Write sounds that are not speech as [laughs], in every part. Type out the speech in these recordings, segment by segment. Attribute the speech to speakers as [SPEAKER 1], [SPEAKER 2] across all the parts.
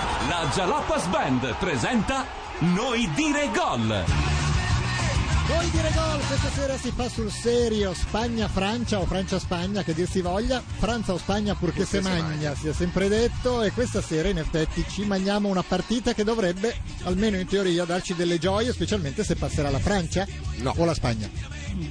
[SPEAKER 1] La Jalapas Band presenta Noi dire gol.
[SPEAKER 2] Vuoi dire gol? Questa sera si fa sul serio Spagna-Francia o Francia-Spagna, che dir si voglia, Franza o Spagna purché se magna, si è sempre detto, e questa sera in effetti ci mangiamo una partita che dovrebbe, almeno in teoria, darci delle gioie, specialmente se passerà la Francia
[SPEAKER 3] No.
[SPEAKER 2] o la Spagna.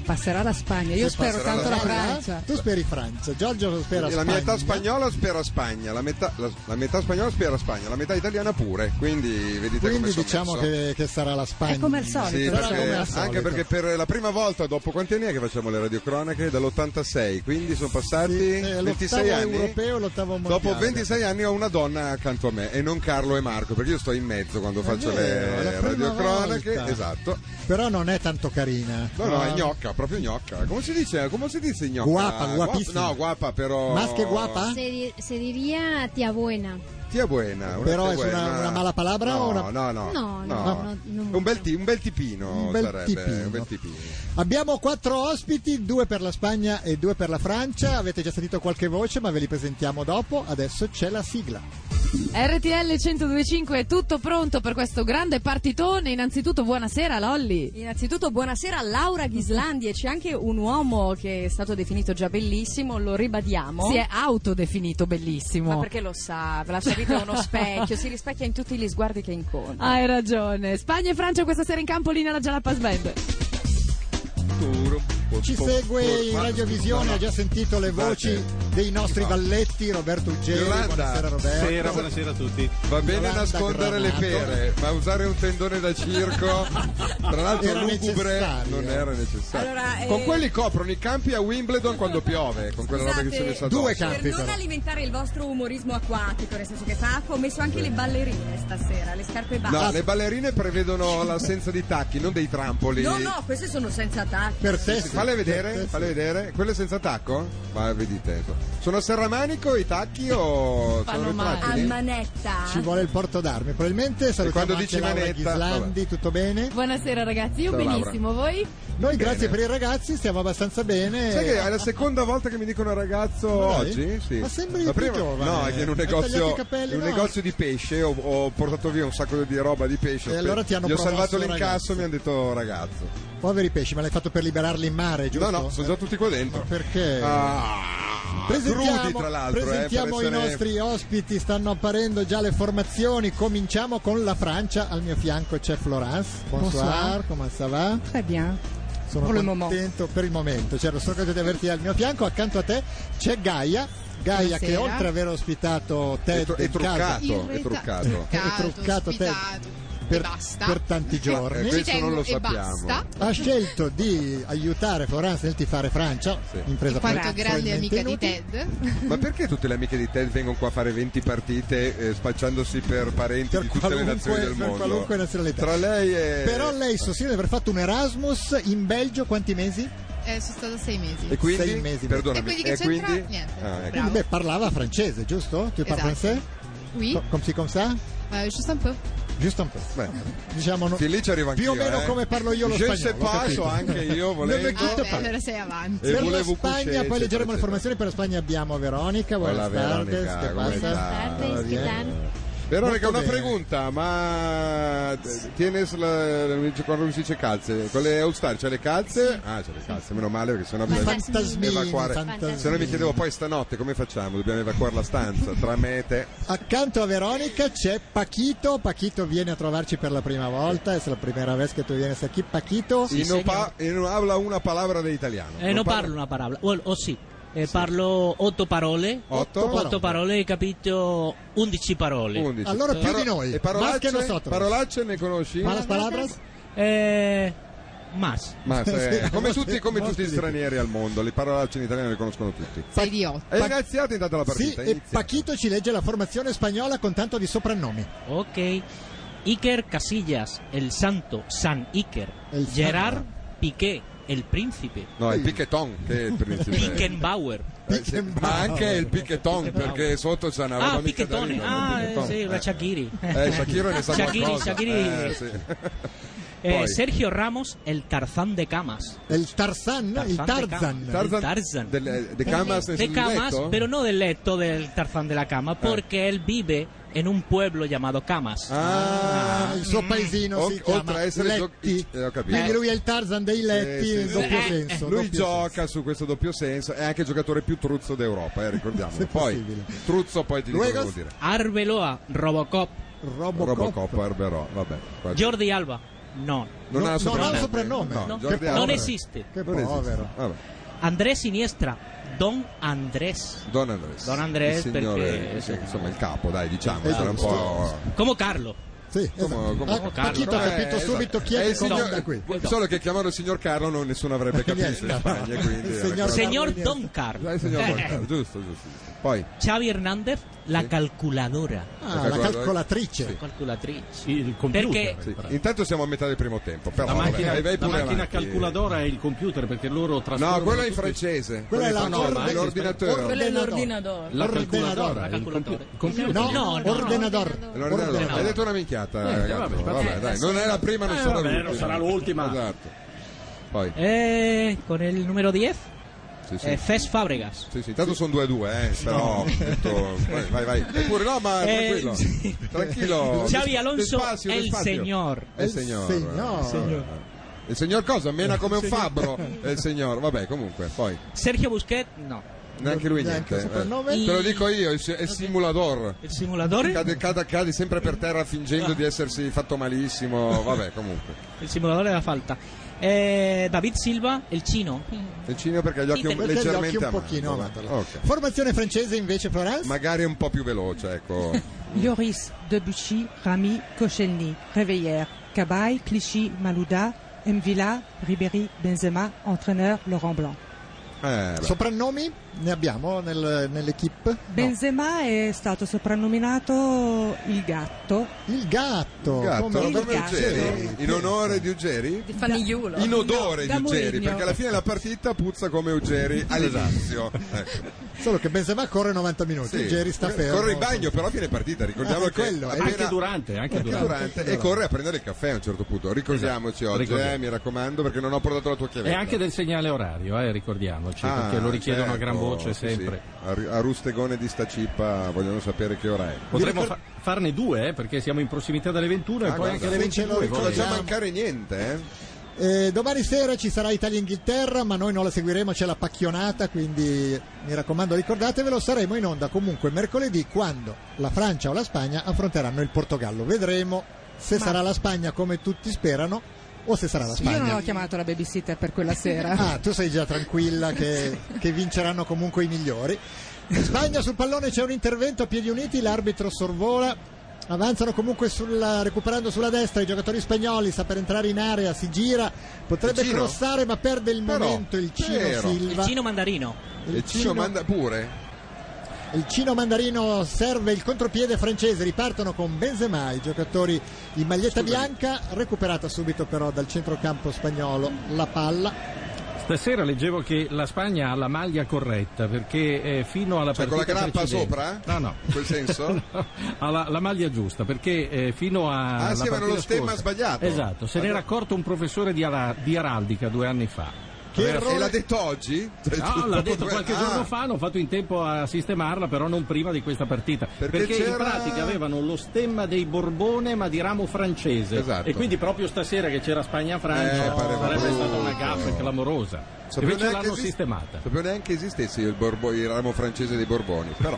[SPEAKER 4] Passerà la Spagna, io
[SPEAKER 2] Se
[SPEAKER 4] spero
[SPEAKER 3] passerà
[SPEAKER 4] tanto la
[SPEAKER 3] la
[SPEAKER 4] Francia.
[SPEAKER 2] Tu speri Francia, Giorgio spera
[SPEAKER 3] E
[SPEAKER 2] Spagna.
[SPEAKER 3] la metà spagnola spera Spagna, la metà, la, la metà spagnola spera Spagna, la metà italiana pure. Quindi vedete
[SPEAKER 2] Quindi
[SPEAKER 3] come sono
[SPEAKER 2] diciamo
[SPEAKER 3] messo.
[SPEAKER 2] che, che sarà la Spagna.
[SPEAKER 4] È come al solito,
[SPEAKER 3] Sì,
[SPEAKER 4] Sarà
[SPEAKER 3] perché-
[SPEAKER 2] come al solito.
[SPEAKER 3] anche perché per la prima volta dopo quanti anni è che facciamo le radiocronache? Dall'86, quindi sono passati
[SPEAKER 2] Sì, eh, l'ottavo
[SPEAKER 3] 26 anni.
[SPEAKER 2] europeo, l'ottavo mondiale.
[SPEAKER 3] Dopo 26 anni ho una donna accanto a me e non Carlo e Marco, perché io sto in mezzo quando faccio
[SPEAKER 2] vero, la
[SPEAKER 3] le
[SPEAKER 2] prima
[SPEAKER 3] radiocronache.
[SPEAKER 2] volta.
[SPEAKER 3] Esatto.
[SPEAKER 2] Però non è tanto carina.
[SPEAKER 3] No, no, è
[SPEAKER 2] Ah,
[SPEAKER 3] gnocca, proprio gnocca. Come si dice? Come si dice gnocca?
[SPEAKER 2] Guapa,
[SPEAKER 3] Guap-
[SPEAKER 2] guapissima.
[SPEAKER 3] No, guapa però.
[SPEAKER 2] Más
[SPEAKER 5] Oh.
[SPEAKER 2] que guapa?
[SPEAKER 6] Se, di- se diría tía buena.
[SPEAKER 3] Tia buena. una
[SPEAKER 2] Però
[SPEAKER 3] tia
[SPEAKER 2] è su una-
[SPEAKER 3] buena.
[SPEAKER 2] una mala palabra
[SPEAKER 3] no,
[SPEAKER 2] o una-
[SPEAKER 3] No, no,
[SPEAKER 6] No, no, no, no,
[SPEAKER 3] un, bel ti- un bel tipino
[SPEAKER 2] Un bel
[SPEAKER 3] sarebbe.
[SPEAKER 2] tipino.
[SPEAKER 3] Un bel tipino.
[SPEAKER 2] Abbiamo quattro ospiti, due per la Spagna e due per la Francia. Avete già sentito qualche voce, ma ve li presentiamo dopo. Adesso c'è la sigla.
[SPEAKER 7] RTL 1025 è tutto pronto per questo grande partitone. Innanzitutto buonasera Lolli.
[SPEAKER 8] Innanzitutto buonasera Laura Ghislandi e c'è anche un uomo che è stato definito già bellissimo, lo ribadiamo.
[SPEAKER 7] Si è autodefinito
[SPEAKER 8] Ma
[SPEAKER 7] bellissimo.
[SPEAKER 8] perché lo sa, la sua vita è uno specchio, si rispecchia in tutti gli sguardi che incontra.
[SPEAKER 7] Hai ragione. Spagna e Francia questa sera in campo lina la Jalapas Band.
[SPEAKER 2] Ci segue in
[SPEAKER 3] Ma-
[SPEAKER 2] radiovisione, ha già sentito le voci dei nostri balletti, Roberto Uggeri.
[SPEAKER 3] Yolanda.
[SPEAKER 2] Buonasera Roberto.
[SPEAKER 9] Buonasera, buonasera a tutti.
[SPEAKER 3] Va bene
[SPEAKER 2] Yolanda
[SPEAKER 3] nascondere le
[SPEAKER 2] Granato.
[SPEAKER 3] pere, ma usare un tendone da circo, tra l'altro
[SPEAKER 2] Era
[SPEAKER 3] lugubre,
[SPEAKER 2] necessario.
[SPEAKER 3] non era necessario.
[SPEAKER 8] Allora, eh,
[SPEAKER 3] Con quelli coprono i campi a Wimbledon quando piove, con quella roba che ci
[SPEAKER 8] Scusate,
[SPEAKER 3] sono messa addosso.
[SPEAKER 2] Due
[SPEAKER 8] Per
[SPEAKER 2] campi
[SPEAKER 8] non
[SPEAKER 2] però.
[SPEAKER 8] alimentare il vostro umorismo acquatico, nel senso che Paco ha messo anche le ballerine stasera, le scarpe basse.
[SPEAKER 3] No, le ballerine prevedono l'assenza di tacchi, non dei trampoli.
[SPEAKER 8] No, no, queste sono senza tacchi.
[SPEAKER 2] Per te.
[SPEAKER 3] Sì, sì,
[SPEAKER 2] sì.
[SPEAKER 3] falle
[SPEAKER 2] Per te
[SPEAKER 3] vedere,
[SPEAKER 2] sì.
[SPEAKER 3] falle vedere. Quello è senza tacco? Ma vedete. Sono a Serramanico i tacchi o
[SPEAKER 7] Fanno
[SPEAKER 3] sono
[SPEAKER 7] male.
[SPEAKER 3] retrattili?
[SPEAKER 8] Al manetta.
[SPEAKER 2] Ci vuole il porto d'armi. Probabilmente salutiamo
[SPEAKER 3] quando
[SPEAKER 2] anche
[SPEAKER 3] dici
[SPEAKER 2] Laura
[SPEAKER 3] manetta,
[SPEAKER 2] Ghislandi, tutto bene?
[SPEAKER 7] Buonasera ragazzi, io
[SPEAKER 3] Ciao, Laura.
[SPEAKER 7] benissimo, voi?
[SPEAKER 2] Noi grazie
[SPEAKER 3] Bene.
[SPEAKER 2] per i ragazzi, stiamo abbastanza bene.
[SPEAKER 3] Sai che è la seconda volta che mi dicono ragazzo
[SPEAKER 2] dai?
[SPEAKER 3] oggi? Sì.
[SPEAKER 2] Eh. Ma sembri
[SPEAKER 3] La
[SPEAKER 2] più
[SPEAKER 3] prima-
[SPEAKER 2] giovane.
[SPEAKER 3] No, è che in un,
[SPEAKER 2] Hai tagliato
[SPEAKER 3] negozio,
[SPEAKER 2] i capelli,
[SPEAKER 3] in un
[SPEAKER 2] no?
[SPEAKER 3] negozio di pesce ho, ho portato via un sacco di roba di pesce.
[SPEAKER 2] E allora ti hanno
[SPEAKER 3] Gli ho
[SPEAKER 2] promosso
[SPEAKER 3] salvato l'incasso
[SPEAKER 2] ragazzo.
[SPEAKER 3] e mi hanno detto ragazzo.
[SPEAKER 2] Poveri pesci, ma l'hai fatto per liberarli in mare, giusto?
[SPEAKER 3] No, no, sono già tutti qua dentro.
[SPEAKER 2] Perché?
[SPEAKER 3] Ah, crudi tra l'altro. eh, per
[SPEAKER 2] presentiamo i
[SPEAKER 3] essere-
[SPEAKER 2] nostri ospiti, stanno apparendo già le formazioni. Cominciamo con la Francia. Al mio fianco c'è Florence. Bonsoir,
[SPEAKER 4] Bonsoir.
[SPEAKER 2] come ça va?
[SPEAKER 4] Très bien.
[SPEAKER 2] Sono
[SPEAKER 8] Pour le
[SPEAKER 2] contento per il momento. Certo, sono contento di averti al mio fianco. Accanto a te c'è Gaia. Gaia che
[SPEAKER 7] Buonasera.
[SPEAKER 2] oltre ad aver ospitato
[SPEAKER 3] È,
[SPEAKER 2] Ted
[SPEAKER 3] tru- è
[SPEAKER 2] in casa
[SPEAKER 3] truccato, è
[SPEAKER 5] Irrita-
[SPEAKER 3] truccato.
[SPEAKER 2] è truccato Ted per,
[SPEAKER 5] basta.
[SPEAKER 2] per tanti
[SPEAKER 3] Eh,
[SPEAKER 2] giorni.
[SPEAKER 5] Ci
[SPEAKER 3] questo non
[SPEAKER 5] tengo
[SPEAKER 3] lo
[SPEAKER 5] e
[SPEAKER 3] sappiamo.
[SPEAKER 5] basta.
[SPEAKER 2] ha scelto di aiutare Florence nel tifare Francia,
[SPEAKER 3] Sì.
[SPEAKER 2] impresa
[SPEAKER 5] In quanto
[SPEAKER 2] probabilmente
[SPEAKER 5] grande amica di
[SPEAKER 2] inutile.
[SPEAKER 5] Ted,
[SPEAKER 3] Ma perché tutte le amiche di Ted vengono qua a fare 20 partite eh, spacciandosi per parenti
[SPEAKER 2] Per
[SPEAKER 3] di tutte le
[SPEAKER 2] qualunque-
[SPEAKER 3] nazioni del
[SPEAKER 2] per
[SPEAKER 3] mondo?
[SPEAKER 2] qualunque nazionalità.
[SPEAKER 3] Tra lei e...
[SPEAKER 2] Però lei sostiene di aver fatto un Erasmus in Belgio quanti mesi?
[SPEAKER 5] eh, sono stata sei mesi.
[SPEAKER 3] E quindi?
[SPEAKER 2] Sei mesi.
[SPEAKER 3] Perdonami.
[SPEAKER 5] E quindi che c'entra? Niente.
[SPEAKER 3] Ah, ecco.
[SPEAKER 5] Bravo.
[SPEAKER 2] Beh, parlava francese, giusto? Tu parli
[SPEAKER 5] Esatto.
[SPEAKER 2] francese?
[SPEAKER 5] Oui,
[SPEAKER 2] Co- Come si come ça?
[SPEAKER 5] euh, juste un peu.
[SPEAKER 2] Giusto un po'.
[SPEAKER 3] Beh,
[SPEAKER 2] Diciamo no-
[SPEAKER 3] fin lì ci arrivo
[SPEAKER 2] più o
[SPEAKER 3] anch'io,
[SPEAKER 2] meno
[SPEAKER 3] eh.
[SPEAKER 2] come parlo io lo
[SPEAKER 3] Je ne
[SPEAKER 2] spagnolo.
[SPEAKER 3] sais pas,
[SPEAKER 2] capito?
[SPEAKER 3] so anche io, volendo.
[SPEAKER 2] [laughs] Non è
[SPEAKER 5] Ah,
[SPEAKER 2] tutto
[SPEAKER 5] beh,
[SPEAKER 2] parlo.
[SPEAKER 10] Eh.
[SPEAKER 5] allora sei avanti.
[SPEAKER 3] E
[SPEAKER 2] per la
[SPEAKER 3] volevo
[SPEAKER 2] Spagna,
[SPEAKER 3] cucete,
[SPEAKER 2] poi leggeremo
[SPEAKER 3] eccetera,
[SPEAKER 2] le informazioni per la Spagna. Abbiamo Veronica,
[SPEAKER 3] Hola,
[SPEAKER 2] buenas tardes,
[SPEAKER 3] Veronica,
[SPEAKER 2] che
[SPEAKER 3] come
[SPEAKER 2] pasa?
[SPEAKER 3] sta?
[SPEAKER 6] Buenas tardes,
[SPEAKER 2] ¿qué
[SPEAKER 6] tal?
[SPEAKER 3] Veronica,
[SPEAKER 2] Molto
[SPEAKER 3] una
[SPEAKER 2] bene.
[SPEAKER 3] pregunta, ma eh, tienes la, la- quando si dice calze, con le All Star c'è le calze? Ah, c'è le calze, meno male perché sennò bisogna
[SPEAKER 2] Fantasmini,
[SPEAKER 3] evacuare.
[SPEAKER 2] fantasmini.
[SPEAKER 3] Se no mi chiedevo poi stanotte come facciamo? Dobbiamo evacuare la stanza, tra me e te.
[SPEAKER 2] Accanto a Veronica c'è Paquito. Paquito viene a trovarci per la prima volta. Es la primera vez que tú vienes aquí, Paquito.
[SPEAKER 3] y, no pa- y no habla una palabra de italiano.
[SPEAKER 10] Eh, non parlo una parola, o, o sì. Eh, parlo otto parole,
[SPEAKER 3] Otto?
[SPEAKER 2] Otto
[SPEAKER 10] otto parole, hai capito? Undici parole.
[SPEAKER 3] 11.
[SPEAKER 2] Allora, più di noi.
[SPEAKER 3] E
[SPEAKER 2] Más que
[SPEAKER 3] parolacce,
[SPEAKER 2] nosotros.
[SPEAKER 3] parolacce ne conosci?
[SPEAKER 2] Malas palabras?
[SPEAKER 10] Eh, mas.
[SPEAKER 3] Ma se-
[SPEAKER 2] [laughs] Sì,
[SPEAKER 3] come
[SPEAKER 2] molti-
[SPEAKER 3] tutti, come
[SPEAKER 2] molti
[SPEAKER 3] tutti gli
[SPEAKER 2] di-
[SPEAKER 3] stranieri al mondo, le parolacce in italiano le conoscono tutti.
[SPEAKER 5] Sei di otto.
[SPEAKER 3] È iniziata intanto la
[SPEAKER 2] Sì,
[SPEAKER 3] partita.
[SPEAKER 2] e
[SPEAKER 3] inizia.
[SPEAKER 2] Paquito ci legge la formazione spagnola con tanto di soprannomi.
[SPEAKER 10] Ok. Iker Casillas, el santo, San Iker.
[SPEAKER 2] El santo.
[SPEAKER 10] Gerard Piqué, el príncipe.
[SPEAKER 3] No, è il Piqueton che è il principe.
[SPEAKER 10] Pickenbauer.
[SPEAKER 3] Eh, sì, Ma anche il Piqueton, perché sotto c'è una roba
[SPEAKER 10] Ah,
[SPEAKER 3] mica da
[SPEAKER 10] Piquetone.
[SPEAKER 3] ridere,
[SPEAKER 10] Ah, eh,
[SPEAKER 3] Piqueton.
[SPEAKER 10] sì, la Shakiri.
[SPEAKER 3] Eh, eh, Shakiro ne sa
[SPEAKER 10] Shakiri,
[SPEAKER 3] qualcosa.
[SPEAKER 10] Shakiri.
[SPEAKER 3] Eh, sì. [laughs]
[SPEAKER 10] Eh,
[SPEAKER 3] poi.
[SPEAKER 10] Sergio Ramos, el Tarzán de Camas.
[SPEAKER 2] È il Tarzan,
[SPEAKER 10] Tarzán
[SPEAKER 2] il
[SPEAKER 10] de
[SPEAKER 2] Tarzan.
[SPEAKER 10] Camas.
[SPEAKER 3] Tarzan,
[SPEAKER 10] El Tarzan.
[SPEAKER 3] del- De Camas nel
[SPEAKER 10] de camas,
[SPEAKER 3] letto?
[SPEAKER 10] pero no del leto del Tarzán de la cama, porque él vive en un pueblo llamado Camas.
[SPEAKER 3] Ah,
[SPEAKER 2] il suo paesino
[SPEAKER 3] O-
[SPEAKER 2] si
[SPEAKER 3] oltre
[SPEAKER 2] chiama
[SPEAKER 3] a essere gio-
[SPEAKER 2] Letti.
[SPEAKER 3] eh, ho capito.
[SPEAKER 2] Quindi lui è il Tarzan dei Letti
[SPEAKER 3] Sì, sì,
[SPEAKER 2] in
[SPEAKER 3] sì.
[SPEAKER 2] doppio
[SPEAKER 3] Eh,
[SPEAKER 2] senso.
[SPEAKER 3] Lui
[SPEAKER 2] doppio
[SPEAKER 3] gioca su questo doppio senso, è anche il giocatore più truzzo d'Europa, eh, ricordiamolo.
[SPEAKER 2] [laughs] Se
[SPEAKER 3] poi,
[SPEAKER 2] possibile.
[SPEAKER 3] truzzo poi ti dico
[SPEAKER 2] Luego-
[SPEAKER 3] cosa vuol dire.
[SPEAKER 10] Arbeloa, Robocop,
[SPEAKER 2] senso. Robocop.
[SPEAKER 3] Robocop, Arbeloa, vabbè. qua-
[SPEAKER 10] Jordi Alba. No.
[SPEAKER 3] non,
[SPEAKER 2] No,
[SPEAKER 3] ha
[SPEAKER 2] non
[SPEAKER 3] soprannome.
[SPEAKER 2] ha un soprannome.
[SPEAKER 3] No,
[SPEAKER 10] No.
[SPEAKER 3] Jordi
[SPEAKER 10] Non
[SPEAKER 3] Alba- Ah,
[SPEAKER 10] esiste.
[SPEAKER 2] Che
[SPEAKER 3] Non esiste.
[SPEAKER 2] povero.
[SPEAKER 3] Vabbè.
[SPEAKER 10] Andrés Siniestra, Don Andrés.
[SPEAKER 3] Don Andrés. eh,
[SPEAKER 10] Don Andrés,
[SPEAKER 3] Il signore,
[SPEAKER 10] perché-
[SPEAKER 3] sì, insomma, il capo, dai, diciamo,
[SPEAKER 2] Eh,
[SPEAKER 3] era un
[SPEAKER 2] giusto.
[SPEAKER 3] po'...
[SPEAKER 10] Como Carlo.
[SPEAKER 2] Sì, esatto.
[SPEAKER 3] Come- come-
[SPEAKER 2] Ah,
[SPEAKER 10] come Carlo.
[SPEAKER 2] Pachito ha
[SPEAKER 3] Com'è?
[SPEAKER 2] capito
[SPEAKER 3] Esatto.
[SPEAKER 2] subito chi è,
[SPEAKER 3] Eh,
[SPEAKER 2] che
[SPEAKER 3] il signor-
[SPEAKER 2] comanda qui.
[SPEAKER 10] qui.
[SPEAKER 3] Solo che chiamano il signor Carlo non nessuno avrebbe capito in
[SPEAKER 2] [laughs] Niente.
[SPEAKER 3] Spagna, quindi...
[SPEAKER 2] Il
[SPEAKER 3] era
[SPEAKER 2] signor-
[SPEAKER 3] cosa-
[SPEAKER 10] Señor
[SPEAKER 2] Carlo.
[SPEAKER 10] Don Carlo.
[SPEAKER 3] Dai, signor [laughs] Don
[SPEAKER 10] Eh.
[SPEAKER 3] Carlo, giusto, giusto, giusto. Poi,
[SPEAKER 10] Xavi Hernández, la calculadora.
[SPEAKER 2] Ah, la
[SPEAKER 3] calcolo-
[SPEAKER 2] calcolatrice.
[SPEAKER 3] Sì.
[SPEAKER 10] Calcolatrice.
[SPEAKER 1] Il computer.
[SPEAKER 10] Perché-
[SPEAKER 3] sì. intanto siamo a metà del primo tempo, però...
[SPEAKER 1] La
[SPEAKER 3] vabbè,
[SPEAKER 1] macchina,
[SPEAKER 3] vai- vai
[SPEAKER 1] la
[SPEAKER 3] pure
[SPEAKER 1] macchina
[SPEAKER 3] avanti.
[SPEAKER 1] calcoladora è il computer perché loro trasformano
[SPEAKER 3] No, quello è in
[SPEAKER 1] tutto-
[SPEAKER 3] francese.
[SPEAKER 2] Quella è la
[SPEAKER 3] in francese,
[SPEAKER 1] norma,
[SPEAKER 3] l'ordinatore.
[SPEAKER 8] Quello è
[SPEAKER 2] Ordenador.
[SPEAKER 8] l'ordinador.
[SPEAKER 1] La
[SPEAKER 2] Ordenador.
[SPEAKER 1] calcoladora. il
[SPEAKER 10] Calcolatore.
[SPEAKER 1] compu- computer.
[SPEAKER 2] No,
[SPEAKER 10] No, no,
[SPEAKER 2] ordenador.
[SPEAKER 3] L'ordinatore.
[SPEAKER 2] Ordenador.
[SPEAKER 3] Hai detto una minchiata,
[SPEAKER 1] Eh,
[SPEAKER 3] ragazzo.
[SPEAKER 1] vabbè,
[SPEAKER 3] Vabbè,
[SPEAKER 1] eh,
[SPEAKER 3] dai, non è la prima, non
[SPEAKER 1] Eh,
[SPEAKER 3] sarà
[SPEAKER 1] vabbè,
[SPEAKER 3] l'ultima.
[SPEAKER 1] non sarà l'ultima.
[SPEAKER 3] Esatto. Poi,
[SPEAKER 10] Eh, con el número 10,
[SPEAKER 3] sì, sì.
[SPEAKER 10] eh, Fes Fábregas.
[SPEAKER 3] Sì, sì, intanto sono 2 a 2, eh, però detto- vai, vai, vai. Eppure no, ma
[SPEAKER 10] Eh,
[SPEAKER 3] tranquillo.
[SPEAKER 10] sì.
[SPEAKER 3] Tranquillo.
[SPEAKER 10] Xavi
[SPEAKER 3] Des-
[SPEAKER 10] Alonso,
[SPEAKER 3] despazio,
[SPEAKER 10] el
[SPEAKER 3] despazio.
[SPEAKER 10] señor.
[SPEAKER 3] È il signor.
[SPEAKER 2] signor.
[SPEAKER 3] eh,
[SPEAKER 2] Signor.
[SPEAKER 3] Il signor cosa? Mena come un fabbro. È il signor. Vabbè, comunque, poi
[SPEAKER 10] Sergio Busquets, no.
[SPEAKER 3] neanche lui niente.
[SPEAKER 2] Neanche il soprannome?
[SPEAKER 3] eh. Te lo dico io, il si- è simulador.
[SPEAKER 10] El simulador,
[SPEAKER 3] Cade, cade- cade sempre per terra fingendo di essersi fatto malissimo. Vabbè, comunque.
[SPEAKER 10] el simulador de la falta. Eh, David Silva, el chino.
[SPEAKER 3] Il cigno perché ha gli occhi un,
[SPEAKER 2] Perché gli occhi
[SPEAKER 3] leggermente
[SPEAKER 2] un
[SPEAKER 3] a mano.
[SPEAKER 2] pochino
[SPEAKER 3] vabbè.
[SPEAKER 2] avanti.
[SPEAKER 3] Ok.
[SPEAKER 2] Formazione francese invece, Florence?
[SPEAKER 3] Magari un po' più veloce,
[SPEAKER 2] [laughs]
[SPEAKER 3] ecco.
[SPEAKER 9] Lloris, Debuchy, Rami, Koscielny, Réveillère, Cabaye, Clichy, Malouda, Mvila, Ribéry, Benzema, entraîneur Laurent Blanc.
[SPEAKER 3] Eh, beh.
[SPEAKER 2] Soprannomi? Ne abbiamo nel- nell'equipe? No.
[SPEAKER 9] Benzema è stato soprannominato il gatto.
[SPEAKER 2] Il gatto.
[SPEAKER 3] Gatto,
[SPEAKER 2] come-
[SPEAKER 3] come
[SPEAKER 9] il gatto.
[SPEAKER 3] Ugeri, in onore di Ugeri?
[SPEAKER 8] Di famigliulo.
[SPEAKER 3] In odore
[SPEAKER 9] da
[SPEAKER 3] di Ugeri,
[SPEAKER 9] Mourinho.
[SPEAKER 3] perché alla fine della partita puzza come Ugeri all'inizio. Ecco.
[SPEAKER 2] Solo che Benzema corre 90 minuti.
[SPEAKER 3] Sì.
[SPEAKER 2] Jerry sta fermo.
[SPEAKER 3] Corre in bagno, però a fine partita, ricordiamo
[SPEAKER 2] Ah,
[SPEAKER 3] che
[SPEAKER 2] quello,
[SPEAKER 3] appena-
[SPEAKER 2] eh.
[SPEAKER 1] Anche durante, anche
[SPEAKER 3] anche
[SPEAKER 1] durante.
[SPEAKER 3] durante, e corre a prendere il caffè a un certo punto. Ricordiamoci
[SPEAKER 1] Esatto,
[SPEAKER 3] oggi,
[SPEAKER 1] ricordiamo.
[SPEAKER 3] eh, mi raccomando, perché non ho portato la tua
[SPEAKER 1] E
[SPEAKER 3] chiavetta.
[SPEAKER 1] anche del segnale orario, eh, ricordiamoci,
[SPEAKER 3] Ah,
[SPEAKER 1] perché lo richiedono a
[SPEAKER 3] certo,
[SPEAKER 1] gran voce
[SPEAKER 3] sì,
[SPEAKER 1] sempre.
[SPEAKER 3] sì. A, Ru- a Rustegone di sta cippa vogliono sapere che ora è.
[SPEAKER 1] Potremmo fa- farne due, eh, perché siamo in prossimità delle 21 e
[SPEAKER 3] Ah,
[SPEAKER 1] poi
[SPEAKER 3] guarda,
[SPEAKER 1] anche alle
[SPEAKER 2] se ce lo
[SPEAKER 1] 22.
[SPEAKER 3] Non
[SPEAKER 1] voi.
[SPEAKER 3] lascia
[SPEAKER 2] ricordiamo.
[SPEAKER 3] mancare niente, eh?
[SPEAKER 2] Eh, domani sera ci sarà Italia-Inghilterra, ma noi non la seguiremo, c'è la pacchionata, quindi mi raccomando ricordatevelo, saremo in onda comunque mercoledì quando la Francia o la Spagna affronteranno il Portogallo. Vedremo se
[SPEAKER 9] Ma-
[SPEAKER 2] sarà la Spagna come tutti sperano o se sarà la
[SPEAKER 4] Io non
[SPEAKER 2] Spagna.
[SPEAKER 4] l'ho chiamato la babysitter per quella sera.
[SPEAKER 2] Ah, tu sei già tranquilla che, che vinceranno comunque i migliori. In Spagna sul pallone c'è un intervento a piedi uniti, l'arbitro sorvola. Avanzano comunque sulla, recuperando sulla destra i giocatori spagnoli, sta per entrare in area, si gira, potrebbe
[SPEAKER 3] Ciro?
[SPEAKER 2] crossare ma perde il
[SPEAKER 3] Però,
[SPEAKER 2] momento il Cino
[SPEAKER 3] vero.
[SPEAKER 10] El
[SPEAKER 2] Silva.
[SPEAKER 10] chino mandarino.
[SPEAKER 3] E Cino manda pure.
[SPEAKER 2] il Cino Mandarino serve il contropiede francese, ripartono con Benzema, i giocatori in maglietta bianca, recuperata subito però dal centrocampo spagnolo la palla.
[SPEAKER 1] Stasera leggevo che la Spagna ha la maglia corretta, perché eh, fino alla
[SPEAKER 3] Cioè, con la
[SPEAKER 1] partita
[SPEAKER 3] grappa
[SPEAKER 1] precedente-
[SPEAKER 3] sopra?
[SPEAKER 1] No, [laughs] no.
[SPEAKER 3] In quel senso?
[SPEAKER 1] ha la, la maglia giusta perché eh, fino a
[SPEAKER 3] Ah,
[SPEAKER 1] la
[SPEAKER 3] sì, avevano
[SPEAKER 1] partita
[SPEAKER 3] lo stemma
[SPEAKER 1] scorsa-
[SPEAKER 3] sbagliato.
[SPEAKER 1] esatto se n'era accorto un professore di, ara- di araldica due anni fa
[SPEAKER 2] Che
[SPEAKER 1] Aveva-
[SPEAKER 2] errore-
[SPEAKER 3] E l'ha detto oggi?
[SPEAKER 1] No, l'ha detto qualche giorno
[SPEAKER 3] Eh, Ah.
[SPEAKER 1] fa, non ho fatto in tempo a sistemarla, però non prima di questa partita.
[SPEAKER 3] Perché c'era-
[SPEAKER 1] in pratica avevano lo stemma dei Borbone, ma di ramo francese.
[SPEAKER 3] Esatto.
[SPEAKER 1] E quindi proprio stasera che c'era Spagna-Francia,
[SPEAKER 3] Eh, pareva
[SPEAKER 1] sarebbe
[SPEAKER 3] brutto. Cioè,
[SPEAKER 1] stata una gaffa clamorosa.
[SPEAKER 3] ah, Sapevo
[SPEAKER 1] Invece
[SPEAKER 3] neanche
[SPEAKER 1] l'hanno
[SPEAKER 3] esist-
[SPEAKER 1] sistemata.
[SPEAKER 3] Sapevo neanche esistesse il, Borbo- il ramo francese dei Borboni, però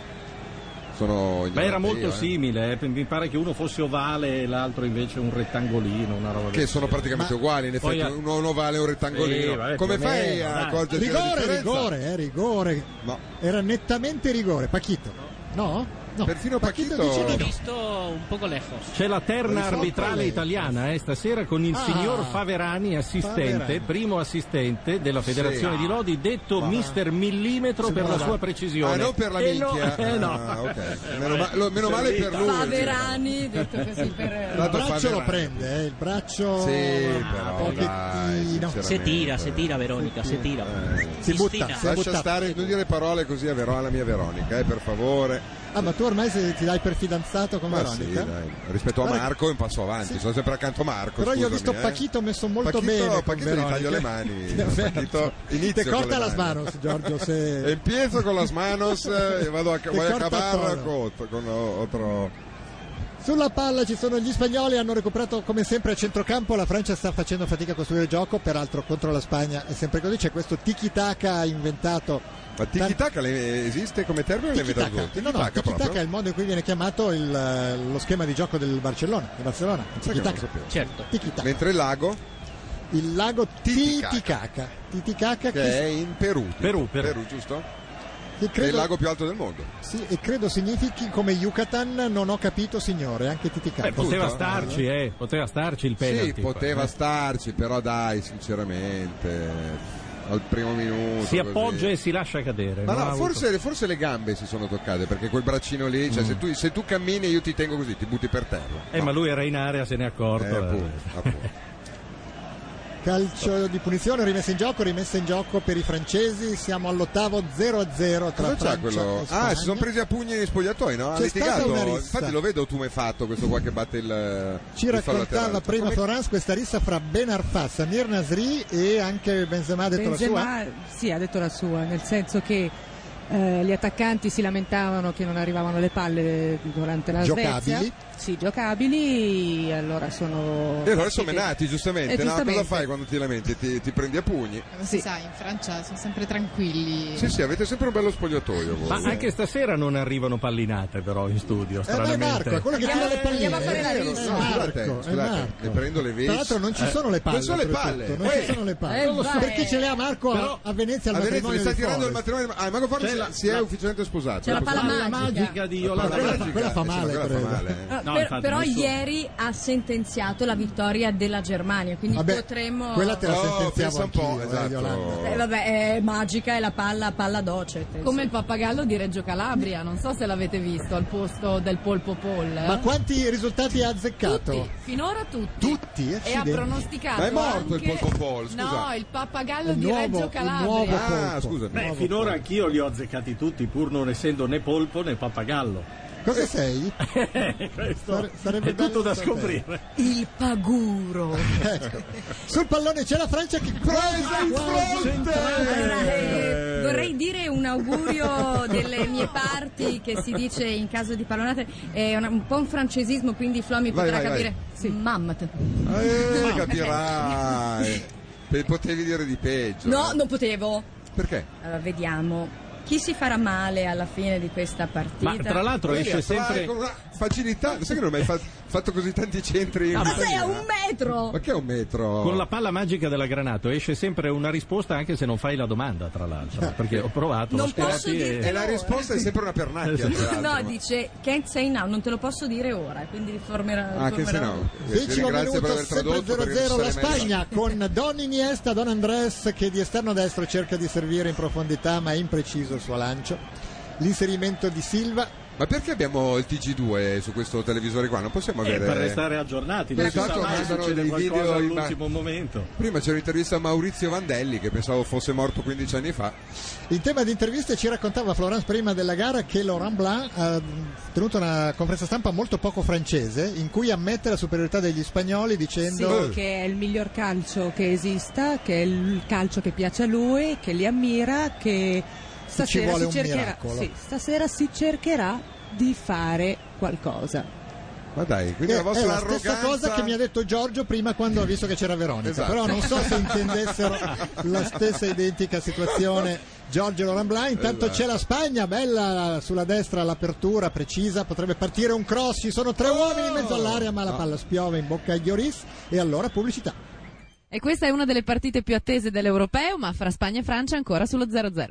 [SPEAKER 3] sono
[SPEAKER 1] Ma era
[SPEAKER 3] ignorante
[SPEAKER 1] molto
[SPEAKER 3] io, eh.
[SPEAKER 1] simile, eh, mi pare che uno fosse ovale e l'altro invece un rettangolino, una roba
[SPEAKER 3] Che
[SPEAKER 1] del
[SPEAKER 3] sono
[SPEAKER 1] genere.
[SPEAKER 3] praticamente uguali, in
[SPEAKER 1] Poi
[SPEAKER 3] effetti,
[SPEAKER 1] a-
[SPEAKER 3] uno un ovale e un rettangolino.
[SPEAKER 1] Sì, vabbè,
[SPEAKER 3] Come
[SPEAKER 1] più o
[SPEAKER 3] fai
[SPEAKER 1] meno,
[SPEAKER 3] a
[SPEAKER 1] dai.
[SPEAKER 3] accorgerti la
[SPEAKER 2] Rigore,
[SPEAKER 3] differenza?
[SPEAKER 2] rigore, eh, rigore.
[SPEAKER 3] No.
[SPEAKER 2] Era nettamente rigore, Pachito. No? No.
[SPEAKER 3] Perfino Pachito-
[SPEAKER 2] dice
[SPEAKER 10] He
[SPEAKER 2] di no.
[SPEAKER 10] visto un poco lejos.
[SPEAKER 1] C'è la terna
[SPEAKER 2] Risolta
[SPEAKER 1] arbitrale
[SPEAKER 2] lei.
[SPEAKER 1] italiana eh, stasera con il
[SPEAKER 2] Ah,
[SPEAKER 1] signor Faverani, assistente,
[SPEAKER 2] Faverani.
[SPEAKER 1] primo assistente della Federazione
[SPEAKER 3] Sì.
[SPEAKER 1] di Lodi, detto
[SPEAKER 3] Ma-
[SPEAKER 1] Mister Millimetro per la
[SPEAKER 2] guarda.
[SPEAKER 1] sua precisione.
[SPEAKER 3] Ah, non per la
[SPEAKER 1] E no- [laughs]
[SPEAKER 3] minchia.
[SPEAKER 1] eh, no.
[SPEAKER 3] Ah, ok. Meno, ma- lo- meno male per lui. diciamo.
[SPEAKER 8] Faverani, detto così per...
[SPEAKER 2] Il
[SPEAKER 3] Tanto
[SPEAKER 2] braccio lo
[SPEAKER 3] Faverani.
[SPEAKER 2] prende, eh, il braccio
[SPEAKER 3] Sì,
[SPEAKER 2] un
[SPEAKER 3] però dai,
[SPEAKER 2] pochettino. Eh.
[SPEAKER 3] sinceramente.
[SPEAKER 10] Se tira, se tira Verónica, se tira.
[SPEAKER 2] Si butta,
[SPEAKER 10] Cristina.
[SPEAKER 2] si è
[SPEAKER 3] Lascia
[SPEAKER 2] buttato.
[SPEAKER 3] stare, non dire parole così a Vero- alla mia Veronica, eh, per favore.
[SPEAKER 2] Ah, ma tu ormai se ti dai per fidanzato con
[SPEAKER 3] Ma sì,
[SPEAKER 2] Veronica?
[SPEAKER 3] dai. Rispetto a
[SPEAKER 2] Guarda-
[SPEAKER 3] Marco è un passo avanti, sono sempre accanto a Marco.
[SPEAKER 2] Però io ho
[SPEAKER 3] scusami,
[SPEAKER 2] visto
[SPEAKER 3] eh.
[SPEAKER 2] Pachito messo molto
[SPEAKER 3] Pachito-
[SPEAKER 2] bene. con
[SPEAKER 3] Pachito gli
[SPEAKER 2] Veronica.
[SPEAKER 3] taglio le
[SPEAKER 2] [laughs]
[SPEAKER 3] mani.
[SPEAKER 2] Davvero.
[SPEAKER 3] Pachito inizio
[SPEAKER 2] Te
[SPEAKER 3] con le
[SPEAKER 2] corta las
[SPEAKER 3] mani.
[SPEAKER 2] manos, Giorgio, se... [laughs]
[SPEAKER 3] Empiezo con las manos eh, y vado a,
[SPEAKER 2] Te
[SPEAKER 3] voy a
[SPEAKER 2] corta
[SPEAKER 3] acabar
[SPEAKER 2] todo.
[SPEAKER 3] con, con otro.
[SPEAKER 2] Sulla palla ci sono gli spagnoli, hanno recuperato come sempre a centrocampo, la Francia sta facendo fatica a costruire il gioco, peraltro contro la Spagna è sempre così, c'è questo tiki-taka inventato.
[SPEAKER 3] Ma tiki-taka le- esiste come termine o l'hai inventato tu?
[SPEAKER 2] Tiki-taka. No, no,
[SPEAKER 3] Tiki-taka
[SPEAKER 2] tiki-taka è
[SPEAKER 3] proprio?
[SPEAKER 2] il modo in cui viene chiamato il, eh, lo schema di gioco del Barcellona, di Barcellona.
[SPEAKER 3] Sai che non lo
[SPEAKER 2] Tiki-taka.
[SPEAKER 3] sapevo.
[SPEAKER 10] Certo.
[SPEAKER 3] Mentre il lago?
[SPEAKER 2] Il lago
[SPEAKER 3] Titicaca.
[SPEAKER 2] Titicaca. Titicaca
[SPEAKER 3] Che è in Perù. tipo.
[SPEAKER 1] Perù, Perù.
[SPEAKER 3] giusto?
[SPEAKER 2] Che
[SPEAKER 3] È il
[SPEAKER 2] credo,
[SPEAKER 3] lago più alto del mondo.
[SPEAKER 2] sì, e credo significhi come Yucatan, non ho capito signore, anche Titicaca.
[SPEAKER 1] Beh, poteva
[SPEAKER 3] appunto.
[SPEAKER 1] starci, eh, poteva starci il
[SPEAKER 3] Sì,
[SPEAKER 1] penalty.
[SPEAKER 3] poteva
[SPEAKER 1] Eh.
[SPEAKER 3] starci, però dai, sinceramente, al primo minuto.
[SPEAKER 1] Si
[SPEAKER 3] così.
[SPEAKER 1] appoggia e si lascia cadere.
[SPEAKER 3] Ma
[SPEAKER 1] non ha
[SPEAKER 3] no,
[SPEAKER 1] avuto-
[SPEAKER 3] forse, forse le gambe si sono toccate perché quel braccino lì,
[SPEAKER 2] Mm.
[SPEAKER 3] cioè se, tu, se tu cammini io ti tengo così, ti butti per terra.
[SPEAKER 1] Eh,
[SPEAKER 3] No.
[SPEAKER 1] ma lui era in area, se n'è accorto.
[SPEAKER 3] Eh,
[SPEAKER 1] eh.
[SPEAKER 3] appunto, appunto.
[SPEAKER 2] [laughs] Calcio di punizione, rimessa in gioco, rimessa in gioco per i francesi, siamo all'ottavo 0-0 tra
[SPEAKER 3] Cosa
[SPEAKER 2] Francia
[SPEAKER 3] c'è quello?
[SPEAKER 2] e Spagna.
[SPEAKER 3] Ah, si sono presi a pugni negli spogliatoi, no? Ha
[SPEAKER 2] C'è stata una
[SPEAKER 3] litigato.
[SPEAKER 2] rissa.
[SPEAKER 3] Infatti lo vedo tu fatto questo qua che batte il.
[SPEAKER 2] Ci
[SPEAKER 3] il fallo
[SPEAKER 2] raccontava
[SPEAKER 3] laterale.
[SPEAKER 2] prima
[SPEAKER 3] Come-
[SPEAKER 2] Florence questa rissa fra Ben Arfa, Samir Nasri e anche Benzema ha detto la sua.
[SPEAKER 9] Benzema sì, ha detto la sua, nel senso che eh, gli attaccanti si lamentavano che non arrivavano le palle durante la
[SPEAKER 2] Giocabili.
[SPEAKER 9] Svezia. Sì, giocabili, e allora sono
[SPEAKER 3] E allora sono
[SPEAKER 9] partiti-
[SPEAKER 3] menati, giustamente.
[SPEAKER 9] Eh,
[SPEAKER 3] no?
[SPEAKER 9] giustamente.
[SPEAKER 3] cosa fai quando ti lamenti? Ti, ti prendi a pugni.
[SPEAKER 5] Non si sa, in Francia sono sempre tranquilli.
[SPEAKER 3] Sì, sì, avete sempre un bello spogliatoio voi. Cioè,
[SPEAKER 1] Ma anche stasera non arrivano pallinate, però, in studio,
[SPEAKER 2] Eh, ma è
[SPEAKER 1] stranamente.
[SPEAKER 2] Marco, è quello che tira le palline.
[SPEAKER 8] andiamo a fare la
[SPEAKER 2] È vero,
[SPEAKER 3] No,
[SPEAKER 8] rissa.
[SPEAKER 2] è Marco,
[SPEAKER 3] eh, scusate,
[SPEAKER 2] è
[SPEAKER 3] scusate,
[SPEAKER 2] Eh, Marco.
[SPEAKER 3] ne prendo le vesti.
[SPEAKER 2] Tra l'altro non ci sono le palle.
[SPEAKER 3] Eh. non sono le
[SPEAKER 2] oltretutto,
[SPEAKER 3] palle.
[SPEAKER 2] Non
[SPEAKER 3] Eh.
[SPEAKER 2] ci sono le palle.
[SPEAKER 8] Eh, Non lo so. vai.
[SPEAKER 2] Perché ce le ha Marco a-
[SPEAKER 1] Però-
[SPEAKER 2] a Venezia al
[SPEAKER 3] A Venezia mi
[SPEAKER 2] matrimonio
[SPEAKER 3] sta
[SPEAKER 2] di
[SPEAKER 3] tirando il
[SPEAKER 2] Forest.
[SPEAKER 3] matrimonio. Ah, Marco Forte
[SPEAKER 1] C'è la-
[SPEAKER 3] si è ufficialmente sposato.
[SPEAKER 8] C'è la
[SPEAKER 3] Possiamo-
[SPEAKER 8] palla
[SPEAKER 1] La magica di
[SPEAKER 3] La palla
[SPEAKER 1] Yolanda.
[SPEAKER 2] Quella fa-
[SPEAKER 3] magica, eh,
[SPEAKER 2] quella fa
[SPEAKER 3] sì, ma
[SPEAKER 2] male,
[SPEAKER 3] quella fa
[SPEAKER 2] credo.
[SPEAKER 3] male, eh.
[SPEAKER 8] Ah,
[SPEAKER 1] No,
[SPEAKER 8] per-
[SPEAKER 1] infatti,
[SPEAKER 8] però
[SPEAKER 1] nessuno.
[SPEAKER 8] ieri ha sentenziato la vittoria della Germania, quindi
[SPEAKER 2] Vabbè,
[SPEAKER 8] potremmo...
[SPEAKER 2] Quella te la
[SPEAKER 3] Oh,
[SPEAKER 2] sentenziavo
[SPEAKER 3] pensa un po',
[SPEAKER 2] anch'io, eh,
[SPEAKER 3] esatto.
[SPEAKER 2] Yolanda.
[SPEAKER 8] Eh, vabbè, è magica, è la palla, palla docet.
[SPEAKER 7] Come il pappagallo di Reggio Calabria, non so se l'avete visto, al posto del polpo Paul. eh.
[SPEAKER 2] Ma quanti risultati ha azzeccato?
[SPEAKER 7] Tutti, finora tutti.
[SPEAKER 2] Tutti?
[SPEAKER 7] E ha
[SPEAKER 2] Accidenti.
[SPEAKER 7] pronosticato.
[SPEAKER 3] Ma
[SPEAKER 7] eh?
[SPEAKER 3] è morto
[SPEAKER 7] anche-
[SPEAKER 3] il polpo Paul, scusa.
[SPEAKER 7] No, il pappagallo
[SPEAKER 2] Un
[SPEAKER 7] di
[SPEAKER 2] nuovo-
[SPEAKER 7] Reggio
[SPEAKER 2] un
[SPEAKER 7] Calabria.
[SPEAKER 2] nuovo-
[SPEAKER 3] Ah,
[SPEAKER 2] Polpo.
[SPEAKER 3] scusami.
[SPEAKER 1] Beh, finora anch'io li ho azzeccati tutti, pur non essendo né polpo né pappagallo.
[SPEAKER 2] Cosa sei?
[SPEAKER 1] [laughs] Questo
[SPEAKER 2] Sare- sarebbe
[SPEAKER 1] è tutto
[SPEAKER 2] bello
[SPEAKER 1] da
[SPEAKER 2] sapere.
[SPEAKER 1] scoprire.
[SPEAKER 8] Il paguro.
[SPEAKER 2] [laughs] Ecco. Sul pallone c'è la Francia che
[SPEAKER 3] Presa in
[SPEAKER 8] Allora,
[SPEAKER 3] fronte!
[SPEAKER 8] eh, vorrei dire un
[SPEAKER 3] [laughs]
[SPEAKER 8] augurio delle mie parti che si dice in caso di pallonate, è un, un po' un francesismo, quindi Flo mi
[SPEAKER 3] Vai,
[SPEAKER 8] potrà
[SPEAKER 3] vai,
[SPEAKER 8] capire.
[SPEAKER 3] vai.
[SPEAKER 8] Sì. Mammat.
[SPEAKER 3] Eh, capirai. Pe- Potevi dire di peggio. eh.
[SPEAKER 8] No, non potevo.
[SPEAKER 3] Perché?
[SPEAKER 8] Allora, vediamo chi si farà male alla fine di questa partita.
[SPEAKER 1] Ma tra l'altro
[SPEAKER 3] Lei
[SPEAKER 1] esce
[SPEAKER 3] attrae
[SPEAKER 1] sempre...
[SPEAKER 3] Con una facilità. Sai che non ho mai fa- fatto così tanti centri in
[SPEAKER 1] Ah,
[SPEAKER 8] Ma
[SPEAKER 3] carriera?
[SPEAKER 8] sei a un metro!
[SPEAKER 3] Ma che è un metro?
[SPEAKER 1] Con la palla magica della Granato esce sempre una risposta anche se non fai la domanda, tra l'altro,
[SPEAKER 3] Eh.
[SPEAKER 1] perché ho provato,
[SPEAKER 8] Non
[SPEAKER 1] l'ho sperati
[SPEAKER 8] posso eh.
[SPEAKER 1] e-
[SPEAKER 8] dirtelo.
[SPEAKER 3] E la risposta è sempre una pernacchia.
[SPEAKER 1] Eh,
[SPEAKER 3] peraltro, ma-
[SPEAKER 8] No, dice can't say now, non te lo posso dire ora, quindi riformerò.
[SPEAKER 3] Ah, che se
[SPEAKER 8] riformerò-
[SPEAKER 3] no. Eh, vi ringrazio
[SPEAKER 2] Decimo
[SPEAKER 3] per
[SPEAKER 2] minuto,
[SPEAKER 3] aver
[SPEAKER 2] sempre
[SPEAKER 3] tradotto. perché non
[SPEAKER 2] 0-0 la
[SPEAKER 3] sarei mai
[SPEAKER 2] Spagna con Don Iniesta, Don Andrés che di esterno destro cerca di servire in profondità ma è impreciso il suo lancio. L'inserimento di Silva,
[SPEAKER 3] arrivato. Ma perché abbiamo il TG2 eh, su questo televisore qua? Non possiamo
[SPEAKER 1] Eh,
[SPEAKER 3] avere.
[SPEAKER 1] per restare aggiornati, non si sa
[SPEAKER 3] Intanto
[SPEAKER 1] mai
[SPEAKER 3] mandano
[SPEAKER 1] succede
[SPEAKER 3] dei
[SPEAKER 1] qualcosa
[SPEAKER 3] video in-
[SPEAKER 1] all'ultimo momento.
[SPEAKER 3] Prima c'era un'intervista a Maurizio Vandelli che pensavo fosse morto 15 anni fa.
[SPEAKER 2] In tema di interviste ci raccontava Florence prima della gara che Laurent Blanc ha tenuto una conferenza stampa molto poco francese in cui ammette la superiorità degli spagnoli
[SPEAKER 9] Sì,
[SPEAKER 2] dicendo
[SPEAKER 9] che è il miglior calcio che esista, che è il calcio che piace a lui, che li ammira, che stasera
[SPEAKER 2] vuole
[SPEAKER 9] si
[SPEAKER 2] un
[SPEAKER 9] cercherà,
[SPEAKER 2] miracolo.
[SPEAKER 9] sì, stasera si cercherà di fare qualcosa.
[SPEAKER 3] Ma dai, quindi
[SPEAKER 2] "Eh,
[SPEAKER 3] la
[SPEAKER 2] è,
[SPEAKER 3] vostra
[SPEAKER 2] la
[SPEAKER 3] arroganza.
[SPEAKER 2] stessa cosa che mi ha detto Giorgio prima quando ha visto che c'era Veronica,
[SPEAKER 3] Esatto.
[SPEAKER 2] però non so
[SPEAKER 3] [laughs]
[SPEAKER 2] se intendessero la stessa identica situazione Giorgio e Laurent Blanc, intanto
[SPEAKER 3] Esatto.
[SPEAKER 2] c'è la Spagna, bella sulla destra l'apertura precisa, potrebbe partire un cross, ci sono
[SPEAKER 3] Oh!
[SPEAKER 2] tre uomini in mezzo all'area ma la
[SPEAKER 3] No.
[SPEAKER 2] palla spiove in bocca a Ioris e allora pubblicità.
[SPEAKER 7] E questa è una delle partite più attese dell'Europeo, ma fra Spagna e Francia ancora sullo 0-0.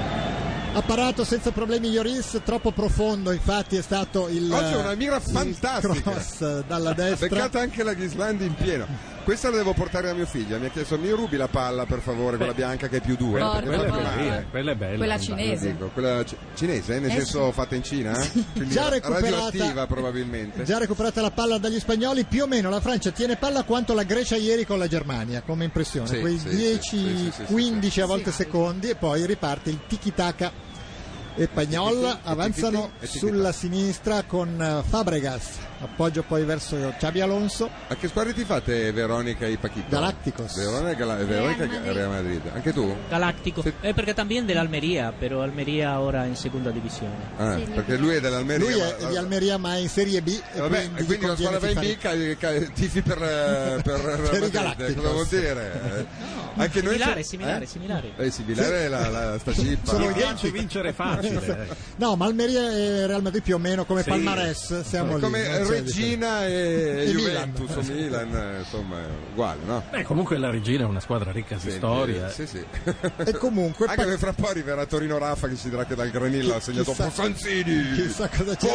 [SPEAKER 2] Ha parato senza problemi Ioris, troppo profondo infatti è stato il, eh,
[SPEAKER 3] Oggi è una mira
[SPEAKER 2] il
[SPEAKER 3] fantastica.
[SPEAKER 2] cross dalla destra.
[SPEAKER 3] Beccata Ah, anche la Ghislandi in pieno. Questa la devo portare a mio figlio. Mi ha chiesto: mi rubi la palla per favore, quella bianca che è più dura.
[SPEAKER 1] Quella,
[SPEAKER 8] Porca,
[SPEAKER 3] perché
[SPEAKER 1] quella
[SPEAKER 3] fa
[SPEAKER 1] è
[SPEAKER 8] porca.
[SPEAKER 3] male.
[SPEAKER 1] bella, quella è bella. eh,
[SPEAKER 8] Quella
[SPEAKER 1] non va.
[SPEAKER 3] Io
[SPEAKER 8] cinese.
[SPEAKER 3] dico, quella ci- cinese, eh, nel senso fatta in Cina? eh? Quindi
[SPEAKER 2] Già
[SPEAKER 3] ra-
[SPEAKER 2] recuperata.
[SPEAKER 3] radioattiva probabilmente.
[SPEAKER 2] Già recuperata la palla dagli spagnoli, più o meno la Francia tiene palla quanto la Grecia ieri con la Germania, come impressione,
[SPEAKER 3] Sì,
[SPEAKER 2] quei
[SPEAKER 3] sì, sì, sì, sì, sì,
[SPEAKER 2] 10-15
[SPEAKER 3] sì.
[SPEAKER 2] a volte secondi e poi riparte il tiki-taka e Pagnol avanzano sulla sinistra con eh, Fabregas, appoggio poi verso Xabi Alonso.
[SPEAKER 3] A che squadre ti fate Veronica e Paquito?
[SPEAKER 2] Galácticos.
[SPEAKER 3] Verona e Gala- Veronica e
[SPEAKER 2] Real Madrid.
[SPEAKER 3] Real Madrid. Anche tu?
[SPEAKER 10] Galáctico. Eh, porque también del Almería, pero Almería ahora en segunda división.
[SPEAKER 3] Ah, perché lui è dell'Almeria.
[SPEAKER 2] Lui è
[SPEAKER 3] ma-
[SPEAKER 2] di Almeria ma è in Serie B e
[SPEAKER 3] Eh, Vabbè,
[SPEAKER 2] quindi,
[SPEAKER 3] e quindi la squadra va in B, ca- ca- tifi per, eh, per, Real
[SPEAKER 2] Per
[SPEAKER 3] Madrid.
[SPEAKER 2] i Galácticos.
[SPEAKER 3] Cosa vuol dire?
[SPEAKER 10] No,
[SPEAKER 3] Anche noi
[SPEAKER 10] similare,
[SPEAKER 3] c'è-
[SPEAKER 10] similare,
[SPEAKER 3] eh?
[SPEAKER 10] similare.
[SPEAKER 3] Eh, similare è la, la sta cippa.
[SPEAKER 2] Sono
[SPEAKER 1] identici. Vincere è facile.
[SPEAKER 2] No, ma Almeria e Real Madrid più o meno [laughs] come
[SPEAKER 3] eh. Sì.
[SPEAKER 2] Palmares siamo
[SPEAKER 3] È
[SPEAKER 2] lì.
[SPEAKER 3] come
[SPEAKER 2] non c'è
[SPEAKER 3] Regina e,
[SPEAKER 2] E
[SPEAKER 3] Juventus o Milan, eh, insomma, è uguale, no?
[SPEAKER 1] Beh, comunque la Regina è una squadra ricca di
[SPEAKER 3] Sì,
[SPEAKER 1] storia.
[SPEAKER 3] sì, sì.
[SPEAKER 2] E comunque
[SPEAKER 3] [laughs] Anche perché fra un po' arriverà Torino Raffa che si dirà che dal Granillo ha segnato
[SPEAKER 2] chissà-
[SPEAKER 3] Posanzini.
[SPEAKER 2] Chissà cosa c'è.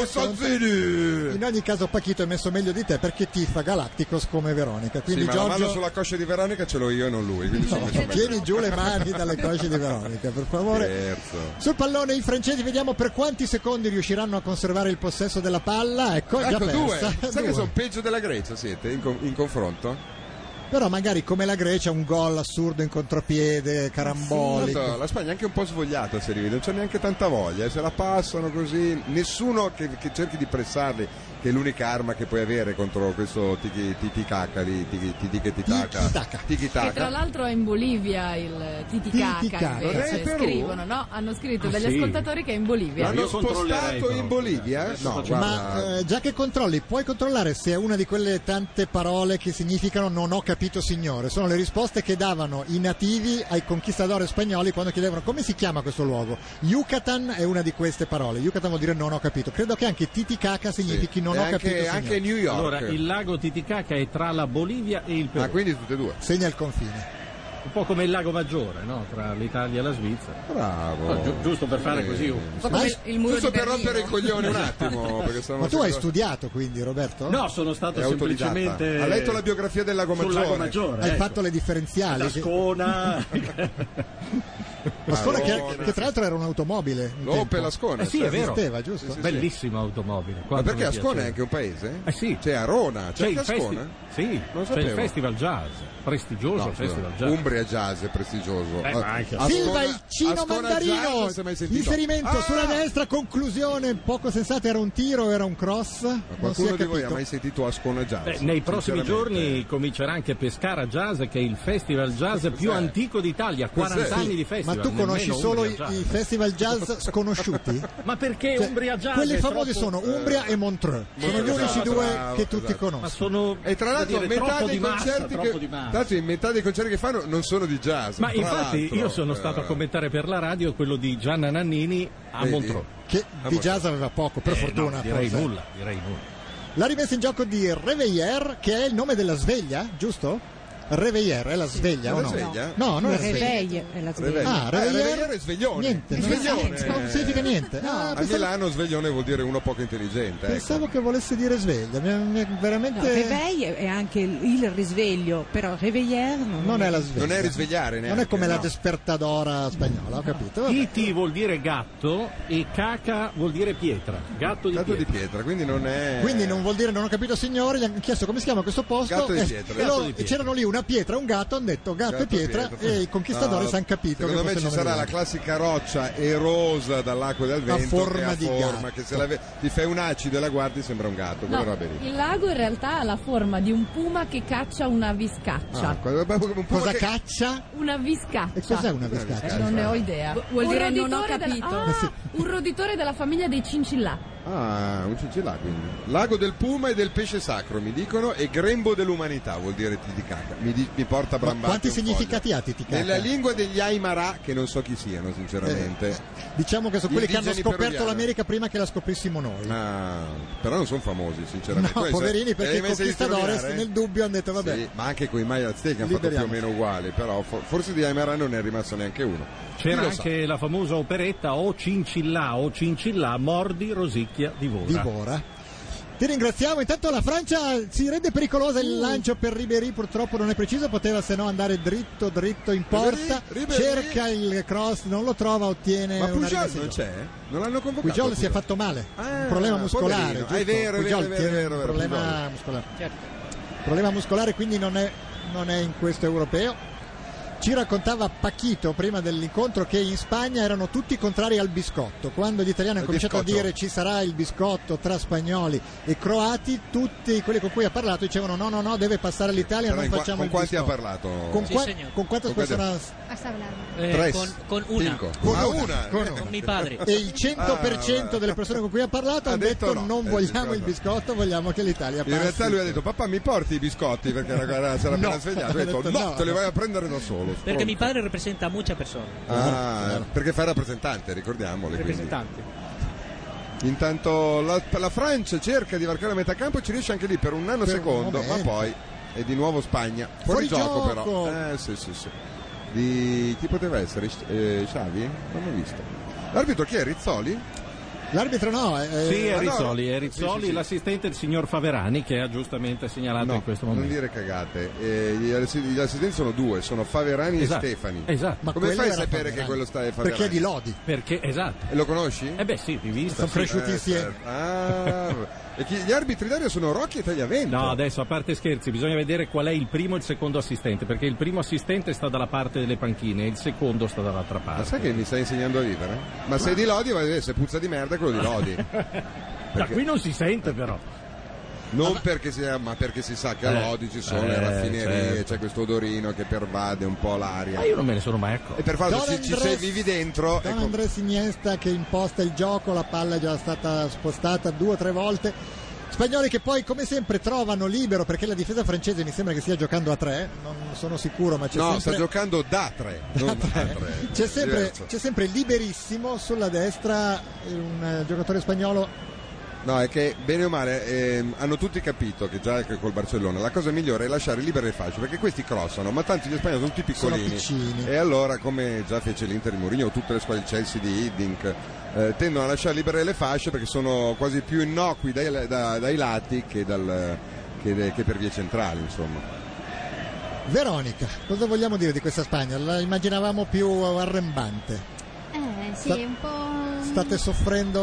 [SPEAKER 3] Posanzini.
[SPEAKER 2] In ogni caso Pachito è messo meglio di te perché tifa Galacticos come Veronica.
[SPEAKER 3] Sì,
[SPEAKER 2] Quindi
[SPEAKER 3] ma la mano
[SPEAKER 2] Giorgio,
[SPEAKER 3] sulla coscia di Veronica ce l'ho io e non lui. Quindi sono messo meglio.
[SPEAKER 2] tieni giù le
[SPEAKER 3] [laughs]
[SPEAKER 2] mani dalle cosce di Veronica, per favore.
[SPEAKER 3] Eh. Scherzo.
[SPEAKER 2] Sul pallone i francesi vediamo per quanti secondi riusciranno a conservare il possesso della palla. Ecco, già
[SPEAKER 3] Ecco, due.
[SPEAKER 2] persa.
[SPEAKER 3] Sai
[SPEAKER 2] Due.
[SPEAKER 3] che sono peggio della Grecia siete in, co- in confronto?
[SPEAKER 2] Però magari come la Grecia un gol assurdo in contropiede, carambolico.
[SPEAKER 3] Tanto la Spagna è anche un po' svogliata se rivede, non c'è neanche tanta voglia, eh, se la passano così, nessuno che, che cerchi di pressarli, che è l'unica arma che puoi avere contro questo tiki tiki cacca lì, tiki tiki che titacca. Tiki
[SPEAKER 11] Che tra
[SPEAKER 3] tacca.
[SPEAKER 11] l'altro è in Bolivia il Titicaca
[SPEAKER 3] Titicaca.
[SPEAKER 11] invece,
[SPEAKER 3] Eh, Perù?
[SPEAKER 11] scrivono, no? Hanno scritto
[SPEAKER 3] Ah,
[SPEAKER 11] degli
[SPEAKER 3] sì.
[SPEAKER 11] ascoltatori che è in Bolivia.
[SPEAKER 3] L'hanno
[SPEAKER 11] Io controllerei,
[SPEAKER 3] spostato
[SPEAKER 11] però.
[SPEAKER 3] in Bolivia? No, guarda,
[SPEAKER 2] Ma eh, già che controlli, puoi controllare se è una di quelle tante parole che significano non ho capito signore. Sono le risposte che davano i nativi ai conquistadores spagnoli quando chiedevano come si chiama questo luogo. Yucatan è una di queste parole. Yucatan vuol dire non ho capito. Credo che anche Titicaca significhi non
[SPEAKER 1] E
[SPEAKER 2] ho
[SPEAKER 1] anche-
[SPEAKER 2] capito signore.
[SPEAKER 1] anche Allora, il lago Titicaca è tra la Bolivia e il Perù.
[SPEAKER 3] Ah, quindi tutte e due.
[SPEAKER 2] Segna il confine.
[SPEAKER 1] Un po' come il lago Maggiore, no? Tra l'Italia e la Svizzera.
[SPEAKER 3] Bravo.
[SPEAKER 1] No, giu- giusto per fare così un...
[SPEAKER 3] po' come il- il muro Giusto di per Berlino. rompere i coglioni un attimo,
[SPEAKER 1] [laughs]
[SPEAKER 3] perché sennò-
[SPEAKER 2] Ma tu hai studiato quindi Roberto?
[SPEAKER 1] No, sono stato
[SPEAKER 3] È autodidatta.
[SPEAKER 1] semplicemente...
[SPEAKER 3] Ha letto la biografia del Lago
[SPEAKER 1] sul
[SPEAKER 3] Maggiore.
[SPEAKER 1] Lago Maggiore,
[SPEAKER 2] Hai
[SPEAKER 1] ecco.
[SPEAKER 2] fatto le differenziali.
[SPEAKER 1] La
[SPEAKER 2] [laughs]
[SPEAKER 1] scona...
[SPEAKER 2] Ascona che,
[SPEAKER 1] Madonna.
[SPEAKER 2] che tra l'altro era un'automobile.
[SPEAKER 3] Oh,
[SPEAKER 2] un tempo.
[SPEAKER 1] Eh
[SPEAKER 3] cioè.
[SPEAKER 1] sì, è vero.
[SPEAKER 2] Esisteva, giusto?
[SPEAKER 1] Bellissima automobile.
[SPEAKER 3] Ma
[SPEAKER 1] quanto
[SPEAKER 3] perché
[SPEAKER 1] mi
[SPEAKER 3] Ascona è
[SPEAKER 1] piaceva.
[SPEAKER 3] anche un paese? Cioè,
[SPEAKER 1] Eh sì.
[SPEAKER 3] C'è Arona, c'è,
[SPEAKER 1] C'è il
[SPEAKER 3] anche
[SPEAKER 1] festi-
[SPEAKER 3] Ascona?
[SPEAKER 1] Sì,
[SPEAKER 3] Non
[SPEAKER 1] c'è il
[SPEAKER 3] sapevo.
[SPEAKER 1] Festival Jazz, prestigioso
[SPEAKER 3] No,
[SPEAKER 1] Festival
[SPEAKER 3] scusa,
[SPEAKER 1] Jazz.
[SPEAKER 3] Umbria Jazz è prestigioso.
[SPEAKER 1] Eh, ma anche-
[SPEAKER 3] Ascona-
[SPEAKER 2] Ah, Silva il Cino
[SPEAKER 3] Ascona Jazz
[SPEAKER 2] Mandarino
[SPEAKER 3] Ah, non si è mai sentito.
[SPEAKER 2] inserimento
[SPEAKER 3] Ah!
[SPEAKER 2] sulla destra conclusione poco sensata era un tiro era un cross
[SPEAKER 3] Ma
[SPEAKER 2] non si è
[SPEAKER 3] Qualcuno di voi ha
[SPEAKER 2] capito
[SPEAKER 3] mai sentito Ascona Jazz?
[SPEAKER 1] Beh, Eh, nei prossimi giorni comincerà anche Pescara Jazz, che è il festival jazz più antico d'Italia, 40
[SPEAKER 2] Sì.
[SPEAKER 1] anni di festival.
[SPEAKER 2] ma tu conosci
[SPEAKER 1] nemmeno
[SPEAKER 2] solo i,
[SPEAKER 1] Umbria Jazz.
[SPEAKER 2] i festival
[SPEAKER 3] [laughs]
[SPEAKER 2] jazz sconosciuti?
[SPEAKER 1] Ma perché
[SPEAKER 2] Cioè,
[SPEAKER 1] Umbria Jazz?
[SPEAKER 2] quelli
[SPEAKER 1] è
[SPEAKER 2] famosi
[SPEAKER 1] troppo-
[SPEAKER 3] Eh.
[SPEAKER 2] sono Umbria e Montreux sono gli unici
[SPEAKER 1] Esatto,
[SPEAKER 2] due
[SPEAKER 1] bravo,
[SPEAKER 2] che tutti
[SPEAKER 1] esatto. Ma
[SPEAKER 2] conoscono
[SPEAKER 1] sono
[SPEAKER 3] E tra
[SPEAKER 1] voglio
[SPEAKER 3] l'altro
[SPEAKER 1] dire,
[SPEAKER 3] metà
[SPEAKER 1] troppo
[SPEAKER 3] dei
[SPEAKER 1] di massa,
[SPEAKER 3] concerti
[SPEAKER 1] troppo di
[SPEAKER 3] che
[SPEAKER 1] massa.
[SPEAKER 3] tra l'altro, metà dei concerti che fanno non sono di jazz.
[SPEAKER 1] Ma
[SPEAKER 3] tra
[SPEAKER 1] infatti
[SPEAKER 3] l'altro. eh.
[SPEAKER 1] io sono stato a commentare per la radio quello di Gianna Nannini a
[SPEAKER 3] Vedi?
[SPEAKER 1] Montreux.
[SPEAKER 2] che di
[SPEAKER 1] Montreux.
[SPEAKER 2] jazz aveva poco per
[SPEAKER 1] Eh,
[SPEAKER 2] fortuna
[SPEAKER 1] no, direi
[SPEAKER 2] forse.
[SPEAKER 1] nulla, direi nulla.
[SPEAKER 2] la rimessa in gioco di Reveiller che è il nome della sveglia giusto? Reveiller è la sveglia
[SPEAKER 3] È
[SPEAKER 2] o
[SPEAKER 3] la
[SPEAKER 2] no?
[SPEAKER 3] sveglia?
[SPEAKER 2] no non è la sveglia
[SPEAKER 9] Réveil è la
[SPEAKER 3] Reveille.
[SPEAKER 2] Ah,
[SPEAKER 3] Eh,
[SPEAKER 2] Reveille-
[SPEAKER 3] Reveille è sveglione.
[SPEAKER 2] Niente, non
[SPEAKER 3] Sveglione.
[SPEAKER 2] significa- non significa niente. Ah,
[SPEAKER 3] a
[SPEAKER 2] pensavo-
[SPEAKER 3] Milano sveglione vuol dire uno poco intelligente. ecco.
[SPEAKER 2] Pensavo che volesse dire sveglia, mi- mi-
[SPEAKER 9] No,
[SPEAKER 2] veramente
[SPEAKER 9] réveil è anche il, il risveglio, però réveiller non,
[SPEAKER 2] non è la sveglia.
[SPEAKER 3] Non è risvegliare neanche.
[SPEAKER 2] Non è come la
[SPEAKER 3] no.
[SPEAKER 2] despertadora spagnola, ho capito. Vabbè.
[SPEAKER 1] Titi vuol dire gatto e caca vuol dire pietra. Gatto di
[SPEAKER 3] Gatto
[SPEAKER 1] pietra.
[SPEAKER 3] di pietra, quindi non è
[SPEAKER 2] Quindi non vuol dire non ho capito signori, gli hanno chiesto come si chiama questo posto
[SPEAKER 3] Gatto di
[SPEAKER 2] e-
[SPEAKER 3] pietra.
[SPEAKER 2] e
[SPEAKER 3] Gatto
[SPEAKER 2] loro-
[SPEAKER 3] di pietra.
[SPEAKER 2] c'erano lì una pietra, un gatto, hanno detto gatto, e pietra, e i conquistadores
[SPEAKER 3] Certo, No,
[SPEAKER 2] hanno capito
[SPEAKER 3] secondo
[SPEAKER 2] che
[SPEAKER 3] me ci
[SPEAKER 2] fosse il nome
[SPEAKER 3] sarà
[SPEAKER 2] di
[SPEAKER 3] la
[SPEAKER 2] gatto.
[SPEAKER 3] classica roccia erosa dall'acqua del
[SPEAKER 2] A
[SPEAKER 3] vento
[SPEAKER 2] forma
[SPEAKER 3] che ha
[SPEAKER 2] di
[SPEAKER 3] forma
[SPEAKER 2] gatto.
[SPEAKER 3] che se la ve- ti fai un acido e la guardi sembra un gatto
[SPEAKER 11] No,
[SPEAKER 3] come roba lì
[SPEAKER 11] il lago in realtà ha la forma di un puma che caccia una viscaccia.
[SPEAKER 3] Ah, cosa- proprio come un po'
[SPEAKER 2] Cosa
[SPEAKER 3] che-
[SPEAKER 2] caccia?
[SPEAKER 11] Una viscaccia.
[SPEAKER 2] E cos'è una pescaccia?
[SPEAKER 11] Eh, non ne ho idea.
[SPEAKER 8] Vuol
[SPEAKER 11] Un
[SPEAKER 8] dire non ho
[SPEAKER 11] roditore della-
[SPEAKER 8] capito.
[SPEAKER 3] Eh,
[SPEAKER 2] Eh,
[SPEAKER 11] Ah, un roditore della famiglia dei cincillà.
[SPEAKER 3] Ah, un cincillà quindi. Lago del Puma e del pesce sacro, mi dicono, e grembo dell'umanità, vuol dire titicaca. Mi, di- mi porta
[SPEAKER 2] Ma
[SPEAKER 3] Brambati.
[SPEAKER 2] quanti
[SPEAKER 3] un
[SPEAKER 2] significati ha
[SPEAKER 3] foglio.
[SPEAKER 2] Titicaca?
[SPEAKER 3] Nella lingua degli Aymara, che non so chi siano, sinceramente.
[SPEAKER 2] Diciamo che sono quelli che hanno
[SPEAKER 3] Indigeni
[SPEAKER 2] scoperto
[SPEAKER 3] peruviani.
[SPEAKER 2] l'America prima che la scoprissimo noi.
[SPEAKER 3] Ah, però non sono famosi,
[SPEAKER 2] No,
[SPEAKER 3] sinceramente. Poi se-
[SPEAKER 2] poverini, perché
[SPEAKER 3] eh,
[SPEAKER 2] i
[SPEAKER 3] mi sei
[SPEAKER 2] conquistadores
[SPEAKER 3] di
[SPEAKER 2] nel dubbio hanno detto vabbè.
[SPEAKER 3] Sì, ma anche con i Maya Azteca hanno fatto più o
[SPEAKER 2] Liberiamoci.
[SPEAKER 3] meno uguali, però fo- forse di Aymara non ne è rimasto neanche uno.
[SPEAKER 1] C'era
[SPEAKER 3] Chi lo sa?
[SPEAKER 1] anche la famosa operetta O Cincillà, O Cincillà, mordi, rosicchia, divora.
[SPEAKER 2] Divora. Ti ringraziamo, intanto la Francia si rende pericolosa
[SPEAKER 3] Mm.
[SPEAKER 2] il lancio per Ribéry, purtroppo non è preciso, poteva se no andare dritto dritto in porta,
[SPEAKER 3] Ribéry, Ribéry.
[SPEAKER 2] cerca il cross, non lo trova, ottiene
[SPEAKER 3] Ma
[SPEAKER 2] una
[SPEAKER 3] Pujol
[SPEAKER 2] rimessa in
[SPEAKER 3] non
[SPEAKER 2] gioco.
[SPEAKER 3] c'è? Non l'hanno convocato?
[SPEAKER 2] Pujol si è
[SPEAKER 3] Pujol?
[SPEAKER 2] fatto male,
[SPEAKER 3] Ah,
[SPEAKER 2] un problema muscolare,
[SPEAKER 3] poverino.
[SPEAKER 2] giusto?
[SPEAKER 3] Ah, è vero, è vero,
[SPEAKER 2] Pujol
[SPEAKER 3] è vero,
[SPEAKER 2] tiene
[SPEAKER 3] è vero, è
[SPEAKER 2] un
[SPEAKER 3] vero,
[SPEAKER 2] problema
[SPEAKER 3] Pujol.
[SPEAKER 10] Certo.
[SPEAKER 2] muscolare. Problema muscolare quindi non è, non è in questo europeo. Ci raccontava Pachito prima dell'incontro che in Spagna erano tutti contrari al biscotto. Quando gli italiani
[SPEAKER 12] Al
[SPEAKER 2] hanno cominciato
[SPEAKER 12] biscotto.
[SPEAKER 2] a dire ci sarà il biscotto tra spagnoli e croati, tutti quelli con cui ha parlato dicevano no, no, no, deve passare l'Italia,
[SPEAKER 3] Però
[SPEAKER 2] Eh, non
[SPEAKER 3] in qua-
[SPEAKER 2] facciamo
[SPEAKER 3] con
[SPEAKER 2] il
[SPEAKER 3] quanti
[SPEAKER 2] biscotto.
[SPEAKER 3] ha parlato?
[SPEAKER 2] Con,
[SPEAKER 3] Sì,
[SPEAKER 2] qua-
[SPEAKER 3] signor.
[SPEAKER 2] con quantas
[SPEAKER 3] Con quante-
[SPEAKER 2] personas?
[SPEAKER 6] Has hablado.
[SPEAKER 10] Eh,
[SPEAKER 3] Tres.
[SPEAKER 10] con, con una.
[SPEAKER 3] Cinco.
[SPEAKER 2] Con
[SPEAKER 10] Ah,
[SPEAKER 2] una, con una.
[SPEAKER 3] Eh.
[SPEAKER 10] mi padre.
[SPEAKER 2] E il
[SPEAKER 3] Ah,
[SPEAKER 2] 100% delle persone con cui ha parlato hanno detto,
[SPEAKER 3] detto no,
[SPEAKER 2] non
[SPEAKER 3] eh,
[SPEAKER 2] vogliamo il
[SPEAKER 3] biscotto.
[SPEAKER 2] biscotto, vogliamo che l'Italia passi.
[SPEAKER 3] In realtà lui ha detto papà mi porti i biscotti perché era, era, si era
[SPEAKER 2] [laughs] No.
[SPEAKER 3] appena svegliato. Ha detto
[SPEAKER 2] Ha detto
[SPEAKER 3] no,
[SPEAKER 2] no.
[SPEAKER 3] te li vai a prendere da solo.
[SPEAKER 10] Perché
[SPEAKER 3] stronzo."
[SPEAKER 10] mi padre representa muchas personas.
[SPEAKER 3] Ah, perché fa il rappresentante, ricordiamole. quindi.
[SPEAKER 10] Representante.
[SPEAKER 3] Intanto la, la Francia cerca di varcare la metà campo, ci riesce anche lì per un nanosecondo,
[SPEAKER 2] momento.
[SPEAKER 3] ma poi è di nuovo Spagna.
[SPEAKER 2] Fuori
[SPEAKER 3] Fuori, gioco,
[SPEAKER 2] gioco!
[SPEAKER 3] però. Eh, sì, sì, sì. Di chi poteva essere? Eh, Xavi? Non ho visto. L'arbitro chi è? Rizzoli?
[SPEAKER 2] L'arbitro no, eh,
[SPEAKER 1] Sì,
[SPEAKER 3] Ah,
[SPEAKER 1] è
[SPEAKER 3] no.
[SPEAKER 1] Rizzoli, è
[SPEAKER 3] Sì,
[SPEAKER 1] Rizzoli
[SPEAKER 3] sì, sì.
[SPEAKER 1] l'assistente del signor Faverani che ha giustamente segnalato in questo
[SPEAKER 3] Non
[SPEAKER 1] momento.
[SPEAKER 3] dire cagate, Eh, gli, assi- gli assistenti sono due, sono Faverani
[SPEAKER 1] Esatto,
[SPEAKER 3] e Stefani.
[SPEAKER 1] esatto. Ma
[SPEAKER 3] Come
[SPEAKER 1] quello
[SPEAKER 3] fai a
[SPEAKER 1] era
[SPEAKER 3] sapere
[SPEAKER 1] Faverani.
[SPEAKER 3] che quello sta è Faverani?
[SPEAKER 2] perché è di Lodi.
[SPEAKER 1] Perché, esatto.
[SPEAKER 3] E lo conosci?
[SPEAKER 1] Eh beh sì, di vista.
[SPEAKER 2] Sono
[SPEAKER 1] sì.
[SPEAKER 2] cresciuti
[SPEAKER 3] Eh,
[SPEAKER 2] insieme.
[SPEAKER 3] certo. Ah, e chi- gli arbitri d'aria sono Rocchi e Tagliavento.
[SPEAKER 1] No, adesso a parte scherzi, bisogna vedere qual è il primo e il secondo assistente, perché il primo assistente sta dalla parte delle panchine e il secondo sta dall'altra parte.
[SPEAKER 3] Ma sai che mi stai insegnando a vivere? Ma sei di Lodi, vai a vedere se puzza di merda è quello di Lodi.
[SPEAKER 1] [laughs] Da qui non si sente però.
[SPEAKER 3] Eh, Non perché sia, ma perché si sa che a
[SPEAKER 1] Eh,
[SPEAKER 3] Lodi ci sono le
[SPEAKER 1] eh,
[SPEAKER 3] raffinerie,
[SPEAKER 1] certo.
[SPEAKER 3] c'è questo odorino che pervade un po' l'aria.
[SPEAKER 1] Ma io non me ne sono mai accorto.
[SPEAKER 3] E per farlo
[SPEAKER 2] Don
[SPEAKER 3] ci, ci sei
[SPEAKER 2] Andres-
[SPEAKER 3] vivi dentro.
[SPEAKER 2] Don
[SPEAKER 3] ecco.
[SPEAKER 2] Andres Iniesta che imposta il gioco, la palla è già stata spostata due o tre volte. Spagnoli che poi come sempre trovano libero perché la difesa francese mi sembra che stia giocando a tre, non sono sicuro ma c'è
[SPEAKER 3] no, sta
[SPEAKER 2] sempre...
[SPEAKER 3] giocando da tre. non a tre.
[SPEAKER 2] C'è sempre,
[SPEAKER 3] Diverso.
[SPEAKER 2] c'è sempre liberissimo sulla destra eh, un eh, giocatore spagnolo
[SPEAKER 3] No, è che bene o male ehm, hanno tutti capito che già col Barcellona la cosa migliore è lasciare libere le fasce perché questi crossano, ma tanti gli spagnoli sono tutti
[SPEAKER 2] Sono
[SPEAKER 3] piccolini.
[SPEAKER 2] piccini.
[SPEAKER 3] e allora, come già fece l'Inter di Mourinho, tutte le squadre il Chelsea di Hiddink eh, tendono a lasciare libere le fasce perché sono quasi più innocui dai, da- dai lati che, dal- che- che per vie centrali, insomma.
[SPEAKER 2] Veronica, cosa vogliamo dire di questa Spagna? La immaginavamo più arrembante.
[SPEAKER 6] Eh, sì,
[SPEAKER 2] Sta-
[SPEAKER 6] è un po'. mm,
[SPEAKER 2] State soffrendo.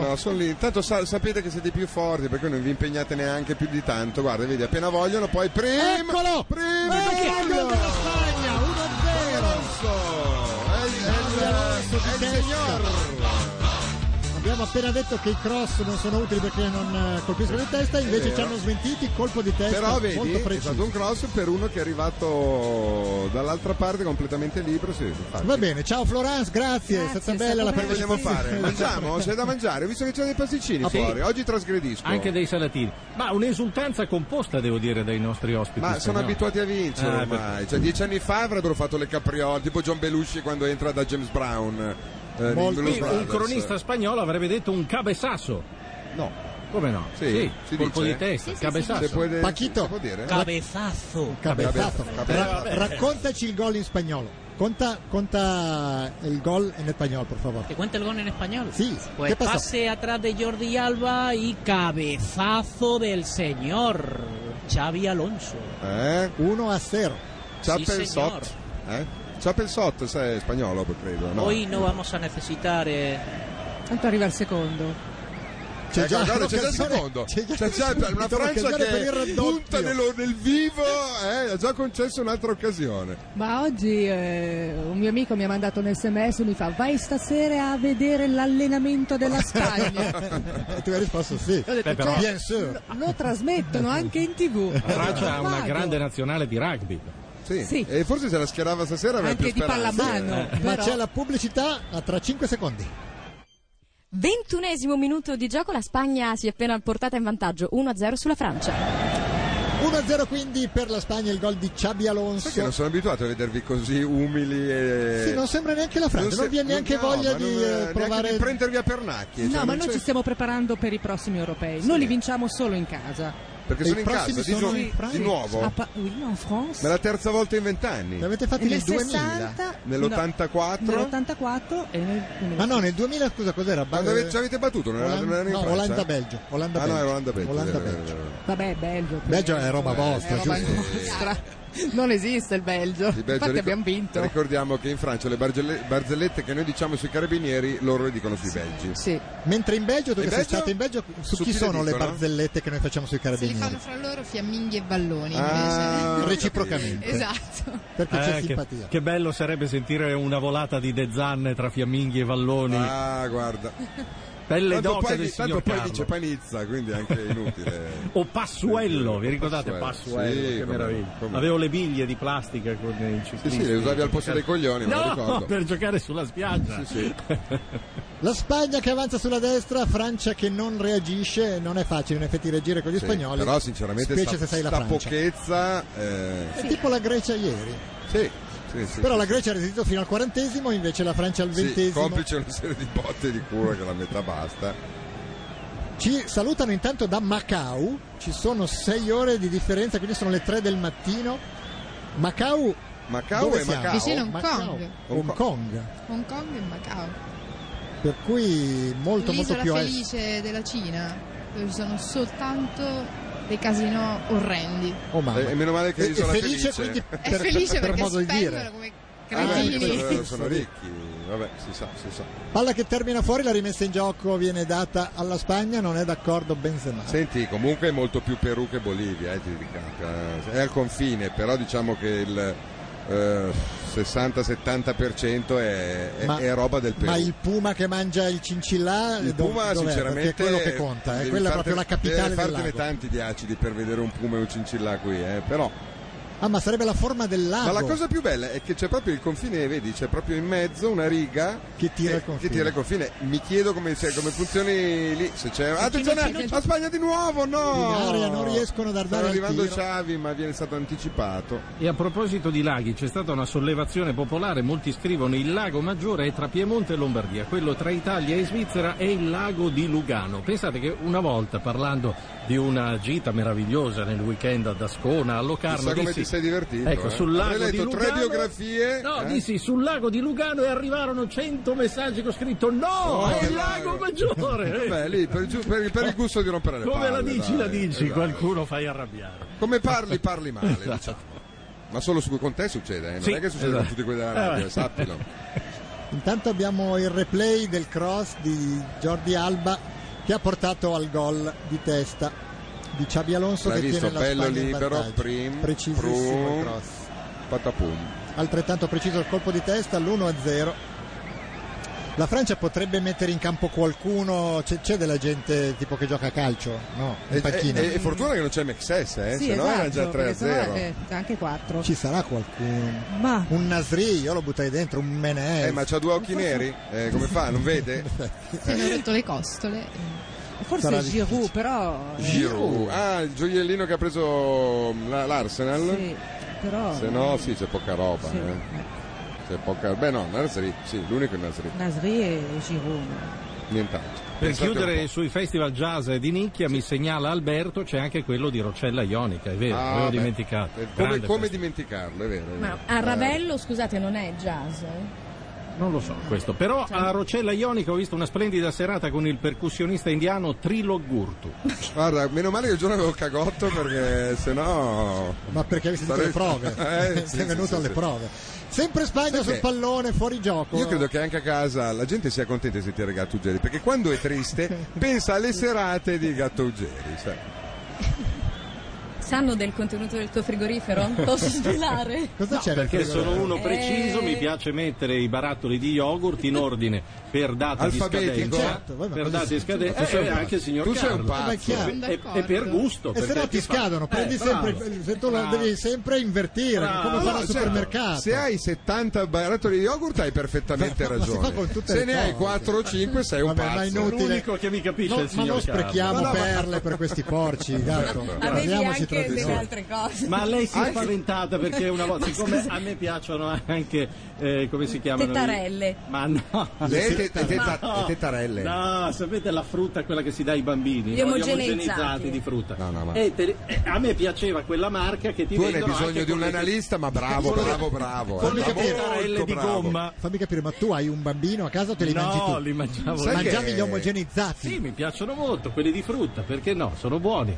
[SPEAKER 3] No, no, sono lì. Intanto sa- sapete che siete più forti perché non vi impegnate neanche più di tanto. Guarda, vedi, appena vogliono, poi prim,
[SPEAKER 2] Eccolo!
[SPEAKER 3] prim,
[SPEAKER 2] Eh,
[SPEAKER 3] gol!
[SPEAKER 2] gol della Spagna, 1-0.
[SPEAKER 3] Alonso, è il, è il- è il signor.
[SPEAKER 2] Abbiamo appena detto che i cross non sono utili perché non eh, colpiscono di testa, invece
[SPEAKER 3] vero.
[SPEAKER 2] ci hanno smentiti, colpo di testa
[SPEAKER 3] Però
[SPEAKER 2] molto
[SPEAKER 3] vedi, è
[SPEAKER 2] preciso.
[SPEAKER 3] stato un cross per uno che è arrivato dall'altra parte completamente libero. Sì, infatti.
[SPEAKER 2] Va bene, ciao Florence, grazie, è
[SPEAKER 4] Grazie,
[SPEAKER 2] stata
[SPEAKER 4] è
[SPEAKER 2] bella la
[SPEAKER 4] stato
[SPEAKER 3] Che vogliamo
[SPEAKER 2] partecipazione.
[SPEAKER 3] fare?
[SPEAKER 2] [laughs]
[SPEAKER 3] Mangiamo? C'è da mangiare? Ho visto che c'è dei pasticcini
[SPEAKER 1] Sì.
[SPEAKER 3] fuori. Oggi trasgredisco.
[SPEAKER 1] Anche dei salatini. Ma un'esultanza composta, devo dire, dai nostri ospiti.
[SPEAKER 3] Ma sono
[SPEAKER 1] spagnoli.
[SPEAKER 3] abituati a vincere
[SPEAKER 2] Eh,
[SPEAKER 1] Ah,
[SPEAKER 3] ormai. Cioè, dieci anni fa avrebbero fatto le capriole, tipo John Belushi quando entra da James Brown. eh, di
[SPEAKER 2] Molti-
[SPEAKER 3] Blues
[SPEAKER 1] Qui un
[SPEAKER 3] Brothers.
[SPEAKER 1] cronista spagnolo avrebbe detto un cabezasso.
[SPEAKER 3] No.
[SPEAKER 1] Come no?
[SPEAKER 3] Sì, si
[SPEAKER 1] colpo
[SPEAKER 3] dice,
[SPEAKER 1] di
[SPEAKER 3] eh?
[SPEAKER 1] testa,
[SPEAKER 6] Sì, sì,
[SPEAKER 1] cabezasso.
[SPEAKER 3] Se puoi de-
[SPEAKER 2] Pachito.
[SPEAKER 3] si può dire?
[SPEAKER 10] Cabezazo.
[SPEAKER 2] Cabezzato.
[SPEAKER 3] Cabezzato.
[SPEAKER 2] Ra- raccontaci il gol in spagnolo. Conta, conta el gol en español, por favor.
[SPEAKER 10] ¿Te cuento el gol en español?
[SPEAKER 2] Sí.
[SPEAKER 10] Pues
[SPEAKER 2] ¿Qué pasó?
[SPEAKER 10] pase atrás de Jordi Alba y cabezazo del señor Xavi Alonso.
[SPEAKER 3] Eh?
[SPEAKER 2] 1 a 0.
[SPEAKER 3] Chapel
[SPEAKER 10] signor.
[SPEAKER 3] Sot. Eh? Chapel Sot, sai, è spagnolo, credo. No.
[SPEAKER 10] Hoy no vamos a necesitar... eh,
[SPEAKER 7] Tanto arriva il secondo.
[SPEAKER 2] C'è
[SPEAKER 3] Ecco,
[SPEAKER 2] già
[SPEAKER 3] guarda, c'è già il
[SPEAKER 2] un'occasione-
[SPEAKER 3] secondo.
[SPEAKER 2] c'è già
[SPEAKER 3] C'è già
[SPEAKER 2] subito
[SPEAKER 3] una Francia
[SPEAKER 2] un'occasione per il
[SPEAKER 3] che
[SPEAKER 2] raddoppio.
[SPEAKER 3] punta nello- nel vivo eh, ha già concesso un'altra occasione.
[SPEAKER 4] Ma oggi eh, un mio amico mi ha mandato un sms e mi fa vai stasera a vedere l'allenamento della
[SPEAKER 3] [laughs]
[SPEAKER 4] Spagna.
[SPEAKER 2] E tu hai risposto sì.
[SPEAKER 1] Beh, però
[SPEAKER 2] Bien sûr.
[SPEAKER 4] Lo trasmettono anche in tv.
[SPEAKER 1] la Francia ha una
[SPEAKER 4] Vado.
[SPEAKER 1] grande nazionale di rugby.
[SPEAKER 3] Sì.
[SPEAKER 4] Sì.
[SPEAKER 3] E forse se la schierava stasera aveva
[SPEAKER 4] Anche
[SPEAKER 3] più
[SPEAKER 4] di
[SPEAKER 3] speranze.
[SPEAKER 4] pallamano.
[SPEAKER 3] Eh.
[SPEAKER 2] Ma
[SPEAKER 4] Però-
[SPEAKER 2] c'è la pubblicità a tra 5 secondi.
[SPEAKER 13] Ventunesimo minuto di gioco, la Spagna si è appena portata in vantaggio 1-0 sulla Francia.
[SPEAKER 2] 1-0 quindi per la Spagna il gol di Xabi Alonso.
[SPEAKER 3] Sai che non sono abituato a vedervi così umili e...
[SPEAKER 2] Sì, non sembra neanche la Francia, non,
[SPEAKER 3] se-
[SPEAKER 2] vi è neanche
[SPEAKER 3] no,
[SPEAKER 2] voglia
[SPEAKER 3] ma
[SPEAKER 2] di
[SPEAKER 3] non-
[SPEAKER 2] eh,
[SPEAKER 3] neanche
[SPEAKER 2] provare.
[SPEAKER 3] di prendervi a pernacchi.
[SPEAKER 7] No,
[SPEAKER 3] cioè,
[SPEAKER 7] ma
[SPEAKER 3] non
[SPEAKER 7] noi
[SPEAKER 3] c'è-
[SPEAKER 7] ci stiamo preparando per i prossimi europei. Noi li vinciamo solo in casa.
[SPEAKER 3] Perché
[SPEAKER 2] E
[SPEAKER 3] sono
[SPEAKER 2] i
[SPEAKER 3] in casa,
[SPEAKER 2] prossimi
[SPEAKER 3] di,
[SPEAKER 2] sono
[SPEAKER 3] gio-
[SPEAKER 2] in Francia.
[SPEAKER 3] di nuovo.
[SPEAKER 7] A pa- oui, en France.
[SPEAKER 3] Ma è la terza volta in vent'anni.
[SPEAKER 2] Li avete fatti nel
[SPEAKER 7] Nel
[SPEAKER 2] 2000.
[SPEAKER 7] 60.
[SPEAKER 3] Nell'84?
[SPEAKER 7] no, Nell'84 e nel 2000.
[SPEAKER 2] Ma no, nel 2000 scusa cos'era? Ba-
[SPEAKER 3] Quando ave- ci avete battuto? Non era- non
[SPEAKER 2] Olanda,
[SPEAKER 3] era in
[SPEAKER 2] no,
[SPEAKER 3] Francia?
[SPEAKER 2] Olanda-Belgio. Olanda,
[SPEAKER 3] Ah no, era Olanda-Belgio.
[SPEAKER 2] Olanda-Belgio.
[SPEAKER 3] Eh,
[SPEAKER 7] Vabbè, Belgio.
[SPEAKER 2] Belgio è
[SPEAKER 9] [laughs]
[SPEAKER 2] roba vostra,
[SPEAKER 7] È roba
[SPEAKER 2] giusto?
[SPEAKER 7] nostra. Non esiste il Belgio.
[SPEAKER 3] di Belgio
[SPEAKER 7] Infatti
[SPEAKER 3] ricor-
[SPEAKER 7] abbiamo vinto.
[SPEAKER 3] Ricordiamo che in Francia le bargelle- barzellette che noi diciamo sui carabinieri loro le dicono sui belgi.
[SPEAKER 7] Sì.
[SPEAKER 2] Mentre in Belgio, tu
[SPEAKER 3] In
[SPEAKER 2] che sei
[SPEAKER 3] Belgio?
[SPEAKER 2] stato in Belgio, su
[SPEAKER 3] Su
[SPEAKER 2] chi
[SPEAKER 3] chi le
[SPEAKER 2] sono le
[SPEAKER 3] dicono?
[SPEAKER 2] barzellette che noi facciamo sui
[SPEAKER 5] Se li fanno fra loro fiamminghi e balloni.
[SPEAKER 1] Ah,
[SPEAKER 5] invece.
[SPEAKER 1] [laughs] reciprocamente.
[SPEAKER 5] esatto.
[SPEAKER 2] Perché c'è
[SPEAKER 1] Eh, che-
[SPEAKER 2] simpatia.
[SPEAKER 1] Che, bello sarebbe sentire una volata di Dezanne tra fiamminghi e valloni.
[SPEAKER 3] Ah, guarda.
[SPEAKER 1] Pelle
[SPEAKER 3] Tanto
[SPEAKER 1] d'oca
[SPEAKER 3] poi-
[SPEAKER 1] del
[SPEAKER 3] tanto
[SPEAKER 1] signor
[SPEAKER 3] poi
[SPEAKER 1] Carlo.
[SPEAKER 3] dice panizza, quindi è anche inutile.
[SPEAKER 1] O Passuello, vi ricordate
[SPEAKER 3] Passuello,
[SPEAKER 1] Passuello?
[SPEAKER 3] sì,
[SPEAKER 1] che
[SPEAKER 3] come-
[SPEAKER 1] meraviglia.
[SPEAKER 3] come-
[SPEAKER 1] Avevo le biglie di plastica con i ciclisti.
[SPEAKER 3] sì, le usavi al posto dei coglioni, me lo
[SPEAKER 1] No,
[SPEAKER 3] ricordo.
[SPEAKER 1] per giocare sulla spiaggia.
[SPEAKER 2] La Spagna che avanza sulla destra, Francia che non reagisce, non è facile in effetti reagire con gli
[SPEAKER 3] Sì,
[SPEAKER 2] spagnoli.
[SPEAKER 3] Però sinceramente
[SPEAKER 2] specie
[SPEAKER 3] sta,
[SPEAKER 2] se sei la
[SPEAKER 3] sta
[SPEAKER 2] Francia.
[SPEAKER 3] pochezza. eh,
[SPEAKER 2] È tipo la Grecia ieri.
[SPEAKER 3] sì, sì, sì.
[SPEAKER 2] Però la Grecia ha resistito fino al quarantesimo, invece la Francia al
[SPEAKER 3] Sì,
[SPEAKER 2] ventesimo.
[SPEAKER 3] complice una serie di botte di cura che la metà basta.
[SPEAKER 2] Ci salutano intanto da Macau, ci sono sei ore di differenza, quindi sono le tre del mattino. Macau,
[SPEAKER 3] Macau
[SPEAKER 2] dove
[SPEAKER 3] e
[SPEAKER 2] siamo?
[SPEAKER 3] Macau.
[SPEAKER 5] Vicino a Hong
[SPEAKER 2] Macau,
[SPEAKER 5] Kong.
[SPEAKER 2] Hong Kong,
[SPEAKER 5] Hong Kong e Macao.
[SPEAKER 2] per cui molto molto
[SPEAKER 5] L'isola
[SPEAKER 2] più a est.
[SPEAKER 5] felice della Cina, dove ci sono soltanto dei casino orrendi.
[SPEAKER 2] Oh, mamma.
[SPEAKER 3] E- e meno male che
[SPEAKER 2] E- e
[SPEAKER 3] l'isola è
[SPEAKER 2] felice,
[SPEAKER 3] felice.
[SPEAKER 2] quindi
[SPEAKER 3] È
[SPEAKER 2] per,
[SPEAKER 5] È felice
[SPEAKER 2] per- per
[SPEAKER 5] perché
[SPEAKER 2] modo di
[SPEAKER 5] spendono
[SPEAKER 2] dire.
[SPEAKER 5] come
[SPEAKER 3] Ah, beh,
[SPEAKER 5] cretini.
[SPEAKER 3] questo- sono ricchi, vabbè, si sa, si sa.
[SPEAKER 2] Palla che termina fuori, la rimessa in gioco viene data alla Spagna, non è d'accordo Benzema.
[SPEAKER 3] Senti, comunque è molto più Perù che Bolivia, eh, ti ricalca. È al confine, però diciamo che il eh, 60-70% è, è-
[SPEAKER 2] Ma-
[SPEAKER 3] è roba del Perù.
[SPEAKER 2] Ma il Puma che mangia il cincillà
[SPEAKER 3] Il
[SPEAKER 2] dov-
[SPEAKER 3] Puma
[SPEAKER 2] dov'è?
[SPEAKER 3] sinceramente
[SPEAKER 2] Perché è quello che conta, eh,
[SPEAKER 3] devi
[SPEAKER 2] quella è
[SPEAKER 3] fartene-
[SPEAKER 2] proprio la
[SPEAKER 3] devi
[SPEAKER 2] capitale del
[SPEAKER 3] fartene
[SPEAKER 2] lago.
[SPEAKER 3] tanti di acidi per vedere un puma e un cincillà qui, eh, però
[SPEAKER 2] Ah, ma sarebbe la forma del lago.
[SPEAKER 3] Ma la cosa più bella è che c'è proprio il confine, vedi, c'è proprio in mezzo una riga che
[SPEAKER 2] tira il confine.
[SPEAKER 3] tira il confine. Mi chiedo come, sia- come funzioni lì, se c'è...
[SPEAKER 2] non
[SPEAKER 3] Attenzione,
[SPEAKER 2] ci-
[SPEAKER 3] la Spagna di nuovo, no!
[SPEAKER 2] In aria non riescono ad
[SPEAKER 3] Sta
[SPEAKER 2] arrivare al
[SPEAKER 3] arrivando
[SPEAKER 2] tiro.
[SPEAKER 3] Xavi, ma viene stato anticipato.
[SPEAKER 1] E a proposito di laghi, c'è stata una sollevazione popolare, molti scrivono il lago maggiore è tra Piemonte e Lombardia, quello tra Italia e Svizzera è il lago di Lugano. Pensate che una volta parlando di una gita meravigliosa nel weekend ad Ascona, a Locarno,
[SPEAKER 3] Chissà come
[SPEAKER 1] dissi-
[SPEAKER 3] ti sei divertito.
[SPEAKER 1] Ecco,
[SPEAKER 3] eh.
[SPEAKER 1] sul lago
[SPEAKER 3] Avrei
[SPEAKER 1] di
[SPEAKER 3] letto tre
[SPEAKER 1] Lugano-
[SPEAKER 3] biografie.
[SPEAKER 1] No,
[SPEAKER 3] eh?
[SPEAKER 1] dissi sul lago di Lugano e arrivarono 100 messaggi che ho scritto no,
[SPEAKER 3] Oh,
[SPEAKER 1] è
[SPEAKER 3] che
[SPEAKER 1] il lago maggiore.
[SPEAKER 3] [laughs] Vabbè, lì, per, giu- per- per il gusto di rompere le
[SPEAKER 1] Come
[SPEAKER 3] palle.
[SPEAKER 1] la dici,
[SPEAKER 3] dai,
[SPEAKER 1] la dici,
[SPEAKER 3] esatto.
[SPEAKER 1] qualcuno fai arrabbiare.
[SPEAKER 3] Come parli, parli male.
[SPEAKER 1] [laughs] Esatto.
[SPEAKER 3] diciamo. Ma solo su- con te succede, eh, non
[SPEAKER 1] Sì,
[SPEAKER 3] è che succede
[SPEAKER 1] esatto.
[SPEAKER 3] con tutti quelli della
[SPEAKER 1] Eh,
[SPEAKER 3] radio,
[SPEAKER 1] vabbè.
[SPEAKER 3] sappilo.
[SPEAKER 2] Intanto abbiamo il replay del cross di Jordi Alba che ha portato al gol di testa di Xabi Alonso
[SPEAKER 3] L'hai
[SPEAKER 2] che
[SPEAKER 3] visto,
[SPEAKER 2] tiene la
[SPEAKER 3] bello
[SPEAKER 2] Spagna in
[SPEAKER 3] libero,
[SPEAKER 2] vantaggio.
[SPEAKER 3] prim,
[SPEAKER 2] precisissimo
[SPEAKER 3] prum,
[SPEAKER 2] il cross.
[SPEAKER 3] patapum.
[SPEAKER 2] Altrettanto preciso il colpo di testa, l'1-0. La Francia potrebbe mettere in campo qualcuno, c'è, c'è della gente tipo che gioca a calcio, no?
[SPEAKER 3] E,
[SPEAKER 2] In panchina.
[SPEAKER 3] e- e fortuna che non c'è MXS, eh,
[SPEAKER 9] Sì,
[SPEAKER 3] se no era
[SPEAKER 9] esatto,
[SPEAKER 3] già
[SPEAKER 9] perché sennò
[SPEAKER 3] 3-0.
[SPEAKER 9] è- è anche 4.
[SPEAKER 2] Ci sarà qualcuno.
[SPEAKER 9] Ma
[SPEAKER 2] Un Nasri, io lo buttai dentro, un Menè.
[SPEAKER 3] Eh, ma c'ha due occhi neri? Eh, come fa? Non vede? Eh.
[SPEAKER 5] Si hanno rotto le costole.
[SPEAKER 9] forse
[SPEAKER 5] Eh,
[SPEAKER 3] sarà
[SPEAKER 9] è Giroud, però...
[SPEAKER 3] Giroud. Ah, il gioiellino che ha preso mm, la- l'Arsenal?
[SPEAKER 9] Sì, però...
[SPEAKER 3] Se no, sì, c'è poca roba.
[SPEAKER 9] Sì.
[SPEAKER 3] eh. C'è poca... Beh, no, Nasri, sì, l'unico è Nasri,
[SPEAKER 9] Nasri e Giroud.
[SPEAKER 3] nient'altro.
[SPEAKER 1] Per
[SPEAKER 3] Pensate un
[SPEAKER 1] chiudere eh,
[SPEAKER 3] po'.
[SPEAKER 1] sui festival jazz di nicchia, mi segnala Alberto, c'è anche quello di Rocella Ionica, è vero,
[SPEAKER 3] Ah,
[SPEAKER 1] avevo
[SPEAKER 3] beh.
[SPEAKER 1] dimenticato.
[SPEAKER 3] Eh, Come,
[SPEAKER 1] Grande
[SPEAKER 3] come
[SPEAKER 1] festival.
[SPEAKER 3] dimenticarlo, è vero. è
[SPEAKER 11] Ma
[SPEAKER 3] vero.
[SPEAKER 2] Eh.
[SPEAKER 11] a Ravello, scusate, non è jazz?
[SPEAKER 1] Non lo so questo, però a Rocella Ionica ho visto una splendida serata con il percussionista indiano Trilog Gurtu.
[SPEAKER 3] Eh, Guarda, meno male che il giorno avevo cagotto Eh, certo, perché sennò...
[SPEAKER 2] Ma perché avete
[SPEAKER 3] Sarei-
[SPEAKER 2] tutte le
[SPEAKER 3] [laughs]
[SPEAKER 2] prove?
[SPEAKER 3] Eh, sì,
[SPEAKER 2] Sei
[SPEAKER 3] sì,
[SPEAKER 2] venuto
[SPEAKER 3] sì,
[SPEAKER 2] alle
[SPEAKER 3] sì.
[SPEAKER 2] prove. Sempre Spagna
[SPEAKER 3] Sai
[SPEAKER 2] sul
[SPEAKER 3] che-
[SPEAKER 2] pallone, fuori gioco.
[SPEAKER 3] Io credo che anche a casa la gente sia contenta di sentire Gattuggeri, perché quando è triste pensa alle serate di Gattuggeri. sai.
[SPEAKER 8] Sanno del contenuto del
[SPEAKER 2] [laughs]
[SPEAKER 8] tuo frigorifero? Posso svelare?
[SPEAKER 2] Cosa c'è?
[SPEAKER 1] Perché
[SPEAKER 2] nel
[SPEAKER 1] sono uno preciso,
[SPEAKER 8] Eh.
[SPEAKER 1] mi piace mettere i barattoli di yogurt in ordine per data di
[SPEAKER 3] Alfabetico.
[SPEAKER 1] scadenza.
[SPEAKER 2] Certo, vabbè, ma
[SPEAKER 1] eh? per
[SPEAKER 2] così
[SPEAKER 1] data di
[SPEAKER 2] si-
[SPEAKER 1] scadenza.
[SPEAKER 3] tu sei un
[SPEAKER 1] eh,
[SPEAKER 3] pazzo.
[SPEAKER 1] anche il signor
[SPEAKER 3] Tu sei un
[SPEAKER 1] Carlo.
[SPEAKER 3] pazzo.
[SPEAKER 2] Ma è chiaro.
[SPEAKER 1] E- E, e per gusto.
[SPEAKER 2] E se
[SPEAKER 1] perché
[SPEAKER 2] no
[SPEAKER 1] è più
[SPEAKER 2] ti
[SPEAKER 1] facile.
[SPEAKER 2] scadono,
[SPEAKER 1] Eh,
[SPEAKER 2] prendi
[SPEAKER 1] bravo.
[SPEAKER 2] sempre, se tu lo
[SPEAKER 1] Bravo.
[SPEAKER 2] devi sempre invertire,
[SPEAKER 1] Bravo.
[SPEAKER 2] come fa
[SPEAKER 1] Allora,
[SPEAKER 3] Certo.
[SPEAKER 2] al
[SPEAKER 1] se-
[SPEAKER 2] supermercato.
[SPEAKER 3] Ah, Se hai 70 barattoli di yogurt hai perfettamente
[SPEAKER 2] [laughs] Ma- ma si fa con
[SPEAKER 3] ragione.
[SPEAKER 2] tutte
[SPEAKER 3] Se
[SPEAKER 2] le
[SPEAKER 3] ne hai
[SPEAKER 2] cose.
[SPEAKER 3] 4 o 5 sei un
[SPEAKER 2] Vabbè, ma
[SPEAKER 3] pazzo.
[SPEAKER 2] inutile.
[SPEAKER 1] L'unico che mi capisce
[SPEAKER 2] No,
[SPEAKER 1] è il
[SPEAKER 2] ma
[SPEAKER 1] signor
[SPEAKER 2] non
[SPEAKER 1] Carlo.
[SPEAKER 2] sprechiamo
[SPEAKER 3] Ma no, ma-
[SPEAKER 2] perle per questi
[SPEAKER 3] Certo.
[SPEAKER 2] porci, gatto.
[SPEAKER 8] Avevi
[SPEAKER 2] Parliamoci tra
[SPEAKER 8] anche
[SPEAKER 2] di
[SPEAKER 8] delle
[SPEAKER 2] noi.
[SPEAKER 8] altre cose.
[SPEAKER 1] Ma lei si è
[SPEAKER 3] Anche-
[SPEAKER 1] spaventata perché una volta,
[SPEAKER 8] Ma
[SPEAKER 1] siccome
[SPEAKER 8] [laughs] scusa.
[SPEAKER 1] a me piacciono anche, eh, come si chiamano? i-
[SPEAKER 8] Tettarelle.
[SPEAKER 1] Ma no.
[SPEAKER 3] Le te- te- te-
[SPEAKER 1] Ma no.
[SPEAKER 3] te- tettarelle.
[SPEAKER 1] No, sapete la frutta, quella che si dà ai bambini, no?
[SPEAKER 8] Gli
[SPEAKER 1] Gli
[SPEAKER 8] omogeneizzati.
[SPEAKER 1] omogenizzati di frutta.
[SPEAKER 3] No, no, ma-
[SPEAKER 1] E te- eh, a me piaceva quella marca che ti
[SPEAKER 3] Tu ne hai
[SPEAKER 1] vendono
[SPEAKER 3] bisogno
[SPEAKER 1] anche
[SPEAKER 3] di
[SPEAKER 1] con
[SPEAKER 3] un
[SPEAKER 1] le-
[SPEAKER 3] analista,
[SPEAKER 1] [laughs]
[SPEAKER 3] ma bravo,
[SPEAKER 1] con le-
[SPEAKER 3] bravo, bravo.
[SPEAKER 1] Con
[SPEAKER 3] eh,
[SPEAKER 1] le
[SPEAKER 3] ma
[SPEAKER 1] tettarelle
[SPEAKER 3] molto
[SPEAKER 1] di
[SPEAKER 3] bravo.
[SPEAKER 1] gomma.
[SPEAKER 2] Fammi capire, ma tu hai un bambino a casa o te li mangi
[SPEAKER 1] No,
[SPEAKER 2] tu?
[SPEAKER 1] li mangiavo.
[SPEAKER 3] Sai
[SPEAKER 1] io.
[SPEAKER 3] che-
[SPEAKER 2] Mangiavi gli omogenizzati?
[SPEAKER 1] Sì, mi piacciono molto, quelli di frutta, perché no? Sono buoni.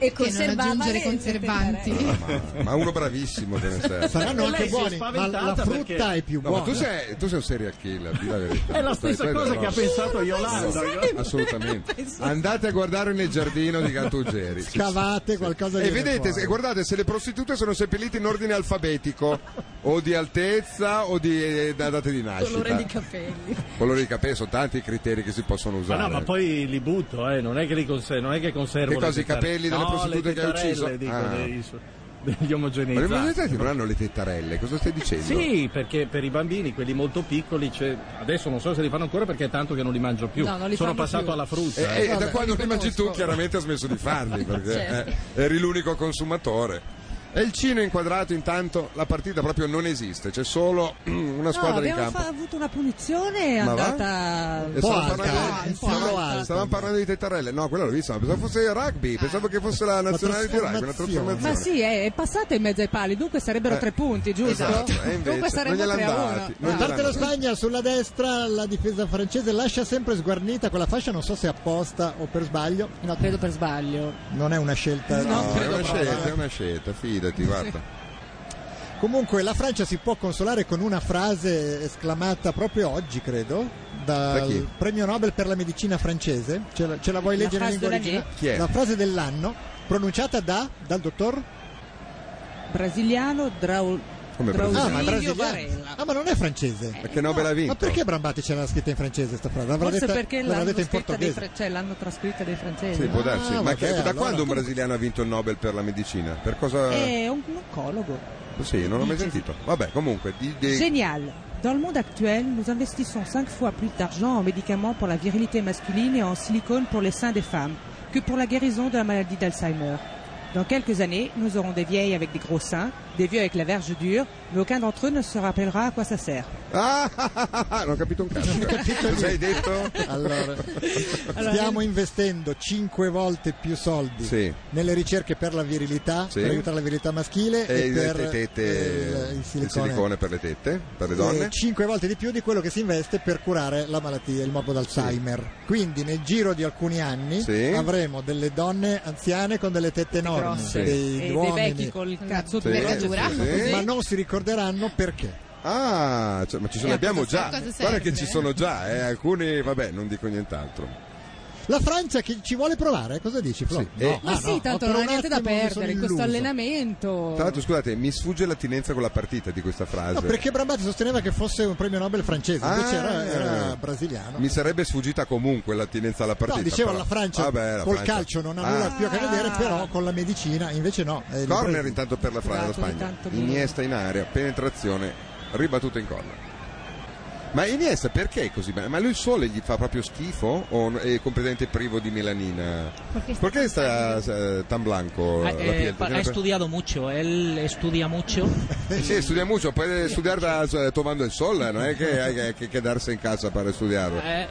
[SPEAKER 5] e conservavano aggiungere conservanti.
[SPEAKER 3] Ma, ma uno bravissimo te ne serve.
[SPEAKER 2] [laughs] Saranno anche buoni, ma la frutta è più
[SPEAKER 3] No, ma
[SPEAKER 2] buona.
[SPEAKER 3] tu sei, tu sei un serial killer, di la verità.
[SPEAKER 1] [laughs] È la
[SPEAKER 3] Tu stai
[SPEAKER 1] stessa
[SPEAKER 3] prendendo-
[SPEAKER 1] cosa che ha pensato Yolanda.
[SPEAKER 3] Assolutamente.
[SPEAKER 1] [laughs]
[SPEAKER 3] Andate a guardare nel giardino di Gattuggeri. Sì,
[SPEAKER 2] Scavate qualcosa di
[SPEAKER 3] e vedete, se- guardate, se le prostitute sono seppellite in ordine alfabetico, o di altezza o di eh, da date di nascita.
[SPEAKER 11] colore di capelli.
[SPEAKER 3] Colore di capelli, sono tanti i criteri che si possono
[SPEAKER 1] Ma
[SPEAKER 3] usare.
[SPEAKER 1] no, ma poi li butto, eh, non è che li conservo, non è che conservo.
[SPEAKER 3] Che cosa,
[SPEAKER 1] le
[SPEAKER 3] i capelli
[SPEAKER 1] tetarelle.
[SPEAKER 3] delle
[SPEAKER 1] No,
[SPEAKER 3] prostitute
[SPEAKER 1] le
[SPEAKER 3] che hai ucciso?
[SPEAKER 1] tetarelle, dico,
[SPEAKER 3] Ah.
[SPEAKER 1] dei su- degli
[SPEAKER 3] Ma le prostitute
[SPEAKER 1] omogenizzati.
[SPEAKER 3] ti vorranno le tettarelle, cosa stai dicendo?
[SPEAKER 1] Sì, perché per i bambini, quelli molto piccoli, c'è- adesso non so se li fanno ancora perché è tanto che non li mangio più.
[SPEAKER 3] No, non li
[SPEAKER 1] Sono
[SPEAKER 3] fanno
[SPEAKER 1] passato
[SPEAKER 3] più.
[SPEAKER 1] alla frutta.
[SPEAKER 3] E, e
[SPEAKER 1] eh.
[SPEAKER 3] da quando li mangi tu chiaramente ha smesso di farli perché
[SPEAKER 1] Certo.
[SPEAKER 3] eh, eri l'unico consumatore. E il Cino è inquadrato intanto la partita proprio non esiste, c'è solo [clears throat] mm, una squadra in
[SPEAKER 9] abbiamo
[SPEAKER 3] campo.
[SPEAKER 9] fa- avuto una punizione è
[SPEAKER 3] Ma va?
[SPEAKER 9] andata
[SPEAKER 3] E stavamo parlando, stavamo, eh, stavamo parlando di tettarelle, no, quella l'ho vista, ma pensavo fosse il rugby, pensavo che fosse la nazionale di rugby, una trasformazione.
[SPEAKER 9] Ma sì, è, è passata in mezzo ai pali, dunque sarebbero
[SPEAKER 3] Eh,
[SPEAKER 9] tre punti, giusto?
[SPEAKER 3] esatto, e invece
[SPEAKER 9] dunque saremmo
[SPEAKER 3] non
[SPEAKER 9] tre
[SPEAKER 3] gliel'hanno
[SPEAKER 9] a
[SPEAKER 3] dati,
[SPEAKER 9] uno.
[SPEAKER 3] non
[SPEAKER 9] Ah.
[SPEAKER 3] gliel'hanno
[SPEAKER 2] Parte la Spagna sulla destra, la difesa francese lascia sempre sguarnita quella fascia, non so se apposta o per sbaglio.
[SPEAKER 4] No, credo per sbaglio.
[SPEAKER 2] Non è una scelta.
[SPEAKER 3] No, è una scelta, è una scelta, fidati, guarda.
[SPEAKER 2] Comunque la Francia si può consolare con una frase esclamata proprio oggi, credo,
[SPEAKER 3] Da
[SPEAKER 2] dal
[SPEAKER 3] chi?
[SPEAKER 2] premio Nobel per la medicina francese. Ce la, ce la vuoi
[SPEAKER 3] La
[SPEAKER 2] leggere in
[SPEAKER 3] frase
[SPEAKER 2] lingua
[SPEAKER 3] dell'année?
[SPEAKER 2] originale?
[SPEAKER 3] Chi è?
[SPEAKER 2] La frase dell'anno, pronunciata da, dal dottor?
[SPEAKER 9] Brasiliano Draul...
[SPEAKER 3] Come
[SPEAKER 9] Draulio
[SPEAKER 2] Ah, ma è brasiliano.
[SPEAKER 9] Varela.
[SPEAKER 2] Ah, ma non è francese.
[SPEAKER 3] Perché Nobel ha vinto?
[SPEAKER 2] Ma perché Brambati ce l'ha scritta in francese sta frase? L'avrà
[SPEAKER 9] Forse
[SPEAKER 2] detta,
[SPEAKER 9] perché
[SPEAKER 2] l'avrà
[SPEAKER 9] l'hanno,
[SPEAKER 2] detta in
[SPEAKER 9] scritta dei
[SPEAKER 2] portoghese.
[SPEAKER 9] fr- cioè, l'hanno trascritta dei francesi.
[SPEAKER 3] Sì, può darsi.
[SPEAKER 2] Ah,
[SPEAKER 3] ma che-
[SPEAKER 2] vabbè,
[SPEAKER 3] da
[SPEAKER 2] allora-
[SPEAKER 3] quando un brasiliano ha vinto il Nobel per la medicina? Per cosa?
[SPEAKER 9] È un oncologue.
[SPEAKER 3] Sì, non l'ho mai sentito. Vabbè, comunque, di, di-
[SPEAKER 9] Génial. Dans le monde actuel, nous investissons cinq fois plus d'argent en médicaments pour la virilité masculine et en silicone pour les seins des femmes que pour la guérison de la maladie d'Alzheimer. Dans quelques années, nous aurons des vieilles avec des gros seins, des vieux avec la verge dure, mais aucun d'entre eux ne se rappellera à quoi ça sert.
[SPEAKER 3] Ah, ah, ah, ah, non ho capito un cazzo. Cosa hai detto? [laughs]
[SPEAKER 2] Allora, Stiamo investendo 5 volte più soldi
[SPEAKER 3] Sì.
[SPEAKER 2] nelle ricerche per la virilità,
[SPEAKER 3] Sì.
[SPEAKER 2] per aiutare la virilità maschile
[SPEAKER 3] E
[SPEAKER 2] e,
[SPEAKER 3] il-
[SPEAKER 2] eh, per
[SPEAKER 3] le tette,
[SPEAKER 2] eh,
[SPEAKER 3] il, silicone. per le tette, per le donne.
[SPEAKER 2] 5 volte di più di quello che si investe per curare la malattia, il morbo d'Alzheimer. Quindi nel giro di alcuni anni
[SPEAKER 3] Sì.
[SPEAKER 2] avremo delle donne anziane con delle tette enormi,
[SPEAKER 3] grosse.
[SPEAKER 2] dei
[SPEAKER 9] E dei
[SPEAKER 2] uomini.
[SPEAKER 9] vecchi col cazzo
[SPEAKER 3] Sì, duro. sì,
[SPEAKER 2] dura,
[SPEAKER 3] sì.
[SPEAKER 2] ma non si ricorderanno perché.
[SPEAKER 3] Ah, cioè, ma ci sono,
[SPEAKER 2] Eh,
[SPEAKER 3] ne abbiamo
[SPEAKER 2] cosa-
[SPEAKER 3] già.
[SPEAKER 2] cosa
[SPEAKER 3] Guarda
[SPEAKER 2] serve?
[SPEAKER 3] che ci sono già, eh, alcuni, vabbè, non dico nient'altro.
[SPEAKER 2] La Francia che ci vuole provare, cosa dici Flo? Ah,
[SPEAKER 3] Sì. Eh, E-
[SPEAKER 4] Ma sì, tanto
[SPEAKER 2] ho per
[SPEAKER 4] non ha
[SPEAKER 2] un
[SPEAKER 4] niente da
[SPEAKER 2] attimo mi sono
[SPEAKER 4] perdere in questo
[SPEAKER 2] illuso.
[SPEAKER 4] allenamento.
[SPEAKER 3] Tra l'altro, scusate, mi sfugge l'attinenza con la partita di questa frase.
[SPEAKER 2] No, perché Brambati sosteneva che fosse un premio Nobel francese, invece
[SPEAKER 3] Ah.
[SPEAKER 2] era, era brasiliano.
[SPEAKER 3] Mi sarebbe sfuggita comunque l'attinenza alla partita.
[SPEAKER 2] No, diceva
[SPEAKER 3] però.
[SPEAKER 2] la Francia
[SPEAKER 3] Vabbè, la
[SPEAKER 2] col
[SPEAKER 3] Francia.
[SPEAKER 2] calcio non ha
[SPEAKER 3] Ah.
[SPEAKER 2] nulla più a che vedere, però con la medicina invece no. eh, li
[SPEAKER 3] Corner
[SPEAKER 2] prende.
[SPEAKER 3] intanto per la Francia, la
[SPEAKER 2] Dato di
[SPEAKER 3] Spagna.
[SPEAKER 2] tanto minuto.
[SPEAKER 3] Iniesta in area, penetrazione, ribattuta in corner. Ma Iniesta perché è così bene? Ma lui il sole gli fa proprio schifo o n- è completamente privo di melanina?
[SPEAKER 6] Perché sta-
[SPEAKER 3] Perché sta eh, tan blanco
[SPEAKER 10] Ha,
[SPEAKER 3] la
[SPEAKER 10] eh,
[SPEAKER 3] piel?
[SPEAKER 10] pa- ha estudiado mucho, él
[SPEAKER 2] [laughs]
[SPEAKER 10] estudia mucho.
[SPEAKER 3] Eh sì, studia mucho, puoi studiare da, eh, tomando il sole, non è che hai che, che quedarse in casa per studiarlo.
[SPEAKER 10] Eh,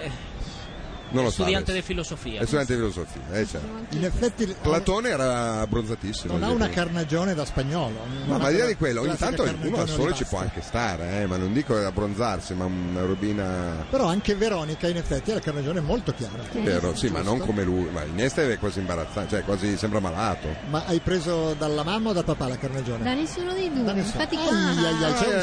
[SPEAKER 3] Non lo so.
[SPEAKER 10] estudiante
[SPEAKER 3] adesso.
[SPEAKER 10] de filosofía.
[SPEAKER 3] È studente di filosofia, eh, certo.
[SPEAKER 2] In effetti
[SPEAKER 3] Platone era abbronzatissimo.
[SPEAKER 2] non ha
[SPEAKER 3] direi.
[SPEAKER 2] una carnagione da spagnolo.
[SPEAKER 3] Ma
[SPEAKER 2] Non ha
[SPEAKER 3] al di là
[SPEAKER 2] quella
[SPEAKER 3] di quello, ogni
[SPEAKER 2] classica
[SPEAKER 3] tanto uno
[SPEAKER 2] carnagione
[SPEAKER 3] al sole ci
[SPEAKER 2] olivastra.
[SPEAKER 3] può anche stare, eh, ma non dico abbronzarsi, ma una robina.
[SPEAKER 2] Però anche Veronica in effetti ha la carnagione molto chiara.
[SPEAKER 3] Vero, sì, ma non come lui. Ma Iniesta è quasi imbarazzante, cioè quasi sembra malato.
[SPEAKER 2] Ma hai preso dalla mamma o dal papà la carnagione?
[SPEAKER 6] Da nessuno dei due.
[SPEAKER 2] nessuno.
[SPEAKER 6] Infatti, qua
[SPEAKER 2] Ai, ai, ai,
[SPEAKER 3] Ah,
[SPEAKER 2] c'è un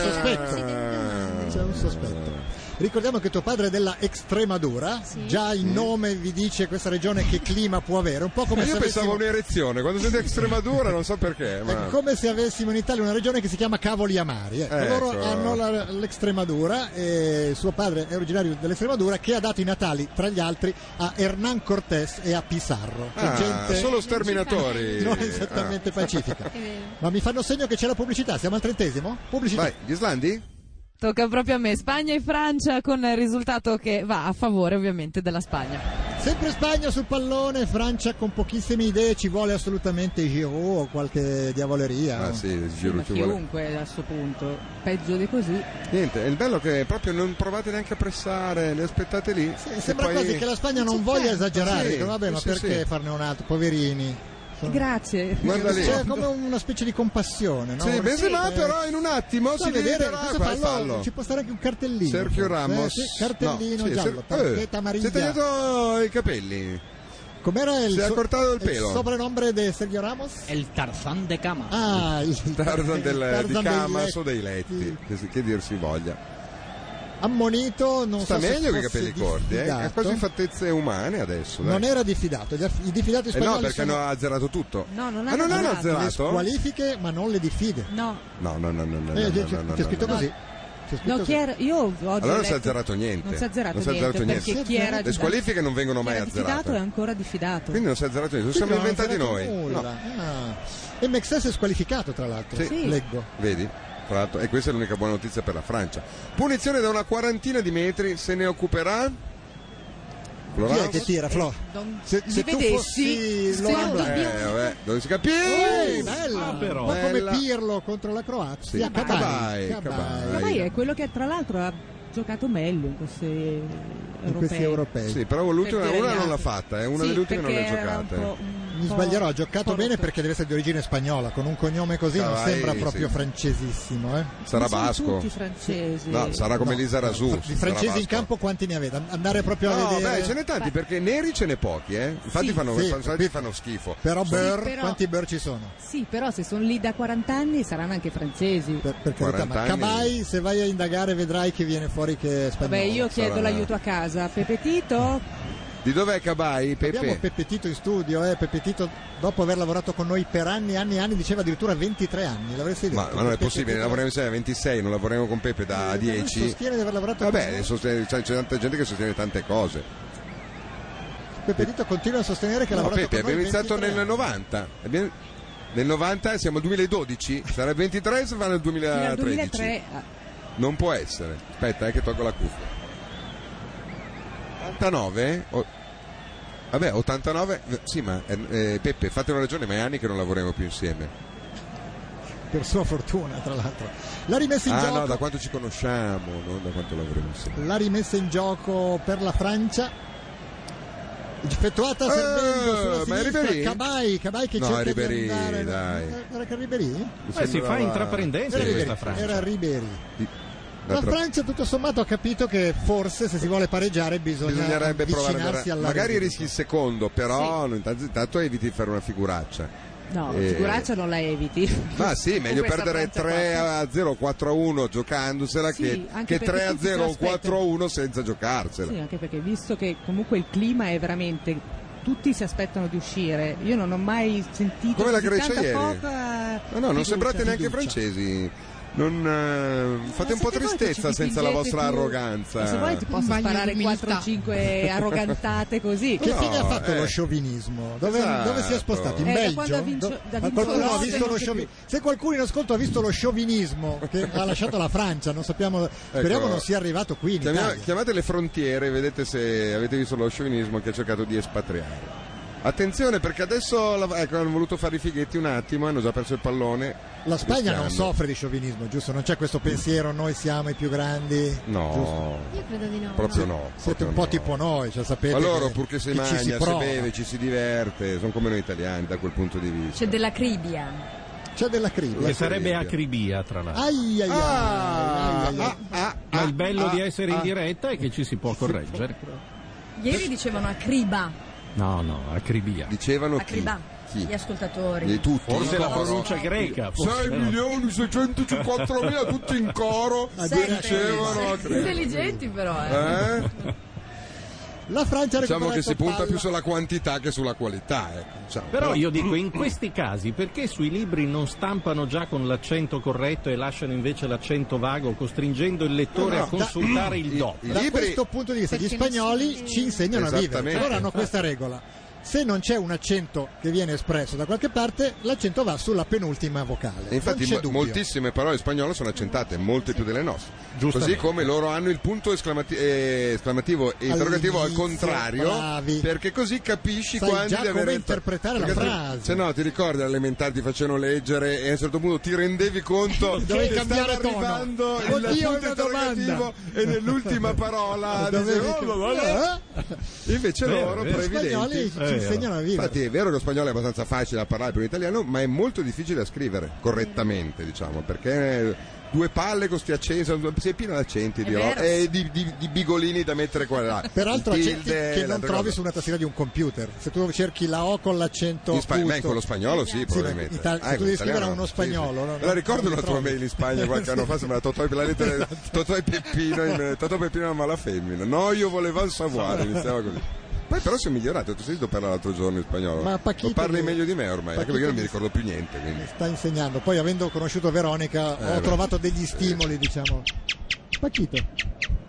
[SPEAKER 3] sospetto.
[SPEAKER 2] C'è un sospetto. Ricordiamo che tuo padre è della Extremadura, già il nome vi dice questa regione che clima può avere, un Ecco, po' come
[SPEAKER 3] Ma io
[SPEAKER 2] se
[SPEAKER 3] pensavo a
[SPEAKER 2] avessimo-
[SPEAKER 3] un'erezione, quando sento Extremadura non so perché, ma.
[SPEAKER 2] È come se avessimo in Italia una regione che si chiama Cavoli Amari. ecco.
[SPEAKER 3] Ecco.
[SPEAKER 2] Loro hanno la- l'Extremadura e suo padre è originario dell'Extremadura che ha dato i natali, tra gli altri, a Hernán Cortés e a Pizarro. Che
[SPEAKER 3] Ah,
[SPEAKER 2] gente
[SPEAKER 3] solo sterminatori.
[SPEAKER 2] [laughs] non esattamente
[SPEAKER 3] Ah.
[SPEAKER 2] pacifica. Ma mi fanno segno che c'è la pubblicità, siamo al trentesimo? Pubblicità.
[SPEAKER 3] Vai, gli Islandi?
[SPEAKER 7] Tocca proprio a me. Spagna e Francia con il risultato che va a favore ovviamente della Spagna.
[SPEAKER 2] Sempre Spagna sul pallone, Francia con pochissime idee, ci vuole assolutamente Giroud o qualche diavoleria.
[SPEAKER 3] Ah sì, giro ci vuole.
[SPEAKER 9] Chiunque a questo punto, peggio di così.
[SPEAKER 3] Niente, il bello che proprio non provate neanche a pressare, le aspettate lì. e
[SPEAKER 2] Sembra
[SPEAKER 3] poi-
[SPEAKER 2] quasi che la Spagna non voglia esagerare,
[SPEAKER 3] Sì,
[SPEAKER 2] dico, vabbè,
[SPEAKER 3] sì,
[SPEAKER 2] ma
[SPEAKER 3] sì,
[SPEAKER 2] perché
[SPEAKER 3] sì.
[SPEAKER 2] farne un altro, poverini. Sono-
[SPEAKER 9] Grazie.
[SPEAKER 3] Guarda lì.
[SPEAKER 2] C'è come una specie di compassione, no?
[SPEAKER 3] Sì, Benzema
[SPEAKER 2] Eh,
[SPEAKER 3] però in un attimo
[SPEAKER 2] sta
[SPEAKER 3] si
[SPEAKER 2] a vedere,
[SPEAKER 3] libererà
[SPEAKER 2] cosa
[SPEAKER 3] qua
[SPEAKER 2] fa?
[SPEAKER 3] e fallo.
[SPEAKER 2] Ci può stare anche un cartellino.
[SPEAKER 3] Sergio
[SPEAKER 2] forse,
[SPEAKER 3] Ramos.
[SPEAKER 2] eh, sì, cartellino
[SPEAKER 3] No, sì,
[SPEAKER 2] giallo,
[SPEAKER 3] Ser- eh,
[SPEAKER 2] targhetta amarilla.
[SPEAKER 3] Si è tagliato i capelli.
[SPEAKER 2] ¿Com'era el,
[SPEAKER 3] Se ha
[SPEAKER 2] so-
[SPEAKER 3] cortado el pelo.
[SPEAKER 2] sobrenombre de Sergio Ramos?
[SPEAKER 10] El Tarzán de cama.
[SPEAKER 2] Ah, il
[SPEAKER 3] Tarzan del,
[SPEAKER 2] Tarzan
[SPEAKER 3] di
[SPEAKER 2] dei
[SPEAKER 3] cama
[SPEAKER 2] letti.
[SPEAKER 3] su dei letti, che, che dir si voglia.
[SPEAKER 2] Ammonito, non
[SPEAKER 3] Sta
[SPEAKER 2] so se
[SPEAKER 3] meglio con i
[SPEAKER 2] fosse
[SPEAKER 3] capelli corti, eh? ha
[SPEAKER 2] diffidato.
[SPEAKER 3] quasi fattezze umane adesso. dai.
[SPEAKER 2] Non era diffidato, gli aff- i diffidati
[SPEAKER 3] Eh
[SPEAKER 2] spagnoli
[SPEAKER 3] no, perché
[SPEAKER 2] sono
[SPEAKER 3] hanno azzerato tutto.
[SPEAKER 2] No, non
[SPEAKER 3] Ah, hanno non hanno azzerato.
[SPEAKER 2] le
[SPEAKER 3] azzerato?
[SPEAKER 2] squalifiche, ma non le diffide.
[SPEAKER 9] No,
[SPEAKER 3] No, no, no, no, no.
[SPEAKER 2] Eh,
[SPEAKER 3] no, no,
[SPEAKER 2] c'è-
[SPEAKER 3] no,
[SPEAKER 2] c'è
[SPEAKER 3] no,
[SPEAKER 2] scritto
[SPEAKER 3] no.
[SPEAKER 2] così. C'è scritto
[SPEAKER 9] No,
[SPEAKER 2] così.
[SPEAKER 9] chi era? Io oggi ho
[SPEAKER 3] Allora non si è
[SPEAKER 9] letto-
[SPEAKER 3] azzerato niente.
[SPEAKER 9] Non si è azzerato,
[SPEAKER 3] Non si è azzerato
[SPEAKER 9] niente,
[SPEAKER 3] niente.
[SPEAKER 9] Perché chi era
[SPEAKER 3] Le squalifiche non vengono mai
[SPEAKER 9] diffidato è
[SPEAKER 3] azzerate.
[SPEAKER 9] ancora diffidato.
[SPEAKER 3] Quindi non si è azzerato niente, lo siamo
[SPEAKER 2] Quindi non
[SPEAKER 3] inventati
[SPEAKER 2] hanno
[SPEAKER 3] noi.
[SPEAKER 2] fatto
[SPEAKER 3] No.
[SPEAKER 2] nulla. Ah. E Mexes è squalificato, tra l'altro.
[SPEAKER 3] Sì. Sì.
[SPEAKER 2] Leggo.
[SPEAKER 3] Vedi? Tra l'altro, e questa è l'unica buona notizia per la Francia. Punizione da una quarantina di metri, se ne occuperà.
[SPEAKER 2] Chi è che tira, Flo? Se,
[SPEAKER 3] Li
[SPEAKER 2] se tu
[SPEAKER 3] vedessi?
[SPEAKER 2] fossi
[SPEAKER 3] Sì,
[SPEAKER 2] Laurent Blanc.
[SPEAKER 3] Eh, vabbè, dove si capì?
[SPEAKER 2] Eh, bella, un po'
[SPEAKER 3] Bella.
[SPEAKER 2] come Pirlo contro la Croazia.
[SPEAKER 3] Sì,
[SPEAKER 2] Cabai.
[SPEAKER 3] Cabai,
[SPEAKER 2] Cabai.
[SPEAKER 3] Cabai.
[SPEAKER 9] Ma poi è quello che tra l'altro ha giocato meglio in queste europee.
[SPEAKER 3] Sì, però l'ultima
[SPEAKER 9] Perché
[SPEAKER 3] una
[SPEAKER 9] le
[SPEAKER 3] non l'ha
[SPEAKER 9] altre-
[SPEAKER 3] fatta, è una
[SPEAKER 9] Sì,
[SPEAKER 3] delle ultime che non l'ha
[SPEAKER 9] perché era un
[SPEAKER 3] giocata.
[SPEAKER 9] po',
[SPEAKER 2] Mi sbaglierò, ha giocato bene perché deve essere di origine spagnola, con un cognome così non
[SPEAKER 3] Cabai,
[SPEAKER 2] sembra proprio
[SPEAKER 3] sì.
[SPEAKER 2] francesissimo. Eh?
[SPEAKER 3] Sarà basco.
[SPEAKER 9] francesi.
[SPEAKER 3] No, sarà come Lisa Rasu.
[SPEAKER 2] Di
[SPEAKER 3] sarà
[SPEAKER 2] francesi in
[SPEAKER 3] basco.
[SPEAKER 2] campo quanti ne avete? Andare proprio a
[SPEAKER 3] No,
[SPEAKER 2] vedere...
[SPEAKER 3] beh, ce n'è tanti perché neri ce n'è pochi, eh. Infatti
[SPEAKER 2] Sì,
[SPEAKER 3] fanno,
[SPEAKER 2] sì,
[SPEAKER 3] fanno-
[SPEAKER 2] capito.
[SPEAKER 3] fanno schifo.
[SPEAKER 2] Però
[SPEAKER 3] Sono-
[SPEAKER 2] Burr,
[SPEAKER 4] però-
[SPEAKER 2] quanti Burr ci sono?
[SPEAKER 4] Sì, però se sono lì da 40 anni saranno anche francesi.
[SPEAKER 2] Per carità, ma
[SPEAKER 3] 40 anni.
[SPEAKER 2] Cabai, se vai a indagare vedrai che viene fuori che è spagnolo.
[SPEAKER 4] Vabbè, io chiedo
[SPEAKER 3] Sarà-
[SPEAKER 4] l'aiuto a casa.
[SPEAKER 9] Pepetito?
[SPEAKER 3] Di dov'è Cabai? Pepe?
[SPEAKER 2] Abbiamo Peppe Tito in studio, eh? Peppe Tito dopo aver lavorato con noi per anni, anni e anni, diceva addirittura 23 anni, l'avresti detto?
[SPEAKER 3] Ma, ma non è
[SPEAKER 2] Peppe
[SPEAKER 3] possibile,
[SPEAKER 2] Tito-
[SPEAKER 3] lavoriamo insieme a 26, non lavoriamo con Pepe
[SPEAKER 2] Eh,
[SPEAKER 3] da
[SPEAKER 2] Lui
[SPEAKER 3] 10.
[SPEAKER 2] sostiene di aver lavorato con
[SPEAKER 3] Vabbè, eh,
[SPEAKER 2] noi.
[SPEAKER 3] sostiene- cioè, c'è, c'è tanta gente che sostiene tante cose.
[SPEAKER 2] Peppe Tito continua a sostenere che ha
[SPEAKER 3] No,
[SPEAKER 2] lavorato
[SPEAKER 3] Pepe,
[SPEAKER 2] con noi
[SPEAKER 3] abbiamo iniziato
[SPEAKER 2] 23
[SPEAKER 3] nel 90. Abbiamo- Nel 90 siamo al 2012, sarà il 23 se va nel
[SPEAKER 9] Nel
[SPEAKER 3] 2013.
[SPEAKER 9] 2003
[SPEAKER 3] Non può essere. Aspetta, eh, che tolgo la cuffia. 89? O- Vabbè, 89. eh, Sì, ma eh, eh, Peppe, fate una ragione, ma è anni che non lavoriamo più insieme.
[SPEAKER 2] per sua fortuna tra l'altro. La rimessa in
[SPEAKER 3] ah,
[SPEAKER 2] gioco.
[SPEAKER 3] no, da quanto ci conosciamo, non da quanto lavoriamo insieme.
[SPEAKER 2] La rimessa in gioco per la Francia. Effettuata servendo
[SPEAKER 3] Eh,
[SPEAKER 2] sulla
[SPEAKER 3] ma è
[SPEAKER 2] sinistra
[SPEAKER 3] Ribéry?
[SPEAKER 2] Cabai, Cabai che
[SPEAKER 3] No,
[SPEAKER 2] cerca
[SPEAKER 3] Ribéry,
[SPEAKER 2] di andare.
[SPEAKER 3] dai.
[SPEAKER 2] Era- Era che Ribéry?
[SPEAKER 1] Eh, si fa intraprendente
[SPEAKER 2] Era
[SPEAKER 1] questa
[SPEAKER 2] Ribéry.
[SPEAKER 1] Francia.
[SPEAKER 2] Era Ribéry.
[SPEAKER 3] Di-
[SPEAKER 2] La
[SPEAKER 3] d'altro-
[SPEAKER 2] Francia tutto sommato ha capito che forse se si vuole pareggiare bisogna
[SPEAKER 3] Bisognerebbe provare a
[SPEAKER 2] avvicinarsi alla
[SPEAKER 3] Magari rischi il secondo, però intanto, intanto eviti di fare una figuraccia.
[SPEAKER 4] No,
[SPEAKER 3] Eh,
[SPEAKER 4] figuraccia non la eviti.
[SPEAKER 3] Ma sì, meglio
[SPEAKER 4] Con questa
[SPEAKER 3] perdere
[SPEAKER 4] Francia
[SPEAKER 3] 3 a 0 o 4 a 1 giocandosela
[SPEAKER 9] Sì,
[SPEAKER 3] che,
[SPEAKER 9] anche
[SPEAKER 3] che
[SPEAKER 9] perché
[SPEAKER 3] 3 a
[SPEAKER 9] tutti se
[SPEAKER 3] 0 o
[SPEAKER 9] l'aspettano.
[SPEAKER 3] 4 a 1 senza giocarsela.
[SPEAKER 9] Sì, anche perché visto che comunque il clima è veramente tutti si aspettano di uscire. Io non ho mai sentito
[SPEAKER 3] Come la
[SPEAKER 9] così
[SPEAKER 3] Grecia
[SPEAKER 9] tanta
[SPEAKER 3] ieri.
[SPEAKER 9] poca
[SPEAKER 3] No, no, non
[SPEAKER 9] fiducia.
[SPEAKER 3] sembrate neanche
[SPEAKER 9] Fiducia.
[SPEAKER 3] francesi. Non, eh, fate un po'
[SPEAKER 9] siete voi che
[SPEAKER 3] tristezza
[SPEAKER 9] ci
[SPEAKER 3] senza la
[SPEAKER 9] dipingete
[SPEAKER 3] vostra
[SPEAKER 9] più-
[SPEAKER 3] arroganza.
[SPEAKER 9] Se vuoi ti posso
[SPEAKER 4] Bagno di
[SPEAKER 9] sparare
[SPEAKER 4] umiltà.
[SPEAKER 2] [laughs]
[SPEAKER 9] 4-5 arrogantate così.
[SPEAKER 2] Che fine ha
[SPEAKER 3] No,
[SPEAKER 2] fatto
[SPEAKER 3] eh.
[SPEAKER 2] lo sciovinismo? Dove,
[SPEAKER 3] Esatto.
[SPEAKER 2] dove si è spostato? In
[SPEAKER 9] Eh, da quando
[SPEAKER 2] Belgio?
[SPEAKER 9] ha vinto-
[SPEAKER 2] Do-
[SPEAKER 9] da Ah,
[SPEAKER 2] ma
[SPEAKER 9] vinto
[SPEAKER 2] qualcuno ha
[SPEAKER 9] l'Oste
[SPEAKER 2] visto
[SPEAKER 9] non
[SPEAKER 2] lo
[SPEAKER 9] c'è più.
[SPEAKER 2] sciovi- Se qualcuno in ascolto ha visto lo sciovinismo che ha lasciato la Francia, non sappiamo,
[SPEAKER 3] Ecco.
[SPEAKER 2] speriamo non sia arrivato qui in
[SPEAKER 3] Chiamia-
[SPEAKER 2] Italia.
[SPEAKER 3] chiamate le frontiere e vedete se avete visto lo sciovinismo che ha cercato di espatriare. Attenzione perché adesso la- ecco, hanno voluto fare i fighetti un attimo, hanno già perso il pallone.
[SPEAKER 2] La Spagna non
[SPEAKER 3] Rischiando.
[SPEAKER 2] soffre di sciovinismo, giusto? Non c'è questo pensiero, noi siamo i più grandi.
[SPEAKER 3] No,
[SPEAKER 6] Io credo di no.
[SPEAKER 3] proprio
[SPEAKER 6] no.
[SPEAKER 3] no.
[SPEAKER 2] Siete
[SPEAKER 3] proprio
[SPEAKER 2] un po'
[SPEAKER 3] no.
[SPEAKER 2] tipo noi, cioè sapete.
[SPEAKER 3] Ma loro,
[SPEAKER 2] che-
[SPEAKER 3] purché si
[SPEAKER 2] che
[SPEAKER 3] mangia,
[SPEAKER 2] ci si
[SPEAKER 3] si,
[SPEAKER 2] prova.
[SPEAKER 3] beve, ci si diverte, sono come noi italiani da quel punto di vista.
[SPEAKER 8] C'è della cribia.
[SPEAKER 2] C'è della critica.
[SPEAKER 3] La
[SPEAKER 1] Che sarebbe
[SPEAKER 3] Serbia.
[SPEAKER 1] acribia, tra l'altro.
[SPEAKER 2] Ai, ai, ai,
[SPEAKER 3] Ah,
[SPEAKER 2] ai, ai, ai.
[SPEAKER 1] Ma il bello
[SPEAKER 3] ah,
[SPEAKER 1] di essere
[SPEAKER 3] ah.
[SPEAKER 1] in diretta è che ci si può correggere.
[SPEAKER 8] Ieri dicevano a criba,
[SPEAKER 1] No, no, acribia.
[SPEAKER 3] Dicevano
[SPEAKER 8] a criba,
[SPEAKER 3] Chi?
[SPEAKER 8] gli ascoltatori.
[SPEAKER 3] Di tutti.
[SPEAKER 1] Forse la
[SPEAKER 3] No.
[SPEAKER 1] pronuncia greca. forse
[SPEAKER 3] 6
[SPEAKER 1] no.
[SPEAKER 3] milioni 654 mila tutti in
[SPEAKER 7] [laughs]
[SPEAKER 3] coro
[SPEAKER 2] A dire-
[SPEAKER 3] dicevano
[SPEAKER 7] Intelligenti però, eh.
[SPEAKER 3] eh?
[SPEAKER 2] La Francia ha
[SPEAKER 3] diciamo
[SPEAKER 2] recuperato
[SPEAKER 3] che si punta
[SPEAKER 2] palla.
[SPEAKER 3] più sulla quantità che sulla qualità ecco, diciamo.
[SPEAKER 1] Però io dico, in questi casi, perché sui libri non stampano già con l'accento corretto e lasciano invece l'accento vago, costringendo il lettore
[SPEAKER 3] No, no,
[SPEAKER 1] a consultare il DOP?
[SPEAKER 3] i
[SPEAKER 2] da
[SPEAKER 3] libri-
[SPEAKER 2] questo punto di vista gli
[SPEAKER 6] Perché non
[SPEAKER 2] spagnoli
[SPEAKER 6] si-
[SPEAKER 2] ci insegnano a vivere
[SPEAKER 3] Esattamente.
[SPEAKER 2] Cioè, loro hanno questa regola se non c'è un accento che viene espresso da qualche parte l'accento va sulla penultima vocale
[SPEAKER 3] E infatti
[SPEAKER 2] non c'è
[SPEAKER 3] mo-
[SPEAKER 2] dubbio
[SPEAKER 3] moltissime parole spagnole sono accentate, molte più delle nostre. Così
[SPEAKER 1] Giustamente.
[SPEAKER 3] come loro hanno il punto esclamati- eh, esclamativo e interrogativo al
[SPEAKER 2] All'inizio,
[SPEAKER 3] contrario,
[SPEAKER 2] bravi.
[SPEAKER 3] perché così capisci
[SPEAKER 2] Sai
[SPEAKER 3] quando
[SPEAKER 2] già
[SPEAKER 3] di avere
[SPEAKER 2] come interpretare la
[SPEAKER 3] perché se-
[SPEAKER 2] frase.
[SPEAKER 3] Se no, ti ricordi all'elementare ti facevano leggere e a un certo punto ti rendevi conto
[SPEAKER 2] [laughs] Dovevi
[SPEAKER 3] che
[SPEAKER 2] cambiare
[SPEAKER 3] stava
[SPEAKER 2] tono.
[SPEAKER 3] arrivando il
[SPEAKER 2] Oddio,
[SPEAKER 3] punto
[SPEAKER 2] una domanda.
[SPEAKER 3] interrogativo e nell'ultima parola
[SPEAKER 2] [laughs] Dovevi
[SPEAKER 3] dicevi, "Oh,
[SPEAKER 2] tu-
[SPEAKER 3] ma voilà". Invece
[SPEAKER 1] Vero,
[SPEAKER 3] loro
[SPEAKER 1] vero. Eh,
[SPEAKER 2] Spagnoli
[SPEAKER 3] previdenti
[SPEAKER 2] ci
[SPEAKER 3] vero.
[SPEAKER 2] insegnano a vivere.
[SPEAKER 3] Infatti è vero che lo spagnolo è abbastanza facile da parlare per l'italiano, ma è molto difficile da scrivere correttamente, diciamo, perché due palle con sti accenti, sei pieno di accenti di,
[SPEAKER 2] vero.
[SPEAKER 3] e di, di- di bigolini da mettere qua e là.
[SPEAKER 2] Peraltro
[SPEAKER 3] Il
[SPEAKER 2] accenti
[SPEAKER 3] tilde,
[SPEAKER 2] che non
[SPEAKER 3] l'altra
[SPEAKER 2] trovi
[SPEAKER 3] cosa.
[SPEAKER 2] su una tastiera di un computer. Se tu cerchi la O con l'accento
[SPEAKER 3] In Spa-
[SPEAKER 2] acuto-
[SPEAKER 3] beh, con lo spagnolo sì, probabilmente.
[SPEAKER 2] Sì, ma in Ita-
[SPEAKER 3] Ah,
[SPEAKER 2] se tu
[SPEAKER 3] con
[SPEAKER 2] devi scrivere a
[SPEAKER 3] l'italiano
[SPEAKER 2] uno
[SPEAKER 3] no. Sì,
[SPEAKER 2] spagnolo.
[SPEAKER 3] sì.
[SPEAKER 2] no?
[SPEAKER 3] Me la ricordo
[SPEAKER 2] Non
[SPEAKER 3] una
[SPEAKER 2] li
[SPEAKER 3] tua
[SPEAKER 2] trovi.
[SPEAKER 3] mail in Spagna qualche anno fa, sembrava Totò, la
[SPEAKER 2] [laughs]
[SPEAKER 3] lettera
[SPEAKER 2] Esatto.
[SPEAKER 3] Totò e Peppino, in, Totò Peppino ama la femmina. No, io volevo il savoir, iniziava così. Poi però sei migliorato, tu sei sentito parlare l'altro giorno in spagnolo.
[SPEAKER 2] Ma Pachito
[SPEAKER 3] Lo parli
[SPEAKER 2] mi-
[SPEAKER 3] meglio di me ormai, anche
[SPEAKER 2] Pachito
[SPEAKER 3] perché non mi
[SPEAKER 2] mi-
[SPEAKER 3] ricordo più niente. Quindi.
[SPEAKER 2] Sta insegnando. Poi avendo conosciuto Veronica
[SPEAKER 3] Eh,
[SPEAKER 2] ho
[SPEAKER 3] beh.
[SPEAKER 2] trovato degli stimoli, diciamo. Pachito.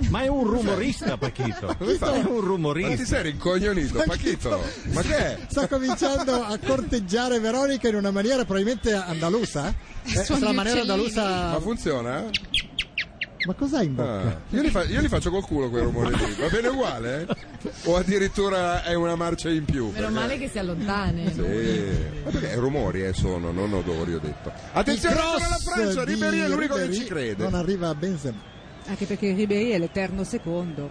[SPEAKER 1] Ma è un rumorista,
[SPEAKER 3] [laughs]
[SPEAKER 1] Pachito.
[SPEAKER 3] Infatti.
[SPEAKER 1] È un rumorista.
[SPEAKER 3] Ma ti sei rincoglionito, Pachito? Ma che è?
[SPEAKER 2] Sta cominciando a corteggiare Veronica in una maniera probabilmente andalusa. Eh,
[SPEAKER 3] Suoni
[SPEAKER 2] sulla maniera
[SPEAKER 3] uccellini.
[SPEAKER 2] andalusa.
[SPEAKER 3] Ma funziona?
[SPEAKER 2] Ma cos'hai in bocca?
[SPEAKER 3] Ah, io, li fa- io li faccio col culo quei rumori lì, va bene uguale? O addirittura è una marcia in più?
[SPEAKER 11] Meno
[SPEAKER 3] Perché-
[SPEAKER 11] male che si allontane.
[SPEAKER 3] Sì, ma perché rumori eh, sono, non odori, ho detto. Attenzione,
[SPEAKER 2] Il
[SPEAKER 3] ancora la
[SPEAKER 2] cross
[SPEAKER 3] Francia,
[SPEAKER 2] di
[SPEAKER 3] Ribéry è l'unico che
[SPEAKER 2] Ribéry
[SPEAKER 3] ci crede.
[SPEAKER 2] Non arriva a Benzema.
[SPEAKER 9] Anche perché Ribéry è l'eterno secondo.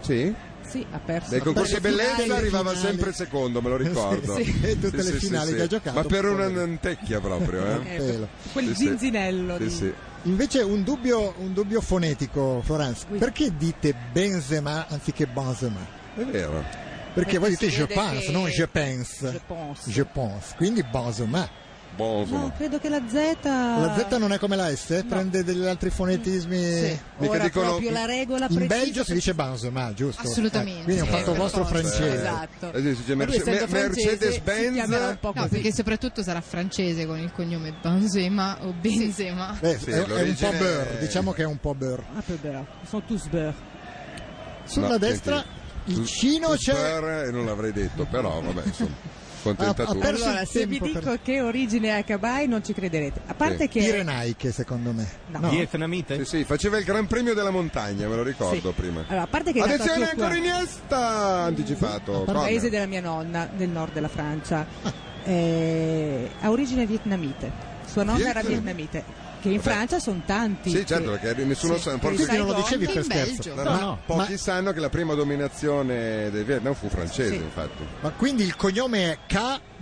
[SPEAKER 3] Sì?
[SPEAKER 9] Sì, ha perso.
[SPEAKER 3] Nel concorso di
[SPEAKER 9] Ha perso
[SPEAKER 3] bellezza
[SPEAKER 9] finale.
[SPEAKER 3] arrivava sempre secondo, me lo ricordo.
[SPEAKER 9] Sì, sì. E
[SPEAKER 2] tutte le finali che ha giocato,
[SPEAKER 3] Ma per
[SPEAKER 2] povero.
[SPEAKER 3] un'antecchia proprio, eh.
[SPEAKER 2] Pelo.
[SPEAKER 9] Quel
[SPEAKER 3] Sì, sì.
[SPEAKER 9] zinzinello
[SPEAKER 3] Sì,
[SPEAKER 9] di-
[SPEAKER 3] sì.
[SPEAKER 2] Invece un dubbio, un dubbio fonetico, Florence. Perché dite Benzema anziché Benzema?
[SPEAKER 3] È vero.
[SPEAKER 2] Perché
[SPEAKER 9] Perché
[SPEAKER 2] voi
[SPEAKER 9] si
[SPEAKER 2] dite je
[SPEAKER 9] vede
[SPEAKER 2] pense,
[SPEAKER 9] che-
[SPEAKER 2] non je pense.
[SPEAKER 9] Je pense.
[SPEAKER 2] Je pense. Quindi Benzema.
[SPEAKER 3] Boh, insomma.
[SPEAKER 9] No, credo che la Z...
[SPEAKER 2] La Z non è come la S, eh? prende degli altri fonetismi.
[SPEAKER 9] Sì.
[SPEAKER 3] Mica Ora dicono- proprio la
[SPEAKER 9] regola
[SPEAKER 2] In
[SPEAKER 9] precisa-
[SPEAKER 2] Belgio si dice Benzema, giusto?
[SPEAKER 5] Assolutamente.
[SPEAKER 2] Eh, quindi è un
[SPEAKER 5] Sì,
[SPEAKER 2] fatto
[SPEAKER 5] per
[SPEAKER 2] vostro
[SPEAKER 5] forza.
[SPEAKER 2] francese.
[SPEAKER 5] Esatto.
[SPEAKER 3] Eh, sì, si dice
[SPEAKER 5] Ma lui,
[SPEAKER 3] Merce-
[SPEAKER 5] essendo
[SPEAKER 3] Me-
[SPEAKER 5] francese,
[SPEAKER 3] Mercedes-Benz-
[SPEAKER 5] si chiamerà un po' No,
[SPEAKER 3] così.
[SPEAKER 5] perché soprattutto sarà francese con il cognome Benzema o Benzema.
[SPEAKER 2] Beh,
[SPEAKER 3] Sì,
[SPEAKER 2] è, è un
[SPEAKER 3] l'origine
[SPEAKER 2] po'
[SPEAKER 3] è-
[SPEAKER 2] beurre, diciamo che è un po' beurre.
[SPEAKER 9] Ah, per beurre. Sono tous beurre.
[SPEAKER 2] Sulla
[SPEAKER 3] No,
[SPEAKER 2] destra
[SPEAKER 3] senti,
[SPEAKER 2] il Cino
[SPEAKER 3] tu- tu
[SPEAKER 2] c'è-
[SPEAKER 3] per- eh, non l'avrei detto, però vabbè, insomma, contenta
[SPEAKER 2] Ha- ha
[SPEAKER 3] tu.
[SPEAKER 2] perso-
[SPEAKER 9] Allora, se vi
[SPEAKER 2] tempo
[SPEAKER 9] dico
[SPEAKER 2] per-
[SPEAKER 9] che origine ha Cabai non ci crederete. A parte
[SPEAKER 3] Sì.
[SPEAKER 9] che...
[SPEAKER 2] Pirenaiche, secondo me.
[SPEAKER 9] No.
[SPEAKER 1] Vietnamite?
[SPEAKER 3] Sì, sì, faceva il Gran Premio della montagna, me lo ricordo
[SPEAKER 9] Sì.
[SPEAKER 3] prima.
[SPEAKER 9] Allora, a parte che è nato a
[SPEAKER 3] Attenzione,
[SPEAKER 9] Tourcoing.
[SPEAKER 3] ancora Iniesta anticipato.
[SPEAKER 9] Il paese
[SPEAKER 3] corner.
[SPEAKER 9] della mia nonna, del nord
[SPEAKER 3] [laughs]
[SPEAKER 9] della Francia, Eh, ha origine vietnamite. Sua nonna era
[SPEAKER 3] Vietnam-
[SPEAKER 9] vietnamite, che in
[SPEAKER 3] Vabbè.
[SPEAKER 9] Francia sono tanti.
[SPEAKER 3] Sì, certo,
[SPEAKER 9] che-
[SPEAKER 3] perché nessuno
[SPEAKER 9] Sì,
[SPEAKER 3] sa.
[SPEAKER 9] per i
[SPEAKER 3] forse-
[SPEAKER 9] Saigon, in Belgio.
[SPEAKER 3] No, no, pochi sanno che la prima dominazione del Vietnam fu francese,
[SPEAKER 9] Sì.
[SPEAKER 3] infatti.
[SPEAKER 2] Ma quindi il cognome è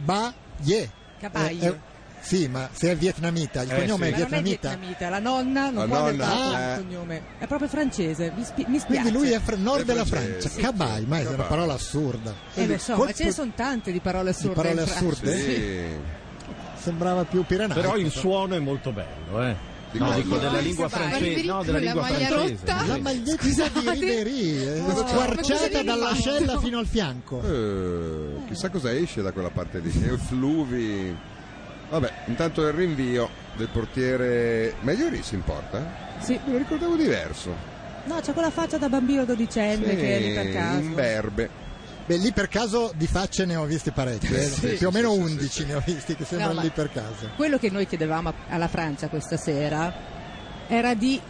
[SPEAKER 2] Kabaye.
[SPEAKER 9] Cabaye.
[SPEAKER 2] Eh, eh, sì, ma se è vietnamita, il
[SPEAKER 3] Eh,
[SPEAKER 2] cognome
[SPEAKER 3] sì.
[SPEAKER 2] è
[SPEAKER 9] Ma non è
[SPEAKER 2] vietnamita.
[SPEAKER 9] vietnamita, la nonna non
[SPEAKER 3] La
[SPEAKER 9] può aver
[SPEAKER 3] nonna,
[SPEAKER 9] dato
[SPEAKER 3] eh.
[SPEAKER 9] il cognome. È proprio francese, mi, spi- mi spiace.
[SPEAKER 2] Quindi lui è fra- nord
[SPEAKER 3] È
[SPEAKER 2] della
[SPEAKER 3] francese,
[SPEAKER 2] Francia.
[SPEAKER 3] sì.
[SPEAKER 2] Cabai, ma è una
[SPEAKER 3] Cabai.
[SPEAKER 2] parola assurda.
[SPEAKER 9] Eh, lo so, ma
[SPEAKER 2] Colpo-
[SPEAKER 9] ce ne sono tante di parole assurde.
[SPEAKER 2] parole
[SPEAKER 9] in Francia.
[SPEAKER 2] assurde?
[SPEAKER 3] Sì.
[SPEAKER 9] Sì.
[SPEAKER 2] Sembrava più piranaico.
[SPEAKER 1] Però il suono è molto bello, eh.
[SPEAKER 3] Di
[SPEAKER 1] No,
[SPEAKER 3] cosa?
[SPEAKER 1] dico della
[SPEAKER 3] Vai,
[SPEAKER 1] lingua
[SPEAKER 5] vai.
[SPEAKER 1] francese.
[SPEAKER 5] Ribéry
[SPEAKER 1] No, della
[SPEAKER 5] con la
[SPEAKER 1] lingua
[SPEAKER 5] maglia
[SPEAKER 1] francese.
[SPEAKER 5] rotta.
[SPEAKER 2] La maglietta di Ribéry eh, squarciata
[SPEAKER 5] viene
[SPEAKER 2] dall'ascella
[SPEAKER 5] fatto?
[SPEAKER 2] fino al fianco.
[SPEAKER 3] Eh, chissà cosa esce da quella parte lì. Effluvi. Vabbè, intanto il rinvio del portiere Maglioris in porta?
[SPEAKER 9] Sì.
[SPEAKER 3] Me lo ricordavo diverso.
[SPEAKER 9] No, c'è quella faccia da bambino dodicenne che è lì per caso.
[SPEAKER 3] Eh, un berbe.
[SPEAKER 2] Beh, lì per caso di facce ne ho viste parecchie, eh.
[SPEAKER 3] Sì,
[SPEAKER 2] più o
[SPEAKER 3] sì,
[SPEAKER 2] meno
[SPEAKER 3] sì, sì,
[SPEAKER 2] 11
[SPEAKER 3] sì, sì.
[SPEAKER 2] ne ho visti che sembrano
[SPEAKER 9] ma-
[SPEAKER 2] lì per caso.
[SPEAKER 9] Esatto. Quello che noi chiedevamo alla Francia questa sera era di,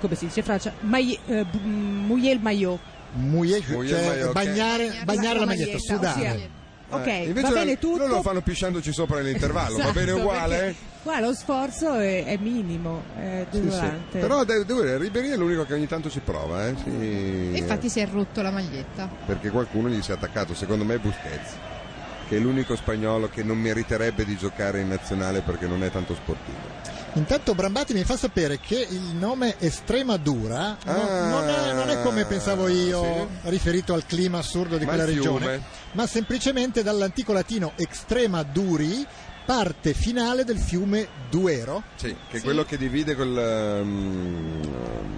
[SPEAKER 9] come si dice in Francia, maille- eh, b- mm, mouiller il maillot.
[SPEAKER 2] Muie,
[SPEAKER 3] Muie il
[SPEAKER 2] cioè,
[SPEAKER 3] maillot,
[SPEAKER 2] bagnare,
[SPEAKER 5] ok.
[SPEAKER 2] bagnare la,
[SPEAKER 9] La
[SPEAKER 2] maglietta,
[SPEAKER 9] maglietta,
[SPEAKER 2] sudare.
[SPEAKER 9] ossia- Ok,
[SPEAKER 3] Eh, invece
[SPEAKER 9] va bene
[SPEAKER 3] la-
[SPEAKER 9] tutto.
[SPEAKER 3] Loro lo fanno pisciandoci sopra nell'intervallo, va bene
[SPEAKER 9] Esatto,
[SPEAKER 3] uguale?
[SPEAKER 9] perché Qua lo sforzo è, è minimo, è
[SPEAKER 3] Sì, sì.
[SPEAKER 9] durante.
[SPEAKER 3] Però de- devo dire, Ribéry è l'unico che ogni tanto ci prova, eh? sì. eh,
[SPEAKER 5] E infatti si è rotto la maglietta.
[SPEAKER 3] perché qualcuno gli si è attaccato, secondo me Busquets, che è l'unico spagnolo che non meriterebbe di giocare in nazionale perché non è tanto sportivo.
[SPEAKER 2] Intanto Brambati mi fa sapere che il nome Estremadura no-
[SPEAKER 3] Ah,
[SPEAKER 2] non, è, non è come pensavo io, riferito al clima assurdo di
[SPEAKER 3] Ma
[SPEAKER 2] quella
[SPEAKER 3] il fiume?
[SPEAKER 2] regione, ma semplicemente dall'antico latino Extremaduri, parte finale del fiume Duero,
[SPEAKER 3] Sì, che è quello che divide col... ehm,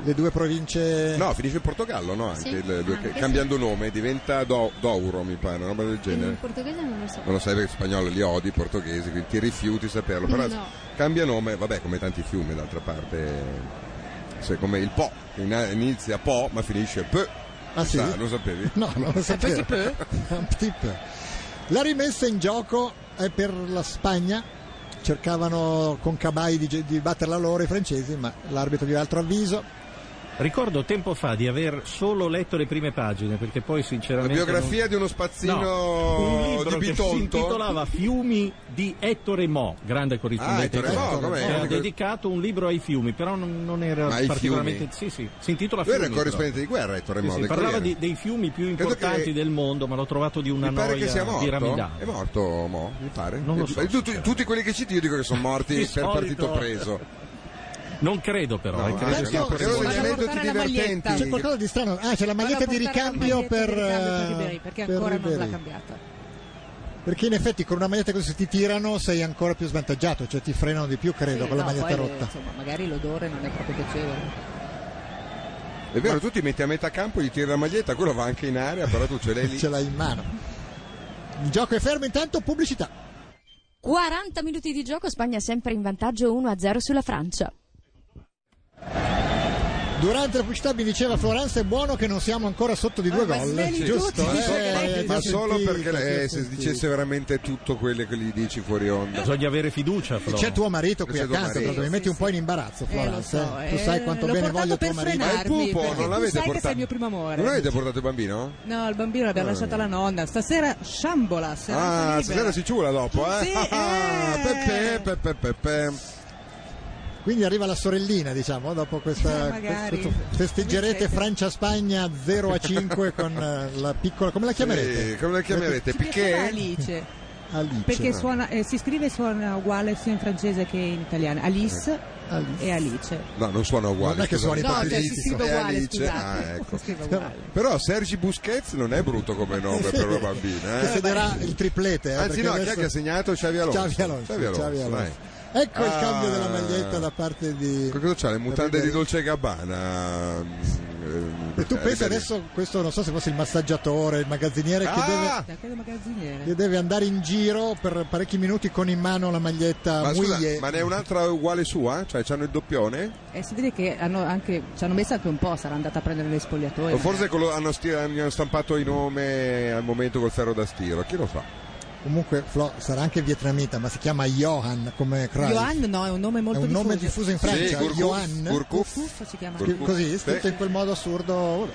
[SPEAKER 2] le due province.
[SPEAKER 3] no, finisce in Portogallo, no? Anche
[SPEAKER 6] Sì,
[SPEAKER 3] il- due-
[SPEAKER 6] anche
[SPEAKER 3] cambiando nome, diventa Do- Douro, mi pare, una roba del
[SPEAKER 6] In
[SPEAKER 3] genere.
[SPEAKER 6] portoghese non lo so.
[SPEAKER 3] Non lo sai perché spagnolo li odi, i portoghesi, quindi ti rifiuti di saperlo. Però
[SPEAKER 6] No.
[SPEAKER 3] cambia nome, vabbè, come tanti fiumi d'altra parte. Se come il Po, che in- inizia Po ma finisce P.
[SPEAKER 2] Ah, sì?
[SPEAKER 3] Sa, lo sapevi?
[SPEAKER 2] No, non
[SPEAKER 6] Eh,
[SPEAKER 2] lo sapevo. Un petit Eh, peu. [laughs] La rimessa in gioco è per la Spagna. Cercavano con Cabai di, ge- di batterla loro i francesi, ma l'arbitro di altro avviso.
[SPEAKER 1] Ricordo tempo fa di aver solo letto le prime pagine, perché poi
[SPEAKER 3] La
[SPEAKER 1] sinceramente...
[SPEAKER 3] biografia
[SPEAKER 1] non-
[SPEAKER 3] di uno spazzino
[SPEAKER 1] No, un libro
[SPEAKER 3] di
[SPEAKER 1] che si intitolava
[SPEAKER 3] Bitonto.
[SPEAKER 1] Fiumi di Ettore Mo, grande corrispondente.
[SPEAKER 3] Ah, Ettore Mo,
[SPEAKER 1] italiano,
[SPEAKER 3] com'è?
[SPEAKER 1] che
[SPEAKER 3] Grande
[SPEAKER 1] ha
[SPEAKER 3] cor-
[SPEAKER 1] dedicato un libro ai fiumi, però non, non era
[SPEAKER 3] Ma ai
[SPEAKER 1] particolarmente... Sì,
[SPEAKER 3] fiumi?
[SPEAKER 1] sì, si intitola
[SPEAKER 3] Lui era
[SPEAKER 1] Fiumi,
[SPEAKER 3] corrispondente
[SPEAKER 1] però.
[SPEAKER 3] di guerra, Ettore
[SPEAKER 1] Sì,
[SPEAKER 3] Mo,
[SPEAKER 1] sì,
[SPEAKER 3] del
[SPEAKER 1] parlava
[SPEAKER 3] Corriere.
[SPEAKER 1] di- dei fiumi più
[SPEAKER 3] Credo
[SPEAKER 1] importanti
[SPEAKER 3] che-
[SPEAKER 1] del mondo, ma l'ho trovato di una
[SPEAKER 3] Mi pare
[SPEAKER 1] noia
[SPEAKER 3] che sia morto.
[SPEAKER 1] piramidale.
[SPEAKER 3] È morto Mo, mi pare.
[SPEAKER 1] Non lo so, cioè.
[SPEAKER 3] Tu- tu- tutti quelli che citi io dico che sono morti
[SPEAKER 1] [laughs] Di
[SPEAKER 3] per
[SPEAKER 1] solito-
[SPEAKER 3] partito preso.
[SPEAKER 1] Non credo però, eh, credo
[SPEAKER 3] anche
[SPEAKER 1] sia
[SPEAKER 3] no,
[SPEAKER 1] un
[SPEAKER 3] credo
[SPEAKER 1] corrispondente.
[SPEAKER 3] degli aneddoti divertenti.
[SPEAKER 2] C'è qualcosa di strano. Ah, c'è la maglietta di ricambio per. eh,
[SPEAKER 9] perché
[SPEAKER 2] per
[SPEAKER 9] ancora non l'ha
[SPEAKER 2] Ribéry.
[SPEAKER 9] cambiata.
[SPEAKER 2] Perché in effetti con una maglietta così ti tirano sei ancora più svantaggiato, cioè ti frenano di più, credo,
[SPEAKER 12] Sì,
[SPEAKER 2] con la
[SPEAKER 12] no,
[SPEAKER 2] maglietta
[SPEAKER 12] poi,
[SPEAKER 2] rotta.
[SPEAKER 12] Insomma, magari l'odore non è proprio piacevole.
[SPEAKER 3] È vero, tu ti metti a metà campo, gli tiri la maglietta, quello va anche in area, però tu ce l'hai lì.
[SPEAKER 2] Ce l'hai in mano. Il gioco è fermo, intanto pubblicità.
[SPEAKER 13] 40 minuti di gioco, Spagna sempre in vantaggio 1-0 sulla
[SPEAKER 8] [laughs]
[SPEAKER 13] Francia.
[SPEAKER 2] Durante la pubblicità mi diceva Florence è buono che non siamo ancora sotto di due gol.
[SPEAKER 3] Sì.
[SPEAKER 2] Giusto?
[SPEAKER 3] Ma so-
[SPEAKER 2] Eh,
[SPEAKER 3] ma
[SPEAKER 2] ti ho
[SPEAKER 3] solo
[SPEAKER 2] sentito,
[SPEAKER 3] perché
[SPEAKER 2] ti ho
[SPEAKER 3] eh, se
[SPEAKER 2] sentito.
[SPEAKER 3] dicesse veramente tutto quello che gli dici fuori onda.
[SPEAKER 1] Bisogna avere fiducia, Flo.
[SPEAKER 2] C'è tuo marito qui
[SPEAKER 3] C'è tuo
[SPEAKER 2] accanto,
[SPEAKER 3] marito.
[SPEAKER 2] proprio, mi metti un po' in imbarazzo, Florence.
[SPEAKER 9] lo so,
[SPEAKER 2] eh. tu sai
[SPEAKER 9] eh,
[SPEAKER 2] quanto
[SPEAKER 9] l'ho
[SPEAKER 2] bene
[SPEAKER 9] portato
[SPEAKER 2] voglio tuo
[SPEAKER 9] per
[SPEAKER 2] marito.
[SPEAKER 3] Ma il
[SPEAKER 9] frenarmi,
[SPEAKER 3] pupo
[SPEAKER 9] perché
[SPEAKER 3] non
[SPEAKER 9] tu
[SPEAKER 3] l'avete
[SPEAKER 9] sai che
[SPEAKER 3] portato.
[SPEAKER 9] sei il mio primo amore.
[SPEAKER 3] Non avete portato Ah, il bambino?
[SPEAKER 9] No, il bambino l'abbiamo
[SPEAKER 3] Ah.
[SPEAKER 9] lasciato alla nonna. Stasera sciambola. serata
[SPEAKER 3] Ah,
[SPEAKER 9] libera.
[SPEAKER 3] stasera si ciula dopo, eh?
[SPEAKER 9] Sì,
[SPEAKER 3] Ah, pepe, pepe, pepe.
[SPEAKER 2] Quindi arriva la sorellina, diciamo, dopo questa.
[SPEAKER 9] Eh, magari.
[SPEAKER 2] questo- festeggerete Francia-Spagna
[SPEAKER 3] [laughs]
[SPEAKER 2] 0 a 5 con eh, la piccola. Come la chiamerete?
[SPEAKER 3] Sì, come la chiamerete?
[SPEAKER 9] Si chiamerà
[SPEAKER 3] Piquet?
[SPEAKER 9] Alice.
[SPEAKER 2] Alice.
[SPEAKER 9] Perché
[SPEAKER 2] no?
[SPEAKER 9] suona, eh, si scrive e suona uguale sia in francese che in italiano. Alice,
[SPEAKER 2] Eh.
[SPEAKER 9] e Alice.
[SPEAKER 3] No, non suona uguale.
[SPEAKER 2] Non è che
[SPEAKER 3] scusate.
[SPEAKER 2] suoni No, cioè,
[SPEAKER 9] si scrive
[SPEAKER 3] Eh,
[SPEAKER 9] uguale,
[SPEAKER 3] Alice.
[SPEAKER 9] scusate.
[SPEAKER 3] Ah, ecco.
[SPEAKER 9] Si scrive uguale.
[SPEAKER 3] Però Sergi Busquets non è brutto come nome per una bambina.
[SPEAKER 2] Che
[SPEAKER 3] Eh?
[SPEAKER 2] segnerà il triplete. eh,
[SPEAKER 3] Anzi,
[SPEAKER 2] perché
[SPEAKER 3] no,
[SPEAKER 2] adesso-
[SPEAKER 3] chi è che ha segnato? Xavi Alonso.
[SPEAKER 2] Xavi Alonso,
[SPEAKER 3] Xavi Alonso,
[SPEAKER 2] Xavi Alonso.
[SPEAKER 3] dai.
[SPEAKER 2] Ecco il
[SPEAKER 3] Ah.
[SPEAKER 2] cambio della maglietta da parte di.
[SPEAKER 3] Che Cosa c'ha? Le mutande
[SPEAKER 2] Ribéry.
[SPEAKER 3] di Dolce e Gabbana. mm, eh,
[SPEAKER 2] E tu pensi adesso, questo non so se fosse il massaggiatore, il magazziniere
[SPEAKER 3] Ah!
[SPEAKER 2] che deve.
[SPEAKER 9] Da quello magazziniere.
[SPEAKER 2] che deve andare in giro per parecchi minuti con in mano la maglietta
[SPEAKER 3] Ma scusa,
[SPEAKER 2] Mouillet.
[SPEAKER 3] ma ne è un'altra uguale sua? Cioè, c'hanno il doppione?
[SPEAKER 9] Eh,
[SPEAKER 12] E si vede che hanno anche, ci hanno messo anche un po', sarà andata a prendere le spogliatoie.
[SPEAKER 3] O forse quello- hanno, sti- hanno stampato i nome al momento col ferro da stiro? Chi lo sa?
[SPEAKER 2] Comunque Flo sarà anche vietnamita, ma si chiama Johan come Cruyff.
[SPEAKER 9] Johan no, è un nome molto
[SPEAKER 2] È un
[SPEAKER 9] diffuso.
[SPEAKER 2] nome diffuso in Francia,
[SPEAKER 3] Gurkuf,
[SPEAKER 2] Johan.
[SPEAKER 3] Gurkuf.
[SPEAKER 9] Gurkuf si chiama.
[SPEAKER 2] Che- Così,
[SPEAKER 3] Sì.
[SPEAKER 2] scritto in quel modo assurdo. vabbè.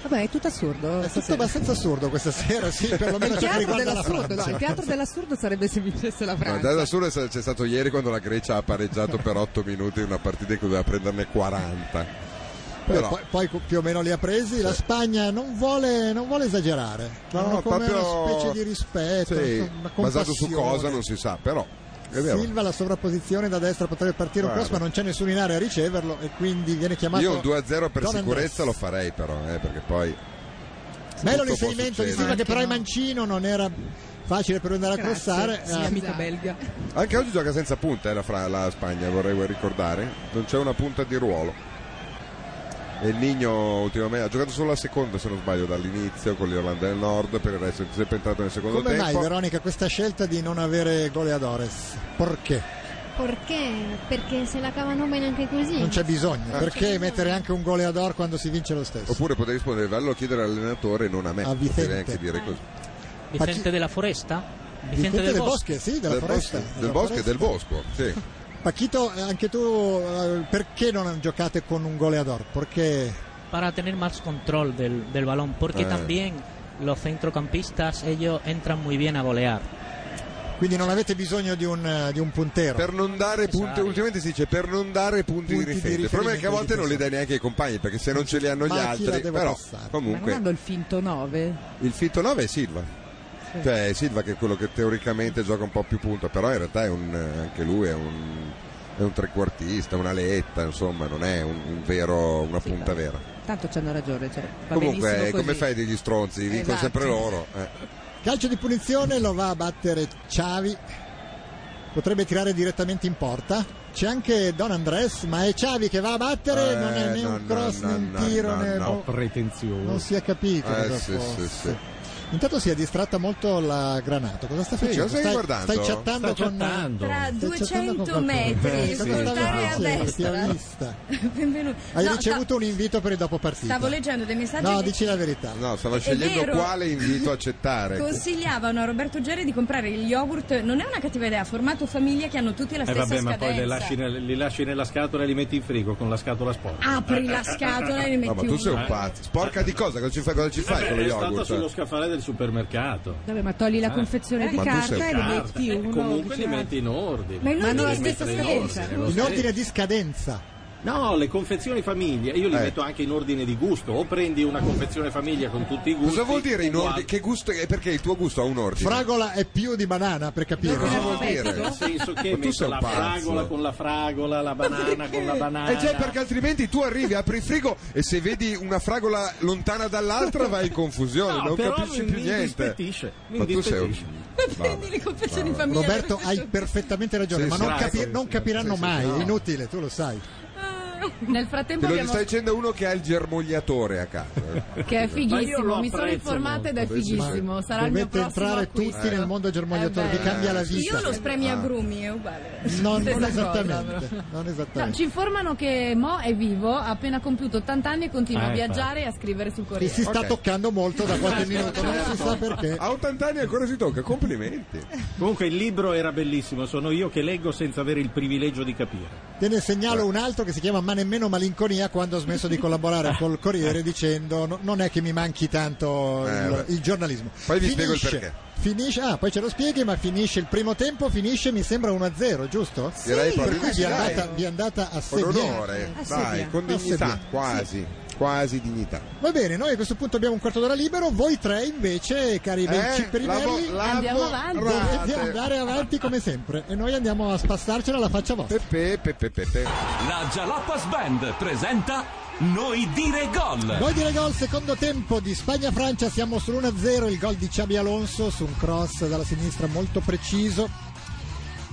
[SPEAKER 12] Vabbè, è tutto assurdo.
[SPEAKER 2] È tutto abbastanza assurdo
[SPEAKER 12] [laughs]
[SPEAKER 2] questa sera, sì, perlomeno
[SPEAKER 12] il
[SPEAKER 2] ciò che
[SPEAKER 12] teatro
[SPEAKER 2] riguarda la
[SPEAKER 12] dell'assurdo, no,
[SPEAKER 2] Francia.
[SPEAKER 12] il teatro dell'assurdo sarebbe se vincesse la
[SPEAKER 3] No,
[SPEAKER 12] Francia.
[SPEAKER 3] da solo c'è c'è stato ieri quando la Grecia ha pareggiato per 8 minuti una partita in cui doveva prenderne 40.
[SPEAKER 2] Poi-
[SPEAKER 3] Però,
[SPEAKER 2] poi, poi cu- più o meno li ha presi. La Spagna non vuole, non vuole esagerare,
[SPEAKER 3] No,
[SPEAKER 2] ma come
[SPEAKER 3] proprio-
[SPEAKER 2] una specie di rispetto,
[SPEAKER 3] sì,
[SPEAKER 2] una
[SPEAKER 3] basato su
[SPEAKER 2] compassione.
[SPEAKER 3] cosa non si sa, però è vero.
[SPEAKER 2] Silva la sovrapposizione da destra potrebbe partire un
[SPEAKER 3] Guarda.
[SPEAKER 2] cross, ma non c'è nessuno in area a riceverlo e quindi viene chiamato.
[SPEAKER 3] Io un 2-0 per
[SPEAKER 2] Don
[SPEAKER 3] sicurezza lo farei però, eh, perché poi...
[SPEAKER 2] Andres. Bello
[SPEAKER 3] tutto può
[SPEAKER 2] l'inserimento di
[SPEAKER 3] succedere.
[SPEAKER 2] Silva, che però è mancino, non era facile per lui andare a crossare.
[SPEAKER 9] Sì,
[SPEAKER 2] Ah,
[SPEAKER 9] amica belga.
[SPEAKER 3] Anche oggi gioca senza punta eh, la, Fra- la Spagna, vorrei ricordare. Non c'è una punta di ruolo. E il Nigno ultimamente ha giocato solo la seconda, se non sbaglio, dall'inizio con l'Irlanda del Nord, per il resto è sempre entrato nel secondo
[SPEAKER 2] Come mai,
[SPEAKER 3] tempo.
[SPEAKER 2] Veronica, questa scelta di non avere goleadores? Perché?
[SPEAKER 6] Perché? Perché se la cavano bene anche così.
[SPEAKER 2] Non c'è bisogno.
[SPEAKER 3] Eh.
[SPEAKER 2] Perché mettere anche un goleador quando si vince lo stesso?
[SPEAKER 3] Oppure potevi rispondere, vallo a chiedere all'allenatore e non a me.
[SPEAKER 2] A Vicente.
[SPEAKER 3] Potevi anche
[SPEAKER 2] Ah,
[SPEAKER 3] dire così.
[SPEAKER 10] Vicente della Foresta?
[SPEAKER 2] Vicente del
[SPEAKER 10] Bosco?
[SPEAKER 2] Bosche, sì, della
[SPEAKER 3] del
[SPEAKER 2] foresta.
[SPEAKER 3] Bosco, del
[SPEAKER 2] Della
[SPEAKER 3] Bosco e del
[SPEAKER 2] foresta.
[SPEAKER 3] Bosco, sì.
[SPEAKER 2] Pacchito, eh, anche tu eh, perché non giocate con un goleador? Perché
[SPEAKER 10] Para tener más control del, del balón, porque
[SPEAKER 2] Eh.
[SPEAKER 10] también los centrocampistas, ellos entran muy bien a golear.
[SPEAKER 2] quindi non avete bisogno di un, eh, di un puntero.
[SPEAKER 3] Per non dare
[SPEAKER 12] Esatto.
[SPEAKER 3] punti, ultimamente si dice per non dare punti,
[SPEAKER 2] Punti
[SPEAKER 3] di
[SPEAKER 2] di
[SPEAKER 3] riferimento. Il problema è che a volte non li dai neanche ai compagni, perché se non ce li hanno gli
[SPEAKER 12] Ma chi la
[SPEAKER 3] altri.
[SPEAKER 12] deve
[SPEAKER 3] Però,
[SPEAKER 12] passare? Ma non
[SPEAKER 3] comunque,
[SPEAKER 12] hanno il finto 9?
[SPEAKER 3] il fitto 9 è Silva. Cioè, è Silva che è quello che teoricamente gioca un po' più punta, però in realtà è un, eh, anche lui è un, è un trequartista, una letta, insomma, non è un, un vero, una punta vera.
[SPEAKER 12] Tanto c'hanno ragione. Cioè, va benissimo
[SPEAKER 3] Comunque, eh,
[SPEAKER 12] così.
[SPEAKER 3] come fai degli stronzi? Vincono
[SPEAKER 12] Esatto.
[SPEAKER 3] sempre loro. eh.
[SPEAKER 2] Calcio di punizione lo va a battere Xavi. Potrebbe tirare direttamente in porta. C'è anche Don Andres, ma è Xavi che va a battere,
[SPEAKER 3] Eh,
[SPEAKER 2] non è né
[SPEAKER 3] no,
[SPEAKER 2] un
[SPEAKER 3] no,
[SPEAKER 2] cross
[SPEAKER 3] no,
[SPEAKER 2] né un
[SPEAKER 3] no,
[SPEAKER 2] tiro
[SPEAKER 3] no,
[SPEAKER 2] né
[SPEAKER 3] no.
[SPEAKER 2] boh,
[SPEAKER 1] pretenzioso.
[SPEAKER 2] non si è capito.
[SPEAKER 3] Eh,
[SPEAKER 2] cosa
[SPEAKER 3] sì,
[SPEAKER 2] fosse.
[SPEAKER 3] sì, sì.
[SPEAKER 2] Intanto si è distratta molto la Granato. Cosa sta
[SPEAKER 3] Sì,
[SPEAKER 2] facendo?
[SPEAKER 3] cosa stai guardando?
[SPEAKER 2] stai chattando
[SPEAKER 3] Sta
[SPEAKER 2] con
[SPEAKER 3] chattando. Tra
[SPEAKER 2] stai chattando
[SPEAKER 8] 200
[SPEAKER 2] con qualcuno. Eh,
[SPEAKER 8] metri,
[SPEAKER 2] Cosa
[SPEAKER 8] scontare
[SPEAKER 2] stavi
[SPEAKER 8] a
[SPEAKER 2] facendo? Ti ho
[SPEAKER 8] destra.
[SPEAKER 2] vista.
[SPEAKER 8] Benvenuto.
[SPEAKER 2] Hai
[SPEAKER 8] No,
[SPEAKER 2] ricevuto un invito per il dopo
[SPEAKER 8] sta- stavo
[SPEAKER 2] partita.
[SPEAKER 8] leggendo dei messaggi
[SPEAKER 2] No,
[SPEAKER 8] che
[SPEAKER 2] dici la verità.
[SPEAKER 3] No, stava
[SPEAKER 8] È
[SPEAKER 3] scegliendo
[SPEAKER 8] vero.
[SPEAKER 3] quale invito accettare.
[SPEAKER 8] consigliavano a Roberto Gerri di comprare il yogurt. Non è una cattiva idea, formato famiglia che hanno tutti la
[SPEAKER 1] E
[SPEAKER 8] stessa
[SPEAKER 1] Eh, vabbè, ma
[SPEAKER 8] scadenza.
[SPEAKER 1] poi li lasci, nel- li lasci nella scatola e li metti in frigo con la scatola sporca.
[SPEAKER 8] Apri la scatola e ne
[SPEAKER 3] [laughs] No,
[SPEAKER 8] metti
[SPEAKER 3] ma tu
[SPEAKER 8] uno.
[SPEAKER 3] sei un pazzo. Sporca di cosa? Cosa ci fai, cosa ci fai
[SPEAKER 1] Vabbè,
[SPEAKER 3] con lo
[SPEAKER 1] Eh, è stata
[SPEAKER 3] yogurt?
[SPEAKER 1] sullo scaffale del supermercato.
[SPEAKER 4] Vabbè, ma togli la
[SPEAKER 1] Eh.
[SPEAKER 4] confezione di
[SPEAKER 3] Ma tu sei
[SPEAKER 4] carta e
[SPEAKER 3] carta.
[SPEAKER 4] ne metti uno.
[SPEAKER 1] Comunque li
[SPEAKER 9] diciamo.
[SPEAKER 4] vicino a-
[SPEAKER 1] metti in ordine.
[SPEAKER 4] Ma in ordine
[SPEAKER 1] Li
[SPEAKER 4] alla
[SPEAKER 1] metti
[SPEAKER 4] stessa
[SPEAKER 1] in
[SPEAKER 4] scadenza?
[SPEAKER 1] ordine, lo
[SPEAKER 2] In
[SPEAKER 1] stesso.
[SPEAKER 2] ordine di scadenza.
[SPEAKER 1] No, le confezioni famiglia, io li
[SPEAKER 3] Eh.
[SPEAKER 1] metto anche in ordine di gusto. O prendi una confezione famiglia con tutti i gusti.
[SPEAKER 3] Cosa vuol dire in
[SPEAKER 1] uguali-
[SPEAKER 3] ordine? Che gusto è? Perché il tuo gusto ha un ordine.
[SPEAKER 2] Fragola è più di banana, per capire.
[SPEAKER 3] No, cosa vuol dire?
[SPEAKER 1] Nel senso che
[SPEAKER 3] Ma tu
[SPEAKER 1] metto
[SPEAKER 3] sei un
[SPEAKER 1] la
[SPEAKER 3] pazzo.
[SPEAKER 1] fragola con la fragola, la banana con la banana.
[SPEAKER 3] Eh già, perché altrimenti tu arrivi, apri il frigo e se vedi una fragola lontana dall'altra vai in confusione,
[SPEAKER 1] No,
[SPEAKER 3] non
[SPEAKER 1] però
[SPEAKER 3] capisci
[SPEAKER 1] mi-
[SPEAKER 3] più
[SPEAKER 1] mi
[SPEAKER 3] niente.
[SPEAKER 1] indispettisce, mi
[SPEAKER 3] Ma tu sei
[SPEAKER 1] indispettisce.
[SPEAKER 3] Prendi
[SPEAKER 8] le confezioni famiglia.
[SPEAKER 2] Roberto, hai perfettamente ragione,
[SPEAKER 3] Sì,
[SPEAKER 2] ma
[SPEAKER 3] sì,
[SPEAKER 2] non,
[SPEAKER 3] sì,
[SPEAKER 2] capi-
[SPEAKER 3] sì,
[SPEAKER 2] non
[SPEAKER 3] sì,
[SPEAKER 2] capiranno
[SPEAKER 3] sì, sì,
[SPEAKER 2] mai,
[SPEAKER 3] no.
[SPEAKER 2] inutile, tu lo sai.
[SPEAKER 11] Nel frattempo
[SPEAKER 3] Te lo
[SPEAKER 11] abbiamo...
[SPEAKER 3] sta dicendo uno che ha il germogliatore a casa.
[SPEAKER 11] [laughs]
[SPEAKER 3] eh.
[SPEAKER 11] Che è
[SPEAKER 1] Ma io
[SPEAKER 11] fighissimo,
[SPEAKER 1] lo
[SPEAKER 11] mi sono
[SPEAKER 1] apprezzo
[SPEAKER 11] informata ed è
[SPEAKER 3] molto. Sì, sì.
[SPEAKER 11] fighissimo. Sarà il mio
[SPEAKER 2] Dovete
[SPEAKER 11] prossimo
[SPEAKER 2] entrare
[SPEAKER 11] acquisto.
[SPEAKER 2] tutti nel mondo germogliatore,
[SPEAKER 11] Eh beh.
[SPEAKER 2] vi cambia la vita.
[SPEAKER 8] Io lo spremi a
[SPEAKER 2] Ah.
[SPEAKER 8] grumi, è uguale.
[SPEAKER 2] No,
[SPEAKER 11] Stessa
[SPEAKER 2] non
[SPEAKER 11] cosa,
[SPEAKER 2] esattamente.
[SPEAKER 11] però.
[SPEAKER 2] non
[SPEAKER 11] No,
[SPEAKER 2] esattamente.
[SPEAKER 11] ci informano che Mo è vivo, ha appena compiuto 80 anni e continua
[SPEAKER 2] Ah,
[SPEAKER 11] a
[SPEAKER 2] infatti.
[SPEAKER 11] viaggiare e a scrivere sul
[SPEAKER 2] E
[SPEAKER 11] Corriere.
[SPEAKER 2] si sta toccando molto da
[SPEAKER 3] [laughs]
[SPEAKER 2] qualche minuto, non si
[SPEAKER 3] Certo.
[SPEAKER 2] sa perché.
[SPEAKER 3] A 80 anni ancora si tocca, complimenti.
[SPEAKER 1] Comunque il libro era bellissimo, sono io che leggo senza avere il privilegio di capire.
[SPEAKER 2] Te ne segnalo un altro che si chiama Ma nemmeno malinconia quando ho smesso di collaborare col Corriere dicendo "No- non è che mi manchi tanto
[SPEAKER 3] Eh,
[SPEAKER 2] il,
[SPEAKER 3] beh.
[SPEAKER 2] il giornalismo.
[SPEAKER 3] Poi vi spiego il perché.
[SPEAKER 2] Finisce, ah, poi ce lo spieghi, ma finisce il primo tempo, finisce mi sembra 1-0, giusto?
[SPEAKER 3] Direi
[SPEAKER 2] per
[SPEAKER 3] proprio
[SPEAKER 2] cui
[SPEAKER 3] di
[SPEAKER 2] vi è
[SPEAKER 3] sì, dai.
[SPEAKER 2] andata, vi è andata a
[SPEAKER 3] Con
[SPEAKER 2] segnare.
[SPEAKER 11] Ah,
[SPEAKER 2] Ah,
[SPEAKER 3] onore, vai, con dignità, quasi, quasi dignità.
[SPEAKER 2] Va bene, noi a questo punto abbiamo un quarto d'ora libero, voi tre invece, cari
[SPEAKER 3] Eh,
[SPEAKER 2] vecchi primelli,
[SPEAKER 11] Andiamo avanti.
[SPEAKER 2] dovete andare avanti come sempre e noi andiamo a spassarcela alla faccia vostra.
[SPEAKER 14] La Jalapas Band presenta Noi dire
[SPEAKER 2] Gol
[SPEAKER 14] gol.
[SPEAKER 2] di gol, secondo tempo di Spagna-Francia, siamo sull'1-0, il gol di Xabi Alonso su un cross dalla sinistra molto preciso.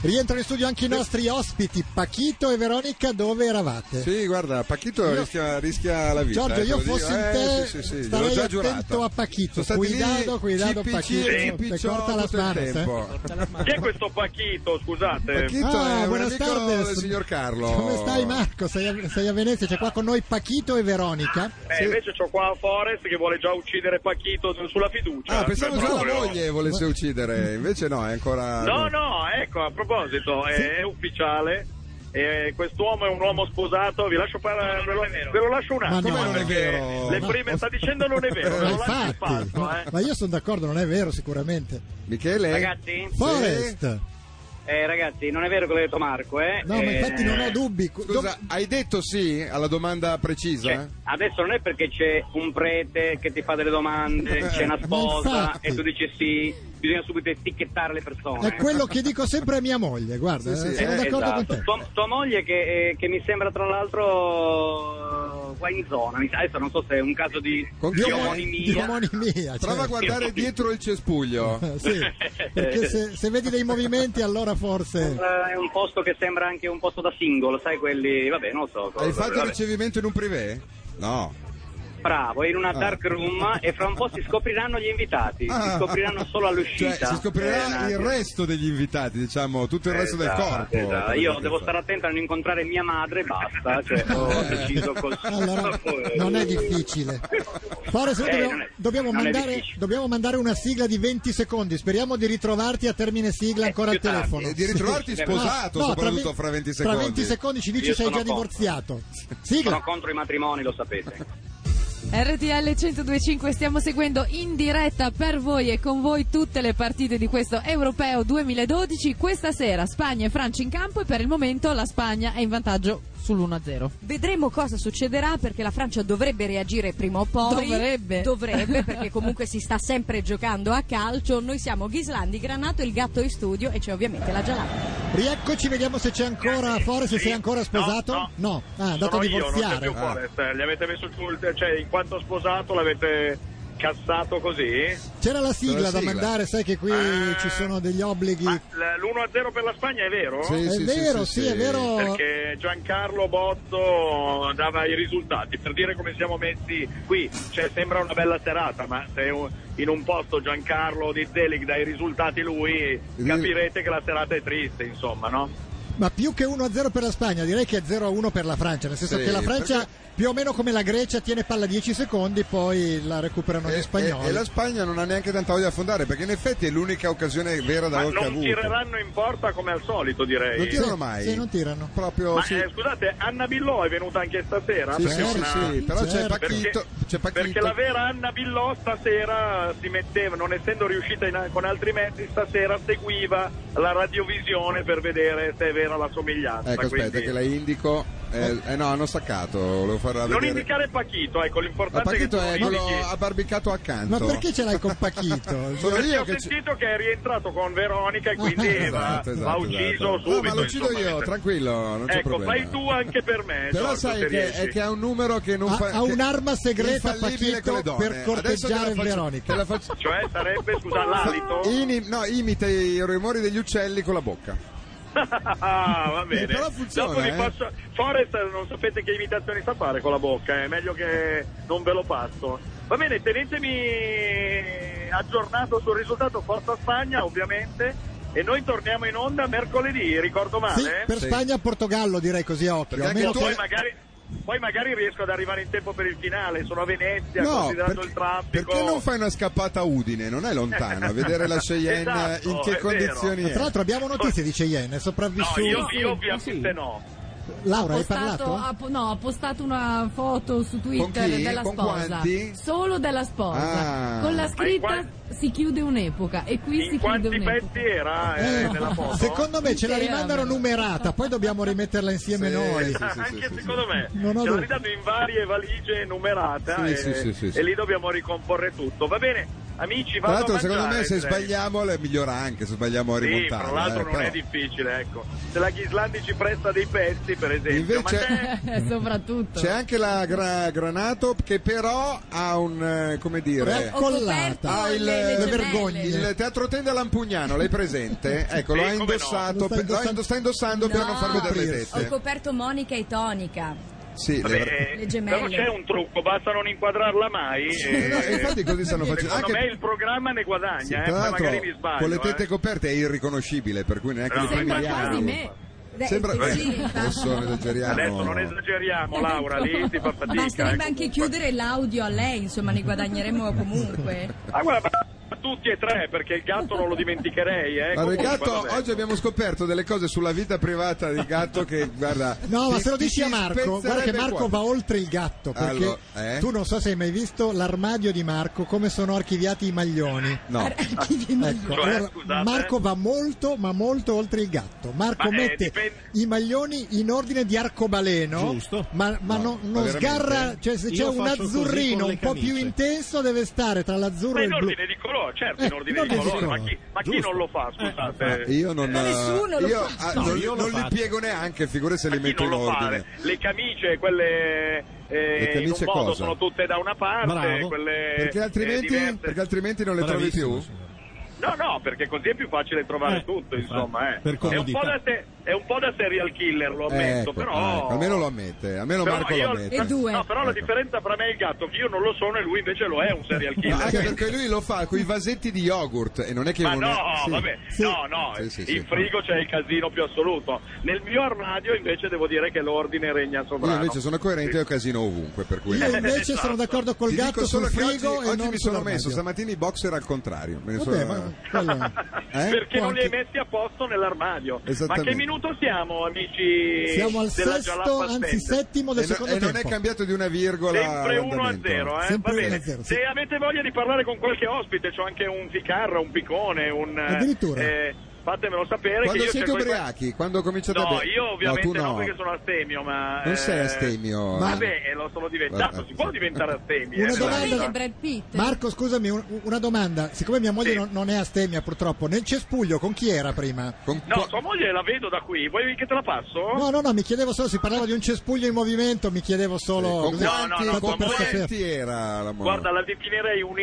[SPEAKER 2] Rientrano in studio anche i nostri ospiti, Pachito e Veronica, dove eravate?
[SPEAKER 3] Sì, guarda, Pachito
[SPEAKER 2] Eh. Io-
[SPEAKER 3] rischia, rischia la vita.
[SPEAKER 2] Giorgio,
[SPEAKER 3] eh, te
[SPEAKER 2] io
[SPEAKER 3] lo dico.
[SPEAKER 2] fossi in
[SPEAKER 3] Eh, sì,
[SPEAKER 2] te,
[SPEAKER 3] sì, sì,
[SPEAKER 2] starei
[SPEAKER 3] gliel'ho già
[SPEAKER 2] attento
[SPEAKER 3] giurato.
[SPEAKER 2] a Pachito.
[SPEAKER 3] Sono stati
[SPEAKER 2] Cuidado,
[SPEAKER 3] lì,
[SPEAKER 2] cuidado,
[SPEAKER 3] CPC,
[SPEAKER 2] Pachito, te
[SPEAKER 3] cipiccio,
[SPEAKER 2] corta las
[SPEAKER 3] tutto il
[SPEAKER 2] manos, eh.
[SPEAKER 3] tempo.
[SPEAKER 15] Chi è questo Pachito? Scusate.
[SPEAKER 3] Pachito
[SPEAKER 2] Ah,
[SPEAKER 3] è un
[SPEAKER 2] buenas
[SPEAKER 3] amico
[SPEAKER 2] tardes.
[SPEAKER 3] del signor Carlo.
[SPEAKER 2] Come stai Marco? Sei a, sei a Venezia, c'è qua con noi Pachito e Veronica.
[SPEAKER 15] Eh, invece c'ho qua Forest che vuole già uccidere Pachito sulla fiducia.
[SPEAKER 3] Ah, pensavo
[SPEAKER 15] Beh,
[SPEAKER 3] già la
[SPEAKER 15] proprio.
[SPEAKER 3] moglie volesse uccidere, invece no, è ancora...
[SPEAKER 15] No, no, ecco, a proposito, è, è ufficiale. eh, quest'uomo è un uomo sposato, vi lascio fare, ve, lo, ve lo lascio un
[SPEAKER 2] Ma
[SPEAKER 15] attimo.
[SPEAKER 2] no, non è
[SPEAKER 15] perché
[SPEAKER 2] vero.
[SPEAKER 15] Le
[SPEAKER 2] Ma-
[SPEAKER 15] prime sta dicendo non è
[SPEAKER 16] Eh,
[SPEAKER 15] vero, ve lo lascio in
[SPEAKER 2] Eh, Infatti,
[SPEAKER 15] fatto, eh.
[SPEAKER 2] ma io sono d'accordo, non è vero sicuramente.
[SPEAKER 3] Michele?
[SPEAKER 16] Ragazzi?
[SPEAKER 2] Forest!
[SPEAKER 16] Eh, ragazzi, non è vero quello che ha detto Marco, eh?
[SPEAKER 2] No, ma
[SPEAKER 16] Eh,
[SPEAKER 2] infatti non ho dubbi. Cu-
[SPEAKER 3] Scusa, hai detto sì alla domanda
[SPEAKER 2] eh.
[SPEAKER 3] precisa?
[SPEAKER 16] cioè, Adesso non è perché c'è un prete che ti fa delle domande, c'è una
[SPEAKER 2] Eh, ma
[SPEAKER 16] sposa
[SPEAKER 2] infatti.
[SPEAKER 16] e tu dici sì, bisogna subito etichettare le persone.
[SPEAKER 2] È quello che dico sempre a mia moglie, guarda,
[SPEAKER 16] Sì,
[SPEAKER 2] eh,
[SPEAKER 16] sì,
[SPEAKER 2] sono
[SPEAKER 16] eh,
[SPEAKER 2] d'accordo
[SPEAKER 16] esatto.
[SPEAKER 2] con te.
[SPEAKER 16] Tua, tua moglie che, eh, che mi sembra tra l'altro eh, qua in zona, mi sa- adesso non so se è un caso di, di omonimia. [laughs]
[SPEAKER 2] Di omonimia,
[SPEAKER 3] Prova a
[SPEAKER 2] certo.
[SPEAKER 3] guardare dietro il cespuglio.
[SPEAKER 2] Sì, perché se, se vedi dei movimenti allora forse...
[SPEAKER 16] Eh, È un posto che sembra anche un posto da single, sai quelli, vabbè, non lo so. cosa,
[SPEAKER 3] Hai fatto il
[SPEAKER 16] vabbè.
[SPEAKER 3] ricevimento in un privé? No.
[SPEAKER 16] Bravo, è in una
[SPEAKER 3] Ah.
[SPEAKER 16] dark room e fra un po' si scopriranno gli invitati, si
[SPEAKER 3] Ah.
[SPEAKER 16] scopriranno solo all'uscita.
[SPEAKER 3] Cioè, si scoprirà
[SPEAKER 16] Eh,
[SPEAKER 3] il
[SPEAKER 16] no.
[SPEAKER 3] resto degli invitati, diciamo, tutto il resto del
[SPEAKER 16] Esatto,
[SPEAKER 3] corpo.
[SPEAKER 16] esatto. Io devo stare attento a non incontrare mia madre e basta, cioè, ho deciso così.
[SPEAKER 3] Ah,
[SPEAKER 2] Allora, non è difficile. Forse
[SPEAKER 16] Eh,
[SPEAKER 2] dobbiamo,
[SPEAKER 16] non è-
[SPEAKER 2] dobbiamo
[SPEAKER 16] non è
[SPEAKER 2] mandare,
[SPEAKER 16] difficile.
[SPEAKER 2] dobbiamo mandare una sigla di 20 secondi. Speriamo di ritrovarti a termine sigla ancora al
[SPEAKER 3] più tardi.
[SPEAKER 2] telefono.
[SPEAKER 3] E di ritrovarti
[SPEAKER 2] Sì.
[SPEAKER 3] sposato, soprattutto fra 20
[SPEAKER 2] Fra
[SPEAKER 3] secondi.
[SPEAKER 2] 20 secondi ci dici
[SPEAKER 16] Io
[SPEAKER 2] sei
[SPEAKER 16] sono
[SPEAKER 2] già
[SPEAKER 16] contro.
[SPEAKER 2] divorziato. Sigla.
[SPEAKER 16] Sono contro i matrimoni, lo sapete.
[SPEAKER 7] RTL 1025 stiamo seguendo in diretta per voi e con voi tutte le partite di questo Europeo 2012. Questa sera Spagna e Francia in campo e per il momento la Spagna è in vantaggio sull'1-0.
[SPEAKER 17] Vedremo cosa succederà perché la Francia dovrebbe reagire prima o poi.
[SPEAKER 7] Dovrebbe.
[SPEAKER 17] Dovrebbe, [laughs] perché comunque si sta sempre giocando a calcio. Noi siamo Ghislandi, Granato, il gatto in studio e c'è ovviamente la Gialata.
[SPEAKER 2] Rieccoci, vediamo se c'è ancora Forse se sei ancora sposato. No, Ah, è andato
[SPEAKER 15] Sono
[SPEAKER 2] a
[SPEAKER 15] io, non c'è
[SPEAKER 2] divorziare. Ah.
[SPEAKER 15] più Forest. eh, Gli avete messo sul... cioè, in quanto sposato l'avete... cassato così?
[SPEAKER 2] C'era la sigla
[SPEAKER 15] C'era la
[SPEAKER 2] da
[SPEAKER 15] sigla.
[SPEAKER 2] mandare, sai che qui
[SPEAKER 15] Ah.
[SPEAKER 2] ci sono degli obblighi.
[SPEAKER 15] L'1-0 per la Spagna è vero?
[SPEAKER 2] Sì, È sì, sì, vero, sì, sì, sì, è vero.
[SPEAKER 15] Perché Giancarlo Botto dava i risultati. Per dire come siamo messi qui, cioè sembra una bella serata, ma se un- in un posto Giancarlo di Zelig dà i risultati lui, capirete che la serata è triste, insomma, no?
[SPEAKER 2] Ma più che 1-0 per la Spagna, direi che è 0-1 per la Francia, nel senso
[SPEAKER 15] Sì,
[SPEAKER 2] che la Francia
[SPEAKER 15] perché-
[SPEAKER 2] più o meno come la Grecia tiene palla 10 secondi, poi la recuperano gli
[SPEAKER 3] E-
[SPEAKER 2] spagnoli.
[SPEAKER 3] E, e la Spagna non ha neanche tanta voglia di affondare perché in effetti è l'unica occasione vera da
[SPEAKER 15] Ma
[SPEAKER 3] aver
[SPEAKER 15] non
[SPEAKER 3] avuto.
[SPEAKER 15] tireranno in porta come al solito, direi.
[SPEAKER 3] Non tirano mai. tirano. Proprio
[SPEAKER 15] Ma
[SPEAKER 3] sì.
[SPEAKER 15] eh, scusate, Anna Billò è venuta anche stasera?
[SPEAKER 3] Sì,
[SPEAKER 15] Perché
[SPEAKER 3] sì,
[SPEAKER 15] una-
[SPEAKER 3] sì, però c'è Certo. Pacchito-
[SPEAKER 15] Perché, perché la vera Anna Billò stasera si metteva, non essendo riuscita in- con altri mezzi, stasera seguiva la radiovisione per vedere se è vera la somiglianza.
[SPEAKER 3] Ecco, aspetta,
[SPEAKER 15] quindi-
[SPEAKER 3] che la indico. Eh, eh, no, hanno staccato, volevo farla
[SPEAKER 15] Non
[SPEAKER 3] vedere.
[SPEAKER 15] indicare Pacchito, ecco, l'importante è che tu
[SPEAKER 3] Pacchito
[SPEAKER 15] non
[SPEAKER 3] è
[SPEAKER 15] indichi.
[SPEAKER 3] quello abbarbicato accanto.
[SPEAKER 2] Ma perché ce l'hai con
[SPEAKER 3] [laughs]
[SPEAKER 2] Pacchito?
[SPEAKER 3] Sono
[SPEAKER 15] Perché
[SPEAKER 3] io
[SPEAKER 15] ho
[SPEAKER 3] che ci-
[SPEAKER 15] sentito che è rientrato con Veronica e quindi
[SPEAKER 3] [laughs] Esatto,
[SPEAKER 15] va,
[SPEAKER 3] esatto,
[SPEAKER 15] va
[SPEAKER 3] esatto.
[SPEAKER 15] ucciso
[SPEAKER 3] No,
[SPEAKER 15] subito.
[SPEAKER 3] ma lo uccido
[SPEAKER 15] insomma.
[SPEAKER 3] io, tranquillo, non c'è
[SPEAKER 15] ecco,
[SPEAKER 3] problema.
[SPEAKER 15] fai tu anche per me.
[SPEAKER 3] Però
[SPEAKER 15] Giorgio,
[SPEAKER 3] sai
[SPEAKER 15] se
[SPEAKER 3] che,
[SPEAKER 15] riesci.
[SPEAKER 3] è che ha un numero che non
[SPEAKER 2] Ha-
[SPEAKER 3] fa.
[SPEAKER 2] ha
[SPEAKER 3] che-
[SPEAKER 2] un'arma segreta,
[SPEAKER 3] infallibile
[SPEAKER 2] Pacchito,
[SPEAKER 3] con le donne.
[SPEAKER 2] per
[SPEAKER 3] Adesso te la
[SPEAKER 2] corteggiare
[SPEAKER 3] faccio-
[SPEAKER 2] Veronica.
[SPEAKER 3] te la faccio-
[SPEAKER 15] Cioè, sarebbe, scusa,
[SPEAKER 3] [laughs]
[SPEAKER 15] l'alito?
[SPEAKER 3] Ini- no, imita i rumori degli uccelli con la bocca.
[SPEAKER 15] Ah, va bene.
[SPEAKER 3] però funziona,
[SPEAKER 15] Dopo vi
[SPEAKER 3] eh.
[SPEAKER 15] passo... Forest non sapete che imitazioni sa fare con la bocca, è meglio che non ve lo passo. Va bene, tenetemi aggiornato sul risultato Forza Spagna, ovviamente. E noi torniamo in onda mercoledì, ricordo male?
[SPEAKER 2] Sì, per Spagna-Portogallo direi così a occhio. a
[SPEAKER 15] eh? Perché
[SPEAKER 2] meno
[SPEAKER 15] poi,
[SPEAKER 2] che-
[SPEAKER 15] magari, poi magari riesco ad arrivare in tempo per il finale, sono a Venezia,
[SPEAKER 3] No,
[SPEAKER 15] considerando
[SPEAKER 3] perché-
[SPEAKER 15] il traffico.
[SPEAKER 3] Perché non fai una scappata a Udine? Non è lontano, a
[SPEAKER 15] [laughs]
[SPEAKER 3] vedere la Cheyenne
[SPEAKER 15] Esatto,
[SPEAKER 3] in
[SPEAKER 15] è
[SPEAKER 3] che
[SPEAKER 15] vero.
[SPEAKER 3] condizioni
[SPEAKER 2] Ma
[SPEAKER 3] è.
[SPEAKER 2] Tra l'altro abbiamo notizie di Cheyenne, è
[SPEAKER 15] No,
[SPEAKER 2] sopravvissuto.
[SPEAKER 15] io, io
[SPEAKER 3] eh,
[SPEAKER 15] ovviamente no.
[SPEAKER 2] Laura, hai
[SPEAKER 11] Postato-
[SPEAKER 2] parlato?
[SPEAKER 11] ha po- no, ha postato una foto su Twitter
[SPEAKER 2] chi?
[SPEAKER 11] della
[SPEAKER 2] Con
[SPEAKER 11] sposa.
[SPEAKER 2] quanti?
[SPEAKER 11] Solo della sposa.
[SPEAKER 3] Ah.
[SPEAKER 11] Con la scritta
[SPEAKER 15] Ma in
[SPEAKER 11] si chiude un'epoca. E qui si chiude
[SPEAKER 15] Quanti
[SPEAKER 11] un'epoca.
[SPEAKER 15] pezzi era eh,
[SPEAKER 2] Eh,
[SPEAKER 15] nella foto?
[SPEAKER 2] Secondo me ce la
[SPEAKER 11] Intera,
[SPEAKER 2] rimandano
[SPEAKER 11] però.
[SPEAKER 2] numerata, poi dobbiamo rimetterla insieme
[SPEAKER 3] eh.
[SPEAKER 2] noi.
[SPEAKER 15] anche secondo me
[SPEAKER 2] Non ho
[SPEAKER 15] ce la
[SPEAKER 2] dubbi.
[SPEAKER 15] ridanno in varie valigie numerate
[SPEAKER 3] Sì,
[SPEAKER 15] e,
[SPEAKER 3] sì, sì, sì,
[SPEAKER 15] e
[SPEAKER 3] sì.
[SPEAKER 15] lì dobbiamo ricomporre tutto va bene amici
[SPEAKER 3] Tra
[SPEAKER 15] vado
[SPEAKER 3] l'altro,
[SPEAKER 15] a mangiare,
[SPEAKER 3] secondo me, se
[SPEAKER 15] direi.
[SPEAKER 3] sbagliamo, la migliora anche. Se sbagliamo a
[SPEAKER 15] sì,
[SPEAKER 3] rimontare.
[SPEAKER 15] tra l'altro
[SPEAKER 3] eh,
[SPEAKER 15] non
[SPEAKER 3] però.
[SPEAKER 15] è difficile ecco se la Ghislandi ci presta dei pezzi per esempio ma
[SPEAKER 3] Invece-
[SPEAKER 15] te-
[SPEAKER 2] [laughs]
[SPEAKER 11] Soprattutto.
[SPEAKER 3] C'è anche la gra- Granato che però ha un eh, come dire
[SPEAKER 2] Ho coperto
[SPEAKER 3] ha il,
[SPEAKER 2] le- le
[SPEAKER 3] il-
[SPEAKER 2] gemelle.
[SPEAKER 3] il teatro tenda Lampugnano, l'hai
[SPEAKER 2] [laughs]
[SPEAKER 3] presente? Ecco,
[SPEAKER 15] Sì,
[SPEAKER 3] lo ha
[SPEAKER 15] come no.
[SPEAKER 3] indossato,
[SPEAKER 2] Lo sta
[SPEAKER 3] per- lo ha
[SPEAKER 2] indossando-
[SPEAKER 3] indo- sta indossando per
[SPEAKER 17] No,
[SPEAKER 3] non far vedere le
[SPEAKER 17] Ho
[SPEAKER 3] tette.
[SPEAKER 17] coperto Monica e Tonica.
[SPEAKER 3] Sì,
[SPEAKER 15] Vabbè,
[SPEAKER 3] le-
[SPEAKER 15] eh,
[SPEAKER 17] Le gemelle.
[SPEAKER 15] però c'è un trucco basta non inquadrarla mai
[SPEAKER 3] Sì,
[SPEAKER 15] e-
[SPEAKER 3] no, infatti così stanno facendo.
[SPEAKER 15] secondo
[SPEAKER 3] Anche-
[SPEAKER 15] me il programma ne guadagna
[SPEAKER 3] sì,
[SPEAKER 15] eh,
[SPEAKER 3] tra
[SPEAKER 15] poi
[SPEAKER 3] l'altro
[SPEAKER 15] magari mi sbaglio
[SPEAKER 3] con le
[SPEAKER 15] eh.
[SPEAKER 3] tette coperte è irriconoscibile, per cui neanche le
[SPEAKER 15] Sembra
[SPEAKER 3] primiamo.
[SPEAKER 15] quasi
[SPEAKER 11] me.
[SPEAKER 3] Sembra
[SPEAKER 17] sì,
[SPEAKER 3] adesso esageriamo.
[SPEAKER 15] adesso non esageriamo Laura lì si fa fatica
[SPEAKER 17] Basterebbe
[SPEAKER 15] ecco.
[SPEAKER 17] anche chiudere l'audio a lei, insomma, ne guadagneremo comunque.
[SPEAKER 15] Ah, guarda, ma tutti e tre, perché il gatto non lo dimenticherei. Eh.
[SPEAKER 3] Guarda, il
[SPEAKER 15] Comunque,
[SPEAKER 3] gatto,
[SPEAKER 15] vabbè.
[SPEAKER 3] oggi abbiamo scoperto delle cose sulla vita privata del gatto che, guarda...
[SPEAKER 2] No, ma
[SPEAKER 3] ti-
[SPEAKER 2] se lo
[SPEAKER 3] ti
[SPEAKER 2] dici a
[SPEAKER 3] si
[SPEAKER 2] Marco, guarda che
[SPEAKER 3] spezzerebbe
[SPEAKER 2] Marco
[SPEAKER 3] il
[SPEAKER 2] va
[SPEAKER 3] cuore.
[SPEAKER 2] oltre il gatto, perché
[SPEAKER 3] Allora, eh?
[SPEAKER 2] tu non so se hai mai visto l'armadio di Marco, come sono archiviati i maglioni.
[SPEAKER 3] No.
[SPEAKER 17] Eh,
[SPEAKER 2] Ecco,
[SPEAKER 15] Cioè,
[SPEAKER 2] allora,
[SPEAKER 15] scusate.
[SPEAKER 2] Marco va molto, ma molto oltre il gatto. Marco
[SPEAKER 15] Ma, eh,
[SPEAKER 2] mette
[SPEAKER 15] dipende-
[SPEAKER 2] i maglioni in ordine di arcobaleno,
[SPEAKER 1] Giusto.
[SPEAKER 2] ma, ma
[SPEAKER 1] No,
[SPEAKER 2] no-
[SPEAKER 1] ma
[SPEAKER 2] non
[SPEAKER 1] veramente?
[SPEAKER 2] sgarra, cioè se c'è
[SPEAKER 1] Io
[SPEAKER 2] un
[SPEAKER 1] faccio così
[SPEAKER 2] azzurrino
[SPEAKER 1] con le
[SPEAKER 2] un po' più
[SPEAKER 1] camicie.
[SPEAKER 2] intenso deve stare tra l'azzurro
[SPEAKER 15] Ma
[SPEAKER 2] e
[SPEAKER 15] in
[SPEAKER 2] il blu.
[SPEAKER 15] ordine di colore, certo, in
[SPEAKER 2] Eh,
[SPEAKER 15] ordine di colore. Ma chi, ma chi non lo fa, scusate?
[SPEAKER 3] Ah, Io non...
[SPEAKER 15] Ma Eh, nessuno lo
[SPEAKER 3] io,
[SPEAKER 15] fa.
[SPEAKER 3] ah,
[SPEAKER 15] No,
[SPEAKER 3] non,
[SPEAKER 15] io lo
[SPEAKER 3] non li
[SPEAKER 15] faccio.
[SPEAKER 3] piego neanche, figure se li
[SPEAKER 15] Chi
[SPEAKER 3] metto
[SPEAKER 15] non
[SPEAKER 3] in
[SPEAKER 15] lo fa?
[SPEAKER 3] ordine.
[SPEAKER 15] Le, le camicie, quelle eh, in un
[SPEAKER 3] camicie
[SPEAKER 15] modo
[SPEAKER 3] cosa?
[SPEAKER 15] sono tutte da una parte,
[SPEAKER 3] Bravo.
[SPEAKER 15] quelle
[SPEAKER 3] Perché
[SPEAKER 15] eh,
[SPEAKER 3] altrimenti,
[SPEAKER 15] diverse.
[SPEAKER 3] perché altrimenti non le trovi più?
[SPEAKER 15] No, no, perché così è più facile trovare tutto, insomma. eh. è, un
[SPEAKER 3] per comodità.
[SPEAKER 15] po da se- è un po' da serial killer, lo ammetto,
[SPEAKER 3] Ecco,
[SPEAKER 15] però...
[SPEAKER 3] ecco, almeno lo ammette, almeno
[SPEAKER 15] però
[SPEAKER 3] Marco
[SPEAKER 15] io-
[SPEAKER 3] lo ammette.
[SPEAKER 15] No, però
[SPEAKER 3] Ecco.
[SPEAKER 15] la differenza fra me e il gatto è che io non lo sono e lui invece lo è un serial killer.
[SPEAKER 3] Ma anche
[SPEAKER 15] quindi-
[SPEAKER 3] perché lui lo fa con i vasetti di yogurt e non è che
[SPEAKER 15] Ma
[SPEAKER 3] non
[SPEAKER 15] no,
[SPEAKER 3] è... sì.
[SPEAKER 15] vabbè, no, no,
[SPEAKER 3] Sì, sì,
[SPEAKER 15] in
[SPEAKER 3] sì.
[SPEAKER 15] frigo c'è il casino più assoluto. Nel mio armadio invece devo dire che l'ordine regna
[SPEAKER 3] Io
[SPEAKER 15] sovrano.
[SPEAKER 3] invece sono coerente e ho casino ovunque, per cui...
[SPEAKER 2] Io invece sono d'accordo col
[SPEAKER 3] Ti dico
[SPEAKER 2] gatto
[SPEAKER 3] solo
[SPEAKER 2] sul
[SPEAKER 3] che
[SPEAKER 2] frigo
[SPEAKER 3] oggi, oggi
[SPEAKER 2] e non
[SPEAKER 3] mi sono
[SPEAKER 2] sull'armadio.
[SPEAKER 3] messo stamattina i boxer al contrario. Me ne
[SPEAKER 2] Vabbè,
[SPEAKER 3] sono-
[SPEAKER 2] ma
[SPEAKER 3] [laughs]
[SPEAKER 2] quello-
[SPEAKER 3] Eh?
[SPEAKER 15] Perché
[SPEAKER 3] Può
[SPEAKER 15] non li hai messi a posto nell'armadio? Ma
[SPEAKER 3] Esattamente.
[SPEAKER 15] che minuto siamo, amici?
[SPEAKER 2] Siamo al
[SPEAKER 15] della
[SPEAKER 2] sesto,
[SPEAKER 15] Jalapa
[SPEAKER 2] anzi
[SPEAKER 15] Spend?
[SPEAKER 2] settimo del
[SPEAKER 3] e
[SPEAKER 2] secondo
[SPEAKER 3] no- e non è
[SPEAKER 2] tempo.
[SPEAKER 3] cambiato di una virgola.
[SPEAKER 15] Sempre 1 a
[SPEAKER 3] l'andamento.
[SPEAKER 15] 0, eh?
[SPEAKER 2] Sempre
[SPEAKER 15] Va
[SPEAKER 2] uno a
[SPEAKER 15] bene.
[SPEAKER 2] zero, sì.
[SPEAKER 15] Se avete voglia di parlare con qualche ospite, c'ho anche un Ficarra, un Picarra, un Picone, un eh,
[SPEAKER 2] Addirittura.
[SPEAKER 15] eh, fatemelo sapere.
[SPEAKER 3] Quando
[SPEAKER 15] che io
[SPEAKER 3] siete
[SPEAKER 15] cerco di-
[SPEAKER 3] ubriachi, quando
[SPEAKER 2] cioè,
[SPEAKER 3] cominciate a
[SPEAKER 15] No,
[SPEAKER 3] bere.
[SPEAKER 15] io ovviamente
[SPEAKER 3] no, tu
[SPEAKER 15] no.
[SPEAKER 3] no.
[SPEAKER 15] perché sono astemio, ma... eh,
[SPEAKER 3] Non sei astemio.
[SPEAKER 15] Ma...
[SPEAKER 3] Ma-
[SPEAKER 15] Vabbè, eh, lo sono diventato, si può diventare astemio.
[SPEAKER 2] Una
[SPEAKER 15] eh,
[SPEAKER 2] domanda-
[SPEAKER 15] basta.
[SPEAKER 17] Brad Pitt.
[SPEAKER 2] Marco, scusami, un- una domanda. Siccome mia moglie non, non è astemia, purtroppo, nel cespuglio con chi era prima?
[SPEAKER 15] No, tua moglie la vedo da qui, vuoi che te la passo?
[SPEAKER 2] No, no, no, mi chiedevo solo, si parlava di un cespuglio in movimento, mi chiedevo solo...
[SPEAKER 15] con quanti-
[SPEAKER 2] tanto
[SPEAKER 15] con
[SPEAKER 2] per
[SPEAKER 15] quanti
[SPEAKER 2] sapere.
[SPEAKER 3] era la moglie?
[SPEAKER 15] Guarda, la definirei un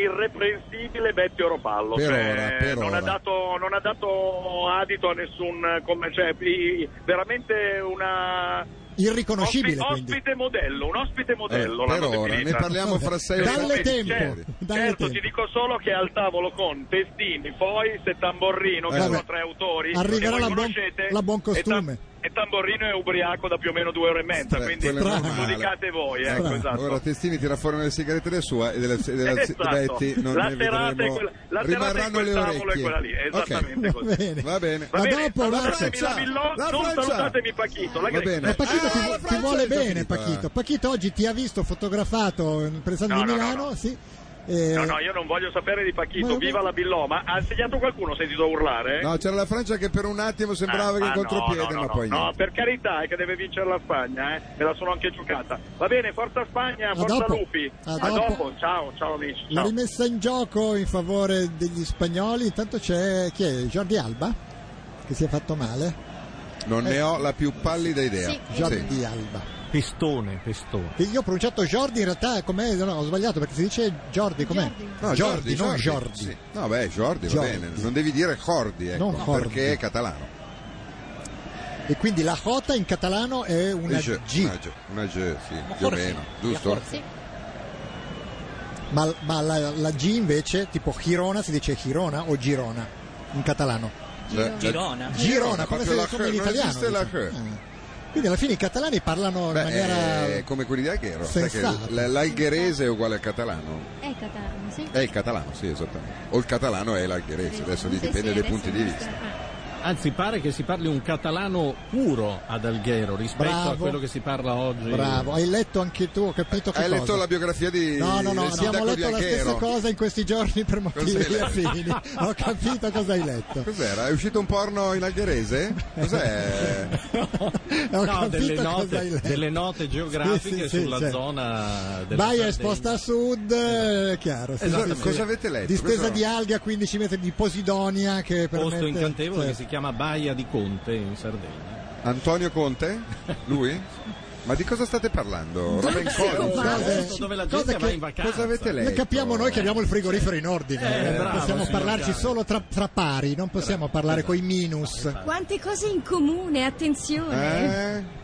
[SPEAKER 15] irreprensibile Beppe Oropallo.
[SPEAKER 3] Per
[SPEAKER 15] cioè,
[SPEAKER 3] ora, per
[SPEAKER 15] non,
[SPEAKER 3] ora.
[SPEAKER 15] Ha dato, non ha dato adito a nessun. eh, Come, cioè, i- veramente una.
[SPEAKER 2] Irriconoscibile,
[SPEAKER 15] ospi-
[SPEAKER 2] quindi.
[SPEAKER 15] ospite modello, un ospite modello.
[SPEAKER 3] Eh, per
[SPEAKER 15] l'hanno
[SPEAKER 3] ora,
[SPEAKER 15] definita.
[SPEAKER 3] ne parliamo fra sei ore. Dalle
[SPEAKER 15] Certo,
[SPEAKER 3] tempo,
[SPEAKER 15] certo,
[SPEAKER 3] dalle
[SPEAKER 15] certo,
[SPEAKER 3] tempo.
[SPEAKER 15] ti dico solo che è al tavolo con Testini, Fois e Tamborrino, che
[SPEAKER 2] Eh,
[SPEAKER 15] sono
[SPEAKER 2] vabbè.
[SPEAKER 15] tre autori. che
[SPEAKER 2] Arriverà
[SPEAKER 15] voi
[SPEAKER 2] la buon,
[SPEAKER 15] conoscete,
[SPEAKER 2] la buon
[SPEAKER 15] e Tam-
[SPEAKER 2] costume.
[SPEAKER 15] E Tamborrino è ubriaco da più o meno due ore e mezza, quindi
[SPEAKER 3] quello è normale.
[SPEAKER 15] giudicate voi. Ecco,
[SPEAKER 3] Ora-
[SPEAKER 15] esatto.
[SPEAKER 3] Ora Testini tira fuori una sigaretta della sua e della, e della
[SPEAKER 15] Esatto.
[SPEAKER 3] Betti, non
[SPEAKER 15] La
[SPEAKER 3] ne
[SPEAKER 15] serata è
[SPEAKER 3] vedremo.
[SPEAKER 15] quella- la serata è
[SPEAKER 3] Rimarranno
[SPEAKER 15] quel
[SPEAKER 3] le
[SPEAKER 15] tavolo, è
[SPEAKER 3] orecchie.
[SPEAKER 15] quella lì,
[SPEAKER 3] Ok,
[SPEAKER 15] esattamente così.
[SPEAKER 3] Va bene. Va bene.
[SPEAKER 15] Va bene, salutatemi
[SPEAKER 3] Francia,
[SPEAKER 15] la Villò,
[SPEAKER 3] la
[SPEAKER 15] non
[SPEAKER 3] Francia.
[SPEAKER 15] salutatemi Pachito. La
[SPEAKER 3] Va
[SPEAKER 15] Grecia.
[SPEAKER 3] bene.
[SPEAKER 2] Ma Pachito
[SPEAKER 3] Ah,
[SPEAKER 2] ti,
[SPEAKER 3] la
[SPEAKER 2] ti
[SPEAKER 3] Francia
[SPEAKER 2] vuole
[SPEAKER 3] è già
[SPEAKER 2] bene,
[SPEAKER 3] finita.
[SPEAKER 2] Pachito. Pachito oggi ti ha visto fotografato in presenza
[SPEAKER 15] No,
[SPEAKER 2] di
[SPEAKER 15] no, no,
[SPEAKER 2] Milano, sì. Eh,
[SPEAKER 15] No, no, io non voglio sapere di
[SPEAKER 2] Ma-
[SPEAKER 15] Pachito, viva la Villò, ma ha insegnato qualcuno, ho sentito urlare?
[SPEAKER 3] No, c'era la Francia che per un attimo
[SPEAKER 15] eh. Ah,
[SPEAKER 3] sembrava che
[SPEAKER 15] ah, no,
[SPEAKER 3] contropiede,
[SPEAKER 15] no, no,
[SPEAKER 3] ma
[SPEAKER 15] no.
[SPEAKER 3] poi
[SPEAKER 15] no,
[SPEAKER 3] niente.
[SPEAKER 15] per carità, è che deve vincere la Spagna, eh. me la sono anche giocata. Va bene, forza Spagna, forza
[SPEAKER 2] dopo.
[SPEAKER 15] Lupi.
[SPEAKER 2] A
[SPEAKER 15] A
[SPEAKER 2] dopo.
[SPEAKER 15] dopo, ciao, ciao amici.
[SPEAKER 2] La
[SPEAKER 15] Ciao.
[SPEAKER 2] rimessa in gioco in favore degli spagnoli. Intanto c'è chi è? Jordi Alba che si è fatto male.
[SPEAKER 3] Non ne ho la più pallida idea.
[SPEAKER 2] Sì, Jordi eh, Alba.
[SPEAKER 1] Pestone, pestone.
[SPEAKER 2] Io ho pronunciato Jordi in realtà com'è? No, ho sbagliato perché si dice Jordi com'è?
[SPEAKER 3] No, Jordi,
[SPEAKER 2] non Jordi.
[SPEAKER 3] sì. No, beh, Jordi,
[SPEAKER 2] Jordi.
[SPEAKER 3] va bene. Non devi dire Jordi, ecco,
[SPEAKER 2] Non Jordi.
[SPEAKER 3] perché è catalano.
[SPEAKER 2] E quindi la Jota in catalano è una
[SPEAKER 3] Dice-
[SPEAKER 2] G.
[SPEAKER 3] Una G, una G, sì, più o meno, giusto?
[SPEAKER 2] Ma, ma la, la G invece, tipo Girona, si dice Girona o Girona in catalano?
[SPEAKER 3] Girona. Girona.
[SPEAKER 2] Girona, Eh, come,
[SPEAKER 3] Proprio
[SPEAKER 2] se,
[SPEAKER 3] la
[SPEAKER 2] come
[SPEAKER 3] G,
[SPEAKER 2] in
[SPEAKER 3] non
[SPEAKER 2] italiano.
[SPEAKER 3] esiste la
[SPEAKER 2] diciamo.
[SPEAKER 3] G.
[SPEAKER 2] Ah. Quindi alla fine i catalani parlano in
[SPEAKER 3] Beh,
[SPEAKER 2] maniera...
[SPEAKER 1] eh,
[SPEAKER 3] è Eh, come quelli di Alghero. sai che
[SPEAKER 2] Sensato.
[SPEAKER 3] l- l'algherese è uguale al catalano.
[SPEAKER 17] Eh,
[SPEAKER 6] È catalano, sì.
[SPEAKER 3] È il catalano, sì, esattamente. O il catalano è l'algherese, adesso lì
[SPEAKER 6] Sì,
[SPEAKER 3] dipende
[SPEAKER 6] sì,
[SPEAKER 3] dai
[SPEAKER 6] adesso
[SPEAKER 3] punti di
[SPEAKER 6] non
[SPEAKER 3] vista.
[SPEAKER 1] Anzi, pare che si parli un catalano puro ad Alghero rispetto a
[SPEAKER 2] Bravo.
[SPEAKER 1] quello che si parla oggi.
[SPEAKER 2] Bravo, hai letto anche tu, ho capito che
[SPEAKER 3] Hai
[SPEAKER 2] cosa.
[SPEAKER 3] letto la biografia di
[SPEAKER 2] No, no, no,
[SPEAKER 3] del
[SPEAKER 2] abbiamo
[SPEAKER 3] sindaco di
[SPEAKER 2] letto la
[SPEAKER 3] Alghero.
[SPEAKER 2] stessa cosa in questi giorni per motivi
[SPEAKER 3] Cos'hai letto?
[SPEAKER 2] affini. [laughs] Ho capito cosa hai letto.
[SPEAKER 3] Cos'era? È uscito un porno in algherese?
[SPEAKER 2] [laughs]
[SPEAKER 3] Cos'è?
[SPEAKER 2] Ho
[SPEAKER 1] [laughs] No,
[SPEAKER 2] capito
[SPEAKER 1] delle
[SPEAKER 2] cosa hai
[SPEAKER 1] note,
[SPEAKER 2] letto.
[SPEAKER 1] delle note geografiche
[SPEAKER 2] Sì, sì, sì,
[SPEAKER 1] sulla
[SPEAKER 2] cioè,
[SPEAKER 1] zona della
[SPEAKER 2] Baia è
[SPEAKER 1] Sardegna.
[SPEAKER 2] sposta a sud, eh, chiaro. sì,
[SPEAKER 1] Esatto,
[SPEAKER 2] sì,
[SPEAKER 1] cosa
[SPEAKER 2] sì.
[SPEAKER 1] avete letto?
[SPEAKER 2] Distesa
[SPEAKER 1] Questo-
[SPEAKER 2] di alga a 15 metri di Posidonia che
[SPEAKER 1] posto
[SPEAKER 2] permette...
[SPEAKER 1] incantevole
[SPEAKER 2] cioè,
[SPEAKER 1] che si chiama Baia di Conte in Sardegna.
[SPEAKER 3] Antonio Conte? Lui? Ma di cosa state parlando? Robin
[SPEAKER 1] Sì,
[SPEAKER 3] Collins?
[SPEAKER 1] ma-
[SPEAKER 3] Cos'è?
[SPEAKER 1] dove la gente
[SPEAKER 2] cosa
[SPEAKER 1] va
[SPEAKER 2] che-
[SPEAKER 1] in vacanza.
[SPEAKER 3] Cosa avete
[SPEAKER 2] Ne
[SPEAKER 3] letto?
[SPEAKER 2] capiamo noi che abbiamo il frigorifero in
[SPEAKER 1] Eh,
[SPEAKER 2] ordine, eh,
[SPEAKER 1] bravo,
[SPEAKER 2] possiamo
[SPEAKER 1] signor
[SPEAKER 2] parlarci
[SPEAKER 1] Chiaro.
[SPEAKER 2] solo tra, tra pari, non possiamo parlare coi minus.
[SPEAKER 17] Ah. Quante cose in comune, attenzione.
[SPEAKER 3] Eh?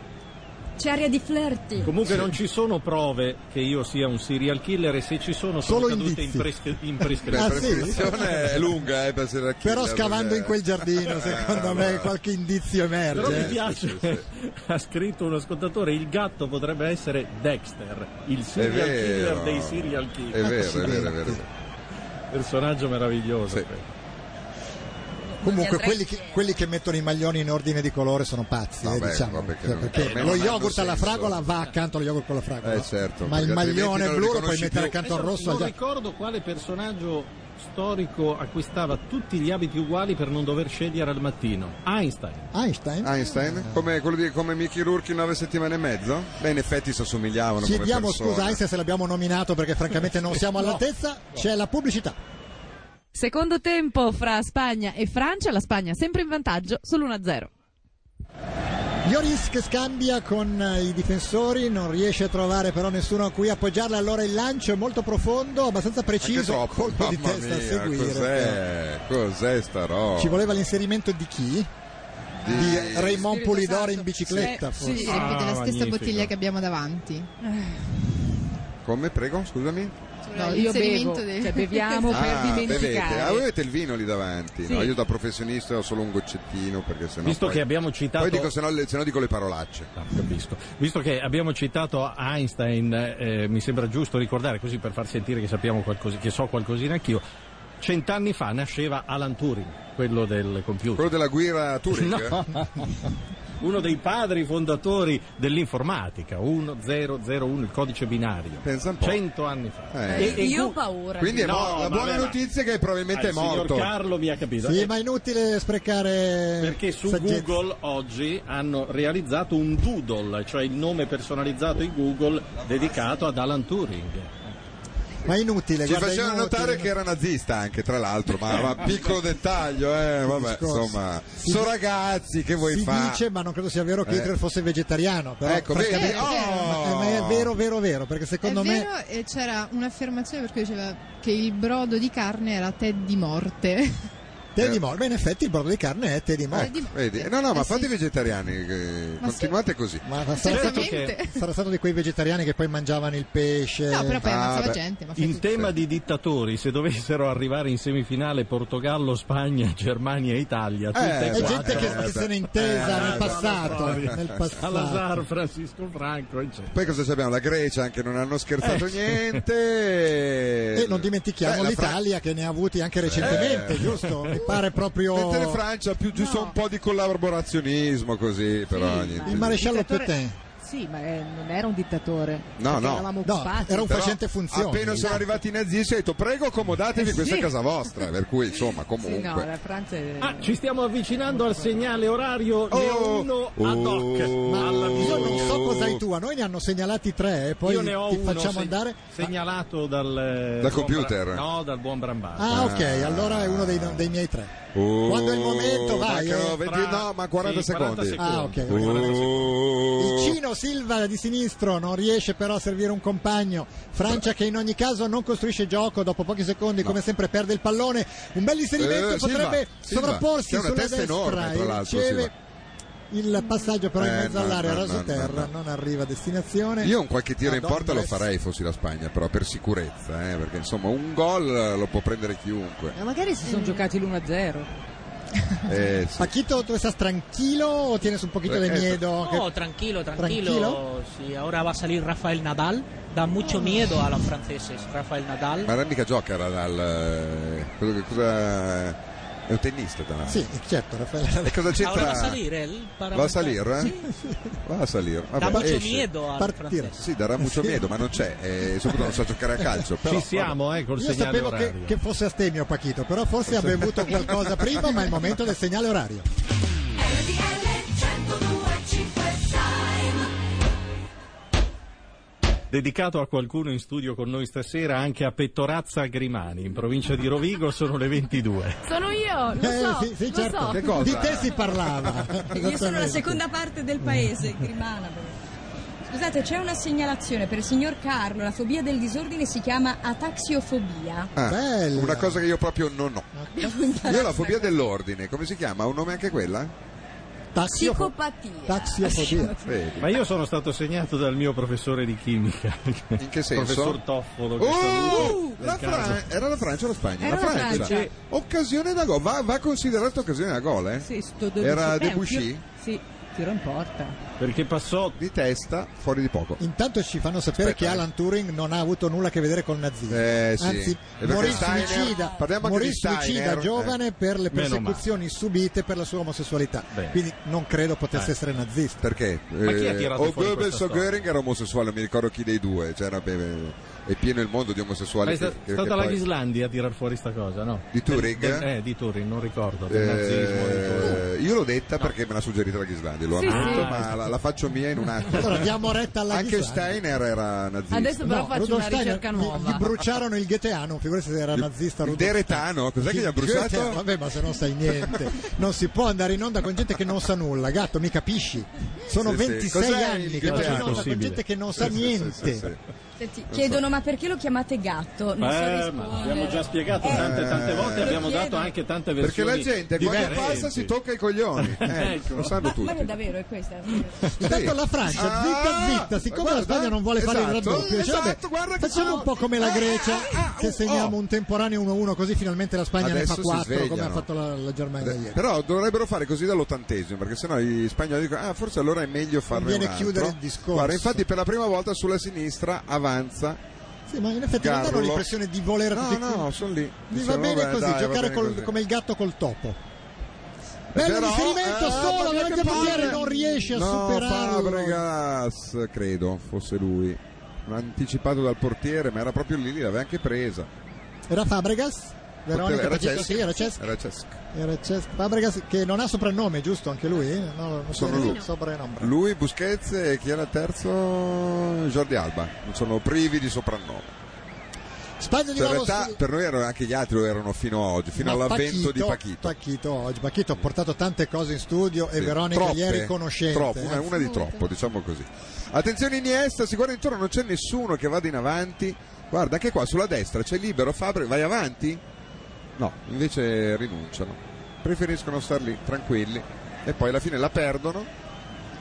[SPEAKER 17] C'è aria di flirty.
[SPEAKER 1] Comunque non ci sono prove che io sia un serial killer e se ci sono sono
[SPEAKER 2] Solo
[SPEAKER 1] cadute in,
[SPEAKER 2] indizi. Ah,
[SPEAKER 1] prescri-
[SPEAKER 2] [laughs]
[SPEAKER 1] in
[SPEAKER 3] La
[SPEAKER 1] prescrizione.
[SPEAKER 3] prescrizione è lunga eh, per essere archivio,
[SPEAKER 2] Però scavando
[SPEAKER 3] perché-
[SPEAKER 2] in quel giardino, secondo me, qualche indizio
[SPEAKER 1] Però mi
[SPEAKER 2] emerge.
[SPEAKER 1] piace, [laughs] ha scritto un ascoltatore, il gatto potrebbe essere Dexter, il
[SPEAKER 3] È
[SPEAKER 1] serial killer
[SPEAKER 3] vero.
[SPEAKER 1] dei serial
[SPEAKER 3] È
[SPEAKER 1] killer.
[SPEAKER 3] vero, è vero, è vero.
[SPEAKER 1] Personaggio meraviglioso.
[SPEAKER 2] Comunque,
[SPEAKER 1] andrei
[SPEAKER 2] quelli che, quelli che mettono i maglioni in ordine di colore sono pazzi, eh,
[SPEAKER 3] Vabbè, ma
[SPEAKER 2] diciamo.
[SPEAKER 3] perché
[SPEAKER 2] Cioè,
[SPEAKER 3] no?
[SPEAKER 2] perché
[SPEAKER 3] Per me
[SPEAKER 2] lo
[SPEAKER 3] non hanno
[SPEAKER 2] yogurt alla
[SPEAKER 3] senso.
[SPEAKER 2] fragola va accanto allo yogurt con la fragola.
[SPEAKER 3] Eh, certo,
[SPEAKER 2] Ma il
[SPEAKER 3] perché altrimenti
[SPEAKER 2] maglione
[SPEAKER 3] non lo
[SPEAKER 2] blu lo puoi
[SPEAKER 3] riconosci
[SPEAKER 2] mettere
[SPEAKER 3] più.
[SPEAKER 2] accanto al
[SPEAKER 1] Adesso
[SPEAKER 2] rosso.
[SPEAKER 1] Non
[SPEAKER 2] agli-
[SPEAKER 1] ricordo quale personaggio storico acquistava tutti gli abiti uguali per non dover scegliere al mattino. Einstein.
[SPEAKER 2] Einstein? Eh.
[SPEAKER 3] Einstein? Come, quello di, come Mickey Rourke in nove settimane e mezzo? Beh, in effetti si assomigliavano come
[SPEAKER 2] Chiediamo
[SPEAKER 3] persone.
[SPEAKER 2] scusa Einstein se l'abbiamo nominato perché francamente non siamo all'altezza. C'è la pubblicità.
[SPEAKER 7] Secondo tempo fra Spagna e Francia, la Spagna sempre in vantaggio sull'1-0.
[SPEAKER 2] Ioris che scambia con eh, i difensori, non riesce a trovare però nessuno a cui appoggiarla, allora il lancio è molto profondo, abbastanza
[SPEAKER 3] Anche
[SPEAKER 2] preciso,
[SPEAKER 3] troppo,
[SPEAKER 2] colpo di
[SPEAKER 3] mamma
[SPEAKER 2] testa a
[SPEAKER 3] mia,
[SPEAKER 2] seguire.
[SPEAKER 3] Cos'è? Cos'è sta roba?
[SPEAKER 2] Ci voleva l'inserimento di chi? Di Raymond Polidori in bicicletta,
[SPEAKER 5] Eh,
[SPEAKER 2] forse. Ah,
[SPEAKER 5] Sì, è
[SPEAKER 1] Ah,
[SPEAKER 5] della stessa bottiglia che abbiamo davanti.
[SPEAKER 3] Come, prego, scusami?
[SPEAKER 5] No,
[SPEAKER 4] io
[SPEAKER 5] l'inserimento
[SPEAKER 4] bevo,
[SPEAKER 5] del-
[SPEAKER 4] cioè beviamo per
[SPEAKER 3] [laughs] Ah, bevete.
[SPEAKER 4] dimenticare.
[SPEAKER 3] Ah, voi avete il vino lì davanti.
[SPEAKER 4] Sì.
[SPEAKER 3] No? Io da professionista ho solo un goccettino perché sennò
[SPEAKER 1] Visto
[SPEAKER 3] poi...
[SPEAKER 1] che abbiamo citato-
[SPEAKER 3] Poi dico, sennò, le- sennò dico le parolacce.
[SPEAKER 1] capisco. Visto che abbiamo citato Einstein, eh, mi sembra giusto ricordare, così per far sentire che sappiamo qualcosa, che so qualcosina anch'io. Cent'anni fa nasceva Alan Turing, quello del computer.
[SPEAKER 3] Quello della guerra a Turing?
[SPEAKER 1] [laughs] No. uno dei padri fondatori dell'informatica, 1001, il codice binario. 100 anni fa.
[SPEAKER 3] Eh.
[SPEAKER 11] Io ho
[SPEAKER 1] gu-
[SPEAKER 11] paura.
[SPEAKER 3] Quindi è
[SPEAKER 1] No,
[SPEAKER 3] mo- la
[SPEAKER 1] vabbè,
[SPEAKER 3] buona
[SPEAKER 1] ma-
[SPEAKER 3] notizia è che probabilmente
[SPEAKER 1] Ah,
[SPEAKER 3] è morto.
[SPEAKER 1] Il signor Carlo mi ha capito.
[SPEAKER 2] Sì,
[SPEAKER 1] Eh,
[SPEAKER 2] ma è inutile sprecare.
[SPEAKER 1] Perché su
[SPEAKER 2] saggezza.
[SPEAKER 1] Google oggi hanno realizzato un doodle, cioè il nome personalizzato di Google dedicato ad Alan Turing.
[SPEAKER 2] Ma è inutile,
[SPEAKER 3] Ci
[SPEAKER 2] guarda, è
[SPEAKER 3] facevano
[SPEAKER 2] inutile.
[SPEAKER 3] notare che era nazista anche, tra l'altro, ma,
[SPEAKER 2] [laughs]
[SPEAKER 3] ma piccolo dettaglio, eh, vabbè,
[SPEAKER 2] Discorso.
[SPEAKER 3] insomma,
[SPEAKER 2] Si-
[SPEAKER 3] so ragazzi che vuoi
[SPEAKER 2] si
[SPEAKER 3] fare.
[SPEAKER 2] dice, ma non credo sia vero che
[SPEAKER 3] Eh.
[SPEAKER 2] Hitler fosse vegetariano. Però
[SPEAKER 3] Ecco, vedi?
[SPEAKER 2] francamente-
[SPEAKER 3] Oh!
[SPEAKER 2] ma, è, ma è vero, vero, vero, perché secondo
[SPEAKER 5] è
[SPEAKER 2] me
[SPEAKER 5] vero, eh, c'era un'affermazione per cui diceva che il brodo di carne era tè di morte.
[SPEAKER 2] tè di morte, ma in effetti il brodo di carne è tè di morte.
[SPEAKER 5] Tè di-
[SPEAKER 3] Eh. Vedi? No, no, ma
[SPEAKER 5] Eh, sì.
[SPEAKER 3] fate i vegetariani, eh,
[SPEAKER 5] Ma
[SPEAKER 3] continuate così.
[SPEAKER 2] Ma sarà
[SPEAKER 1] Certo
[SPEAKER 2] stato,
[SPEAKER 5] Certamente.
[SPEAKER 2] sarà stato di quei vegetariani che poi mangiavano il pesce.
[SPEAKER 5] No, però poi
[SPEAKER 1] Ah,
[SPEAKER 5] ammazzava gente, ma fai
[SPEAKER 1] In
[SPEAKER 5] tutto.
[SPEAKER 1] tema di dittatori, se dovessero arrivare in semifinale Portogallo, Spagna, [laughs] Germania e Italia, tutte cioè, Eh,
[SPEAKER 2] Eh,
[SPEAKER 1] e
[SPEAKER 2] è
[SPEAKER 1] quattro-
[SPEAKER 2] gente che, che se ne intesa nel passato. Nel passato.
[SPEAKER 1] eh, Salazar, Francisco Franco, eccetera.
[SPEAKER 3] Poi cosa abbiamo? La Grecia che non hanno scherzato
[SPEAKER 1] Eh.
[SPEAKER 3] niente.
[SPEAKER 2] [laughs] E non dimentichiamo
[SPEAKER 3] Eh, la Fran-
[SPEAKER 2] l'Italia che ne ha avuti anche recentemente,
[SPEAKER 3] Eh.
[SPEAKER 2] giusto? Mi pare proprio
[SPEAKER 3] Mentre Francia più giusto un po' di collaborazionismo così, però
[SPEAKER 9] Ah,
[SPEAKER 3] niente.
[SPEAKER 2] il maresciallo
[SPEAKER 12] dittatore-
[SPEAKER 2] Petain.
[SPEAKER 12] Sì, ma eh, non era un dittatore.
[SPEAKER 3] No,
[SPEAKER 12] Perché
[SPEAKER 3] no.
[SPEAKER 12] Eravamo
[SPEAKER 2] No,
[SPEAKER 12] occupati.
[SPEAKER 2] era un
[SPEAKER 3] Però
[SPEAKER 2] facente funzioni.
[SPEAKER 3] Appena sono arrivati i nazisti, ho detto prego accomodatevi,
[SPEAKER 12] Eh,
[SPEAKER 3] questa
[SPEAKER 12] sì.
[SPEAKER 3] è casa vostra. Per cui insomma,
[SPEAKER 12] Sì, no, la
[SPEAKER 3] comunque.
[SPEAKER 12] Francia è...
[SPEAKER 1] Ah, ci stiamo avvicinando al segnale orario ne ho uno ad hoc. alla
[SPEAKER 2] Oh. Io
[SPEAKER 1] visione.
[SPEAKER 2] non so cosa hai tu, a noi ne hanno segnalati tre e poi
[SPEAKER 1] Io ne ho
[SPEAKER 2] ti
[SPEAKER 1] uno
[SPEAKER 2] facciamo
[SPEAKER 1] se-
[SPEAKER 2] andare.
[SPEAKER 1] segnalato dal, eh,
[SPEAKER 3] Dal
[SPEAKER 1] buon
[SPEAKER 3] computer?
[SPEAKER 1] Bra- no, dal buon Brambato.
[SPEAKER 2] Ah, ok, allora è uno dei, dei miei tre.
[SPEAKER 3] Oh,
[SPEAKER 2] Quando è il momento, vai,
[SPEAKER 3] mancano
[SPEAKER 2] eh.
[SPEAKER 3] 20 no, ma 40
[SPEAKER 1] Sì,
[SPEAKER 3] secondi.
[SPEAKER 1] 40 secondi.
[SPEAKER 2] Ah, ok.
[SPEAKER 3] Oh.
[SPEAKER 2] Il Cino Silva di sinistro non riesce però a servire un compagno. Francia che in ogni caso non costruisce gioco, dopo pochi secondi come sempre perde il pallone. Un bel inserimento
[SPEAKER 3] Eh, Silva,
[SPEAKER 2] potrebbe
[SPEAKER 3] Silva,
[SPEAKER 2] sovrapporsi
[SPEAKER 3] che ha una
[SPEAKER 2] sulla
[SPEAKER 3] testa
[SPEAKER 2] destra
[SPEAKER 3] enorme, tra
[SPEAKER 2] e
[SPEAKER 3] l'altro,
[SPEAKER 2] riceve
[SPEAKER 3] Silva.
[SPEAKER 2] il passaggio però in
[SPEAKER 3] Eh,
[SPEAKER 2] mezzo
[SPEAKER 3] no,
[SPEAKER 2] all'area
[SPEAKER 3] no,
[SPEAKER 2] raso
[SPEAKER 3] no,
[SPEAKER 2] terra,
[SPEAKER 3] no, no.
[SPEAKER 2] non arriva a destinazione.
[SPEAKER 3] Io un qualche tiro in
[SPEAKER 2] Madonna,
[SPEAKER 3] porta lo
[SPEAKER 2] adesso-
[SPEAKER 3] farei fossi la Spagna, però per sicurezza, eh, perché insomma un gol eh, lo può prendere chiunque.
[SPEAKER 2] [laughs]
[SPEAKER 12] Ma magari si
[SPEAKER 2] Mm.
[SPEAKER 12] sono giocati l'1-0.
[SPEAKER 3] Eh, sì.
[SPEAKER 2] Paquito, tu estás tranquilo o tienes un poquito de
[SPEAKER 3] Eh,
[SPEAKER 2] miedo?
[SPEAKER 10] No,
[SPEAKER 2] Que-
[SPEAKER 10] tranquilo, tranquilo.
[SPEAKER 2] Tranquilo.
[SPEAKER 10] Sí, ahora va a salir Rafael Nadal. Da mucho miedo a los franceses. Rafael Nadal.
[SPEAKER 3] Ma era mica gioca era dal eh, quello che- cosa è un tennista tra l'altro.
[SPEAKER 2] Sì, certo, Raffaele.
[SPEAKER 3] E cosa c'entra?
[SPEAKER 10] Ahora va a salir él.
[SPEAKER 3] Va
[SPEAKER 10] Para
[SPEAKER 3] a
[SPEAKER 10] marcar.
[SPEAKER 3] salire, eh?
[SPEAKER 10] Sí.
[SPEAKER 3] Va a salire. Vabbè,
[SPEAKER 10] Da mucho
[SPEAKER 3] esce.
[SPEAKER 10] miedo al
[SPEAKER 2] Partirà.
[SPEAKER 10] francés.
[SPEAKER 3] Sì, darà mucho miedo, ma non c'è, eh, soprattutto non sa giocare a calcio. Però,
[SPEAKER 1] Ci siamo, eh, col
[SPEAKER 2] Io
[SPEAKER 1] segnale
[SPEAKER 2] sapevo
[SPEAKER 1] orario.
[SPEAKER 2] che, che fosse astemio Paquito, però forse ha bevuto qualcosa prima, ma è il momento del segnale orario.
[SPEAKER 1] Dedicato a qualcuno in studio con noi stasera, anche a Pettorazza Grimani, in provincia di Rovigo, sono le 22.
[SPEAKER 11] Sono
[SPEAKER 8] Oh,
[SPEAKER 11] io, lo
[SPEAKER 2] Eh,
[SPEAKER 11] so,
[SPEAKER 2] sì, sì,
[SPEAKER 11] lo
[SPEAKER 2] certo.
[SPEAKER 11] so.
[SPEAKER 3] Che cosa?
[SPEAKER 2] Di te si [laughs] parlava.
[SPEAKER 8] Io sono la
[SPEAKER 2] Esattamente.
[SPEAKER 8] seconda parte del paese, Grimana. Scusate, c'è una segnalazione per il signor Carlo. La fobia del disordine si chiama ataxiofobia.
[SPEAKER 3] Ah,
[SPEAKER 2] Bella.
[SPEAKER 3] una cosa che io proprio non ho. Io ho la fobia dell'ordine, come si chiama? Ha un nome anche quella?
[SPEAKER 2] Taxiofo-
[SPEAKER 8] Psicopatia.
[SPEAKER 2] Taxiofobia.
[SPEAKER 3] Vedi.
[SPEAKER 1] Ma io sono stato segnato dal mio professore di chimica.
[SPEAKER 3] In che senso?
[SPEAKER 1] Professor Toffolo. che saluto.
[SPEAKER 3] Oh, la
[SPEAKER 1] Del caso.
[SPEAKER 3] Fran- era la Francia o la Spagna?
[SPEAKER 12] Era la Francia.
[SPEAKER 3] Occasione da gol, va, va considerata occasione da gol, eh?
[SPEAKER 12] Sì, sto
[SPEAKER 3] Era
[SPEAKER 12] Beh, un
[SPEAKER 3] Debussy?
[SPEAKER 12] tiro- Sì, tiro in porta.
[SPEAKER 1] Perché passò
[SPEAKER 3] Di testa, fuori di poco.
[SPEAKER 2] Intanto ci fanno sapere
[SPEAKER 3] Aspetta,
[SPEAKER 2] che
[SPEAKER 3] eh.
[SPEAKER 2] Alan Turing non ha avuto nulla a che vedere col nazismo.
[SPEAKER 3] Eh, sì. E
[SPEAKER 2] Anzi,
[SPEAKER 3] perché
[SPEAKER 2] morì
[SPEAKER 3] Steiner-
[SPEAKER 2] suicida,
[SPEAKER 3] parliamo anche
[SPEAKER 2] morì
[SPEAKER 3] di Steiner,
[SPEAKER 2] suicida
[SPEAKER 3] eh.
[SPEAKER 2] giovane per le
[SPEAKER 1] Meno male.
[SPEAKER 2] persecuzioni subite per la sua omosessualità.
[SPEAKER 1] Bene.
[SPEAKER 2] Quindi non credo potesse
[SPEAKER 1] Eh.
[SPEAKER 2] essere nazista.
[SPEAKER 3] Perché?
[SPEAKER 1] Ma chi ha tirato
[SPEAKER 3] Eh, o
[SPEAKER 1] fuori
[SPEAKER 3] Goebbels
[SPEAKER 1] questa
[SPEAKER 3] o
[SPEAKER 1] storia?
[SPEAKER 3] Goering era omosessuale, non mi ricordo chi dei due. C'era, beh, è pieno il mondo di omosessuali.
[SPEAKER 1] Ma è sta-
[SPEAKER 3] che- che- che
[SPEAKER 1] stata la
[SPEAKER 3] poi-
[SPEAKER 1] Ghislandia a tirar fuori sta cosa, no?
[SPEAKER 3] Di Turing?
[SPEAKER 1] Del- del- eh, di Turing, non ricordo. Del nazismo. di Turing.
[SPEAKER 3] Eh, io l'ho detta perché me l'ha suggerita la Ghislandi, lo
[SPEAKER 11] Sì,
[SPEAKER 3] ammetto,
[SPEAKER 11] sì.
[SPEAKER 3] ma la, la faccio mia in un attimo.
[SPEAKER 2] Allora diamo retta alla
[SPEAKER 3] Eh. Anche
[SPEAKER 2] Ghislandi.
[SPEAKER 3] Steiner era nazista.
[SPEAKER 11] Adesso però
[SPEAKER 2] No,
[SPEAKER 11] faccio
[SPEAKER 2] Rudolf
[SPEAKER 11] una
[SPEAKER 2] Steiner,
[SPEAKER 11] ricerca
[SPEAKER 2] gli-
[SPEAKER 11] nuova.
[SPEAKER 2] Gli bruciarono il Gheteano, figurati se era nazista.
[SPEAKER 3] Il
[SPEAKER 2] Rudolf
[SPEAKER 3] Deretano, cos'è che gli ha
[SPEAKER 2] Goethe,
[SPEAKER 3] bruciato?
[SPEAKER 2] Vabbè, ma se non sai niente, non si può andare in onda con gente che non sa nulla, gatto, mi capisci? Sono
[SPEAKER 3] Sì, sì.
[SPEAKER 2] 26
[SPEAKER 3] Cos'è
[SPEAKER 2] anni
[SPEAKER 3] il
[SPEAKER 2] che vado in
[SPEAKER 3] Goetheano?
[SPEAKER 2] onda con
[SPEAKER 1] Possibile.
[SPEAKER 2] gente che non sa
[SPEAKER 3] Sì, sì,
[SPEAKER 2] niente.
[SPEAKER 3] sì, sì, sì.
[SPEAKER 8] Senti, chiedono ma perché lo chiamate gatto? Non so
[SPEAKER 1] Eh,
[SPEAKER 8] rispondere.
[SPEAKER 1] ma abbiamo già spiegato tante
[SPEAKER 2] Eh.
[SPEAKER 1] tante volte, abbiamo dato anche tante
[SPEAKER 3] Perché
[SPEAKER 1] versioni
[SPEAKER 3] la gente quando
[SPEAKER 1] diverse.
[SPEAKER 3] passa si tocca i coglioni. Eh,
[SPEAKER 1] Ecco.
[SPEAKER 3] Lo
[SPEAKER 8] Ma,
[SPEAKER 3] sanno
[SPEAKER 8] ma
[SPEAKER 3] tutti.
[SPEAKER 8] è davvero è questa?
[SPEAKER 2] Intanto
[SPEAKER 3] Sì.
[SPEAKER 2] la Francia,
[SPEAKER 3] Ah,
[SPEAKER 2] zitta zitta, siccome la
[SPEAKER 3] guarda,
[SPEAKER 2] Spagna non vuole fare il
[SPEAKER 3] esatto,
[SPEAKER 2] raddoppio, dice,
[SPEAKER 3] esatto,
[SPEAKER 2] vabbè,
[SPEAKER 3] guarda che
[SPEAKER 2] facciamo
[SPEAKER 3] sono-
[SPEAKER 2] un po' come la
[SPEAKER 3] Ah,
[SPEAKER 2] Grecia,
[SPEAKER 3] ah, ah,
[SPEAKER 2] che
[SPEAKER 3] oh,
[SPEAKER 2] segniamo
[SPEAKER 3] oh.
[SPEAKER 2] un temporaneo 1-1, così finalmente la Spagna
[SPEAKER 3] Adesso
[SPEAKER 2] ne fa
[SPEAKER 3] si
[SPEAKER 2] 4 come ha
[SPEAKER 3] svegliano.
[SPEAKER 2] fatto la, la Germania
[SPEAKER 3] Eh,
[SPEAKER 2] ieri.
[SPEAKER 3] Però dovrebbero fare così dall'ottantesimo, perché sennò gli spagnoli dicono: Ah, forse allora è meglio farne
[SPEAKER 2] Conviene
[SPEAKER 3] un altro".
[SPEAKER 2] chiudere il discorso.
[SPEAKER 3] Guarda, infatti, per la prima volta sulla sinistra avanza.
[SPEAKER 2] Sì, ma in effetti non danno
[SPEAKER 3] Garlo.
[SPEAKER 2] Cioè, l'impressione di voler...
[SPEAKER 3] No,
[SPEAKER 2] di-
[SPEAKER 3] no, sono lì.
[SPEAKER 2] di-
[SPEAKER 3] Dicono,
[SPEAKER 2] va bene
[SPEAKER 3] "Vabbè,
[SPEAKER 2] così,
[SPEAKER 3] dai, va
[SPEAKER 2] giocare
[SPEAKER 3] bene
[SPEAKER 2] col-
[SPEAKER 3] così".
[SPEAKER 2] come il gatto col topo. Bello
[SPEAKER 3] Però,
[SPEAKER 2] riferimento
[SPEAKER 3] eh,
[SPEAKER 2] solo
[SPEAKER 3] ma che
[SPEAKER 2] Bianca
[SPEAKER 3] palle!
[SPEAKER 2] Picchiere non riesce a
[SPEAKER 3] no,
[SPEAKER 2] superarlo.
[SPEAKER 3] Fabregas, credo fosse lui. Anticipato dal portiere, ma era proprio lì, lì l'aveva anche presa.
[SPEAKER 2] Era Fabregas? Veronica
[SPEAKER 3] era
[SPEAKER 2] Picchiere, sì, era Cesc.
[SPEAKER 3] Cesc. Era Cesc.
[SPEAKER 2] Era Cesc. Fabregas che non ha soprannome, giusto? Anche lui? No, non so,
[SPEAKER 3] Solo lui.
[SPEAKER 2] Soprannome.
[SPEAKER 3] Lui, Busquets e chi era il terzo? Jordi Alba. Non sono privi di soprannome.
[SPEAKER 2] Spagna di
[SPEAKER 3] Cioè, in
[SPEAKER 2] nuovo
[SPEAKER 3] realtà
[SPEAKER 2] su-
[SPEAKER 3] per noi erano anche gli altri lo erano fino a oggi, fino
[SPEAKER 2] Ma
[SPEAKER 3] all'avvento di Pachito.
[SPEAKER 2] Pachito oggi. Pachito ha portato tante cose in studio e
[SPEAKER 3] Sì,
[SPEAKER 2] Veronica eh.
[SPEAKER 3] troppe,
[SPEAKER 2] gli è riconoscente.
[SPEAKER 3] troppe, una, una di troppo, diciamo così. Attenzione Iniesta, si guarda intorno, non c'è nessuno che vada in avanti. Guarda, anche qua sulla destra c'è libero Fabri, vai avanti? No, invece rinunciano. Preferiscono star lì, tranquilli. E poi alla fine la perdono.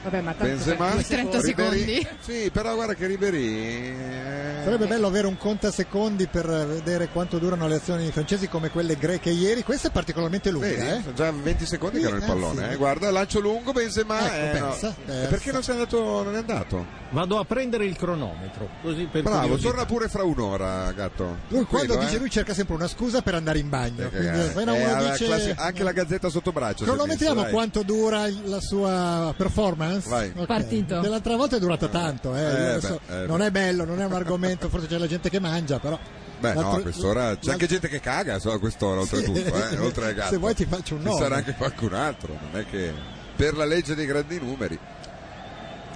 [SPEAKER 9] Vabbè, ma
[SPEAKER 2] tanto
[SPEAKER 3] Benzema,
[SPEAKER 2] per 30
[SPEAKER 3] Ribéry-
[SPEAKER 2] secondi.
[SPEAKER 3] Sì, però guarda che Ribery. eh,
[SPEAKER 2] Sarebbe bello avere un conta secondi per vedere quanto durano le azioni francesi come quelle greche ieri. Questa è particolarmente lunga,
[SPEAKER 3] Vedi,
[SPEAKER 2] eh?
[SPEAKER 3] sono già 20 secondi che
[SPEAKER 2] Sì,
[SPEAKER 3] era il
[SPEAKER 2] eh,
[SPEAKER 3] pallone.
[SPEAKER 2] sì.
[SPEAKER 3] eh. Guarda, lancio lungo, Benzema.
[SPEAKER 2] Ecco,
[SPEAKER 3] eh, no.
[SPEAKER 2] pensa,
[SPEAKER 3] E
[SPEAKER 2] pensa.
[SPEAKER 3] Perché non, sei andato, non è andato?
[SPEAKER 1] Vado a prendere il cronometro, così per
[SPEAKER 3] Bravo,
[SPEAKER 1] curiosità.
[SPEAKER 3] torna pure fra un'ora, gatto.
[SPEAKER 2] Lui quando
[SPEAKER 3] Tranquillo,
[SPEAKER 2] dice
[SPEAKER 3] eh.
[SPEAKER 2] lui cerca sempre una scusa per andare in bagno.
[SPEAKER 3] Eh,
[SPEAKER 2] Quindi, se no
[SPEAKER 3] eh,
[SPEAKER 2] uno
[SPEAKER 3] alla
[SPEAKER 2] dice
[SPEAKER 3] classi- anche la gazzetta sotto braccio. si è
[SPEAKER 2] cronometriamo
[SPEAKER 3] messo, dai.
[SPEAKER 2] quanto dura il- la sua performance.
[SPEAKER 3] Vai.
[SPEAKER 2] Ok.
[SPEAKER 3] Partito.
[SPEAKER 2] Dell'altra volta è durata tanto, eh.
[SPEAKER 3] Eh,
[SPEAKER 2] Io
[SPEAKER 3] beh,
[SPEAKER 2] adesso
[SPEAKER 3] eh,
[SPEAKER 2] non
[SPEAKER 3] beh.
[SPEAKER 2] è bello, non è un argomento, forse c'è la gente che mangia, però
[SPEAKER 3] Beh, no, a
[SPEAKER 2] l'altro- [laughs]
[SPEAKER 3] quest'ora c'è anche gente che caga so, a quest'ora, oltretutto. Eh, oltre al gatto.
[SPEAKER 2] Se vuoi ti faccio un
[SPEAKER 3] Ci sarà
[SPEAKER 2] nome.
[SPEAKER 3] anche qualcun altro, non è che per la legge dei grandi numeri.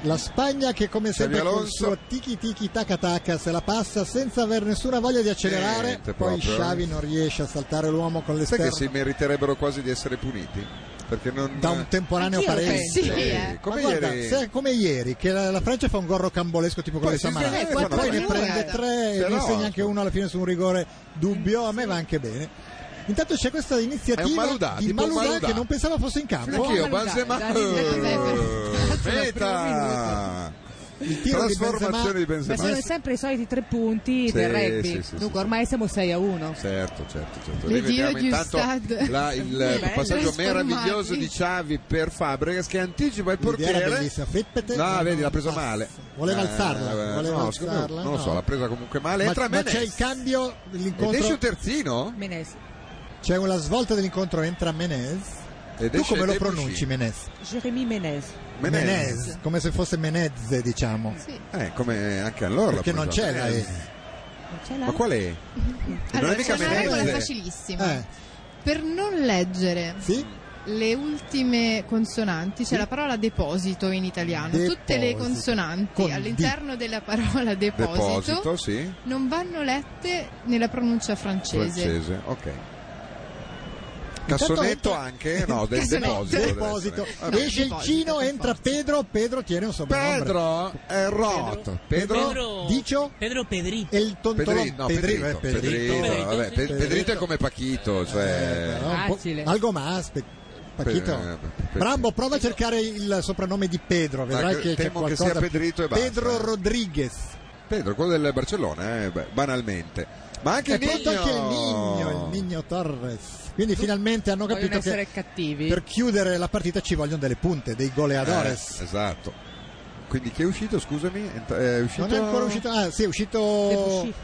[SPEAKER 2] La Spagna che come
[SPEAKER 3] Xavi
[SPEAKER 2] sempre con il
[SPEAKER 3] Alonso.
[SPEAKER 2] suo tiki tiki taca taca se la passa senza aver nessuna voglia di accelerare,
[SPEAKER 3] Niente
[SPEAKER 2] poi
[SPEAKER 3] proprio.
[SPEAKER 2] Xavi non riesce a saltare l'uomo con
[SPEAKER 3] Sai
[SPEAKER 2] l'esterno.
[SPEAKER 3] che si meriterebbero quasi di essere puniti? Perché non...
[SPEAKER 2] da un temporaneo
[SPEAKER 3] Anch'io lo penso.
[SPEAKER 2] pareggio.
[SPEAKER 3] Sì, eh. Come
[SPEAKER 2] Ma guarda,
[SPEAKER 3] ieri.
[SPEAKER 2] se è come ieri, che la, la Francia fa un gol rocambolesco tipo quello
[SPEAKER 3] Poi
[SPEAKER 2] di
[SPEAKER 3] si
[SPEAKER 2] Samara,
[SPEAKER 3] sveglia,
[SPEAKER 2] poi,
[SPEAKER 3] guarda,
[SPEAKER 2] poi ne
[SPEAKER 3] guarda.
[SPEAKER 2] prende tre e
[SPEAKER 3] Però-
[SPEAKER 2] ne segna anche uno alla fine su un rigore dubbio, a me va anche bene. Intanto c'è questa iniziativa
[SPEAKER 3] È un Maludà,
[SPEAKER 2] di
[SPEAKER 3] tipo
[SPEAKER 2] Maludà,
[SPEAKER 3] Maludà.
[SPEAKER 2] che non pensavo fosse in campo.
[SPEAKER 3] Anch'io, Benzema. Meta! Trasformazione di
[SPEAKER 9] Ma sono
[SPEAKER 3] Benzema.
[SPEAKER 9] sempre i soliti tre punti
[SPEAKER 3] Sì,
[SPEAKER 9] del rugby.
[SPEAKER 3] sì, sì,
[SPEAKER 9] Dunque ormai siamo 6 a 1.
[SPEAKER 3] Certo, certo, certo.
[SPEAKER 9] Le
[SPEAKER 3] Rivediamo
[SPEAKER 9] dire di
[SPEAKER 3] intanto
[SPEAKER 9] Ustad.
[SPEAKER 3] la- il
[SPEAKER 9] Bello,
[SPEAKER 3] passaggio
[SPEAKER 9] trasformati.
[SPEAKER 3] meraviglioso di Xavi per Fabregas che anticipa il
[SPEAKER 2] L'idea era
[SPEAKER 3] portiere.
[SPEAKER 2] bellissima, Feppete
[SPEAKER 3] No,
[SPEAKER 2] non
[SPEAKER 3] vedi, l'ha presa
[SPEAKER 2] passa.
[SPEAKER 3] male.
[SPEAKER 2] Voleva
[SPEAKER 3] Eh,
[SPEAKER 2] alzarla,
[SPEAKER 3] eh,
[SPEAKER 2] voleva
[SPEAKER 3] no, secondo me-
[SPEAKER 2] alzarla,
[SPEAKER 3] Non lo so,
[SPEAKER 2] no.
[SPEAKER 3] l'ha presa comunque male.
[SPEAKER 2] Ma-
[SPEAKER 3] Entra
[SPEAKER 2] ma
[SPEAKER 3] Menez.
[SPEAKER 2] c'è il cambio,
[SPEAKER 3] Ed esce
[SPEAKER 2] l'incontro,
[SPEAKER 3] un terzino.
[SPEAKER 9] Menez.
[SPEAKER 2] c'è una svolta dell'incontro, entra Menez.
[SPEAKER 3] Ed
[SPEAKER 2] tu
[SPEAKER 3] esce
[SPEAKER 2] come lo
[SPEAKER 3] Debussy.
[SPEAKER 2] pronunci Menez?
[SPEAKER 9] Jeremy Menez.
[SPEAKER 3] Menez.
[SPEAKER 2] Menez, come se fosse Menez, diciamo.
[SPEAKER 3] Eh, come anche allora.
[SPEAKER 2] Perché
[SPEAKER 3] l'ha Eh,
[SPEAKER 2] non eh.
[SPEAKER 3] presa
[SPEAKER 2] c'è la
[SPEAKER 3] Menez.
[SPEAKER 2] E.
[SPEAKER 3] Ma qual è?
[SPEAKER 5] Allora,
[SPEAKER 3] non è mica Eh.
[SPEAKER 5] c'è una
[SPEAKER 3] Menez.
[SPEAKER 5] regola facilissima. Per non leggere le ultime consonanti, c'è la parola deposito in italiano. Tutte le
[SPEAKER 3] Deposito.
[SPEAKER 5] consonanti
[SPEAKER 3] Con D.
[SPEAKER 5] all'interno della parola deposito,
[SPEAKER 3] Deposito, sì.
[SPEAKER 5] non vanno lette nella pronuncia francese.
[SPEAKER 3] Francese, ok. Cassonetto
[SPEAKER 2] entra-
[SPEAKER 3] anche? [laughs] No, del
[SPEAKER 2] Cassetto.
[SPEAKER 3] deposito. deve
[SPEAKER 2] Deposito.
[SPEAKER 3] essere. Vabbè.
[SPEAKER 2] Esce il Cino, entra Pedro, Pedro tiene un soprannome.
[SPEAKER 3] Pedro è rotto. Pedro- Pedro-
[SPEAKER 2] Dicio?
[SPEAKER 10] Pedro Pedri.
[SPEAKER 2] E il tontolone.
[SPEAKER 3] Pedrito, no,
[SPEAKER 2] Pedrito,
[SPEAKER 3] Pedrito,
[SPEAKER 2] eh,
[SPEAKER 3] Pedrito,
[SPEAKER 2] Pedrito.
[SPEAKER 3] vabbè, Pe-
[SPEAKER 2] Pedrito.
[SPEAKER 3] Pedrito è come
[SPEAKER 5] Eh,
[SPEAKER 3] Pachito, cioè...
[SPEAKER 2] Era Eh, un po' Algo más, Pe- Pachito.
[SPEAKER 3] Pe- Pe-
[SPEAKER 2] Brambo, prova a cercare il soprannome di Pedro, vedrai
[SPEAKER 3] Ah,
[SPEAKER 2] che c'è
[SPEAKER 3] temo che
[SPEAKER 2] qualcosa.
[SPEAKER 3] sia Pedrito e basta. eh.
[SPEAKER 2] Pedro Rodriguez.
[SPEAKER 3] Pedro, quello del Barcellona, eh, beh, banalmente. Ma anche
[SPEAKER 2] è
[SPEAKER 3] il Nigno...
[SPEAKER 2] pronto anche il Nigno, il Nigno Torres. Quindi finalmente hanno
[SPEAKER 9] Vogliono
[SPEAKER 2] capito
[SPEAKER 9] essere
[SPEAKER 2] che
[SPEAKER 9] cattivi.
[SPEAKER 2] per chiudere la partita ci vogliono delle punte, dei goleadores.
[SPEAKER 3] Eh, esatto. Quindi chi è uscito, scusami? Ent- Eh, È uscito...
[SPEAKER 2] Non è ancora uscito. Ah, sì, è uscito. eh,
[SPEAKER 3] Debussy.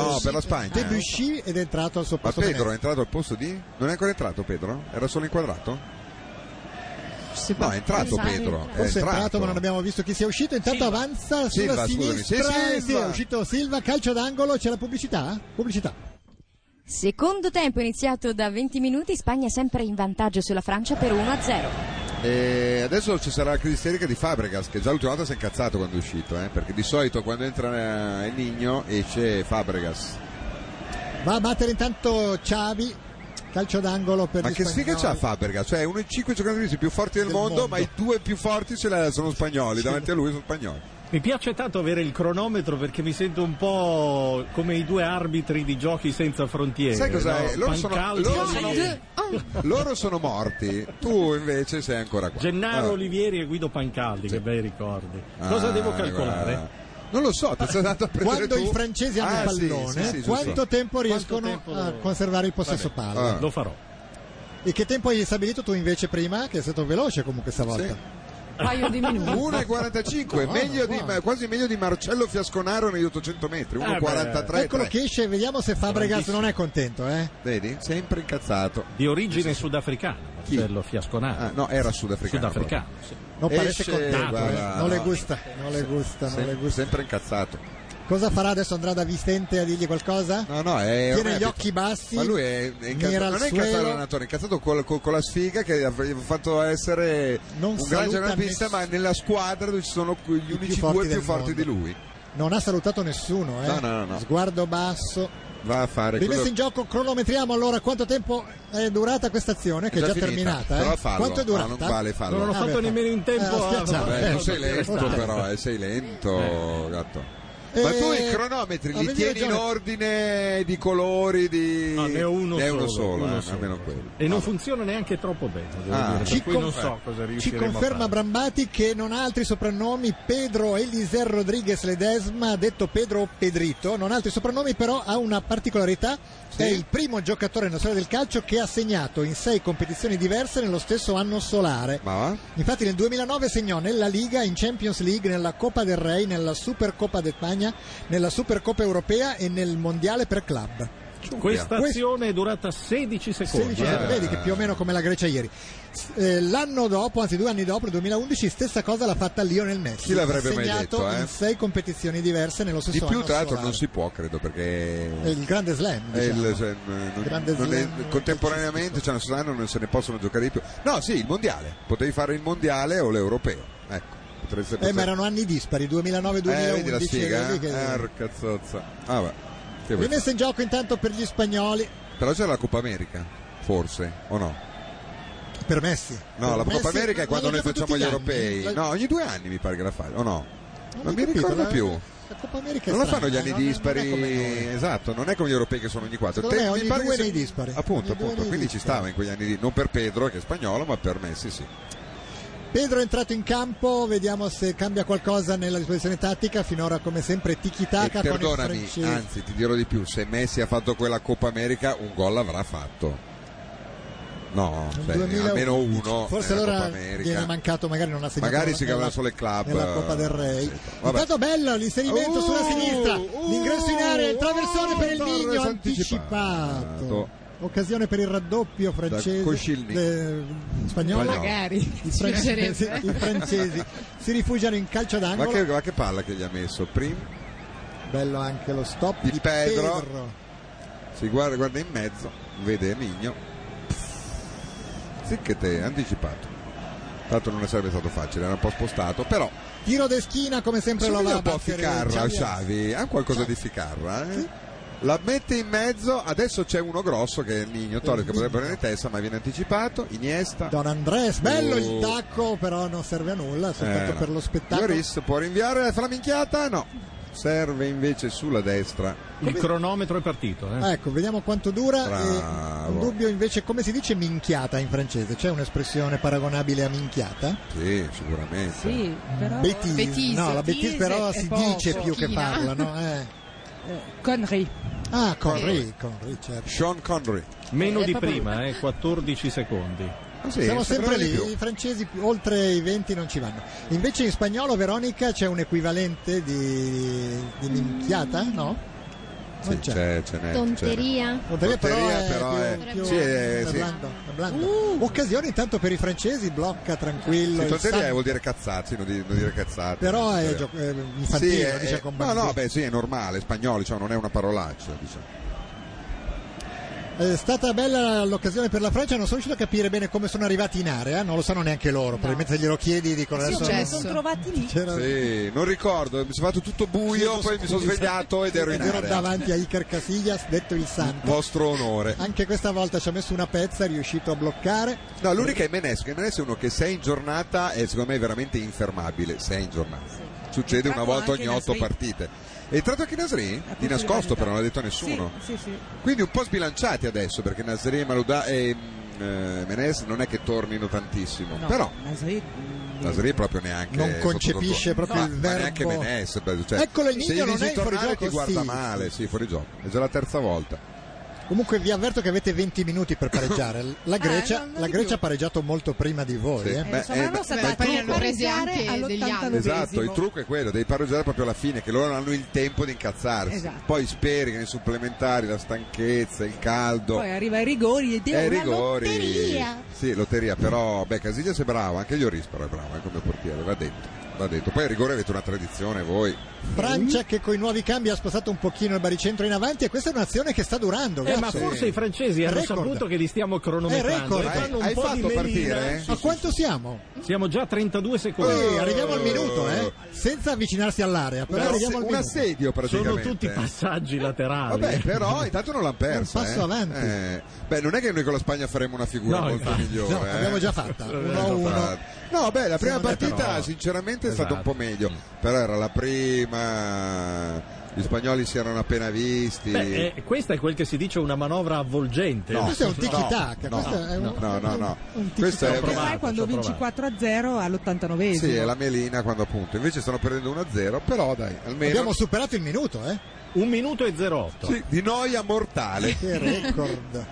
[SPEAKER 3] No, per la Spagna.
[SPEAKER 2] Debussy ed è entrato al suo
[SPEAKER 3] Ma
[SPEAKER 2] posto.
[SPEAKER 3] Pedro è
[SPEAKER 2] Menez.
[SPEAKER 3] entrato al posto di... Non è ancora entrato Pedro? Era solo inquadrato? No, è entrato
[SPEAKER 2] Esatto.
[SPEAKER 3] Pedro. È
[SPEAKER 2] Forse è entrato, ma non
[SPEAKER 3] entrato.
[SPEAKER 2] abbiamo visto chi sia uscito. Intanto avanza
[SPEAKER 3] Silva,
[SPEAKER 2] sulla
[SPEAKER 3] scusami. Sì,
[SPEAKER 2] sinistra.
[SPEAKER 3] Silva.
[SPEAKER 2] Sì, è uscito Silva, calcio d'angolo, c'è la pubblicità? eh? Pubblicità.
[SPEAKER 13] Secondo tempo iniziato da 20 minuti, Spagna sempre in vantaggio sulla Francia per 1-0.
[SPEAKER 3] E adesso ci sarà la crisi isterica di Fabregas, che già l'ultima volta si è incazzato quando è uscito, eh, perché di solito quando entra eh, il Nigno esce Fabregas.
[SPEAKER 2] Va a battere intanto Xavi. Calcio d'angolo per
[SPEAKER 3] Ma
[SPEAKER 2] gli
[SPEAKER 3] che sfiga
[SPEAKER 2] spagnoli.
[SPEAKER 3] c'ha Fabregas? Cioè, è uno dei cinque giocatori più forti del,
[SPEAKER 2] Del
[SPEAKER 3] mondo,
[SPEAKER 2] mondo.
[SPEAKER 3] ma i due più forti ce l'ha- sono spagnoli, davanti a lui sono spagnoli.
[SPEAKER 1] Mi piace tanto avere il cronometro perché mi sento un po' come i due arbitri di giochi senza frontiere.
[SPEAKER 3] Sai cos'è?
[SPEAKER 1] no?
[SPEAKER 3] Loro sono-
[SPEAKER 1] Pancalzo-
[SPEAKER 3] loro sono- Loro sono morti, tu invece sei ancora qua.
[SPEAKER 1] Gennaro
[SPEAKER 3] Ah.
[SPEAKER 1] Olivieri e Guido Pancaldi, che bei ricordi.
[SPEAKER 3] Ah,
[SPEAKER 1] Cosa devo calcolare?
[SPEAKER 3] guarda. Non lo so, ti sei andato a prendere
[SPEAKER 2] Quando
[SPEAKER 3] tu.
[SPEAKER 2] i francesi hanno
[SPEAKER 3] Ah,
[SPEAKER 2] il
[SPEAKER 3] sì,
[SPEAKER 2] pallone,
[SPEAKER 3] sì, sì, giusto.
[SPEAKER 2] quanto tempo riescono
[SPEAKER 1] tempo-
[SPEAKER 2] a conservare il possesso
[SPEAKER 1] Vabbè,
[SPEAKER 3] Ah.
[SPEAKER 2] palla?
[SPEAKER 1] Lo farò.
[SPEAKER 2] E che tempo hai stabilito tu invece prima? Che è stato veloce comunque stavolta.
[SPEAKER 7] paio di minuti.
[SPEAKER 3] 1,45,
[SPEAKER 2] Buono,
[SPEAKER 3] meglio di-
[SPEAKER 2] buono.
[SPEAKER 3] quasi meglio di Marcello Fiasconaro negli 800
[SPEAKER 2] Eh
[SPEAKER 3] metri,
[SPEAKER 1] Eh,
[SPEAKER 3] 1,43.
[SPEAKER 2] Eccolo che esce, vediamo se Fabregas
[SPEAKER 3] Grandissimo.
[SPEAKER 2] non è contento, eh.
[SPEAKER 3] Vedi, sempre incazzato.
[SPEAKER 1] Di origine sudafricana, Marcello Fiasconaro.
[SPEAKER 3] Ah, no, era sudafricano.
[SPEAKER 1] Sudafricano, sì.
[SPEAKER 2] Non parece
[SPEAKER 3] Esce,
[SPEAKER 2] contento,
[SPEAKER 3] guarda,
[SPEAKER 2] eh. non le
[SPEAKER 3] Ah, no.
[SPEAKER 2] gusta, non le gusta, non
[SPEAKER 3] Sem-
[SPEAKER 2] le gusta.
[SPEAKER 3] Sempre incazzato.
[SPEAKER 2] Cosa farà adesso? Andrà da Vicente a dirgli qualcosa?
[SPEAKER 3] No, no, è
[SPEAKER 2] Tiene
[SPEAKER 3] ormai
[SPEAKER 2] gli
[SPEAKER 3] abit-
[SPEAKER 2] occhi bassi.
[SPEAKER 3] Ma lui è, è incazzato,
[SPEAKER 2] mira al
[SPEAKER 3] non è incazzato
[SPEAKER 2] suelo.
[SPEAKER 3] l'allenatore, è incazzato col- col- con la sfiga che gli ha fatto essere
[SPEAKER 2] Non
[SPEAKER 3] un gran
[SPEAKER 2] saluta
[SPEAKER 3] giornalista, ma nella squadra dove ci sono gli unici
[SPEAKER 2] forti
[SPEAKER 3] due
[SPEAKER 2] del
[SPEAKER 3] più forti
[SPEAKER 2] mondo.
[SPEAKER 3] di lui.
[SPEAKER 2] Non ha salutato nessuno, eh.
[SPEAKER 3] No, no, no, no.
[SPEAKER 2] Sguardo basso.
[SPEAKER 3] Va a fare
[SPEAKER 2] Rimessa
[SPEAKER 3] quello-
[SPEAKER 2] in gioco, cronometriamo allora quanto tempo è durata questa azione, che è
[SPEAKER 3] È
[SPEAKER 2] già,
[SPEAKER 3] già finita,
[SPEAKER 2] terminata.
[SPEAKER 3] però
[SPEAKER 2] eh.
[SPEAKER 3] fallo,
[SPEAKER 2] quanto è
[SPEAKER 3] no,
[SPEAKER 2] durata?
[SPEAKER 3] non vale fallo.
[SPEAKER 1] Non l'ho
[SPEAKER 3] Ah,
[SPEAKER 1] fatto
[SPEAKER 2] beh,
[SPEAKER 1] nemmeno in tempo
[SPEAKER 2] eh,
[SPEAKER 1] a...
[SPEAKER 2] schiacciare.
[SPEAKER 3] Beh,
[SPEAKER 2] Eh,
[SPEAKER 3] tu sei
[SPEAKER 2] vabbè,
[SPEAKER 3] lento
[SPEAKER 2] dai.
[SPEAKER 3] però, eh, sei lento, gatto.
[SPEAKER 2] Eh,
[SPEAKER 3] Ma tu i cronometri li
[SPEAKER 2] avevi
[SPEAKER 3] tieni in
[SPEAKER 2] ragione.
[SPEAKER 3] ordine di colori di...
[SPEAKER 1] No, ne ho uno
[SPEAKER 3] ne è uno
[SPEAKER 1] solo,
[SPEAKER 3] solo,
[SPEAKER 1] uno
[SPEAKER 3] eh,
[SPEAKER 1] solo.
[SPEAKER 3] almeno quello.
[SPEAKER 1] E non funziona neanche troppo bene, devo
[SPEAKER 3] Ah.
[SPEAKER 1] dire, per
[SPEAKER 3] Ci
[SPEAKER 1] cui non
[SPEAKER 3] confer-
[SPEAKER 1] so cosa
[SPEAKER 2] Ci
[SPEAKER 1] riusciremo a
[SPEAKER 2] conferma
[SPEAKER 1] fare.
[SPEAKER 2] Brambati che non ha altri soprannomi Pedro Eliser Rodriguez Ledesma, detto Pedro o Pedrito, non ha altri soprannomi però ha una particolarità, è il primo giocatore nella storia del calcio che ha segnato in sei competizioni diverse nello stesso anno solare.
[SPEAKER 3] Ma va?
[SPEAKER 2] Infatti nel 2009 segnò nella Liga, in Champions League, nella Coppa del Re, nella Supercoppa d'Espagna, nella Supercoppa europea e nel Mondiale per club.
[SPEAKER 1] Questa
[SPEAKER 2] Questo-
[SPEAKER 1] azione è durata 16 secondi. eh.
[SPEAKER 2] 16
[SPEAKER 3] eh.
[SPEAKER 2] anni, vedi che più o meno come la Grecia ieri. S- eh, l'anno dopo, anzi due anni dopo, il 2011, stessa cosa l'ha fatta Lionel Messi.
[SPEAKER 3] Chi l'avrebbe
[SPEAKER 2] ha
[SPEAKER 3] mai
[SPEAKER 2] segnato
[SPEAKER 3] detto, eh?
[SPEAKER 2] in sei competizioni diverse nello
[SPEAKER 3] Di
[SPEAKER 2] stesso
[SPEAKER 3] più
[SPEAKER 2] anno
[SPEAKER 3] tra l'altro
[SPEAKER 2] solare.
[SPEAKER 3] non si può, credo, perché...
[SPEAKER 2] eh. È il grande slam,
[SPEAKER 3] È il-
[SPEAKER 2] diciamo.
[SPEAKER 3] cioè, non-
[SPEAKER 2] Grande
[SPEAKER 3] non è-
[SPEAKER 2] slam
[SPEAKER 3] contemporaneamente cioè, non se ne- non se ne possono giocare di più. No, sì, il mondiale. Potevi fare il mondiale o l'europeo. Ecco, potreste
[SPEAKER 2] Eh, ma erano anni dispari, 2009-2011.
[SPEAKER 3] Eh, vedi la sfiga?
[SPEAKER 2] vedi
[SPEAKER 3] Eh?
[SPEAKER 2] che-
[SPEAKER 3] Arca zozza. Ah, va. Che vuoi
[SPEAKER 2] Rimessa in gioco intanto per gli spagnoli,
[SPEAKER 3] fare? Però c'era la Coppa America, forse, o no?
[SPEAKER 2] per Messi.
[SPEAKER 3] No, la
[SPEAKER 2] Per
[SPEAKER 3] Coppa
[SPEAKER 2] Messi-
[SPEAKER 3] America è
[SPEAKER 2] Eh, ma
[SPEAKER 3] quando
[SPEAKER 2] la
[SPEAKER 3] noi facciamo
[SPEAKER 2] gioca tutti
[SPEAKER 3] gli
[SPEAKER 2] anni?
[SPEAKER 3] europei.
[SPEAKER 2] La-
[SPEAKER 3] No, ogni due anni mi pare che la fai, o no? Non,
[SPEAKER 2] ho
[SPEAKER 3] mi
[SPEAKER 2] capito,
[SPEAKER 3] ricordo
[SPEAKER 2] la-
[SPEAKER 3] più.
[SPEAKER 2] La Coppa America è
[SPEAKER 3] Non la fanno gli
[SPEAKER 2] strana,
[SPEAKER 3] anni
[SPEAKER 2] no? Non-
[SPEAKER 3] dispari,
[SPEAKER 2] non è come noi.
[SPEAKER 3] esatto, non è come gli europei che sono ogni quattro.
[SPEAKER 2] Secondo me
[SPEAKER 3] mi
[SPEAKER 2] ogni
[SPEAKER 3] pare
[SPEAKER 2] due
[SPEAKER 3] che
[SPEAKER 2] nei dispari.
[SPEAKER 3] Appunto,
[SPEAKER 2] Ogni due
[SPEAKER 3] appunto,
[SPEAKER 2] nei
[SPEAKER 3] quindi ci
[SPEAKER 2] dispari.
[SPEAKER 3] stava in quegli anni lì, non per Pedro che è spagnolo, ma per Messi sì.
[SPEAKER 2] Ah, Pedro è entrato in campo, vediamo se cambia qualcosa nella disposizione tattica. Finora, come sempre, tiki
[SPEAKER 3] E
[SPEAKER 2] taka con il
[SPEAKER 3] perdonami,
[SPEAKER 2] francese.
[SPEAKER 3] anzi ti dirò di più, se Messi ha fatto quella Coppa America un gol l'avrà fatto. No, cioè,
[SPEAKER 2] 2011.
[SPEAKER 3] almeno uno.
[SPEAKER 2] Forse
[SPEAKER 3] nella
[SPEAKER 2] allora
[SPEAKER 3] Coppa America.
[SPEAKER 2] viene mancato, magari non ha segnato.
[SPEAKER 3] Magari
[SPEAKER 2] la-
[SPEAKER 3] si chiamano solo il club.
[SPEAKER 2] nella Coppa del Re.
[SPEAKER 3] eccetera. Vabbè. Uh,
[SPEAKER 2] Intanto bello l'inserimento
[SPEAKER 18] Oh,
[SPEAKER 2] sulla sinistra,
[SPEAKER 18] oh,
[SPEAKER 2] l'ingresso in area, il traversone per il
[SPEAKER 18] Torres
[SPEAKER 2] Vigno
[SPEAKER 18] anticipato.
[SPEAKER 2] anticipato. Occasione per il raddoppio francese.
[SPEAKER 3] Da Koscielny.
[SPEAKER 2] eh, spagnolo.
[SPEAKER 3] Spagnolo. Magari, ci
[SPEAKER 2] I francesi,
[SPEAKER 3] piacerebbe.
[SPEAKER 2] I francesi si rifugiano in calcio
[SPEAKER 3] Ma
[SPEAKER 2] d'angolo.
[SPEAKER 3] che, ma che palla che gli ha messo? Prim
[SPEAKER 2] Bello anche lo stop
[SPEAKER 3] di, Pedro.
[SPEAKER 2] Pedro.
[SPEAKER 3] Si guarda, guarda in mezzo, vede Migno. Zicchete, anticipato. Tanto non sarebbe stato facile, era un po' spostato, però.
[SPEAKER 2] Tiro de schina come sempre lo va
[SPEAKER 3] Somiglia
[SPEAKER 2] a
[SPEAKER 3] un po' a
[SPEAKER 2] battere
[SPEAKER 3] Ficarra,
[SPEAKER 2] Xavi.
[SPEAKER 3] Xavi, ha qualcosa di Ficarra, eh? La mette in mezzo, adesso c'è uno grosso che è il Nigno Torres che potrebbe prendere testa, ma viene anticipato. Iniesta.
[SPEAKER 2] Don Andres, bello il
[SPEAKER 3] Oh.
[SPEAKER 2] tacco, però non serve a nulla, soltanto
[SPEAKER 3] Eh, no.
[SPEAKER 2] per lo spettacolo.
[SPEAKER 3] Lloris può rinviare, fa la minchiata? No. Serve invece sulla destra.
[SPEAKER 1] Il cronometro è partito. eh.
[SPEAKER 2] Ecco, vediamo quanto dura. E
[SPEAKER 3] Bravo.
[SPEAKER 2] un dubbio invece, come si dice minchiata in francese? C'è un'espressione paragonabile a minchiata?
[SPEAKER 3] Sì, sicuramente.
[SPEAKER 9] Sì, però...
[SPEAKER 2] Betis. No, la Betis però
[SPEAKER 9] è
[SPEAKER 2] si
[SPEAKER 9] poco.
[SPEAKER 2] dice più che
[SPEAKER 9] China.
[SPEAKER 2] parla,
[SPEAKER 9] [laughs]
[SPEAKER 2] no? Eh.
[SPEAKER 9] Eh, Conry.
[SPEAKER 2] Ah, Conry,
[SPEAKER 9] Eh.
[SPEAKER 2] Conry, certo.
[SPEAKER 3] Sean Connery.
[SPEAKER 1] Meno
[SPEAKER 2] Eh,
[SPEAKER 1] di
[SPEAKER 2] proprio-
[SPEAKER 1] prima, eh, 14 secondi.
[SPEAKER 3] Ah,
[SPEAKER 2] Siamo sempre lì, i francesi più- oltre i 20 non ci vanno. Invece in spagnolo, Veronica, c'è un equivalente di, di minchiata? No?
[SPEAKER 3] Sì, c'è, ce n'è.
[SPEAKER 6] Tonteria.
[SPEAKER 2] Potrebbe,
[SPEAKER 3] Tonteria, però
[SPEAKER 2] però è
[SPEAKER 3] è-
[SPEAKER 2] più- più-
[SPEAKER 3] sì, è-
[SPEAKER 2] è
[SPEAKER 3] sì.
[SPEAKER 2] blando, è blando. Occasione intanto per i francesi, blocca tranquillo.
[SPEAKER 3] Uh. Sì,
[SPEAKER 2] il
[SPEAKER 3] tonteria
[SPEAKER 2] Santos.
[SPEAKER 3] vuol dire cazzati, non, di- non dire cazzate. Cioè,
[SPEAKER 2] Però è
[SPEAKER 3] Sì.
[SPEAKER 2] gio- eh, infantile,
[SPEAKER 3] Sì,
[SPEAKER 2] lo
[SPEAKER 3] è-
[SPEAKER 2] dice
[SPEAKER 3] è-
[SPEAKER 2] con
[SPEAKER 3] No,
[SPEAKER 2] bambini.
[SPEAKER 3] no, beh, sì, è normale, spagnolo, diciamo, non è una parolaccia, diciamo.
[SPEAKER 2] Eh, È stata bella l'occasione per la Francia, non sono riuscito a capire bene come sono arrivati in area, eh, non lo sanno neanche loro, probabilmente glielo chiedi dicono
[SPEAKER 8] Sì,
[SPEAKER 2] adesso.
[SPEAKER 8] me li sono trovati lì.
[SPEAKER 2] C'era-
[SPEAKER 3] Sì, non ricordo, mi sono fatto tutto buio, poi mi sono svegliato ed ero in area.
[SPEAKER 2] davanti a Iker Casillas, detto il santo.
[SPEAKER 3] Vostro onore.
[SPEAKER 2] Anche questa volta ci ha messo una pezza, è riuscito a bloccare.
[SPEAKER 3] No, l'unica è Menes, che Menes è uno che se è in giornata è secondo me veramente infermabile, se è in giornata. Succede una
[SPEAKER 9] Entrato
[SPEAKER 3] volta
[SPEAKER 9] anche
[SPEAKER 3] ogni otto
[SPEAKER 9] Nasri.
[SPEAKER 3] partite. È entrato anche Nasri? Di nascosto però, non l'ha detto a nessuno.
[SPEAKER 9] Sì, sì, sì.
[SPEAKER 3] Quindi un po' sbilanciati adesso perché Nasri e Malouda e mm, eh, Menes non è che tornino tantissimo,
[SPEAKER 9] No,
[SPEAKER 3] però
[SPEAKER 9] Nasri-
[SPEAKER 3] Nasri proprio neanche
[SPEAKER 2] Non
[SPEAKER 3] sotto controllo.
[SPEAKER 2] concepisce proprio
[SPEAKER 3] Ma-
[SPEAKER 2] il
[SPEAKER 3] ma
[SPEAKER 2] verbo.
[SPEAKER 3] neanche Menes, beh, cioè,
[SPEAKER 2] Eccolo, il
[SPEAKER 3] se
[SPEAKER 2] Nino
[SPEAKER 3] gli
[SPEAKER 2] non
[SPEAKER 3] dici
[SPEAKER 2] è in
[SPEAKER 3] tornare
[SPEAKER 2] fuorigioco,
[SPEAKER 3] ti guarda
[SPEAKER 2] sì.
[SPEAKER 3] male, sì, fuori gioco. È già la terza volta.
[SPEAKER 2] Comunque vi avverto che avete 20 minuti
[SPEAKER 3] [laughs]
[SPEAKER 2] per pareggiare. La Grecia,
[SPEAKER 5] non- non
[SPEAKER 2] la
[SPEAKER 5] di
[SPEAKER 2] Grecia
[SPEAKER 5] più.
[SPEAKER 2] ha pareggiato molto prima di voi.
[SPEAKER 3] Sì,
[SPEAKER 2] eh.
[SPEAKER 3] beh, Eh, insomma, eh, loro beh,
[SPEAKER 5] Beh, poi ne hanno prese
[SPEAKER 4] pareggiare
[SPEAKER 5] anche degli
[SPEAKER 4] all'89esimo.
[SPEAKER 5] anni.
[SPEAKER 3] Esatto, il trucco è quello, devi pareggiare proprio alla fine, che loro non hanno il tempo di incazzarsi.
[SPEAKER 4] Esatto.
[SPEAKER 3] Poi speri che nei supplementari la stanchezza, il caldo.
[SPEAKER 4] Poi arriva ai rigori ed è
[SPEAKER 3] Eh,
[SPEAKER 4] una
[SPEAKER 3] rigori.
[SPEAKER 4] lotteria.
[SPEAKER 3] Sì, lotteria, però beh, Casillas è bravo, anche gli Orispero è bravo eh, come portiere, va detto, va detto. Poi il rigore avete una tradizione voi.
[SPEAKER 2] Francia che con i nuovi cambi ha spostato un pochino il baricentro in avanti e questa è un'azione che sta durando.
[SPEAKER 1] Eh, ma
[SPEAKER 2] cazzo.
[SPEAKER 1] forse i francesi hanno
[SPEAKER 2] Record.
[SPEAKER 1] saputo che li stiamo
[SPEAKER 2] È
[SPEAKER 1] cronometrando.
[SPEAKER 2] record.
[SPEAKER 1] e eh, fanno un po' di melina.
[SPEAKER 3] eh?
[SPEAKER 1] Sì,
[SPEAKER 2] Ma
[SPEAKER 1] sì,
[SPEAKER 2] quanto siamo?
[SPEAKER 1] sì. Siamo già a 32 secondi.
[SPEAKER 2] Poi arriviamo al minuto, eh? Senza avvicinarsi all'area, però
[SPEAKER 3] Un asse-
[SPEAKER 2] arriviamo al
[SPEAKER 3] un
[SPEAKER 2] minuto.
[SPEAKER 1] Sono
[SPEAKER 3] assedio praticamente.
[SPEAKER 1] tutti passaggi laterali.
[SPEAKER 3] Vabbè,
[SPEAKER 2] [laughs]
[SPEAKER 3] però intanto non l'hanno persa.
[SPEAKER 2] Un passo
[SPEAKER 3] eh.
[SPEAKER 2] avanti.
[SPEAKER 3] Eh, beh, non è che noi con la Spagna faremo una figura
[SPEAKER 1] No,
[SPEAKER 3] molto
[SPEAKER 1] infatti.
[SPEAKER 3] migliore.
[SPEAKER 2] No,
[SPEAKER 3] eh.
[SPEAKER 2] l'abbiamo già fatta,
[SPEAKER 3] Eh,
[SPEAKER 2] uno a
[SPEAKER 3] l'abbiamo
[SPEAKER 2] uno.
[SPEAKER 3] fatta. No, beh, la prima
[SPEAKER 2] non è
[SPEAKER 3] partita
[SPEAKER 2] però-
[SPEAKER 3] sinceramente è stata un
[SPEAKER 1] Esatto.
[SPEAKER 3] po' meglio, però era la prima. Gli spagnoli si erano appena visti.
[SPEAKER 1] Beh, eh, questa è quel che si dice una manovra avvolgente.
[SPEAKER 3] No,
[SPEAKER 2] questo è un
[SPEAKER 3] tiki-taka,
[SPEAKER 2] tiki-taka,
[SPEAKER 3] no,
[SPEAKER 2] questo è un-
[SPEAKER 3] no, no, no, no.
[SPEAKER 2] un
[SPEAKER 1] tiki-taka.
[SPEAKER 3] Questo è
[SPEAKER 1] Ho
[SPEAKER 9] Che
[SPEAKER 1] provato.
[SPEAKER 9] sai quando
[SPEAKER 1] ci ho
[SPEAKER 9] vinci 4-0 all'89esimo?
[SPEAKER 3] Sì, è la melina quando appunto. Invece stanno perdendo 1-0, però dai, almeno
[SPEAKER 2] Abbiamo superato il minuto, eh?
[SPEAKER 1] Un minuto e 08.
[SPEAKER 3] Sì, di noia mortale,
[SPEAKER 2] Che record.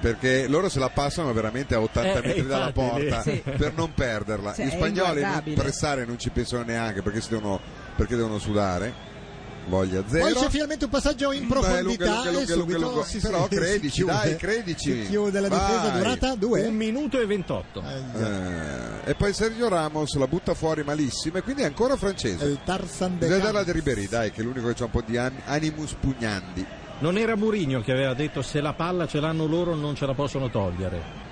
[SPEAKER 3] perché loro se la passano veramente a 80
[SPEAKER 1] Eh, eh,
[SPEAKER 3] metri dalla
[SPEAKER 1] infatti,
[SPEAKER 3] porta
[SPEAKER 1] sì.
[SPEAKER 3] [laughs] per non perderla.
[SPEAKER 9] Cioè,
[SPEAKER 3] Gli
[SPEAKER 9] è
[SPEAKER 3] spagnoli non
[SPEAKER 9] inguardabile.
[SPEAKER 3] pressare non ci pensano neanche perché, si devono, perché devono sudare. Voglia [laughs]
[SPEAKER 2] Poi
[SPEAKER 3] zero.
[SPEAKER 2] c'è finalmente un passaggio in
[SPEAKER 3] Beh, lungo,
[SPEAKER 2] profondità
[SPEAKER 3] lungo, lungo,
[SPEAKER 2] e subito
[SPEAKER 3] lungo.
[SPEAKER 2] si-
[SPEAKER 3] Però
[SPEAKER 2] si-
[SPEAKER 3] credici,
[SPEAKER 2] si chiude.
[SPEAKER 3] dai, credici.
[SPEAKER 2] Si chiude la difesa
[SPEAKER 3] Vai.
[SPEAKER 2] durata due.
[SPEAKER 1] Un minuto e 28.
[SPEAKER 3] Eh, e poi Sergio Ramos la butta fuori malissimo e quindi è ancora
[SPEAKER 2] È
[SPEAKER 3] francese.
[SPEAKER 2] il Tarzan de
[SPEAKER 3] Bisogna darla
[SPEAKER 2] Camp.
[SPEAKER 3] di Ribery, dai, che è l'unico che ha un po' di an- animus pugnandi.
[SPEAKER 1] Non era Murigno che aveva detto se la palla ce l'hanno loro non ce la possono togliere.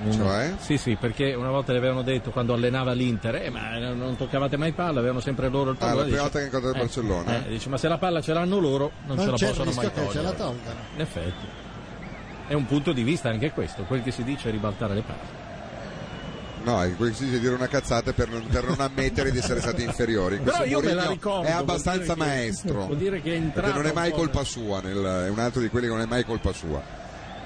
[SPEAKER 1] Mm.
[SPEAKER 3] Cioè?
[SPEAKER 1] Sì, sì, perché una volta gli avevano detto quando allenava l'Inter, "Eh, ma non toccavate mai palla, avevano sempre loro il
[SPEAKER 3] Ah,
[SPEAKER 1] pallone.
[SPEAKER 3] la prima
[SPEAKER 1] Dice,
[SPEAKER 3] volta che incontra il
[SPEAKER 1] eh,
[SPEAKER 3] Barcellona.
[SPEAKER 1] eh, dice, ma se la palla ce l'hanno loro non,
[SPEAKER 2] Non
[SPEAKER 1] ce
[SPEAKER 2] c'è
[SPEAKER 1] la
[SPEAKER 2] il
[SPEAKER 1] possono mai
[SPEAKER 2] rischio che
[SPEAKER 1] togliere.
[SPEAKER 2] ce la tolgano.
[SPEAKER 1] In effetti. È un punto di vista anche questo, quel che si dice è ribaltare le palle.
[SPEAKER 3] No, è quel che si dice dire una cazzata per non, per non ammettere di essere stati inferiori.
[SPEAKER 1] Però
[SPEAKER 3] Questo
[SPEAKER 1] io me la
[SPEAKER 3] Mourinho
[SPEAKER 1] ricordo.
[SPEAKER 3] È
[SPEAKER 1] vuol
[SPEAKER 3] abbastanza
[SPEAKER 1] dire che-
[SPEAKER 3] maestro.
[SPEAKER 1] Vuol dire che è entrato.
[SPEAKER 3] perché non è mai
[SPEAKER 1] un po'
[SPEAKER 3] colpa sua, nel- è un altro di quelli che non è mai colpa sua.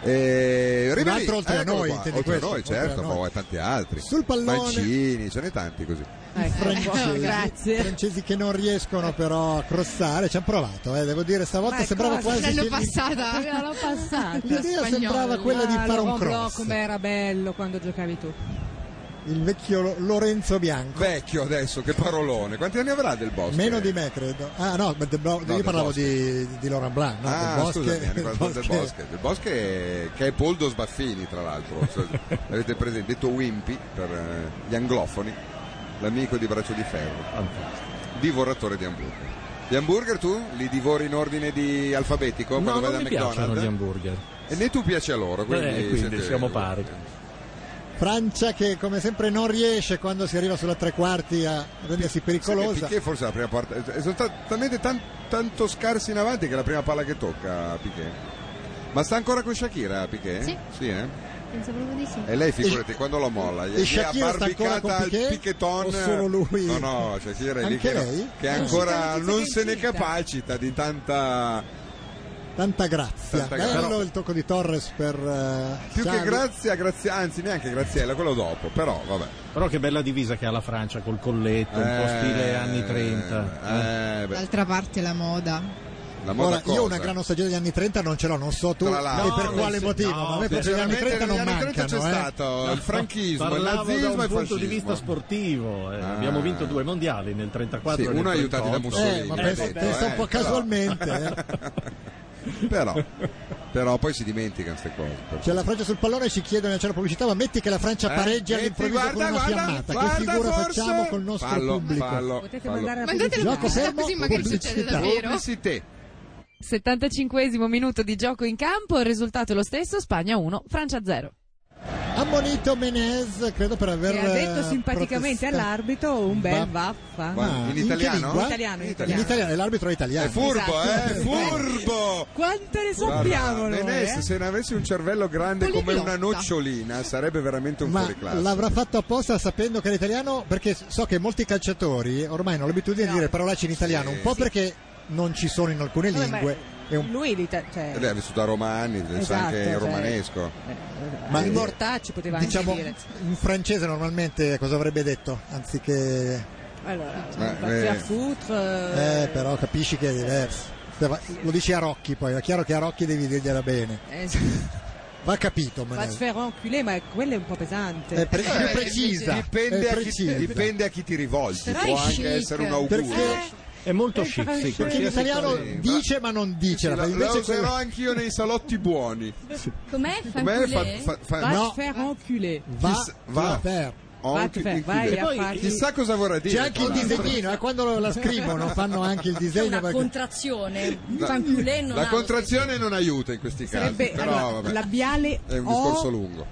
[SPEAKER 3] E...
[SPEAKER 2] Un
[SPEAKER 3] Ribery,
[SPEAKER 2] altro oltre a
[SPEAKER 3] eccolo
[SPEAKER 2] noi,
[SPEAKER 3] qua,
[SPEAKER 2] intendi
[SPEAKER 3] oltre a
[SPEAKER 2] questo?
[SPEAKER 3] noi,
[SPEAKER 2] Oltre
[SPEAKER 3] certo,
[SPEAKER 2] a noi.
[SPEAKER 3] ma tanti altri.
[SPEAKER 2] Sul pallone-
[SPEAKER 3] Mancini, ce ne tanti così.
[SPEAKER 2] I francesi,
[SPEAKER 5] grazie.
[SPEAKER 2] i francesi che non riescono però a crossare, ci hanno provato, eh, devo dire, stavolta
[SPEAKER 5] Ma
[SPEAKER 2] sembrava
[SPEAKER 5] cosa?
[SPEAKER 2] quasi
[SPEAKER 5] L'hanno
[SPEAKER 2] che-
[SPEAKER 9] [laughs]
[SPEAKER 5] passata.
[SPEAKER 4] L'hanno passata.
[SPEAKER 2] L'idea
[SPEAKER 5] Spagnolo.
[SPEAKER 2] sembrava quella di
[SPEAKER 9] Ah,
[SPEAKER 2] fare un
[SPEAKER 9] Laurent Blanc,
[SPEAKER 2] cross.
[SPEAKER 9] come era bello quando giocavi tu.
[SPEAKER 2] Il vecchio Lo- Lorenzo Bianco,
[SPEAKER 3] Vecchio adesso, che parolone. Quanti anni avrà del boss?
[SPEAKER 2] meno di me credo. Ah no, ma De Blo-
[SPEAKER 3] eh. No,
[SPEAKER 2] io
[SPEAKER 3] Del
[SPEAKER 2] parlavo
[SPEAKER 3] Bosque.
[SPEAKER 2] di, di Laurent Blanc, no,
[SPEAKER 3] ah,
[SPEAKER 2] Del Bosque-
[SPEAKER 1] [laughs]
[SPEAKER 3] scusami, hanno
[SPEAKER 2] [laughs] Del
[SPEAKER 3] guardato del
[SPEAKER 2] Bosque.
[SPEAKER 3] Bosche. Del Bosche che è Poldo Sbaffini, tra
[SPEAKER 1] [laughs]
[SPEAKER 3] l'altro. Se- Avete presente, detto Wimpy per eh, gli anglofoni, l'amico di Braccio di Ferro,
[SPEAKER 1] Fantastico.
[SPEAKER 3] divoratore di hamburger. Gli hamburger tu li divori in ordine di alfabetico
[SPEAKER 1] No,
[SPEAKER 3] quando vai
[SPEAKER 1] non mi
[SPEAKER 3] da
[SPEAKER 1] piacciono
[SPEAKER 3] McDonald's?
[SPEAKER 1] gli hamburger.
[SPEAKER 3] E né tu piaci a loro, quindi,
[SPEAKER 1] Eh, quindi
[SPEAKER 3] siete-
[SPEAKER 1] siamo pari.
[SPEAKER 2] Francia che come sempre non riesce quando si arriva sulla tre quarti a
[SPEAKER 3] Sai che
[SPEAKER 2] rendersi pericolosa.
[SPEAKER 3] Piquet forse la prima parte eh, sono stati talmente tan- tanto scarsi in avanti che è la prima palla che tocca Piquet. Ma sta ancora con Shakira Piquet?
[SPEAKER 6] Sì.
[SPEAKER 3] eh?
[SPEAKER 6] Penso proprio di sì.
[SPEAKER 3] E
[SPEAKER 5] Eh,
[SPEAKER 3] lei figurati quando lo molla, gli
[SPEAKER 2] e
[SPEAKER 3] gli
[SPEAKER 2] Shakira
[SPEAKER 3] ha
[SPEAKER 2] sta ancora con
[SPEAKER 3] barbicata al
[SPEAKER 2] Piquet?
[SPEAKER 3] piqueton.
[SPEAKER 2] O solo lui?
[SPEAKER 3] No, no, Shakira è lì
[SPEAKER 2] Anche
[SPEAKER 3] che, era-
[SPEAKER 2] lei?
[SPEAKER 3] che
[SPEAKER 2] Ah.
[SPEAKER 3] ancora
[SPEAKER 9] Shakira
[SPEAKER 3] non
[SPEAKER 9] che
[SPEAKER 3] se ne
[SPEAKER 9] incinta.
[SPEAKER 3] capacita di tanta
[SPEAKER 2] Tanta grazia.
[SPEAKER 3] Tanta grazia.
[SPEAKER 2] Bello
[SPEAKER 3] Però-
[SPEAKER 2] il tocco di Torres per eh,
[SPEAKER 3] più che
[SPEAKER 2] Xavi.
[SPEAKER 3] grazia, grazia, anzi neanche Graziella, quello dopo, però vabbè.
[SPEAKER 1] Però che bella divisa che ha la Francia col colletto, un po' stile anni 30.
[SPEAKER 3] Eh, beh,
[SPEAKER 5] D'altra parte la moda.
[SPEAKER 3] la moda
[SPEAKER 2] Ora,
[SPEAKER 3] cosa?
[SPEAKER 2] io una gran nostalgia degli anni 30 non ce l'ho, non so tu
[SPEAKER 3] Tra l'altro.
[SPEAKER 2] e per
[SPEAKER 3] No,
[SPEAKER 2] quale
[SPEAKER 1] sì,
[SPEAKER 2] motivo,
[SPEAKER 1] no,
[SPEAKER 2] ma a me per gli anni
[SPEAKER 3] Sinceramente,
[SPEAKER 2] 30 non
[SPEAKER 3] negli anni 30 c'è
[SPEAKER 2] mancano. eh.
[SPEAKER 3] stato il franchismo, il
[SPEAKER 1] Parlavo
[SPEAKER 3] nazismo
[SPEAKER 1] da un
[SPEAKER 3] e il
[SPEAKER 1] punto
[SPEAKER 3] fascismo.
[SPEAKER 1] di vista sportivo. eh.
[SPEAKER 3] Ah.
[SPEAKER 1] Abbiamo vinto due mondiali nel 34
[SPEAKER 3] Sì,
[SPEAKER 1] e nel
[SPEAKER 3] uno aiutato da
[SPEAKER 1] 38.
[SPEAKER 3] Mussolini.
[SPEAKER 2] Eh, ma
[SPEAKER 3] Eh,
[SPEAKER 2] pensa,
[SPEAKER 3] detto,
[SPEAKER 2] pensa un
[SPEAKER 3] eh,
[SPEAKER 2] po'
[SPEAKER 3] però.
[SPEAKER 2] casualmente. eh.
[SPEAKER 3] però, [laughs] però poi si dimenticano queste cose.
[SPEAKER 2] C'è la Francia sul pallone, ci chiedono, c'è la pubblicità, ma metti che la Francia
[SPEAKER 3] Eh,
[SPEAKER 2] pareggia
[SPEAKER 3] metti,
[SPEAKER 2] all'improvviso
[SPEAKER 3] guarda,
[SPEAKER 2] Cioè, con una
[SPEAKER 3] guarda,
[SPEAKER 2] fiammata.
[SPEAKER 3] guarda,
[SPEAKER 2] che figura
[SPEAKER 3] forse?
[SPEAKER 2] facciamo col nostro
[SPEAKER 3] Fallo,
[SPEAKER 2] pubblico?
[SPEAKER 3] fallo,
[SPEAKER 9] Potete
[SPEAKER 3] fallo.
[SPEAKER 9] mandare la
[SPEAKER 5] Mandatelo
[SPEAKER 2] Gioco
[SPEAKER 5] pure,
[SPEAKER 2] fermo,
[SPEAKER 5] così magari succede
[SPEAKER 2] pubblicità.
[SPEAKER 5] davvero.
[SPEAKER 3] Pubblicità.
[SPEAKER 7] 75 minuto di gioco in campo, il risultato è lo stesso, Spagna 1, Francia 0.
[SPEAKER 2] Ammonito Menez, credo per aver
[SPEAKER 9] E ha detto
[SPEAKER 2] eh,
[SPEAKER 9] simpaticamente
[SPEAKER 2] protestato.
[SPEAKER 9] all'arbitro un bel
[SPEAKER 2] Va-
[SPEAKER 9] vaffa.
[SPEAKER 3] Va- In
[SPEAKER 2] che
[SPEAKER 3] italiano?
[SPEAKER 2] lingua?
[SPEAKER 9] In italiano, in
[SPEAKER 3] In
[SPEAKER 2] In
[SPEAKER 9] italiano.
[SPEAKER 2] italiano, l'arbitro è italiano.
[SPEAKER 3] È furbo, eh?
[SPEAKER 9] Esatto.
[SPEAKER 3] Furbo!
[SPEAKER 9] Quanto ne
[SPEAKER 3] Guarda,
[SPEAKER 9] sappiamo noi,
[SPEAKER 3] Menez,
[SPEAKER 9] eh?
[SPEAKER 3] se ne avessi un cervello grande come
[SPEAKER 5] Poliglotta.
[SPEAKER 3] una nocciolina sarebbe veramente un
[SPEAKER 2] Ma
[SPEAKER 3] fuoriclasse.
[SPEAKER 2] l'avrà fatto apposta sapendo che era italiano? Perché so che molti calciatori ormai hanno l'abitudine di dire parolacce in italiano,
[SPEAKER 3] Sì.
[SPEAKER 2] un po' perché non ci sono in alcune
[SPEAKER 9] Vabbè,
[SPEAKER 2] lingue. e un-
[SPEAKER 9] Lui di te- cioè,
[SPEAKER 3] Lei ha vissuto a Romani, sa
[SPEAKER 9] Esatto,
[SPEAKER 3] anche in
[SPEAKER 9] cioè.
[SPEAKER 3] romanesco.
[SPEAKER 2] Ma-
[SPEAKER 9] il mortacci poteva anche
[SPEAKER 2] diciamo,
[SPEAKER 9] dire.
[SPEAKER 2] un francese normalmente cosa avrebbe detto? Anziché...
[SPEAKER 9] Allora,
[SPEAKER 3] Ma-
[SPEAKER 9] parti
[SPEAKER 3] eh.
[SPEAKER 9] a foutre.
[SPEAKER 2] Eh, però capisci che è diverso. Cioè, lo dici a Rocchi poi, è chiaro che a Rocchi devi dirgliela bene.
[SPEAKER 9] Eh, sì.
[SPEAKER 2] Va capito,
[SPEAKER 9] Va a
[SPEAKER 2] Manelli.
[SPEAKER 9] sfera enculé, ma quella è un po' pesante.
[SPEAKER 2] È pre- più
[SPEAKER 3] Eh,
[SPEAKER 2] precisa.
[SPEAKER 3] Dipende,
[SPEAKER 2] È
[SPEAKER 3] a chi,
[SPEAKER 2] precisa.
[SPEAKER 3] dipende a chi ti rivolgi,
[SPEAKER 2] Però
[SPEAKER 3] può
[SPEAKER 2] è
[SPEAKER 3] anche
[SPEAKER 2] chic.
[SPEAKER 3] essere un augurio.
[SPEAKER 2] Perché-
[SPEAKER 1] È
[SPEAKER 3] Eh,
[SPEAKER 1] molto chic,
[SPEAKER 2] Perché
[SPEAKER 1] sì.
[SPEAKER 2] in
[SPEAKER 1] qualsiasi
[SPEAKER 2] italiano
[SPEAKER 1] cosa.
[SPEAKER 2] dice ma non dice.
[SPEAKER 3] La,
[SPEAKER 2] invece
[SPEAKER 3] la userò
[SPEAKER 2] quella-
[SPEAKER 3] anch'io nei salotti buoni.
[SPEAKER 8] Com'è?
[SPEAKER 3] Com'è? Fa-
[SPEAKER 8] Fanculé?
[SPEAKER 3] fa- fa-
[SPEAKER 9] Va
[SPEAKER 3] no.
[SPEAKER 9] a sfera enculé.
[SPEAKER 2] Va,
[SPEAKER 3] Chiss- va.
[SPEAKER 2] a per.
[SPEAKER 3] Ho
[SPEAKER 9] Va
[SPEAKER 3] un
[SPEAKER 9] a
[SPEAKER 3] chi-
[SPEAKER 9] fare-
[SPEAKER 3] chi-
[SPEAKER 9] vai
[SPEAKER 3] e
[SPEAKER 9] a
[SPEAKER 3] poi
[SPEAKER 9] fargli-
[SPEAKER 3] Chissà cosa vorrà dire.
[SPEAKER 2] C'è anche
[SPEAKER 3] tra
[SPEAKER 2] il
[SPEAKER 3] l'altro.
[SPEAKER 2] disegnino, eh, quando lo- la scrivono fanno anche il
[SPEAKER 8] C'è
[SPEAKER 2] disegno.
[SPEAKER 8] una
[SPEAKER 2] perché-
[SPEAKER 8] contrazione.
[SPEAKER 3] La-
[SPEAKER 8] Fanculé non
[SPEAKER 3] la
[SPEAKER 8] ha-
[SPEAKER 3] contrazione non aiuta in questi casi.
[SPEAKER 9] Sarebbe
[SPEAKER 3] però,
[SPEAKER 9] allora,
[SPEAKER 3] vabbè,
[SPEAKER 9] labiale
[SPEAKER 3] è un discorso
[SPEAKER 9] enculé.
[SPEAKER 3] lungo.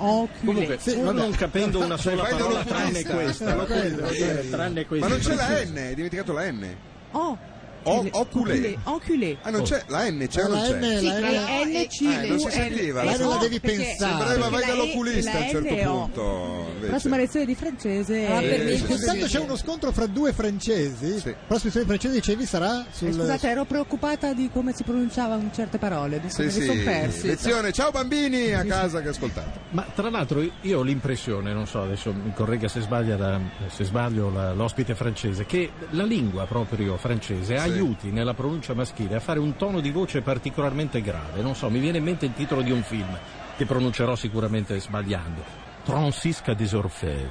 [SPEAKER 9] Enculé.
[SPEAKER 1] Comunque, pur non capendo una sola
[SPEAKER 3] Cioè, Fai da
[SPEAKER 1] parola tranne
[SPEAKER 3] loculista.
[SPEAKER 1] questa, lo
[SPEAKER 3] Quello,
[SPEAKER 1] puoi dire,
[SPEAKER 3] sì.
[SPEAKER 1] tranne questa.
[SPEAKER 3] Ma non c'è la N, hai dimenticato la N.
[SPEAKER 9] Oh,
[SPEAKER 3] O, oculé.
[SPEAKER 9] enculé.
[SPEAKER 3] Ah, non c'è la N, c'è o
[SPEAKER 2] Ah,
[SPEAKER 3] non
[SPEAKER 2] la
[SPEAKER 3] c'è?
[SPEAKER 2] N,
[SPEAKER 9] Sì,
[SPEAKER 2] la
[SPEAKER 9] che è N, C,
[SPEAKER 3] Eh, non si
[SPEAKER 9] U, L.
[SPEAKER 3] sentiva.
[SPEAKER 9] Eh, no, perché-
[SPEAKER 3] Sembrava vai
[SPEAKER 9] perché la E-
[SPEAKER 3] dall'oculista a un
[SPEAKER 9] la
[SPEAKER 3] certo
[SPEAKER 9] N o-
[SPEAKER 3] punto. invece.
[SPEAKER 9] Prossima lezione di francese.
[SPEAKER 2] Ah, perché
[SPEAKER 3] Eh,
[SPEAKER 2] Intanto c'è uno scontro fra due francesi. La prossima lezione francese dicevi sarà
[SPEAKER 9] Eh,
[SPEAKER 2] sul.
[SPEAKER 9] Scusate, ero preoccupata di come si pronunciavano certe parole, di
[SPEAKER 3] Sì,
[SPEAKER 9] mi sono
[SPEAKER 3] sì.
[SPEAKER 9] persi.
[SPEAKER 3] Lezione, ciao bambini a casa che ascoltate.
[SPEAKER 1] Ma tra l'altro io ho l'impressione, non so, adesso mi corregga se, sbaglia la- se sbaglio la- l'ospite francese, che la lingua proprio francese aiuti nella pronuncia maschile a fare un tono di voce particolarmente grave. Non so, mi viene in mente il titolo di un film che pronuncerò sicuramente sbagliando. Transisca des Orfèvres.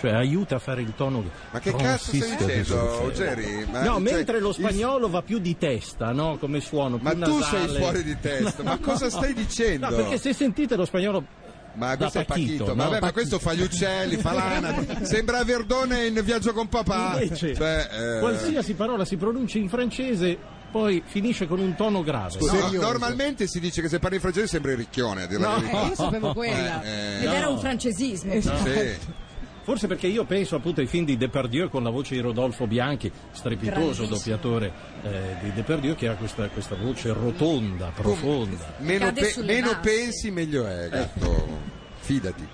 [SPEAKER 1] Cioè aiuta a fare il tono
[SPEAKER 3] Ma che cazzo stai
[SPEAKER 1] Francisca des
[SPEAKER 3] dicendo,
[SPEAKER 1] Orfèvres.
[SPEAKER 3] Ruggeri? Ma-
[SPEAKER 1] no,
[SPEAKER 3] cioè,
[SPEAKER 1] mentre lo
[SPEAKER 3] il-
[SPEAKER 1] spagnolo va più di testa, no? Come suono, più
[SPEAKER 3] Ma tu
[SPEAKER 1] nasale.
[SPEAKER 3] sei fuori di testa,
[SPEAKER 1] [laughs]
[SPEAKER 3] ma
[SPEAKER 1] No,
[SPEAKER 3] cosa
[SPEAKER 1] no.
[SPEAKER 3] stai dicendo?
[SPEAKER 1] No, perché se sentite lo spagnolo
[SPEAKER 3] Ma
[SPEAKER 1] da
[SPEAKER 3] questo è Pachito,
[SPEAKER 1] Pachito,
[SPEAKER 3] ma,
[SPEAKER 1] no?
[SPEAKER 3] vabbè, ma questo fa gli uccelli, fa l'anatra, sembra Verdone in viaggio con papà.
[SPEAKER 1] Invece,
[SPEAKER 3] Cioè, eh,
[SPEAKER 1] qualsiasi parola si pronuncia in francese poi finisce con un tono grave.
[SPEAKER 3] scusa, no, normalmente si dice che se parli francese sembri ricchione, a dirla
[SPEAKER 1] No,
[SPEAKER 3] la
[SPEAKER 8] Eh,
[SPEAKER 3] verità.
[SPEAKER 1] io sapevo quella.
[SPEAKER 3] Eh, eh,
[SPEAKER 1] Ed
[SPEAKER 3] no. Eh,
[SPEAKER 1] era
[SPEAKER 8] Era un francesismo.
[SPEAKER 3] Sì.
[SPEAKER 1] Eh. Forse perché io penso appunto ai film di Depardieu con la voce di Rodolfo Bianchi, strepitoso
[SPEAKER 3] Grandissimo.
[SPEAKER 1] doppiatore eh, di Depardieu che ha questa, questa voce rotonda, profonda.
[SPEAKER 3] Meno,
[SPEAKER 1] Cade
[SPEAKER 3] pe-
[SPEAKER 1] sulle
[SPEAKER 3] meno
[SPEAKER 1] nasi.
[SPEAKER 3] pensi, meglio è, gatto. Fidati.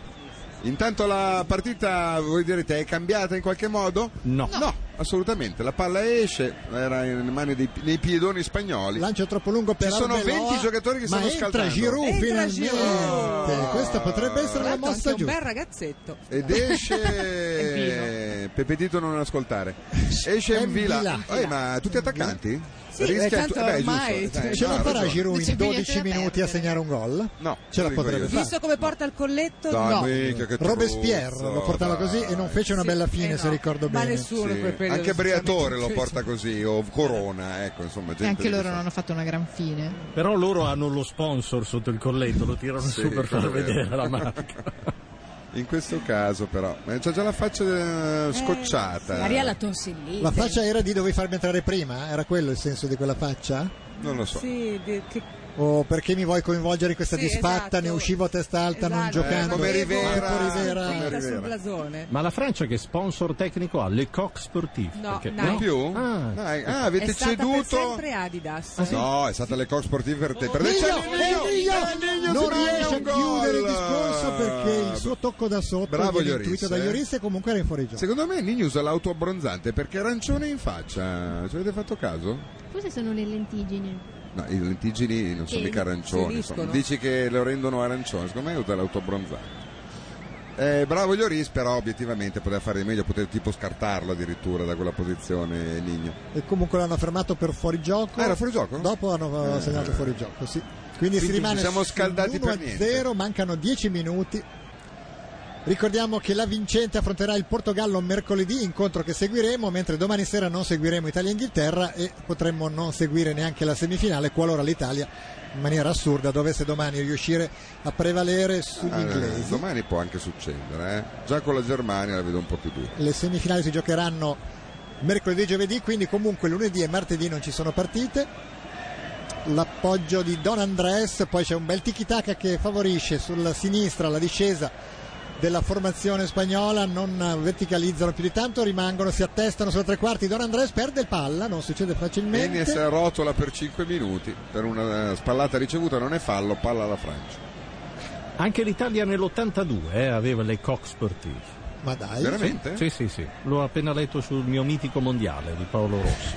[SPEAKER 3] Intanto la partita, voi direte, è cambiata in qualche modo?
[SPEAKER 1] No.
[SPEAKER 3] No, assolutamente. La palla esce, era in mani dei, nei piedoni spagnoli.
[SPEAKER 2] Lancio troppo lungo per
[SPEAKER 3] Ci sono
[SPEAKER 2] Arbeloa,
[SPEAKER 3] 20 giocatori che
[SPEAKER 2] ma
[SPEAKER 3] stanno
[SPEAKER 2] entra
[SPEAKER 3] scaldando.
[SPEAKER 2] Giroud
[SPEAKER 3] Entra
[SPEAKER 2] finalmente.
[SPEAKER 3] Giroud.
[SPEAKER 2] Questa potrebbe essere la
[SPEAKER 9] Tanto anche
[SPEAKER 2] mossa
[SPEAKER 9] un bel
[SPEAKER 2] giusta.
[SPEAKER 9] ragazzetto.
[SPEAKER 3] Ed
[SPEAKER 9] [laughs]
[SPEAKER 3] esce Pepetito non ascoltare. Esce in villa.
[SPEAKER 2] Mvila.
[SPEAKER 3] Eh, ma tutti attaccanti?
[SPEAKER 2] Sì,
[SPEAKER 3] Rischia
[SPEAKER 2] eh, tanto
[SPEAKER 3] tu- eh, beh,
[SPEAKER 9] ormai-
[SPEAKER 2] [laughs]
[SPEAKER 3] giusto, dai,
[SPEAKER 2] Ce
[SPEAKER 3] no,
[SPEAKER 2] la
[SPEAKER 3] ha
[SPEAKER 2] farà
[SPEAKER 3] ragione.
[SPEAKER 2] Giroud in
[SPEAKER 9] biglietti
[SPEAKER 2] 12 minuti a segnare un gol?
[SPEAKER 3] No,
[SPEAKER 2] Ce la
[SPEAKER 3] dico
[SPEAKER 2] potrebbe
[SPEAKER 3] io.
[SPEAKER 2] fare.
[SPEAKER 9] Visto come porta il colletto,
[SPEAKER 3] Dai,
[SPEAKER 9] no.
[SPEAKER 3] minchia, che
[SPEAKER 2] Robespierre
[SPEAKER 3] truzzo,
[SPEAKER 2] lo portava
[SPEAKER 3] dai.
[SPEAKER 2] così e non fece una bella fine, se ricordo
[SPEAKER 9] Eh, Ma
[SPEAKER 2] bene.
[SPEAKER 9] nessuno
[SPEAKER 3] Sì.
[SPEAKER 9] poi prende
[SPEAKER 3] Anche
[SPEAKER 9] lo
[SPEAKER 3] Briatore lo
[SPEAKER 9] stesso.
[SPEAKER 3] porta così, o Corona, ecco, insomma, gente
[SPEAKER 5] E anche
[SPEAKER 3] di-
[SPEAKER 5] loro non hanno fatto una gran fine.
[SPEAKER 1] Però loro hanno lo sponsor sotto il colletto, lo tirano
[SPEAKER 3] Sì,
[SPEAKER 1] su per far
[SPEAKER 3] quello è vero.
[SPEAKER 1] vedere la marca.
[SPEAKER 3] [laughs] In questo caso però, eh, c'ha già la faccia eh, scocciata.
[SPEAKER 8] Maria la tonsillite.
[SPEAKER 2] La faccia era di dovevi farmi entrare prima? Era quello il senso di quella faccia?
[SPEAKER 3] Non lo so.
[SPEAKER 9] Sì, di- che-
[SPEAKER 2] O perché mi vuoi coinvolgere in questa
[SPEAKER 9] Sì,
[SPEAKER 2] disfatta?
[SPEAKER 9] esatto.
[SPEAKER 2] Ne uscivo a testa alta non
[SPEAKER 9] Esatto,
[SPEAKER 2] giocando.
[SPEAKER 3] Eh, come Rivera,
[SPEAKER 2] Tipo Rivera.
[SPEAKER 3] come
[SPEAKER 9] Punta sul
[SPEAKER 3] Rivera.
[SPEAKER 9] blasone.
[SPEAKER 1] Ma la Francia che sponsor tecnico ha? Le Coq Sportif?
[SPEAKER 9] No,
[SPEAKER 1] Perché-
[SPEAKER 9] no. Non
[SPEAKER 3] più?
[SPEAKER 1] Ah,
[SPEAKER 3] Dai, ah, avete
[SPEAKER 9] è stata per
[SPEAKER 3] ceduto?
[SPEAKER 9] sempre
[SPEAKER 2] Ah,
[SPEAKER 9] Adidas.
[SPEAKER 3] No, è stata le Coq Sportive per te. Per
[SPEAKER 2] Miglio,
[SPEAKER 3] decenni
[SPEAKER 2] eh, Miglio,
[SPEAKER 3] Miglio
[SPEAKER 2] non
[SPEAKER 3] sbaglia
[SPEAKER 2] riesce a
[SPEAKER 3] un gol.
[SPEAKER 2] chiudere il discorso perché il suo tocco da sotto
[SPEAKER 3] Bravo
[SPEAKER 2] viene
[SPEAKER 3] Lloris,
[SPEAKER 2] intuito da
[SPEAKER 3] eh.
[SPEAKER 2] Lloris e comunque era in fuorigioco.
[SPEAKER 3] Secondo me Nini usa l'auto abbronzante perché è arancione in faccia. Ci avete fatto caso?
[SPEAKER 6] Forse sono le lentigini.
[SPEAKER 3] No, i lentiggini non sono
[SPEAKER 6] Sì,
[SPEAKER 3] mica arancioni.
[SPEAKER 6] inseriscono.
[SPEAKER 3] insomma. Dici che lo rendono arancione, secondo me usa l'auto abbronzante. Eh, bravo Lloris, però obiettivamente poteva fare di meglio, poteva tipo scartarlo addirittura da quella posizione Nino.
[SPEAKER 2] E comunque l'hanno fermato per fuorigioco.
[SPEAKER 3] Ah, era fuorigioco?
[SPEAKER 2] Dopo hanno
[SPEAKER 3] Eh.
[SPEAKER 2] eh, segnato fuorigioco, sì. Quindi, si
[SPEAKER 3] Quindi
[SPEAKER 2] rimane
[SPEAKER 3] ci siamo scaldati per niente.
[SPEAKER 2] 0, mancano 10 minuti. Ricordiamo che la vincente affronterà il Portogallo mercoledì, incontro che seguiremo, mentre domani sera non seguiremo Italia-Inghilterra e potremmo non seguire neanche la semifinale qualora l'Italia in maniera assurda dovesse domani riuscire a prevalere sugli
[SPEAKER 3] Ah,
[SPEAKER 2] inglesi.
[SPEAKER 3] domani può anche succedere, eh. Già con la Germania la vedo un po' più dura.
[SPEAKER 2] Le semifinali si giocheranno mercoledì e giovedì, quindi comunque lunedì e martedì non ci sono partite. L'appoggio di Don Andres, poi c'è un bel tiki-taka che favorisce sulla sinistra la discesa della formazione spagnola, non verticalizzano più di tanto, rimangono, si attestano sulla tre quarti. Don Andres perde il palla, non succede
[SPEAKER 3] Enes
[SPEAKER 2] facilmente.
[SPEAKER 3] rotola per 5 minuti per una eh, spallata ricevuta, non è fallo, palla alla Francia.
[SPEAKER 1] Anche l'Italia nell'82 eh, aveva le Coq Sportif.
[SPEAKER 2] Ma dai,
[SPEAKER 3] Veramente?
[SPEAKER 1] Sì, sì, sì. L'ho appena letto sul mio mitico mondiale di Paolo
[SPEAKER 3] [laughs]
[SPEAKER 1] Rossi.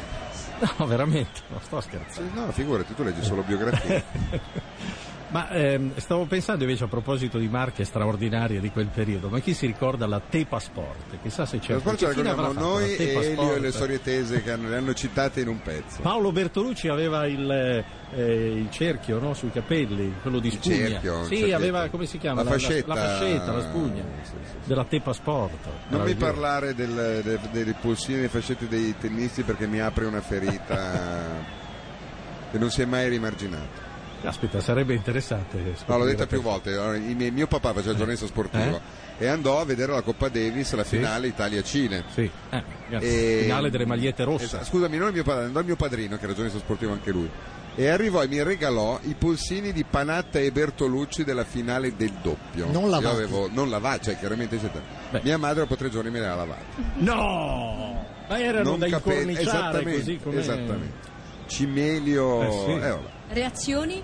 [SPEAKER 1] No, veramente, non sto scherzando.
[SPEAKER 3] No, figurati, tu leggi solo biografie.
[SPEAKER 1] [laughs] Ma ehm, stavo pensando invece a proposito di marche straordinarie di quel periodo, ma chi si ricorda la Tepa Sport? Chissà se c'è
[SPEAKER 3] Lo sport ce la
[SPEAKER 1] chi ne avrà
[SPEAKER 3] ricordiamo
[SPEAKER 1] fatto la
[SPEAKER 3] noi e
[SPEAKER 1] Tepa
[SPEAKER 3] Elio
[SPEAKER 1] Sport?
[SPEAKER 3] e le storie tese che hanno- le hanno citate in un pezzo.
[SPEAKER 1] Paolo Bertolucci aveva il, eh, il cerchio no, sui capelli, quello di spugna.
[SPEAKER 3] cerchio, il
[SPEAKER 1] sì,
[SPEAKER 3] cerchietto.
[SPEAKER 1] aveva come si chiama?
[SPEAKER 3] La
[SPEAKER 1] La,
[SPEAKER 3] fascetta.
[SPEAKER 1] fascetta, la spugna della Tepa Sport.
[SPEAKER 3] Non mi
[SPEAKER 1] Meraviglioso.
[SPEAKER 3] parlare del, del, dei pulsini e dei fascetti dei tennisti perché mi apre una
[SPEAKER 1] [laughs]
[SPEAKER 3] ferita che non si è mai rimarginata.
[SPEAKER 1] Caspita, sarebbe interessante.
[SPEAKER 3] No, l'ho
[SPEAKER 1] scoprire
[SPEAKER 3] detta più
[SPEAKER 1] perché.
[SPEAKER 3] volte. Allora, il mio, mio papà faceva il giornalista sportivo e andò a vedere la Coppa Davis, la
[SPEAKER 1] Eh? Sì.
[SPEAKER 3] finale Italia-Cile.
[SPEAKER 1] Sì. Eh, finale delle magliette rosse.
[SPEAKER 3] Esatto. Scusami, non il mio padre, andò il mio padrino, che era giornalista sportivo anche lui. E arrivò e mi regalò i polsini di Panatta e Bertolucci della finale del doppio.
[SPEAKER 2] Non
[SPEAKER 3] Io
[SPEAKER 2] lavati.
[SPEAKER 3] avevo, non lavati, cioè chiaramente eccetera. Mia madre dopo tre giorni me le ha lavate.
[SPEAKER 1] No! Ma erano
[SPEAKER 3] Non
[SPEAKER 1] da
[SPEAKER 3] cape-
[SPEAKER 1] incorniciare
[SPEAKER 3] esattamente,
[SPEAKER 1] così come...
[SPEAKER 3] esattamente. Cimelio...
[SPEAKER 1] Eh, sì.
[SPEAKER 3] eh, vabbè.
[SPEAKER 17] Reazioni?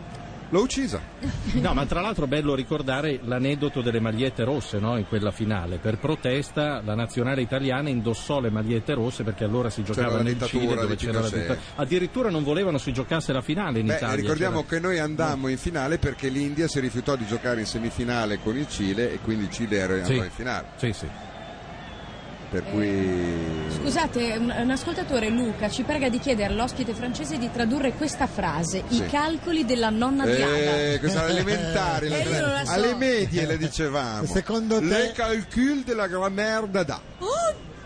[SPEAKER 3] L'ho uccisa.
[SPEAKER 1] [laughs] No, ma tra l'altro è bello ricordare l'aneddoto delle magliette rosse no, in quella finale. Per protesta la nazionale italiana indossò le magliette rosse perché allora si giocava
[SPEAKER 3] la
[SPEAKER 1] nel
[SPEAKER 3] dittatura
[SPEAKER 1] Cile
[SPEAKER 3] di
[SPEAKER 1] dove c'era la
[SPEAKER 3] Pinochet.
[SPEAKER 1] dittatura. Addirittura non volevano si giocasse la finale in
[SPEAKER 3] Beh,
[SPEAKER 1] Italia. cioè.
[SPEAKER 3] ricordiamo che noi andammo in finale perché l'India si rifiutò di giocare in semifinale con il Cile e quindi il Cile era andò
[SPEAKER 1] Sì.
[SPEAKER 3] in finale.
[SPEAKER 1] Sì, sì.
[SPEAKER 3] Per cui...
[SPEAKER 8] Scusate, un, un ascoltatore Luca ci prega di chiedere all'ospite francese di tradurre questa frase:
[SPEAKER 3] Sì.
[SPEAKER 8] i calcoli della nonna Diana.
[SPEAKER 3] Eh, questa era elementare, la-
[SPEAKER 8] Eh, io non la so.
[SPEAKER 3] alle medie le dicevamo.
[SPEAKER 2] Secondo te-
[SPEAKER 3] Le calcul della grammaire da da.
[SPEAKER 17] Oh,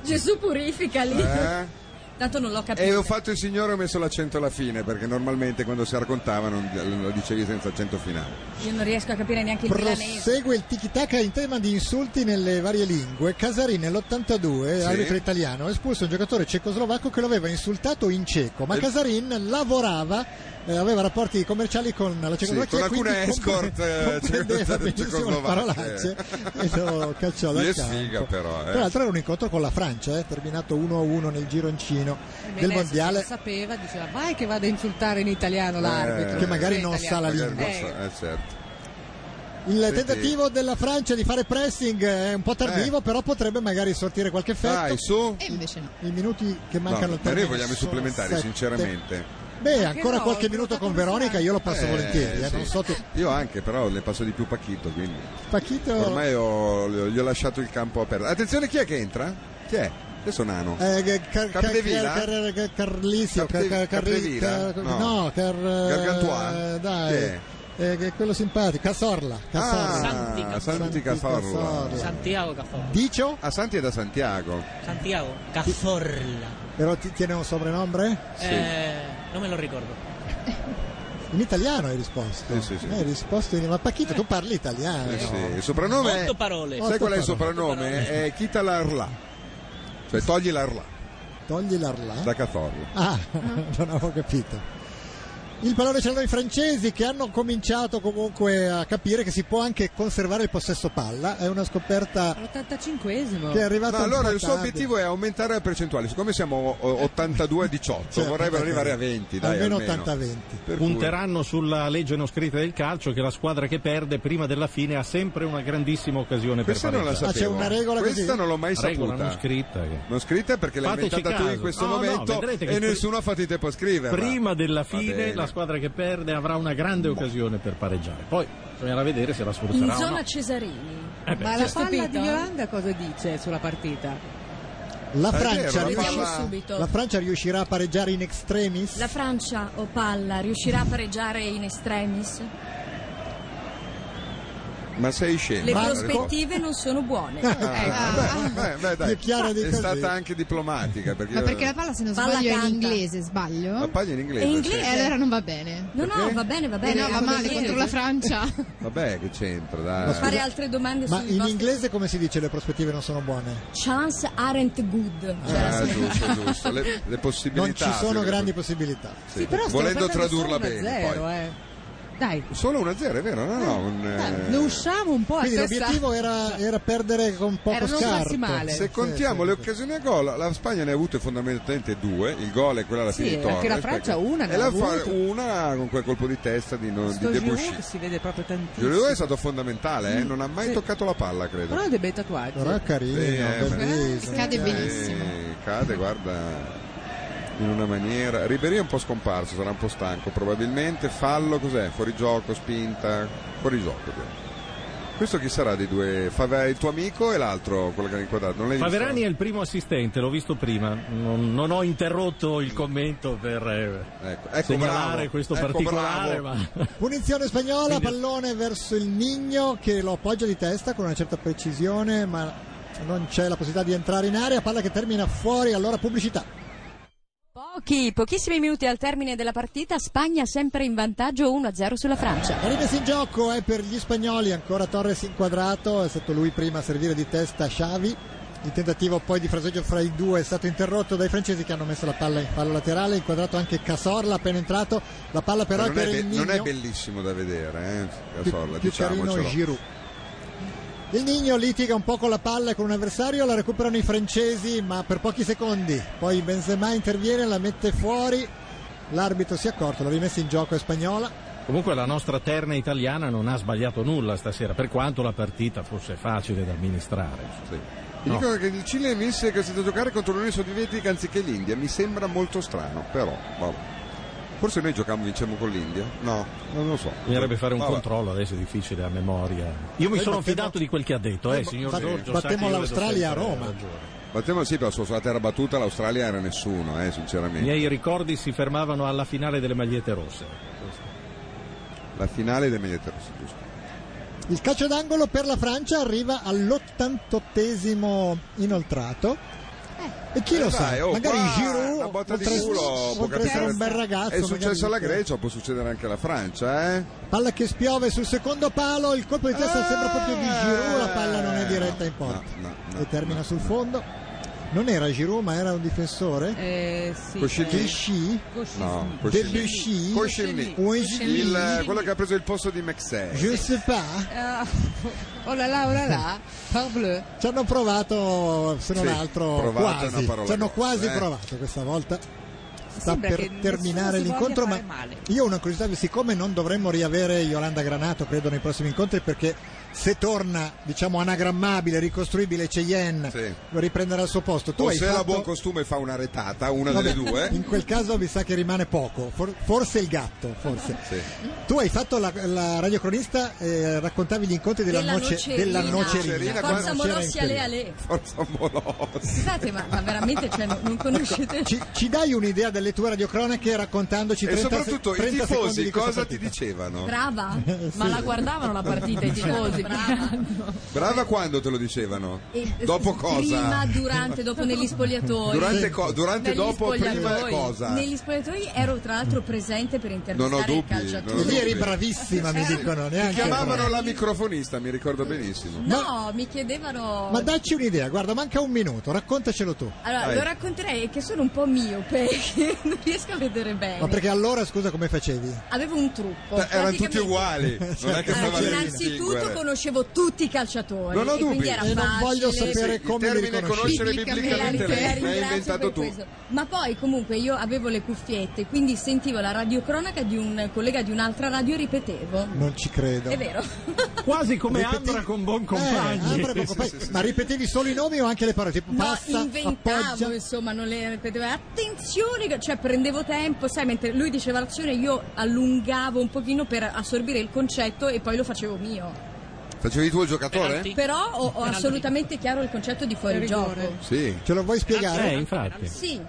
[SPEAKER 17] Gesù purifica lì.
[SPEAKER 3] Eh?
[SPEAKER 17] Tanto non l'ho
[SPEAKER 3] E ho
[SPEAKER 17] capito.
[SPEAKER 3] fatto il signore ho messo l'accento alla fine perché normalmente quando si raccontava non lo dicevi senza accento finale.
[SPEAKER 8] Io non riesco a capire neanche il milanese.
[SPEAKER 2] Prosegue il tiki-taka in tema di insulti nelle varie lingue. Casarini nell'82,
[SPEAKER 3] Sì.
[SPEAKER 2] arbitro italiano, ha espulso un giocatore cecoslovacco che lo aveva insultato in ceco,
[SPEAKER 3] Eh.
[SPEAKER 2] ma Casarin lavorava, eh, aveva rapporti commerciali con la
[SPEAKER 3] Sì,
[SPEAKER 2] Cecoslovacchia
[SPEAKER 3] con
[SPEAKER 2] e quindi
[SPEAKER 3] alcune
[SPEAKER 2] compre-
[SPEAKER 3] escort eh,
[SPEAKER 2] comprendeva benissimo le parolacce e lo cacciò dal
[SPEAKER 3] Gli è
[SPEAKER 2] campo.
[SPEAKER 3] sfiga però. eh.
[SPEAKER 2] Tra l'altro era un incontro con la Francia, eh, terminato 1-1 nel gironcino
[SPEAKER 4] Ebbene,
[SPEAKER 2] del
[SPEAKER 4] se
[SPEAKER 2] mondiale.
[SPEAKER 4] lo sapeva, diceva vai che vado a insultare in italiano l'arbitro.
[SPEAKER 2] che magari
[SPEAKER 4] Eh,
[SPEAKER 2] non
[SPEAKER 4] italiano.
[SPEAKER 2] sa la
[SPEAKER 3] Magari
[SPEAKER 2] lingua.
[SPEAKER 3] non sa- eh, certo.
[SPEAKER 2] Il
[SPEAKER 3] Senti.
[SPEAKER 2] tentativo della Francia di fare pressing è un po' tardivo, però potrebbe magari sortire qualche effetto.
[SPEAKER 3] Eh. Dai, su.
[SPEAKER 5] E invece no.
[SPEAKER 2] I minuti che
[SPEAKER 3] No,
[SPEAKER 2] mancano al
[SPEAKER 3] ma noi
[SPEAKER 2] termine
[SPEAKER 3] vogliamo i
[SPEAKER 2] sono
[SPEAKER 3] supplementari,
[SPEAKER 2] sette.
[SPEAKER 3] sinceramente.
[SPEAKER 2] Beh,
[SPEAKER 4] Anche
[SPEAKER 2] ancora
[SPEAKER 4] no,
[SPEAKER 2] qualche
[SPEAKER 4] ho
[SPEAKER 2] minuto
[SPEAKER 4] votato
[SPEAKER 2] con
[SPEAKER 4] come
[SPEAKER 2] Veronica, io lo passo
[SPEAKER 3] Eh,
[SPEAKER 2] volentieri. eh,
[SPEAKER 3] sì.
[SPEAKER 2] non so tu.
[SPEAKER 3] Io anche, però le passo di più Pacchito, quindi.
[SPEAKER 2] Pachito
[SPEAKER 3] Ormai ho- gli ho- gli ho lasciato il campo aperto. Attenzione, chi è che entra? Chi è? Adesso Nano.
[SPEAKER 2] eh, car- car-
[SPEAKER 3] Capdevila?
[SPEAKER 2] car- car- car- Carlisio, car-
[SPEAKER 3] Capde-
[SPEAKER 2] car- Carri-
[SPEAKER 3] Capdevila?
[SPEAKER 2] car-
[SPEAKER 3] No.
[SPEAKER 2] no, car-
[SPEAKER 3] Gargantua?
[SPEAKER 2] eh, dai,
[SPEAKER 3] Chi è?
[SPEAKER 2] eh, che è quello simpatico, Casorla, Casorla.
[SPEAKER 3] Ah, Santi Cazorla.
[SPEAKER 10] Santiago Cazorla.
[SPEAKER 2] Dicio?
[SPEAKER 3] Ah, Santi è da Santiago.
[SPEAKER 10] Santiago Cazorla.
[SPEAKER 2] Però ti- tiene un soprannombre?
[SPEAKER 10] Eh, non me lo ricordo.
[SPEAKER 2] In italiano hai risposto.
[SPEAKER 3] Sì, sì, sì.
[SPEAKER 2] Eh, Hai risposto in... Ma Pachito, tu parli italiano.
[SPEAKER 3] Eh sì, Il soprannome è-
[SPEAKER 10] Otto parole.
[SPEAKER 3] Sai qual è il
[SPEAKER 2] Otto parole.
[SPEAKER 3] soprannome? È Kita l'Arla. Cioè togli l'Arla
[SPEAKER 2] Togli l'arla.
[SPEAKER 3] da Cazorla.
[SPEAKER 2] Ah, [laughs] non avevo capito. Il pallone ce l'hanno i francesi che hanno cominciato comunque a capire che si può anche conservare il possesso palla. È una scoperta
[SPEAKER 4] All'85esimo.
[SPEAKER 2] che è arrivata
[SPEAKER 3] No,
[SPEAKER 2] un
[SPEAKER 3] allora
[SPEAKER 2] po'
[SPEAKER 3] il suo
[SPEAKER 2] tardi. Eh.
[SPEAKER 3] obiettivo è aumentare la percentuale. Siccome siamo o- 82 a 18,
[SPEAKER 2] Certo,
[SPEAKER 3] vorrebbero
[SPEAKER 2] certo.
[SPEAKER 3] arrivare a 20. Dai,
[SPEAKER 2] Almeno
[SPEAKER 3] almeno
[SPEAKER 2] 80-20.
[SPEAKER 3] Per cui-
[SPEAKER 1] Punteranno sulla legge non scritta del calcio che la squadra che perde prima della fine ha sempre una grandissima occasione
[SPEAKER 3] Questa
[SPEAKER 1] per
[SPEAKER 3] non la
[SPEAKER 1] pareggiare.
[SPEAKER 3] sapevo. Questa non l'ho mai
[SPEAKER 1] Regola
[SPEAKER 3] saputa.
[SPEAKER 1] non scritta. che-
[SPEAKER 3] Non scritta perché l'hai
[SPEAKER 1] Fateci
[SPEAKER 3] inventata tu
[SPEAKER 1] caso.
[SPEAKER 3] in questo
[SPEAKER 1] No, no,
[SPEAKER 3] momento
[SPEAKER 1] vedrete che
[SPEAKER 3] e
[SPEAKER 1] pri-
[SPEAKER 3] nessuno ha fatto in tempo a scriverla.
[SPEAKER 1] Prima della
[SPEAKER 3] Va bene.
[SPEAKER 1] fine la squadra che perde avrà una grande occasione per pareggiare. Poi bisognerà vedere se la
[SPEAKER 8] In
[SPEAKER 1] sfrutterà o
[SPEAKER 8] zona
[SPEAKER 1] no.
[SPEAKER 8] Cesarini.
[SPEAKER 1] Eh beh,
[SPEAKER 4] Ma
[SPEAKER 1] certo.
[SPEAKER 4] la palla di
[SPEAKER 8] Stupito.
[SPEAKER 4] Yolanda cosa dice sulla partita?
[SPEAKER 2] La
[SPEAKER 3] Ah,
[SPEAKER 4] È
[SPEAKER 2] Francia,
[SPEAKER 4] vero, la
[SPEAKER 2] riuscirà-
[SPEAKER 4] palla-
[SPEAKER 17] subito.
[SPEAKER 2] la Francia riuscirà a pareggiare in extremis?
[SPEAKER 17] La Francia o palla riuscirà a pareggiare in extremis?
[SPEAKER 3] Ma sei scemo.
[SPEAKER 8] Le
[SPEAKER 3] Ma-
[SPEAKER 8] prospettive eh. non
[SPEAKER 3] [laughs]
[SPEAKER 8] sono buone. Ecco.
[SPEAKER 3] Ah, beh, beh, beh, dai.
[SPEAKER 2] Più chiara di
[SPEAKER 3] è
[SPEAKER 2] così.
[SPEAKER 3] stata anche diplomatica. Perché
[SPEAKER 5] Ma perché la palla, se non
[SPEAKER 17] Palla
[SPEAKER 5] sbaglio, è
[SPEAKER 17] canta.
[SPEAKER 5] in inglese, sbaglio?
[SPEAKER 3] La palla è in inglese,
[SPEAKER 5] E
[SPEAKER 3] sì.
[SPEAKER 5] E allora non va bene.
[SPEAKER 17] No, no, va bene, va
[SPEAKER 5] Eh
[SPEAKER 17] bene.
[SPEAKER 5] no, va
[SPEAKER 17] Come
[SPEAKER 5] male
[SPEAKER 17] dire.
[SPEAKER 5] contro la Francia.
[SPEAKER 3] Ah. Vabbè, che c'entra, dai.
[SPEAKER 17] Fare altre domande
[SPEAKER 2] Ma
[SPEAKER 17] sui
[SPEAKER 2] in
[SPEAKER 17] vostri-
[SPEAKER 2] inglese come si dice le prospettive non sono buone?
[SPEAKER 17] Chance aren't good.
[SPEAKER 3] Ah, giusto, giusto. Le, le
[SPEAKER 2] cioè, Non
[SPEAKER 3] possibilità.
[SPEAKER 2] ci sono
[SPEAKER 3] sì,
[SPEAKER 2] grandi
[SPEAKER 3] sì.
[SPEAKER 2] possibilità.
[SPEAKER 3] Sì, Volendo tradurla bene. poi.
[SPEAKER 4] eh. Dai,
[SPEAKER 3] Solo 1-0, è vero? No, no. un, eh,
[SPEAKER 4] ne usciamo un po' a
[SPEAKER 2] Quindi
[SPEAKER 4] testa.
[SPEAKER 2] l'obiettivo era, era perdere con poco
[SPEAKER 4] Era non farsi
[SPEAKER 2] scarto.
[SPEAKER 4] male.
[SPEAKER 3] Certo, Se contiamo le occasioni a gol, la Spagna ne ha avute fondamentalmente due, il gol è quella alla
[SPEAKER 4] Sì,
[SPEAKER 3] fine di
[SPEAKER 4] anche
[SPEAKER 3] Torres.
[SPEAKER 4] la Francia
[SPEAKER 3] perché-
[SPEAKER 4] una ne
[SPEAKER 3] e
[SPEAKER 4] ha
[SPEAKER 3] la
[SPEAKER 4] avuto.
[SPEAKER 3] Fra- una con quel colpo di testa di, non, di
[SPEAKER 4] Sto
[SPEAKER 3] Debussy.
[SPEAKER 4] Giroud che si vede proprio tantissimo.
[SPEAKER 3] Giroud è stato fondamentale, eh, non ha mai
[SPEAKER 4] Sì.
[SPEAKER 3] toccato la palla, credo.
[SPEAKER 4] Però ha dei bei tatuaggi.
[SPEAKER 2] Però è carino,
[SPEAKER 3] Sì, eh,
[SPEAKER 2] bellissimo.
[SPEAKER 5] Cade benissimo.
[SPEAKER 3] Eh, cade, guarda. in una maniera. Ribery è un po' scomparso, sarà un po' stanco probabilmente. Fallo cos'è? Fuori gioco, spinta, fuori gioco. direi. Questo chi sarà dei due? Fave- il tuo amico e l'altro, quello che ha inquadrato. Non l'hai visto?
[SPEAKER 1] Faverani è il primo assistente, l'ho visto prima, non, non ho interrotto il commento per eh,
[SPEAKER 3] ecco,
[SPEAKER 1] segnalare
[SPEAKER 3] bravo,
[SPEAKER 1] questo
[SPEAKER 3] ecco,
[SPEAKER 1] particolare,
[SPEAKER 3] bravo.
[SPEAKER 1] ma
[SPEAKER 2] Punizione spagnola, pallone verso il Nigno che lo appoggia di testa con una certa precisione, ma non c'è la possibilità di entrare in area, palla che termina fuori, allora pubblicità.
[SPEAKER 13] Pochi, pochissimi minuti al termine della partita, Spagna sempre in vantaggio 1-0 sulla Francia.
[SPEAKER 2] La rimessa in gioco è per gli spagnoli, ancora Torres inquadrato, è stato lui prima a servire di testa Xavi. Il tentativo poi di fraseggio fra i due è stato interrotto dai francesi che hanno messo la palla in fallo laterale, inquadrato anche Casorla appena entrato, la palla però è
[SPEAKER 3] non, è
[SPEAKER 2] per
[SPEAKER 3] be-
[SPEAKER 2] il Nigno.
[SPEAKER 3] non è bellissimo da vedere, eh? Casorla,
[SPEAKER 2] più
[SPEAKER 3] diciamocelo.
[SPEAKER 2] carino Giroud. Il Nigno litiga un po' con la palla e con un avversario, la recuperano i francesi ma per pochi secondi. Poi Benzema interviene, la mette fuori, l'arbitro si è accorto, la rimessa in gioco è spagnola.
[SPEAKER 1] comunque la nostra terna italiana non ha sbagliato nulla stasera, per quanto la partita fosse facile da amministrare.
[SPEAKER 3] Ti
[SPEAKER 1] No.
[SPEAKER 3] dicono che il Cile vinse che è stato giocare contro l'Unione Sovietica anziché l'India. Mi sembra molto strano, però. vabbè. Forse noi giocavamo vincemmo con l'India? No, non lo so.
[SPEAKER 1] Bisognerebbe fare un
[SPEAKER 3] Vabbè.
[SPEAKER 1] controllo, adesso è difficile a memoria. Io mi
[SPEAKER 3] Noi
[SPEAKER 2] Eh,
[SPEAKER 1] sono
[SPEAKER 3] battemmo-
[SPEAKER 1] fidato di quel che ha detto, eh, signor
[SPEAKER 3] Sì.
[SPEAKER 1] Giorgio. sa che io vedo sempre la ragione.
[SPEAKER 3] Battemmo sì, però sulla terra battuta l'Australia era nessuno, eh, sinceramente.
[SPEAKER 1] I miei ricordi si fermavano alla finale delle magliette rosse.
[SPEAKER 3] La finale del Mediterraneo, giusto.
[SPEAKER 2] Il calcio d'angolo per la Francia arriva all'88esimo inoltrato. E chi
[SPEAKER 3] Eh,
[SPEAKER 2] lo
[SPEAKER 3] dai,
[SPEAKER 2] sa?
[SPEAKER 3] oh,
[SPEAKER 2] magari
[SPEAKER 3] qua,
[SPEAKER 2] Giroud
[SPEAKER 3] una botta di
[SPEAKER 2] oltre-
[SPEAKER 3] culo, può
[SPEAKER 2] oltre a
[SPEAKER 3] capitare.
[SPEAKER 2] essere un bel ragazzo.
[SPEAKER 3] È successo alla
[SPEAKER 2] magari-
[SPEAKER 3] Grecia, può succedere anche alla Francia, eh?
[SPEAKER 2] Palla che spiove sul secondo palo, il colpo di testa sembra proprio di Giroud, la palla non è diretta in porta.
[SPEAKER 3] Eh. No,
[SPEAKER 2] e termina sul fondo. Non era Giroud, ma era un difensore.
[SPEAKER 9] Eh, sì.
[SPEAKER 2] Clichy?
[SPEAKER 3] No,
[SPEAKER 2] Debussy?
[SPEAKER 3] Koscielny.
[SPEAKER 2] Koscielny.
[SPEAKER 3] Il, eh, quello che ha preso il posto di Maxey.
[SPEAKER 2] Je sais pas.
[SPEAKER 4] Ah, [laughs] oh là là, oh là là, parbleu.
[SPEAKER 2] Ci hanno provato, se non
[SPEAKER 3] Sì,
[SPEAKER 2] altro,
[SPEAKER 3] provate è
[SPEAKER 2] quasi.
[SPEAKER 3] una parola
[SPEAKER 2] Ci hanno
[SPEAKER 3] grossa,
[SPEAKER 2] quasi
[SPEAKER 3] eh.
[SPEAKER 2] provato questa volta. Sta
[SPEAKER 9] Sembra che
[SPEAKER 2] per
[SPEAKER 9] nessuno
[SPEAKER 2] terminare
[SPEAKER 9] si voglia
[SPEAKER 2] l'incontro, ma
[SPEAKER 9] fare male.
[SPEAKER 2] io ho una curiosità, siccome non dovremmo riavere Yolanda Granato, credo, nei prossimi incontri, perché se torna, diciamo, anagrammabile, ricostruibile, Cheyenne, lo riprenderà al suo posto. Tu
[SPEAKER 3] o
[SPEAKER 2] hai
[SPEAKER 3] se la
[SPEAKER 2] fatto...
[SPEAKER 3] buon costume fa una retata, una
[SPEAKER 2] Vabbè,
[SPEAKER 3] delle due. eh. [laughs]
[SPEAKER 2] In quel caso mi sa che rimane poco, For- forse il gatto, forse.
[SPEAKER 3] [laughs] Sì.
[SPEAKER 2] Tu hai fatto la, la radiocronista, eh, raccontavi gli incontri della,
[SPEAKER 8] Della
[SPEAKER 2] noce-
[SPEAKER 8] nocerina.
[SPEAKER 2] della nocerina.
[SPEAKER 8] Nocerina,
[SPEAKER 2] Quando
[SPEAKER 8] Forza
[SPEAKER 2] non c'era
[SPEAKER 8] Molossi,
[SPEAKER 2] in
[SPEAKER 8] ale,
[SPEAKER 2] tele.
[SPEAKER 8] ale.
[SPEAKER 3] Forza Molossi.
[SPEAKER 8] Scusate, ma, ma veramente cioè, non, non conoscete...
[SPEAKER 2] Ci, ci dai un'idea delle tue radiocronache raccontandoci
[SPEAKER 3] E
[SPEAKER 2] 30 se-
[SPEAKER 3] soprattutto i
[SPEAKER 2] 30 secondi
[SPEAKER 3] tifosi
[SPEAKER 2] di questa
[SPEAKER 3] cosa ti
[SPEAKER 2] partita.
[SPEAKER 3] dicevano?
[SPEAKER 8] Brava?
[SPEAKER 7] Ma la guardavano la partita i tifosi?
[SPEAKER 8] [laughs]
[SPEAKER 3] Brava quando te lo dicevano?
[SPEAKER 8] E-
[SPEAKER 3] Dopo
[SPEAKER 8] Prima,
[SPEAKER 3] cosa?
[SPEAKER 8] durante, dopo negli spogliatoi.
[SPEAKER 3] Durante co- durante,
[SPEAKER 8] Negli
[SPEAKER 3] dopo, prima
[SPEAKER 8] spogliatoi.
[SPEAKER 3] cosa?
[SPEAKER 8] Negli spogliatoi ero tra l'altro presente per intervistare
[SPEAKER 3] Non ho dubbi,
[SPEAKER 8] il calciatore.
[SPEAKER 3] non ho Lì eri dubbi.
[SPEAKER 2] bravissima, mi dicono,
[SPEAKER 3] Ti
[SPEAKER 2] neanche
[SPEAKER 3] chiamavano
[SPEAKER 2] brava.
[SPEAKER 3] la microfonista, mi ricordo benissimo.
[SPEAKER 8] No, mi chiedevano...
[SPEAKER 2] Ma dacci un'idea, guarda, manca un minuto, raccontacelo tu.
[SPEAKER 8] Allora,
[SPEAKER 2] Dai.
[SPEAKER 8] lo racconterei che sono un po' miope, [laughs] che non riesco a vedere bene.
[SPEAKER 2] Ma perché Eh, allora, scusa, come facevi?
[SPEAKER 8] Avevo un trucco.
[SPEAKER 2] Beh, erano tutti
[SPEAKER 8] Boh, praticamente-
[SPEAKER 2] uguali, non è che
[SPEAKER 8] [laughs] Allora,
[SPEAKER 2] stava lì a
[SPEAKER 8] Innanzitutto
[SPEAKER 2] distinguere.
[SPEAKER 8] conoscevo tutti i calciatori.
[SPEAKER 3] Non ho
[SPEAKER 8] e
[SPEAKER 3] dubbi.
[SPEAKER 8] quindi era
[SPEAKER 3] E non
[SPEAKER 8] facile.
[SPEAKER 2] voglio sapere Sì, sì, come il li termine riconosci. conoscere biblicamente lei,
[SPEAKER 8] la
[SPEAKER 2] l'hai
[SPEAKER 8] ringrazio
[SPEAKER 2] inventato
[SPEAKER 8] per
[SPEAKER 2] tu.
[SPEAKER 8] questo. Ma poi comunque io avevo le cuffiette, quindi sentivo la radiocronaca di un collega di un'altra radio e ripetevo.
[SPEAKER 2] Non ci credo. [laughs]
[SPEAKER 8] È vero.
[SPEAKER 1] Quasi come
[SPEAKER 2] Ripeti-
[SPEAKER 1] Ambra con buon
[SPEAKER 2] Eh,
[SPEAKER 1] compagno.
[SPEAKER 2] apre poco, poi- Ma ripetevi solo i nomi o anche le parole? Tipo
[SPEAKER 8] No,
[SPEAKER 2] passa,
[SPEAKER 8] inventavo,
[SPEAKER 2] appoggia.
[SPEAKER 8] insomma, non le ripetevo. Attenzione, che- cioè prendevo tempo, sai, mentre lui diceva l'azione io allungavo un pochino per assorbire il concetto e poi lo facevo mio.
[SPEAKER 3] Facevi tu il giocatore?
[SPEAKER 2] Eh,
[SPEAKER 8] Però ho, ho assolutamente chiaro il concetto di fuorigioco.
[SPEAKER 3] Sì.
[SPEAKER 2] Ce lo vuoi spiegare?
[SPEAKER 1] Eh, infatti.
[SPEAKER 8] Sì.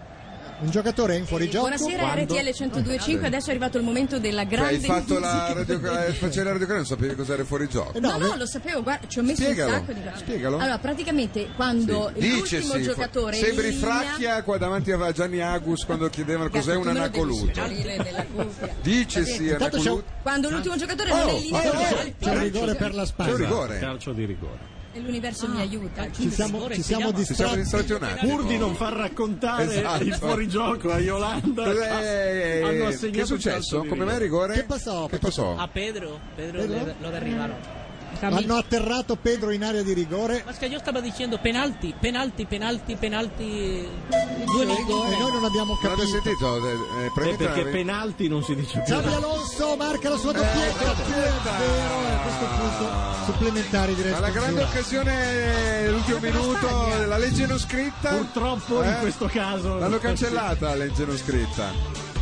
[SPEAKER 2] Un giocatore è in fuorigioco?
[SPEAKER 8] Buonasera RTL 1025, adesso è arrivato il momento della
[SPEAKER 3] Eh. Cioè,
[SPEAKER 8] grande
[SPEAKER 3] hai fatto la
[SPEAKER 8] incisione. [laughs]
[SPEAKER 3] radio, eh, facevi la radio non sapevi cos'era fuori gioco.
[SPEAKER 8] No, no, lo sapevo, guarda, ci ho messo
[SPEAKER 3] Spiegalo,
[SPEAKER 8] un sacco di cose.
[SPEAKER 3] spiegalo.
[SPEAKER 8] Allora, praticamente quando l'ultimo
[SPEAKER 3] Dicesi,
[SPEAKER 8] giocatore
[SPEAKER 3] sembri
[SPEAKER 8] in linea-
[SPEAKER 3] fracchia qua davanti a Gianni Agus quando chiedevano cos'è un
[SPEAKER 8] tu me lo devi
[SPEAKER 3] anacoluto.
[SPEAKER 8] suggerire della cuffia.
[SPEAKER 3] Dicesi
[SPEAKER 8] Vabbè.
[SPEAKER 3] anacoluto.
[SPEAKER 8] Quando l'ultimo giocatore
[SPEAKER 3] Oh,
[SPEAKER 8] non è in linea,
[SPEAKER 3] oh,
[SPEAKER 8] non
[SPEAKER 3] oh,
[SPEAKER 8] è il
[SPEAKER 2] C'è un
[SPEAKER 8] palo.
[SPEAKER 2] rigore per la Spagna.
[SPEAKER 3] C'è un rigore.
[SPEAKER 1] Calcio di rigore.
[SPEAKER 8] e l'universo mi Ah. aiuta.
[SPEAKER 2] Ci siamo, ci siamo
[SPEAKER 3] Ci siamo distratti un attimo.
[SPEAKER 1] Pur di non far raccontare
[SPEAKER 3] Esatto. Eh,
[SPEAKER 1] il fuorigioco a Yolanda,
[SPEAKER 3] Cos'è?
[SPEAKER 1] hanno assegnato
[SPEAKER 3] Che è successo?
[SPEAKER 1] il calcio di
[SPEAKER 3] Come mai
[SPEAKER 1] rigore.
[SPEAKER 3] rigore?
[SPEAKER 2] Che passò?
[SPEAKER 3] Che passò?
[SPEAKER 10] A Pedro, Pedro,
[SPEAKER 2] Pedro?
[SPEAKER 10] le- lo derribaron.
[SPEAKER 2] Hanno atterrato Pedro in area di rigore.
[SPEAKER 10] Mas que yo estaba diciendo penalti, penalti, penalti, penalti. Due
[SPEAKER 8] [laughs]
[SPEAKER 2] E noi non
[SPEAKER 10] rigore.
[SPEAKER 2] abbiamo
[SPEAKER 3] Non avete
[SPEAKER 2] capito.
[SPEAKER 3] sentito? Eh, eh,
[SPEAKER 1] Eh,
[SPEAKER 3] prendete
[SPEAKER 1] perché
[SPEAKER 3] la-
[SPEAKER 1] penalti non si dice più.
[SPEAKER 2] Xabi Alonso marca la
[SPEAKER 3] Eh,
[SPEAKER 2] sua doppietta 2 0 e a questo punto supplementari direi.
[SPEAKER 3] Ma la grande
[SPEAKER 2] scongiura.
[SPEAKER 3] occasione l'ultimo minuto, la legge non scritta. Eh?
[SPEAKER 1] Purtroppo in questo caso-
[SPEAKER 3] L'hanno cancellata la legge non scritta.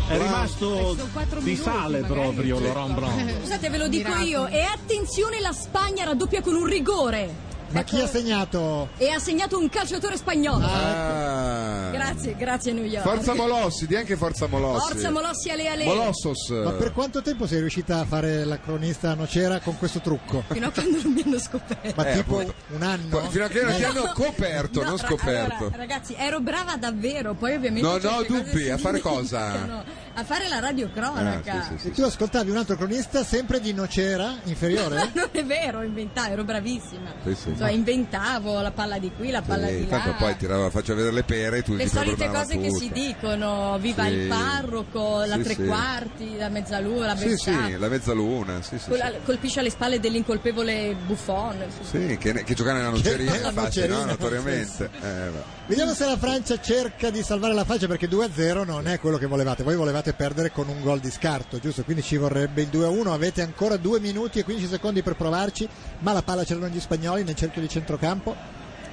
[SPEAKER 1] È
[SPEAKER 3] Wow.
[SPEAKER 1] rimasto
[SPEAKER 8] Questo quattro
[SPEAKER 1] di
[SPEAKER 8] minuti,
[SPEAKER 1] sale
[SPEAKER 8] magari.
[SPEAKER 1] proprio Laurent Blanc.
[SPEAKER 8] [laughs] Scusate, ve lo dico
[SPEAKER 17] Miracolo.
[SPEAKER 8] io. E attenzione, la Spagna raddoppia con un rigore.
[SPEAKER 2] Ma chi ha segnato?
[SPEAKER 8] E ha segnato un calciatore spagnolo.
[SPEAKER 3] Ah.
[SPEAKER 8] Grazie, grazie New York.
[SPEAKER 3] Forza Molossi, di anche Forza Molossi.
[SPEAKER 8] Forza Molossi, ale ale.
[SPEAKER 3] Molossos.
[SPEAKER 2] Ma per quanto tempo sei riuscita a fare la cronista nocera con questo trucco?
[SPEAKER 8] Fino a quando non mi hanno scoperto.
[SPEAKER 2] Ma
[SPEAKER 3] Eh,
[SPEAKER 2] tipo
[SPEAKER 3] appunto.
[SPEAKER 2] un anno?
[SPEAKER 3] Fino a che non ti
[SPEAKER 2] No.
[SPEAKER 3] hanno coperto, non
[SPEAKER 8] ra-
[SPEAKER 3] scoperto.
[SPEAKER 8] allora, ragazzi, ero brava davvero, poi ovviamente
[SPEAKER 3] No, no,
[SPEAKER 8] certe cose
[SPEAKER 3] dubbi,
[SPEAKER 8] si
[SPEAKER 3] a fare cosa?
[SPEAKER 8] dimenticano. A fare la radiocronaca.
[SPEAKER 3] Ah, sì, sì, sì.
[SPEAKER 2] E tu ascoltavi un altro cronista sempre di nocera
[SPEAKER 8] [laughs]
[SPEAKER 2] inferiore?
[SPEAKER 8] non è vero, inventavo, ero bravissima.
[SPEAKER 3] Sì, sì.
[SPEAKER 8] Cioè, inventavo la palla di qui, la palla
[SPEAKER 3] Sì,
[SPEAKER 8] di là.
[SPEAKER 3] tanto poi tirava, faccio vedere le pere e tu
[SPEAKER 8] Le
[SPEAKER 3] ti
[SPEAKER 8] solite
[SPEAKER 3] programma
[SPEAKER 8] cose che
[SPEAKER 3] tutto.
[SPEAKER 8] si dicono, viva
[SPEAKER 3] Sì.
[SPEAKER 8] il parroco, la
[SPEAKER 3] Sì,
[SPEAKER 8] tre
[SPEAKER 3] sì.
[SPEAKER 8] quarti, la mezzaluna, la
[SPEAKER 3] Sì,
[SPEAKER 8] versata.
[SPEAKER 3] sì, la mezzaluna, sì, sì.
[SPEAKER 8] Col-
[SPEAKER 3] sì.
[SPEAKER 8] colpisce alle spalle dell'incolpevole Buffon.
[SPEAKER 3] Sì, che, che giocare nella nocerina
[SPEAKER 2] Che-
[SPEAKER 3] è facile,
[SPEAKER 2] nocerina,
[SPEAKER 3] no? Notoriamente. Eh, va.
[SPEAKER 2] Vediamo se la Francia cerca di salvare la faccia perché 2-0 non è quello che volevate. Voi volevate perdere con un gol di scarto, giusto? Quindi ci vorrebbe il 2-1. Avete ancora 2 minuti e 15 secondi per provarci, ma la palla ce l'hanno gli spagnoli nel cerchio di centrocampo.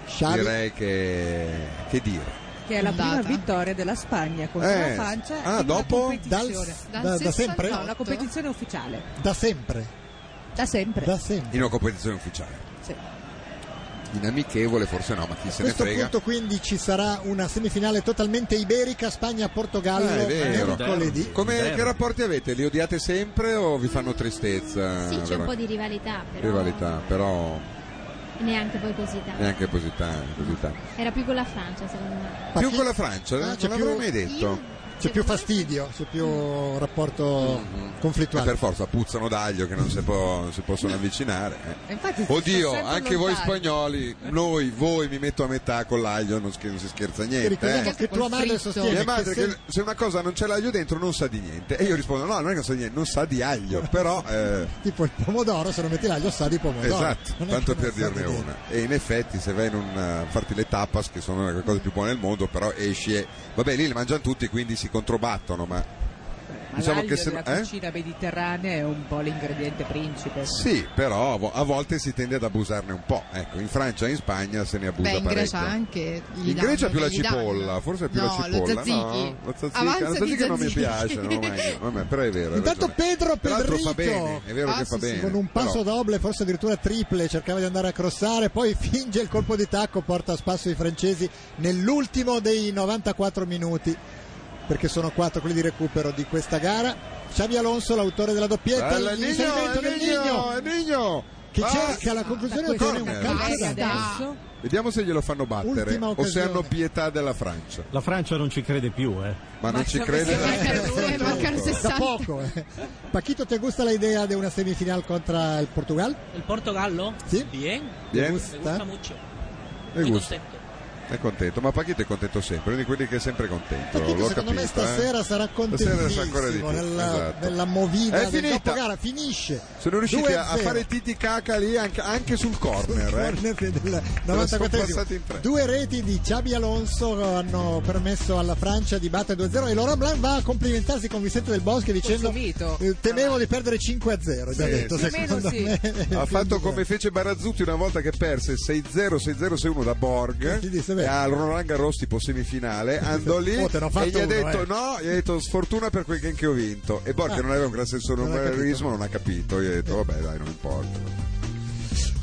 [SPEAKER 2] Xavi.
[SPEAKER 3] Direi che... che dire.
[SPEAKER 9] che è la prima
[SPEAKER 5] Andata.
[SPEAKER 9] Ah, vittoria della Spagna contro
[SPEAKER 3] Eh,
[SPEAKER 9] la Francia
[SPEAKER 3] ah,
[SPEAKER 9] in una
[SPEAKER 3] dopo?
[SPEAKER 9] competizione.
[SPEAKER 2] Dal- da- da sempre?
[SPEAKER 9] No, una competizione ufficiale.
[SPEAKER 2] Da sempre.
[SPEAKER 9] Da sempre.
[SPEAKER 2] Da sempre.
[SPEAKER 3] In una competizione ufficiale.
[SPEAKER 9] Sì.
[SPEAKER 3] In amichevole forse no, ma chi se
[SPEAKER 2] A
[SPEAKER 3] ne
[SPEAKER 2] questo
[SPEAKER 3] frega.
[SPEAKER 2] punto quindi ci sarà una semifinale totalmente iberica, Spagna-Portogallo
[SPEAKER 3] Ah, è vero.
[SPEAKER 2] mercoledì.
[SPEAKER 3] Come,
[SPEAKER 2] Vero.
[SPEAKER 3] che rapporti avete? Li odiate sempre o vi fanno tristezza?
[SPEAKER 6] Sì, c'è
[SPEAKER 3] Vera-
[SPEAKER 6] un po' di rivalità, però
[SPEAKER 3] rivalità, però
[SPEAKER 6] neanche poi così tanto.
[SPEAKER 3] neanche così tanto. Così tanto.
[SPEAKER 6] Era più con la Francia, secondo me.
[SPEAKER 3] Più con la Francia, eh?
[SPEAKER 2] Ah,
[SPEAKER 3] non
[SPEAKER 2] c'è
[SPEAKER 3] l'avrei
[SPEAKER 2] più-
[SPEAKER 3] mai detto.
[SPEAKER 2] C'è più fastidio, c'è più rapporto
[SPEAKER 3] Eh,
[SPEAKER 2] conflittuale.
[SPEAKER 3] per forza puzzano d'aglio che non si, può- non si possono avvicinare. eh.
[SPEAKER 2] Infatti si
[SPEAKER 3] Oddio,
[SPEAKER 2] sta sempre
[SPEAKER 3] anche voi
[SPEAKER 2] lontani.
[SPEAKER 3] spagnoli, noi, voi mi metto a metà con l'aglio, non, sch- non si scherza niente.
[SPEAKER 2] ricordiamo
[SPEAKER 3] eh.
[SPEAKER 2] che tua madre Col fritto. sostiene
[SPEAKER 3] Mia
[SPEAKER 2] che
[SPEAKER 3] madre
[SPEAKER 2] se-
[SPEAKER 3] che se una cosa non c'è l'aglio dentro non sa di niente. E io rispondo: no, non è che non sa di niente, non sa di aglio, però. eh,
[SPEAKER 2] Tipo il pomodoro, se non metti l'aglio sa di pomodoro.
[SPEAKER 3] Esatto,
[SPEAKER 2] Non è
[SPEAKER 3] tanto
[SPEAKER 2] che non
[SPEAKER 3] per
[SPEAKER 2] sa di
[SPEAKER 3] dirne
[SPEAKER 2] niente.
[SPEAKER 3] una. E in effetti se vai in un, a farti le tapas, che sono le cose più buone del mondo, però esci e... Vabbè, lì le mangiano tutti, quindi si controbattono, ma...
[SPEAKER 9] Ma
[SPEAKER 3] Diciamo
[SPEAKER 9] l'aglio
[SPEAKER 3] che se-
[SPEAKER 9] della
[SPEAKER 3] eh?
[SPEAKER 9] cucina mediterranea è un po' l'ingrediente principe.
[SPEAKER 3] Sì, però a vo- a volte si tende ad abusarne un po'. Ecco, in Francia e in Spagna se ne abusa
[SPEAKER 5] Beh, in
[SPEAKER 3] parecchio.
[SPEAKER 5] Grecia anche. gli
[SPEAKER 3] In Grecia
[SPEAKER 5] danno,
[SPEAKER 3] più la
[SPEAKER 5] gli
[SPEAKER 3] cipolla,
[SPEAKER 5] danno.
[SPEAKER 3] forse più la
[SPEAKER 5] No,
[SPEAKER 3] cipolla.
[SPEAKER 5] Lo tzatziki.
[SPEAKER 3] No, lo tzatziki,
[SPEAKER 5] Avanza
[SPEAKER 3] lo
[SPEAKER 5] di
[SPEAKER 3] tzatziki non mi
[SPEAKER 5] tzatziki.
[SPEAKER 3] piace, non lo mangio. Vabbè, però è vero. hai
[SPEAKER 2] Intanto
[SPEAKER 3] ragione.
[SPEAKER 2] Pedro
[SPEAKER 3] Tra l'altro
[SPEAKER 2] Pedrito
[SPEAKER 3] fa bene, è vero
[SPEAKER 2] Ah,
[SPEAKER 3] che fa
[SPEAKER 2] sì, sì,
[SPEAKER 3] bene.
[SPEAKER 2] con un passo
[SPEAKER 3] però-
[SPEAKER 2] doble, forse addirittura triple, cercava di andare a crossare, poi [laughs] finge il colpo di tacco, porta a spasso i francesi nell'ultimo dei 94 minuti, perché sono quattro quelli di recupero di questa gara. Xavi Alonso, l'autore della doppietta,
[SPEAKER 3] Bella,
[SPEAKER 2] il
[SPEAKER 3] Nigno,
[SPEAKER 2] inserimento
[SPEAKER 3] è
[SPEAKER 2] del
[SPEAKER 3] Nigno,
[SPEAKER 2] Nigno,
[SPEAKER 3] è Nigno!
[SPEAKER 2] che
[SPEAKER 3] Ah,
[SPEAKER 2] cerca la conclusione e ottiene un
[SPEAKER 3] corner.
[SPEAKER 2] calcio
[SPEAKER 6] Eh,
[SPEAKER 2] d'angolo.
[SPEAKER 9] Adesso
[SPEAKER 3] Vediamo se glielo fanno battere
[SPEAKER 2] Ultima
[SPEAKER 3] o se
[SPEAKER 2] occasione.
[SPEAKER 3] hanno pietà della Francia.
[SPEAKER 1] La Francia non ci crede più, eh.
[SPEAKER 3] Ma non ci crede eh.
[SPEAKER 2] Da poco, eh. Paquito, te gusta l'idea di una semifinale contro il Portugal?
[SPEAKER 3] Oh,
[SPEAKER 10] El Portogallo.
[SPEAKER 2] Sì.
[SPEAKER 10] Bien.
[SPEAKER 3] Bien.
[SPEAKER 10] Me gusta mucho.
[SPEAKER 3] Le
[SPEAKER 10] Estoy
[SPEAKER 3] gusta.
[SPEAKER 10] contento.
[SPEAKER 3] È contento, ma Pachito è contento sempre, uno di quelli che è sempre contento.
[SPEAKER 2] Paquito,
[SPEAKER 3] l'ho
[SPEAKER 2] secondo me
[SPEAKER 3] capito, eh.
[SPEAKER 2] stasera sarà
[SPEAKER 3] Stasera sarà ancora di
[SPEAKER 2] contentissimo
[SPEAKER 3] più,
[SPEAKER 2] nella,
[SPEAKER 3] esatto.
[SPEAKER 2] nella movida
[SPEAKER 3] È
[SPEAKER 2] del
[SPEAKER 3] finita.
[SPEAKER 2] doppogara. Finisce.
[SPEAKER 3] Sono riusciti a, a
[SPEAKER 2] 2-0.
[SPEAKER 3] fare titi caca lì anche, anche sul corner. eh.
[SPEAKER 2] Corner del
[SPEAKER 3] sono
[SPEAKER 2] 94esimo.
[SPEAKER 3] passati in tre.
[SPEAKER 2] Due reti di Xabi Alonso hanno permesso alla Francia di battere 2-0 e Laurent Blanc va a complimentarsi con Vicente del Bosque dicendo eh, temevo di perdere 5-0. Già
[SPEAKER 3] Sì,
[SPEAKER 2] detto,
[SPEAKER 3] sì.
[SPEAKER 2] secondo
[SPEAKER 3] Più o
[SPEAKER 2] me.
[SPEAKER 3] Ha fatto come fece Barazzutti una volta che perse 6-0, 6-0, 6-1 da Borg
[SPEAKER 2] Sì, sì, sì,
[SPEAKER 3] e
[SPEAKER 2] beh.
[SPEAKER 3] al Roland Garros tipo semifinale. Andò lì
[SPEAKER 2] [laughs] Oh, te ne ho
[SPEAKER 3] e
[SPEAKER 2] fatto
[SPEAKER 3] gli ha
[SPEAKER 2] uno,
[SPEAKER 3] detto:
[SPEAKER 2] eh.
[SPEAKER 3] No, gli ha detto sfortuna per quel game che ho vinto. E Borg,
[SPEAKER 2] Ah.
[SPEAKER 3] che non aveva un gran senso
[SPEAKER 2] Non ha capito.
[SPEAKER 3] numerismo, non ha capito. Gli ha detto: Vabbè, dai, non importa.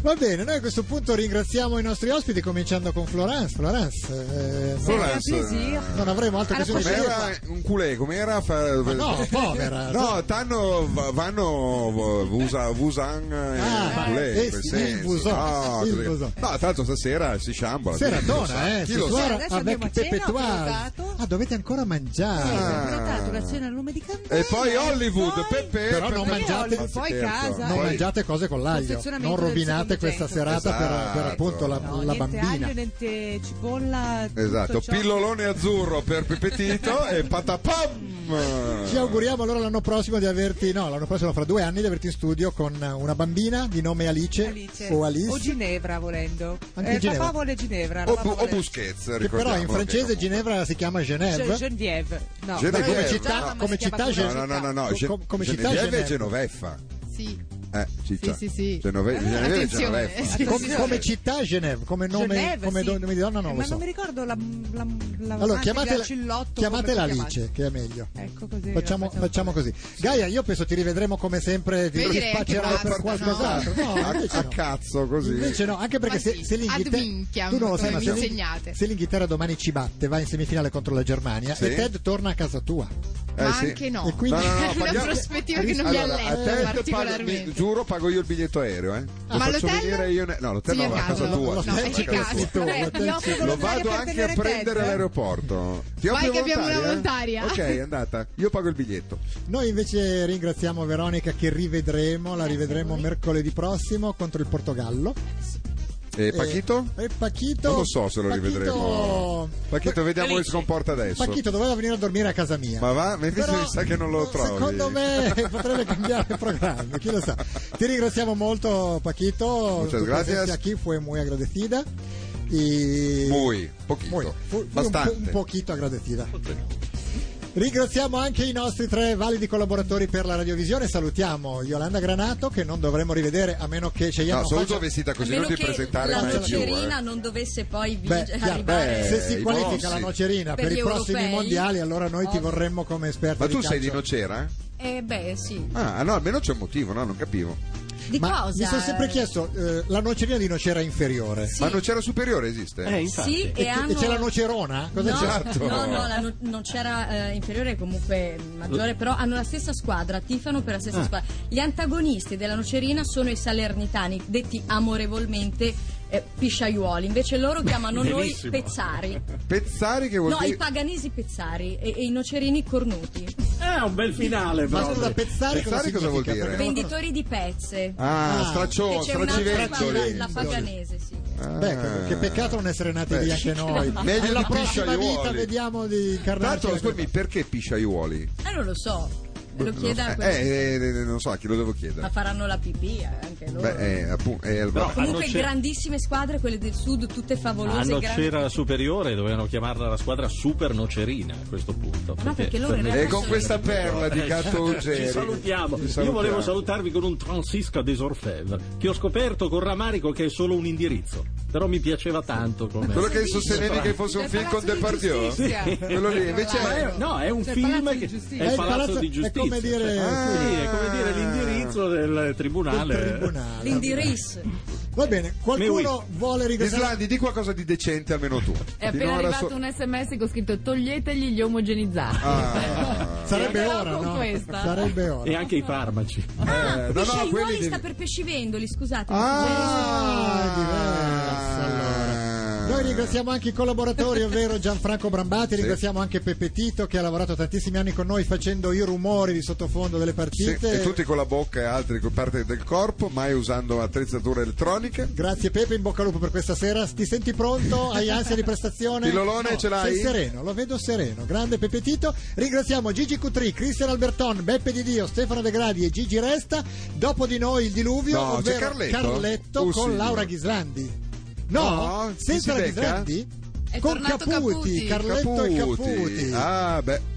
[SPEAKER 2] Va bene, noi a questo punto ringraziamo i nostri ospiti cominciando con Florence. Florence, eh,
[SPEAKER 3] Florence, eh,
[SPEAKER 2] non avremo altre
[SPEAKER 3] Allora,
[SPEAKER 2] occasioni di
[SPEAKER 3] com'era
[SPEAKER 2] scegliere.
[SPEAKER 3] un culé, com'era? Fa...
[SPEAKER 2] Ma no, povera.
[SPEAKER 3] No, Tanno va- vanno v- Vusa, Vusan e
[SPEAKER 2] Ah,
[SPEAKER 3] culé,
[SPEAKER 2] eh,
[SPEAKER 3] in quel
[SPEAKER 2] sì,
[SPEAKER 3] senso.
[SPEAKER 2] il Vuson,
[SPEAKER 3] No,
[SPEAKER 2] il
[SPEAKER 3] così-
[SPEAKER 2] Vuson.
[SPEAKER 3] no, tra l'altro stasera si sciambola.
[SPEAKER 2] Sera
[SPEAKER 3] quindi chi lo
[SPEAKER 2] dona,
[SPEAKER 3] sa?
[SPEAKER 2] eh,
[SPEAKER 3] Chi
[SPEAKER 2] si
[SPEAKER 3] lo sa?
[SPEAKER 2] suora
[SPEAKER 9] Adesso
[SPEAKER 2] avec
[SPEAKER 9] andiamo a cena,
[SPEAKER 2] Perpetual.
[SPEAKER 9] prenotato.
[SPEAKER 2] Ah, dovete ancora
[SPEAKER 3] Ah.
[SPEAKER 2] mangiare.
[SPEAKER 9] Prenotato la cena al nome di
[SPEAKER 2] Eh,
[SPEAKER 9] Candela.
[SPEAKER 3] E poi Hollywood, Pepe,
[SPEAKER 2] Però non
[SPEAKER 3] Pepe-
[SPEAKER 2] mangiate,
[SPEAKER 3] Ma
[SPEAKER 9] poi
[SPEAKER 3] scherzo,
[SPEAKER 2] non
[SPEAKER 9] casa,
[SPEAKER 3] Ah, certo. poi-
[SPEAKER 2] mangiate cose con l'aglio, non
[SPEAKER 9] Confezionamento del
[SPEAKER 2] rovinate
[SPEAKER 9] secondo
[SPEAKER 2] questa
[SPEAKER 9] tempo.
[SPEAKER 2] serata per- per,
[SPEAKER 3] Esatto.
[SPEAKER 2] appunto la,
[SPEAKER 9] No,
[SPEAKER 2] la
[SPEAKER 9] niente
[SPEAKER 2] bambina.
[SPEAKER 9] aglio, niente cipolla. tutto
[SPEAKER 3] Esatto,
[SPEAKER 9] ciò.
[SPEAKER 3] pillolone azzurro per Pepetito e patapam Ma-
[SPEAKER 2] Ci auguriamo allora l'anno prossimo di averti, no, l'anno prossimo fra due anni di averti in studio con una bambina di nome Alice, o Alice.
[SPEAKER 18] O Ginevra volendo.
[SPEAKER 2] Anche
[SPEAKER 18] Eh,
[SPEAKER 2] Ginevra.
[SPEAKER 18] Papà vuole Ginevra.
[SPEAKER 3] O,
[SPEAKER 18] papà
[SPEAKER 3] bu- o
[SPEAKER 18] vuole-
[SPEAKER 3] Busquets,
[SPEAKER 2] che però
[SPEAKER 3] ricordiamo,
[SPEAKER 2] in
[SPEAKER 3] che Cioè,
[SPEAKER 2] francese Ginevra si chiama
[SPEAKER 18] Ge-
[SPEAKER 2] Genève.
[SPEAKER 18] Genevieve. No.
[SPEAKER 3] Genevieve.
[SPEAKER 2] come
[SPEAKER 3] Genevieve.
[SPEAKER 2] città-
[SPEAKER 3] No,
[SPEAKER 2] come
[SPEAKER 18] si chiama
[SPEAKER 2] città
[SPEAKER 18] così.
[SPEAKER 2] Genève.
[SPEAKER 3] No, no, no, no,
[SPEAKER 2] Co-
[SPEAKER 3] Ge-
[SPEAKER 2] co- come città
[SPEAKER 3] Genevieve
[SPEAKER 2] Genève.
[SPEAKER 3] e Genoveffa.
[SPEAKER 5] Sì.
[SPEAKER 3] Eh, ciccia.
[SPEAKER 5] Sì, sì, sì.
[SPEAKER 3] Genove- Genevieve e
[SPEAKER 5] Attenzione.
[SPEAKER 3] Genoveffa.
[SPEAKER 5] Sì,
[SPEAKER 2] come,
[SPEAKER 5] sì.
[SPEAKER 2] come città Genève, come nome,
[SPEAKER 18] Genève,
[SPEAKER 2] come
[SPEAKER 18] sì.
[SPEAKER 2] do- nome di donna
[SPEAKER 18] Eh,
[SPEAKER 2] non
[SPEAKER 18] ma
[SPEAKER 2] lo so.
[SPEAKER 18] non mi ricordo la, la, la
[SPEAKER 2] Allora
[SPEAKER 18] anche
[SPEAKER 2] chiamatela,
[SPEAKER 18] la Cillotto,
[SPEAKER 2] chiamatela
[SPEAKER 18] come lo
[SPEAKER 2] Alice, che è meglio.
[SPEAKER 18] chiamate. Ecco così.
[SPEAKER 2] Facciamo, facciamo così. Gaia, io penso ti rivedremo come sempre, ti
[SPEAKER 18] Vedremo,
[SPEAKER 2] rispaccerai per
[SPEAKER 18] basta,
[SPEAKER 2] qualcos'altro. No,
[SPEAKER 3] a,
[SPEAKER 2] invece
[SPEAKER 3] a
[SPEAKER 2] no.
[SPEAKER 3] cazzo così.
[SPEAKER 2] Invece no, anche perché se, se
[SPEAKER 5] Ad
[SPEAKER 2] l'Inghilterra
[SPEAKER 5] minchiam,
[SPEAKER 2] tu non lo sai, ma
[SPEAKER 5] come
[SPEAKER 2] se,
[SPEAKER 5] mi
[SPEAKER 2] l'Ing-
[SPEAKER 5] insegnate.
[SPEAKER 2] se l'Inghilterra domani ci batte, va in semifinale contro la Germania
[SPEAKER 3] Sì.
[SPEAKER 2] e Ted torna a casa tua.
[SPEAKER 3] Eh,
[SPEAKER 5] ma
[SPEAKER 3] sì.
[SPEAKER 5] anche no.
[SPEAKER 2] E quindi-
[SPEAKER 5] [laughs]
[SPEAKER 2] No, no, no,
[SPEAKER 5] una
[SPEAKER 2] parliamo-
[SPEAKER 5] prospettiva che non
[SPEAKER 3] Allora,
[SPEAKER 5] mi
[SPEAKER 3] a
[SPEAKER 5] alletta
[SPEAKER 3] Ted
[SPEAKER 5] particolarmente.
[SPEAKER 3] pago- mi- giuro, pago io il biglietto aereo. Eh. Lo
[SPEAKER 5] Ma
[SPEAKER 3] faccio
[SPEAKER 5] all'hotel?
[SPEAKER 3] venire io. ne- No, l'hotel
[SPEAKER 5] Sì,
[SPEAKER 3] no,
[SPEAKER 5] a
[SPEAKER 3] a
[SPEAKER 5] casa,
[SPEAKER 3] casa
[SPEAKER 5] lo-
[SPEAKER 3] tua.
[SPEAKER 5] lo-
[SPEAKER 3] no,
[SPEAKER 5] no,
[SPEAKER 3] a
[SPEAKER 5] è
[SPEAKER 3] casa
[SPEAKER 5] Chicago.
[SPEAKER 3] tua.
[SPEAKER 5] Vabbè, ti offri
[SPEAKER 3] Lo
[SPEAKER 5] volontaria
[SPEAKER 3] vado
[SPEAKER 5] per
[SPEAKER 3] anche a
[SPEAKER 5] tenere
[SPEAKER 3] prendere
[SPEAKER 5] Ted.
[SPEAKER 3] all'aeroporto. Ti
[SPEAKER 5] Vai
[SPEAKER 3] offri
[SPEAKER 5] che abbiamo una
[SPEAKER 3] volontaria?
[SPEAKER 5] volontaria.
[SPEAKER 3] eh. Ok, è andata. Io pago il biglietto.
[SPEAKER 2] [laughs] Noi invece ringraziamo Veronica che rivedremo, la rivedremo mercoledì prossimo contro il Portogallo.
[SPEAKER 5] Eh.
[SPEAKER 3] E Pachito?
[SPEAKER 2] Eh, E Pachito?
[SPEAKER 3] Non lo so se lo
[SPEAKER 2] Pachito-
[SPEAKER 3] rivedremo. Pachito, vediamo come si comporta adesso.
[SPEAKER 2] Pachito doveva venire a dormire a casa mia.
[SPEAKER 3] Ma va, ma invece
[SPEAKER 2] Però-
[SPEAKER 3] mi sa che non lo trovi.
[SPEAKER 2] Secondo me [laughs] potrebbe cambiare programma, chi lo sa. Ti ringraziamo molto Paquito,
[SPEAKER 3] Muchas
[SPEAKER 2] tu
[SPEAKER 3] gracias.
[SPEAKER 2] presencia aquí fue muy agradecida. Y...
[SPEAKER 3] Muy, pochito.
[SPEAKER 2] Muy, fu- fui
[SPEAKER 3] Bastante.
[SPEAKER 2] Un, po- un pochito agradecida. Ringraziamo anche i nostri tre validi collaboratori per la radiovisione. Salutiamo Yolanda Granato, che non dovremmo rivedere a meno che scegliamo.
[SPEAKER 3] No, saluto vestita così,
[SPEAKER 8] A
[SPEAKER 3] non
[SPEAKER 8] meno
[SPEAKER 3] ti
[SPEAKER 8] che
[SPEAKER 3] presentare
[SPEAKER 8] la
[SPEAKER 3] mai più.
[SPEAKER 8] nocerina
[SPEAKER 3] eh.
[SPEAKER 8] non dovesse poi vi-
[SPEAKER 2] Beh, chiaro,
[SPEAKER 8] arrivare.
[SPEAKER 3] Beh,
[SPEAKER 2] se si
[SPEAKER 3] Eh, i
[SPEAKER 2] qualifica
[SPEAKER 3] Bossi.
[SPEAKER 2] la nocerina per,
[SPEAKER 8] Per
[SPEAKER 2] i
[SPEAKER 8] gli
[SPEAKER 2] prossimi
[SPEAKER 8] europei?
[SPEAKER 2] mondiali, allora noi ti vorremmo come esperto
[SPEAKER 3] Ma
[SPEAKER 2] di
[SPEAKER 3] tu sei di
[SPEAKER 2] calcio.
[SPEAKER 3] Nocera?
[SPEAKER 8] Eh, beh, sì.
[SPEAKER 3] Ah, no, almeno c'è un motivo, no? Non capivo.
[SPEAKER 8] Di
[SPEAKER 2] Ma
[SPEAKER 8] cosa?
[SPEAKER 2] Mi sono sempre chiesto, eh, la nocerina di nocera inferiore.
[SPEAKER 3] Ma Nocera superiore esiste?
[SPEAKER 1] Eh,
[SPEAKER 3] Esatto.
[SPEAKER 8] Sì, e,
[SPEAKER 2] E,
[SPEAKER 8] hanno...
[SPEAKER 2] c'è la nocerona? Cosa
[SPEAKER 8] no,
[SPEAKER 2] c'è?
[SPEAKER 8] No, no, la no- non c'era eh, inferiore, comunque maggiore, però hanno la stessa squadra, tifano per la stessa
[SPEAKER 2] Ah.
[SPEAKER 8] squadra. Gli antagonisti della Nocerina sono i salernitani, detti amorevolmente eh, pisciaiuoli, invece loro chiamano noi
[SPEAKER 3] Benissimo.
[SPEAKER 8] pezzari.
[SPEAKER 3] Pezzari che vuol
[SPEAKER 8] No,
[SPEAKER 3] dire...
[SPEAKER 8] i paganesi pezzari e, e i nocerini cornuti,
[SPEAKER 11] È un bel finale,
[SPEAKER 2] Ma
[SPEAKER 11] però.
[SPEAKER 2] scusa, pezzare cosa,
[SPEAKER 3] Pezzare cosa vuol
[SPEAKER 2] significa?
[SPEAKER 3] dire?
[SPEAKER 8] venditori di pezze.
[SPEAKER 3] Ah, straccio,
[SPEAKER 8] E c'è un'altra squadra,
[SPEAKER 3] straciventoli.
[SPEAKER 8] la paganese, sì.
[SPEAKER 3] Ah.
[SPEAKER 2] Beh, ecco, che peccato non essere nati
[SPEAKER 3] Beh,
[SPEAKER 2] lì anche noi.
[SPEAKER 3] meglio
[SPEAKER 2] Alla
[SPEAKER 3] di
[SPEAKER 2] prossima
[SPEAKER 3] pisciaiuoli.
[SPEAKER 2] vita vediamo di incarnarci.
[SPEAKER 3] Tanto,
[SPEAKER 2] la-
[SPEAKER 3] scusami, perché pisciaiuoli?
[SPEAKER 8] Eh, non lo so, lo chieda a
[SPEAKER 3] eh,
[SPEAKER 8] quelli-
[SPEAKER 3] eh, eh, non so a chi lo devo
[SPEAKER 8] ma
[SPEAKER 3] chiedere.
[SPEAKER 8] faranno la pipì eh, anche
[SPEAKER 2] Ah,
[SPEAKER 8] loro.
[SPEAKER 3] Beh, eh, appunto, eh, vabbè.
[SPEAKER 8] Comunque
[SPEAKER 1] Hanno-
[SPEAKER 8] grandissime squadre, quelle del sud, tutte
[SPEAKER 1] A
[SPEAKER 8] favolose. grandi-
[SPEAKER 1] Nocera superiore dovevano chiamarla la squadra super nocerina a questo punto.
[SPEAKER 8] No, perché loro in
[SPEAKER 1] per-
[SPEAKER 8] realtà
[SPEAKER 3] E con
[SPEAKER 8] sono-
[SPEAKER 3] questa perla di
[SPEAKER 1] Eh,
[SPEAKER 3] Gatto Ruggeri.
[SPEAKER 1] Ci salutiamo.
[SPEAKER 3] Ci
[SPEAKER 1] Io volevo
[SPEAKER 3] salutiamo.
[SPEAKER 1] salutarvi con un Francisca des Orfèvres che ho scoperto con rammarico che è solo un indirizzo. Però mi piaceva tanto come.
[SPEAKER 3] Quello che sostenevi che fosse un film con Depardieu. Quello lì, invece
[SPEAKER 1] Ma è- no, è un film che è il palazzo di giustizia.
[SPEAKER 2] È come dire-
[SPEAKER 1] Ah,
[SPEAKER 2] sì.
[SPEAKER 1] sì, è come dire l'indirizzo del tribunale.
[SPEAKER 2] Del tribunale.
[SPEAKER 8] L'indirizzo.
[SPEAKER 2] Va bene,
[SPEAKER 3] Me
[SPEAKER 2] qualcuno
[SPEAKER 3] oui.
[SPEAKER 2] vuole ringraziare.
[SPEAKER 3] Islandi, di qualcosa di decente almeno tu.
[SPEAKER 11] È appena
[SPEAKER 3] Finora
[SPEAKER 11] arrivato
[SPEAKER 3] so-
[SPEAKER 11] un sms che ho scritto toglietegli gli omogenizzati. [laughs]
[SPEAKER 3] Ah.
[SPEAKER 2] Sarebbe
[SPEAKER 11] Però
[SPEAKER 2] ora,
[SPEAKER 11] con
[SPEAKER 2] no?
[SPEAKER 11] questa.
[SPEAKER 2] Sarebbe ora.
[SPEAKER 1] E anche i farmaci.
[SPEAKER 3] Eh, no, no,
[SPEAKER 8] Pesciaiuoli
[SPEAKER 3] quelli
[SPEAKER 8] sta
[SPEAKER 3] devi-
[SPEAKER 8] per pescivendoli, scusate.
[SPEAKER 3] Ah,
[SPEAKER 2] diverso,
[SPEAKER 3] allora.
[SPEAKER 2] Noi ringraziamo anche i collaboratori, ovvero Gianfranco Brambati, ringraziamo anche Pepe Tito che ha lavorato tantissimi anni con noi facendo i rumori di sottofondo delle
[SPEAKER 3] Sì,
[SPEAKER 2] partite.
[SPEAKER 3] e tutti con la bocca e altri con parte del corpo, mai usando attrezzature elettroniche.
[SPEAKER 2] Grazie Pepe, in bocca al lupo per questa sera. Ti senti pronto? Hai ansia di prestazione?
[SPEAKER 3] Pillolone ce l'hai?
[SPEAKER 2] Sei sereno, lo vedo sereno. Grande Pepe Tito. Ringraziamo Gigi Cutri, Cristian Alberton, Beppe Di Dio, Stefano De Gradi e Gigi Resta. Dopo di noi il diluvio,
[SPEAKER 3] No,
[SPEAKER 2] ovvero
[SPEAKER 3] c'è Carletto?
[SPEAKER 2] Carletto
[SPEAKER 3] Oh,
[SPEAKER 2] con
[SPEAKER 3] sì.
[SPEAKER 2] Laura Ghislandi. No,
[SPEAKER 3] No? Chi si
[SPEAKER 2] senza la
[SPEAKER 3] becca?
[SPEAKER 2] Ghislandi?
[SPEAKER 5] È
[SPEAKER 2] con
[SPEAKER 5] tornato Caputi.
[SPEAKER 2] Carletto e Caputi.
[SPEAKER 3] Ah, beh.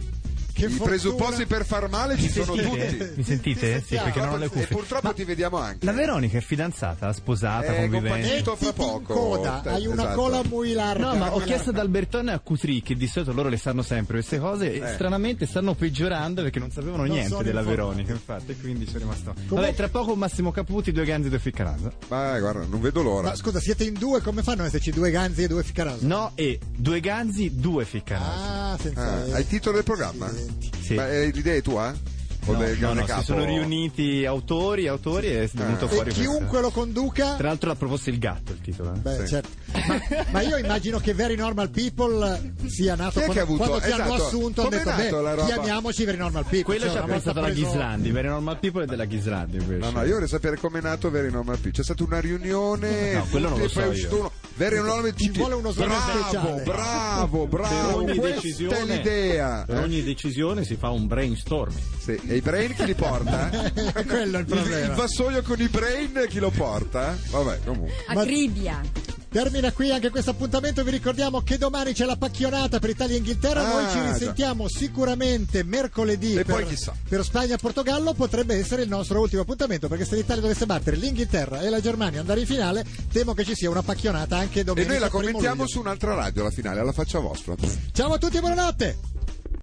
[SPEAKER 2] Che
[SPEAKER 3] I
[SPEAKER 2] fortuna.
[SPEAKER 3] presupposti per far male ci sono tutti.
[SPEAKER 19] Mi sentite? Sì, perché non ho le
[SPEAKER 3] E
[SPEAKER 19] cuffie. Ah,
[SPEAKER 3] purtroppo ti vediamo anche.
[SPEAKER 19] La Veronica è fidanzata, sposata,
[SPEAKER 3] Eh,
[SPEAKER 19] convivente.
[SPEAKER 3] compagnetto fra poco.
[SPEAKER 2] Coda,
[SPEAKER 3] Te-
[SPEAKER 2] hai una
[SPEAKER 19] esatto.
[SPEAKER 2] cola muy larga.
[SPEAKER 19] No, ma ho
[SPEAKER 2] Muy
[SPEAKER 19] chiesto ad Albertone e a Cutri, che di solito loro le sanno sempre queste cose, e
[SPEAKER 3] Eh.
[SPEAKER 19] stranamente stanno peggiorando perché non sapevano
[SPEAKER 2] Non sono
[SPEAKER 19] niente della
[SPEAKER 2] informati.
[SPEAKER 19] Veronica, infatti, quindi sono rimasto. Vabbè, tra poco Massimo Caputi, due ganzi e due ficcaranza.
[SPEAKER 3] Ma eh, guarda, non vedo l'ora.
[SPEAKER 2] Ma scusa, siete in due, come fanno ad esserci due ganzi e due ficcarasi?
[SPEAKER 19] No, e due ganzi, due ficcaranza.
[SPEAKER 2] Ah, senza
[SPEAKER 3] Ah, hai il titolo del programma? Ma eh, l'idea è tua? O
[SPEAKER 19] No,
[SPEAKER 3] del
[SPEAKER 19] no,
[SPEAKER 3] grande
[SPEAKER 19] no,
[SPEAKER 3] capo?
[SPEAKER 19] si sono riuniti autori, autori
[SPEAKER 3] Eh.
[SPEAKER 19] e è venuto
[SPEAKER 2] E
[SPEAKER 19] fuori questa.
[SPEAKER 2] chiunque lo conduca
[SPEAKER 19] Tra l'altro l'ha proposto il gatto il titolo. eh.
[SPEAKER 2] Beh, certo. Ma, ma io immagino che Very Normal People sia nato
[SPEAKER 19] Chi è che
[SPEAKER 2] quando,
[SPEAKER 19] ha avuto-
[SPEAKER 2] quando ci hanno
[SPEAKER 19] esatto.
[SPEAKER 2] assunto hanno
[SPEAKER 19] Com'è
[SPEAKER 2] detto,
[SPEAKER 19] nato la
[SPEAKER 2] beh,
[SPEAKER 19] roba?"
[SPEAKER 2] chiamiamoci Very Normal People.
[SPEAKER 19] Quello
[SPEAKER 2] Cioè,
[SPEAKER 19] ci ha
[SPEAKER 2] una volta
[SPEAKER 19] pensato la
[SPEAKER 2] preso-
[SPEAKER 19] Ghislandi, Very Normal People è della Ghislandi invece.
[SPEAKER 3] No, no, io vorrei sapere come è nato Veri Normal Più. C'è stata una riunione
[SPEAKER 19] No, quello non
[SPEAKER 3] tutti,
[SPEAKER 19] lo so
[SPEAKER 3] e poi è uscito
[SPEAKER 19] io.
[SPEAKER 3] uno. Vere Nonome
[SPEAKER 2] Ci vuole uno slogan
[SPEAKER 3] Bravo,
[SPEAKER 2] speciale.
[SPEAKER 3] bravo,
[SPEAKER 1] per
[SPEAKER 3] bravo.
[SPEAKER 1] ogni
[SPEAKER 3] Questa è
[SPEAKER 1] decisione,
[SPEAKER 3] l'idea.
[SPEAKER 2] [laughs]
[SPEAKER 1] Per ogni decisione si fa un brainstorming.
[SPEAKER 3] E i brain chi li porta? Quello è il
[SPEAKER 2] problema.
[SPEAKER 3] Il vassoio con i brain chi lo porta? Vabbè, comunque.
[SPEAKER 2] Ma-
[SPEAKER 8] Acribia.
[SPEAKER 2] Termina qui anche questo appuntamento, vi ricordiamo che domani c'è la pacchionata per Italia e Inghilterra,
[SPEAKER 3] Ah,
[SPEAKER 2] noi ci
[SPEAKER 3] già.
[SPEAKER 2] risentiamo sicuramente mercoledì
[SPEAKER 3] E
[SPEAKER 2] per,
[SPEAKER 3] poi chissà.
[SPEAKER 2] per Spagna e Portogallo, potrebbe essere il nostro ultimo appuntamento perché se l'Italia dovesse battere l'Inghilterra e la Germania e andare in finale, temo che ci sia una pacchionata anche
[SPEAKER 3] E
[SPEAKER 2] domenica.
[SPEAKER 3] noi la
[SPEAKER 2] primo
[SPEAKER 3] commentiamo
[SPEAKER 2] luglio.
[SPEAKER 3] su un'altra radio alla finale, alla faccia vostra.
[SPEAKER 2] Ciao a tutti e buonanotte!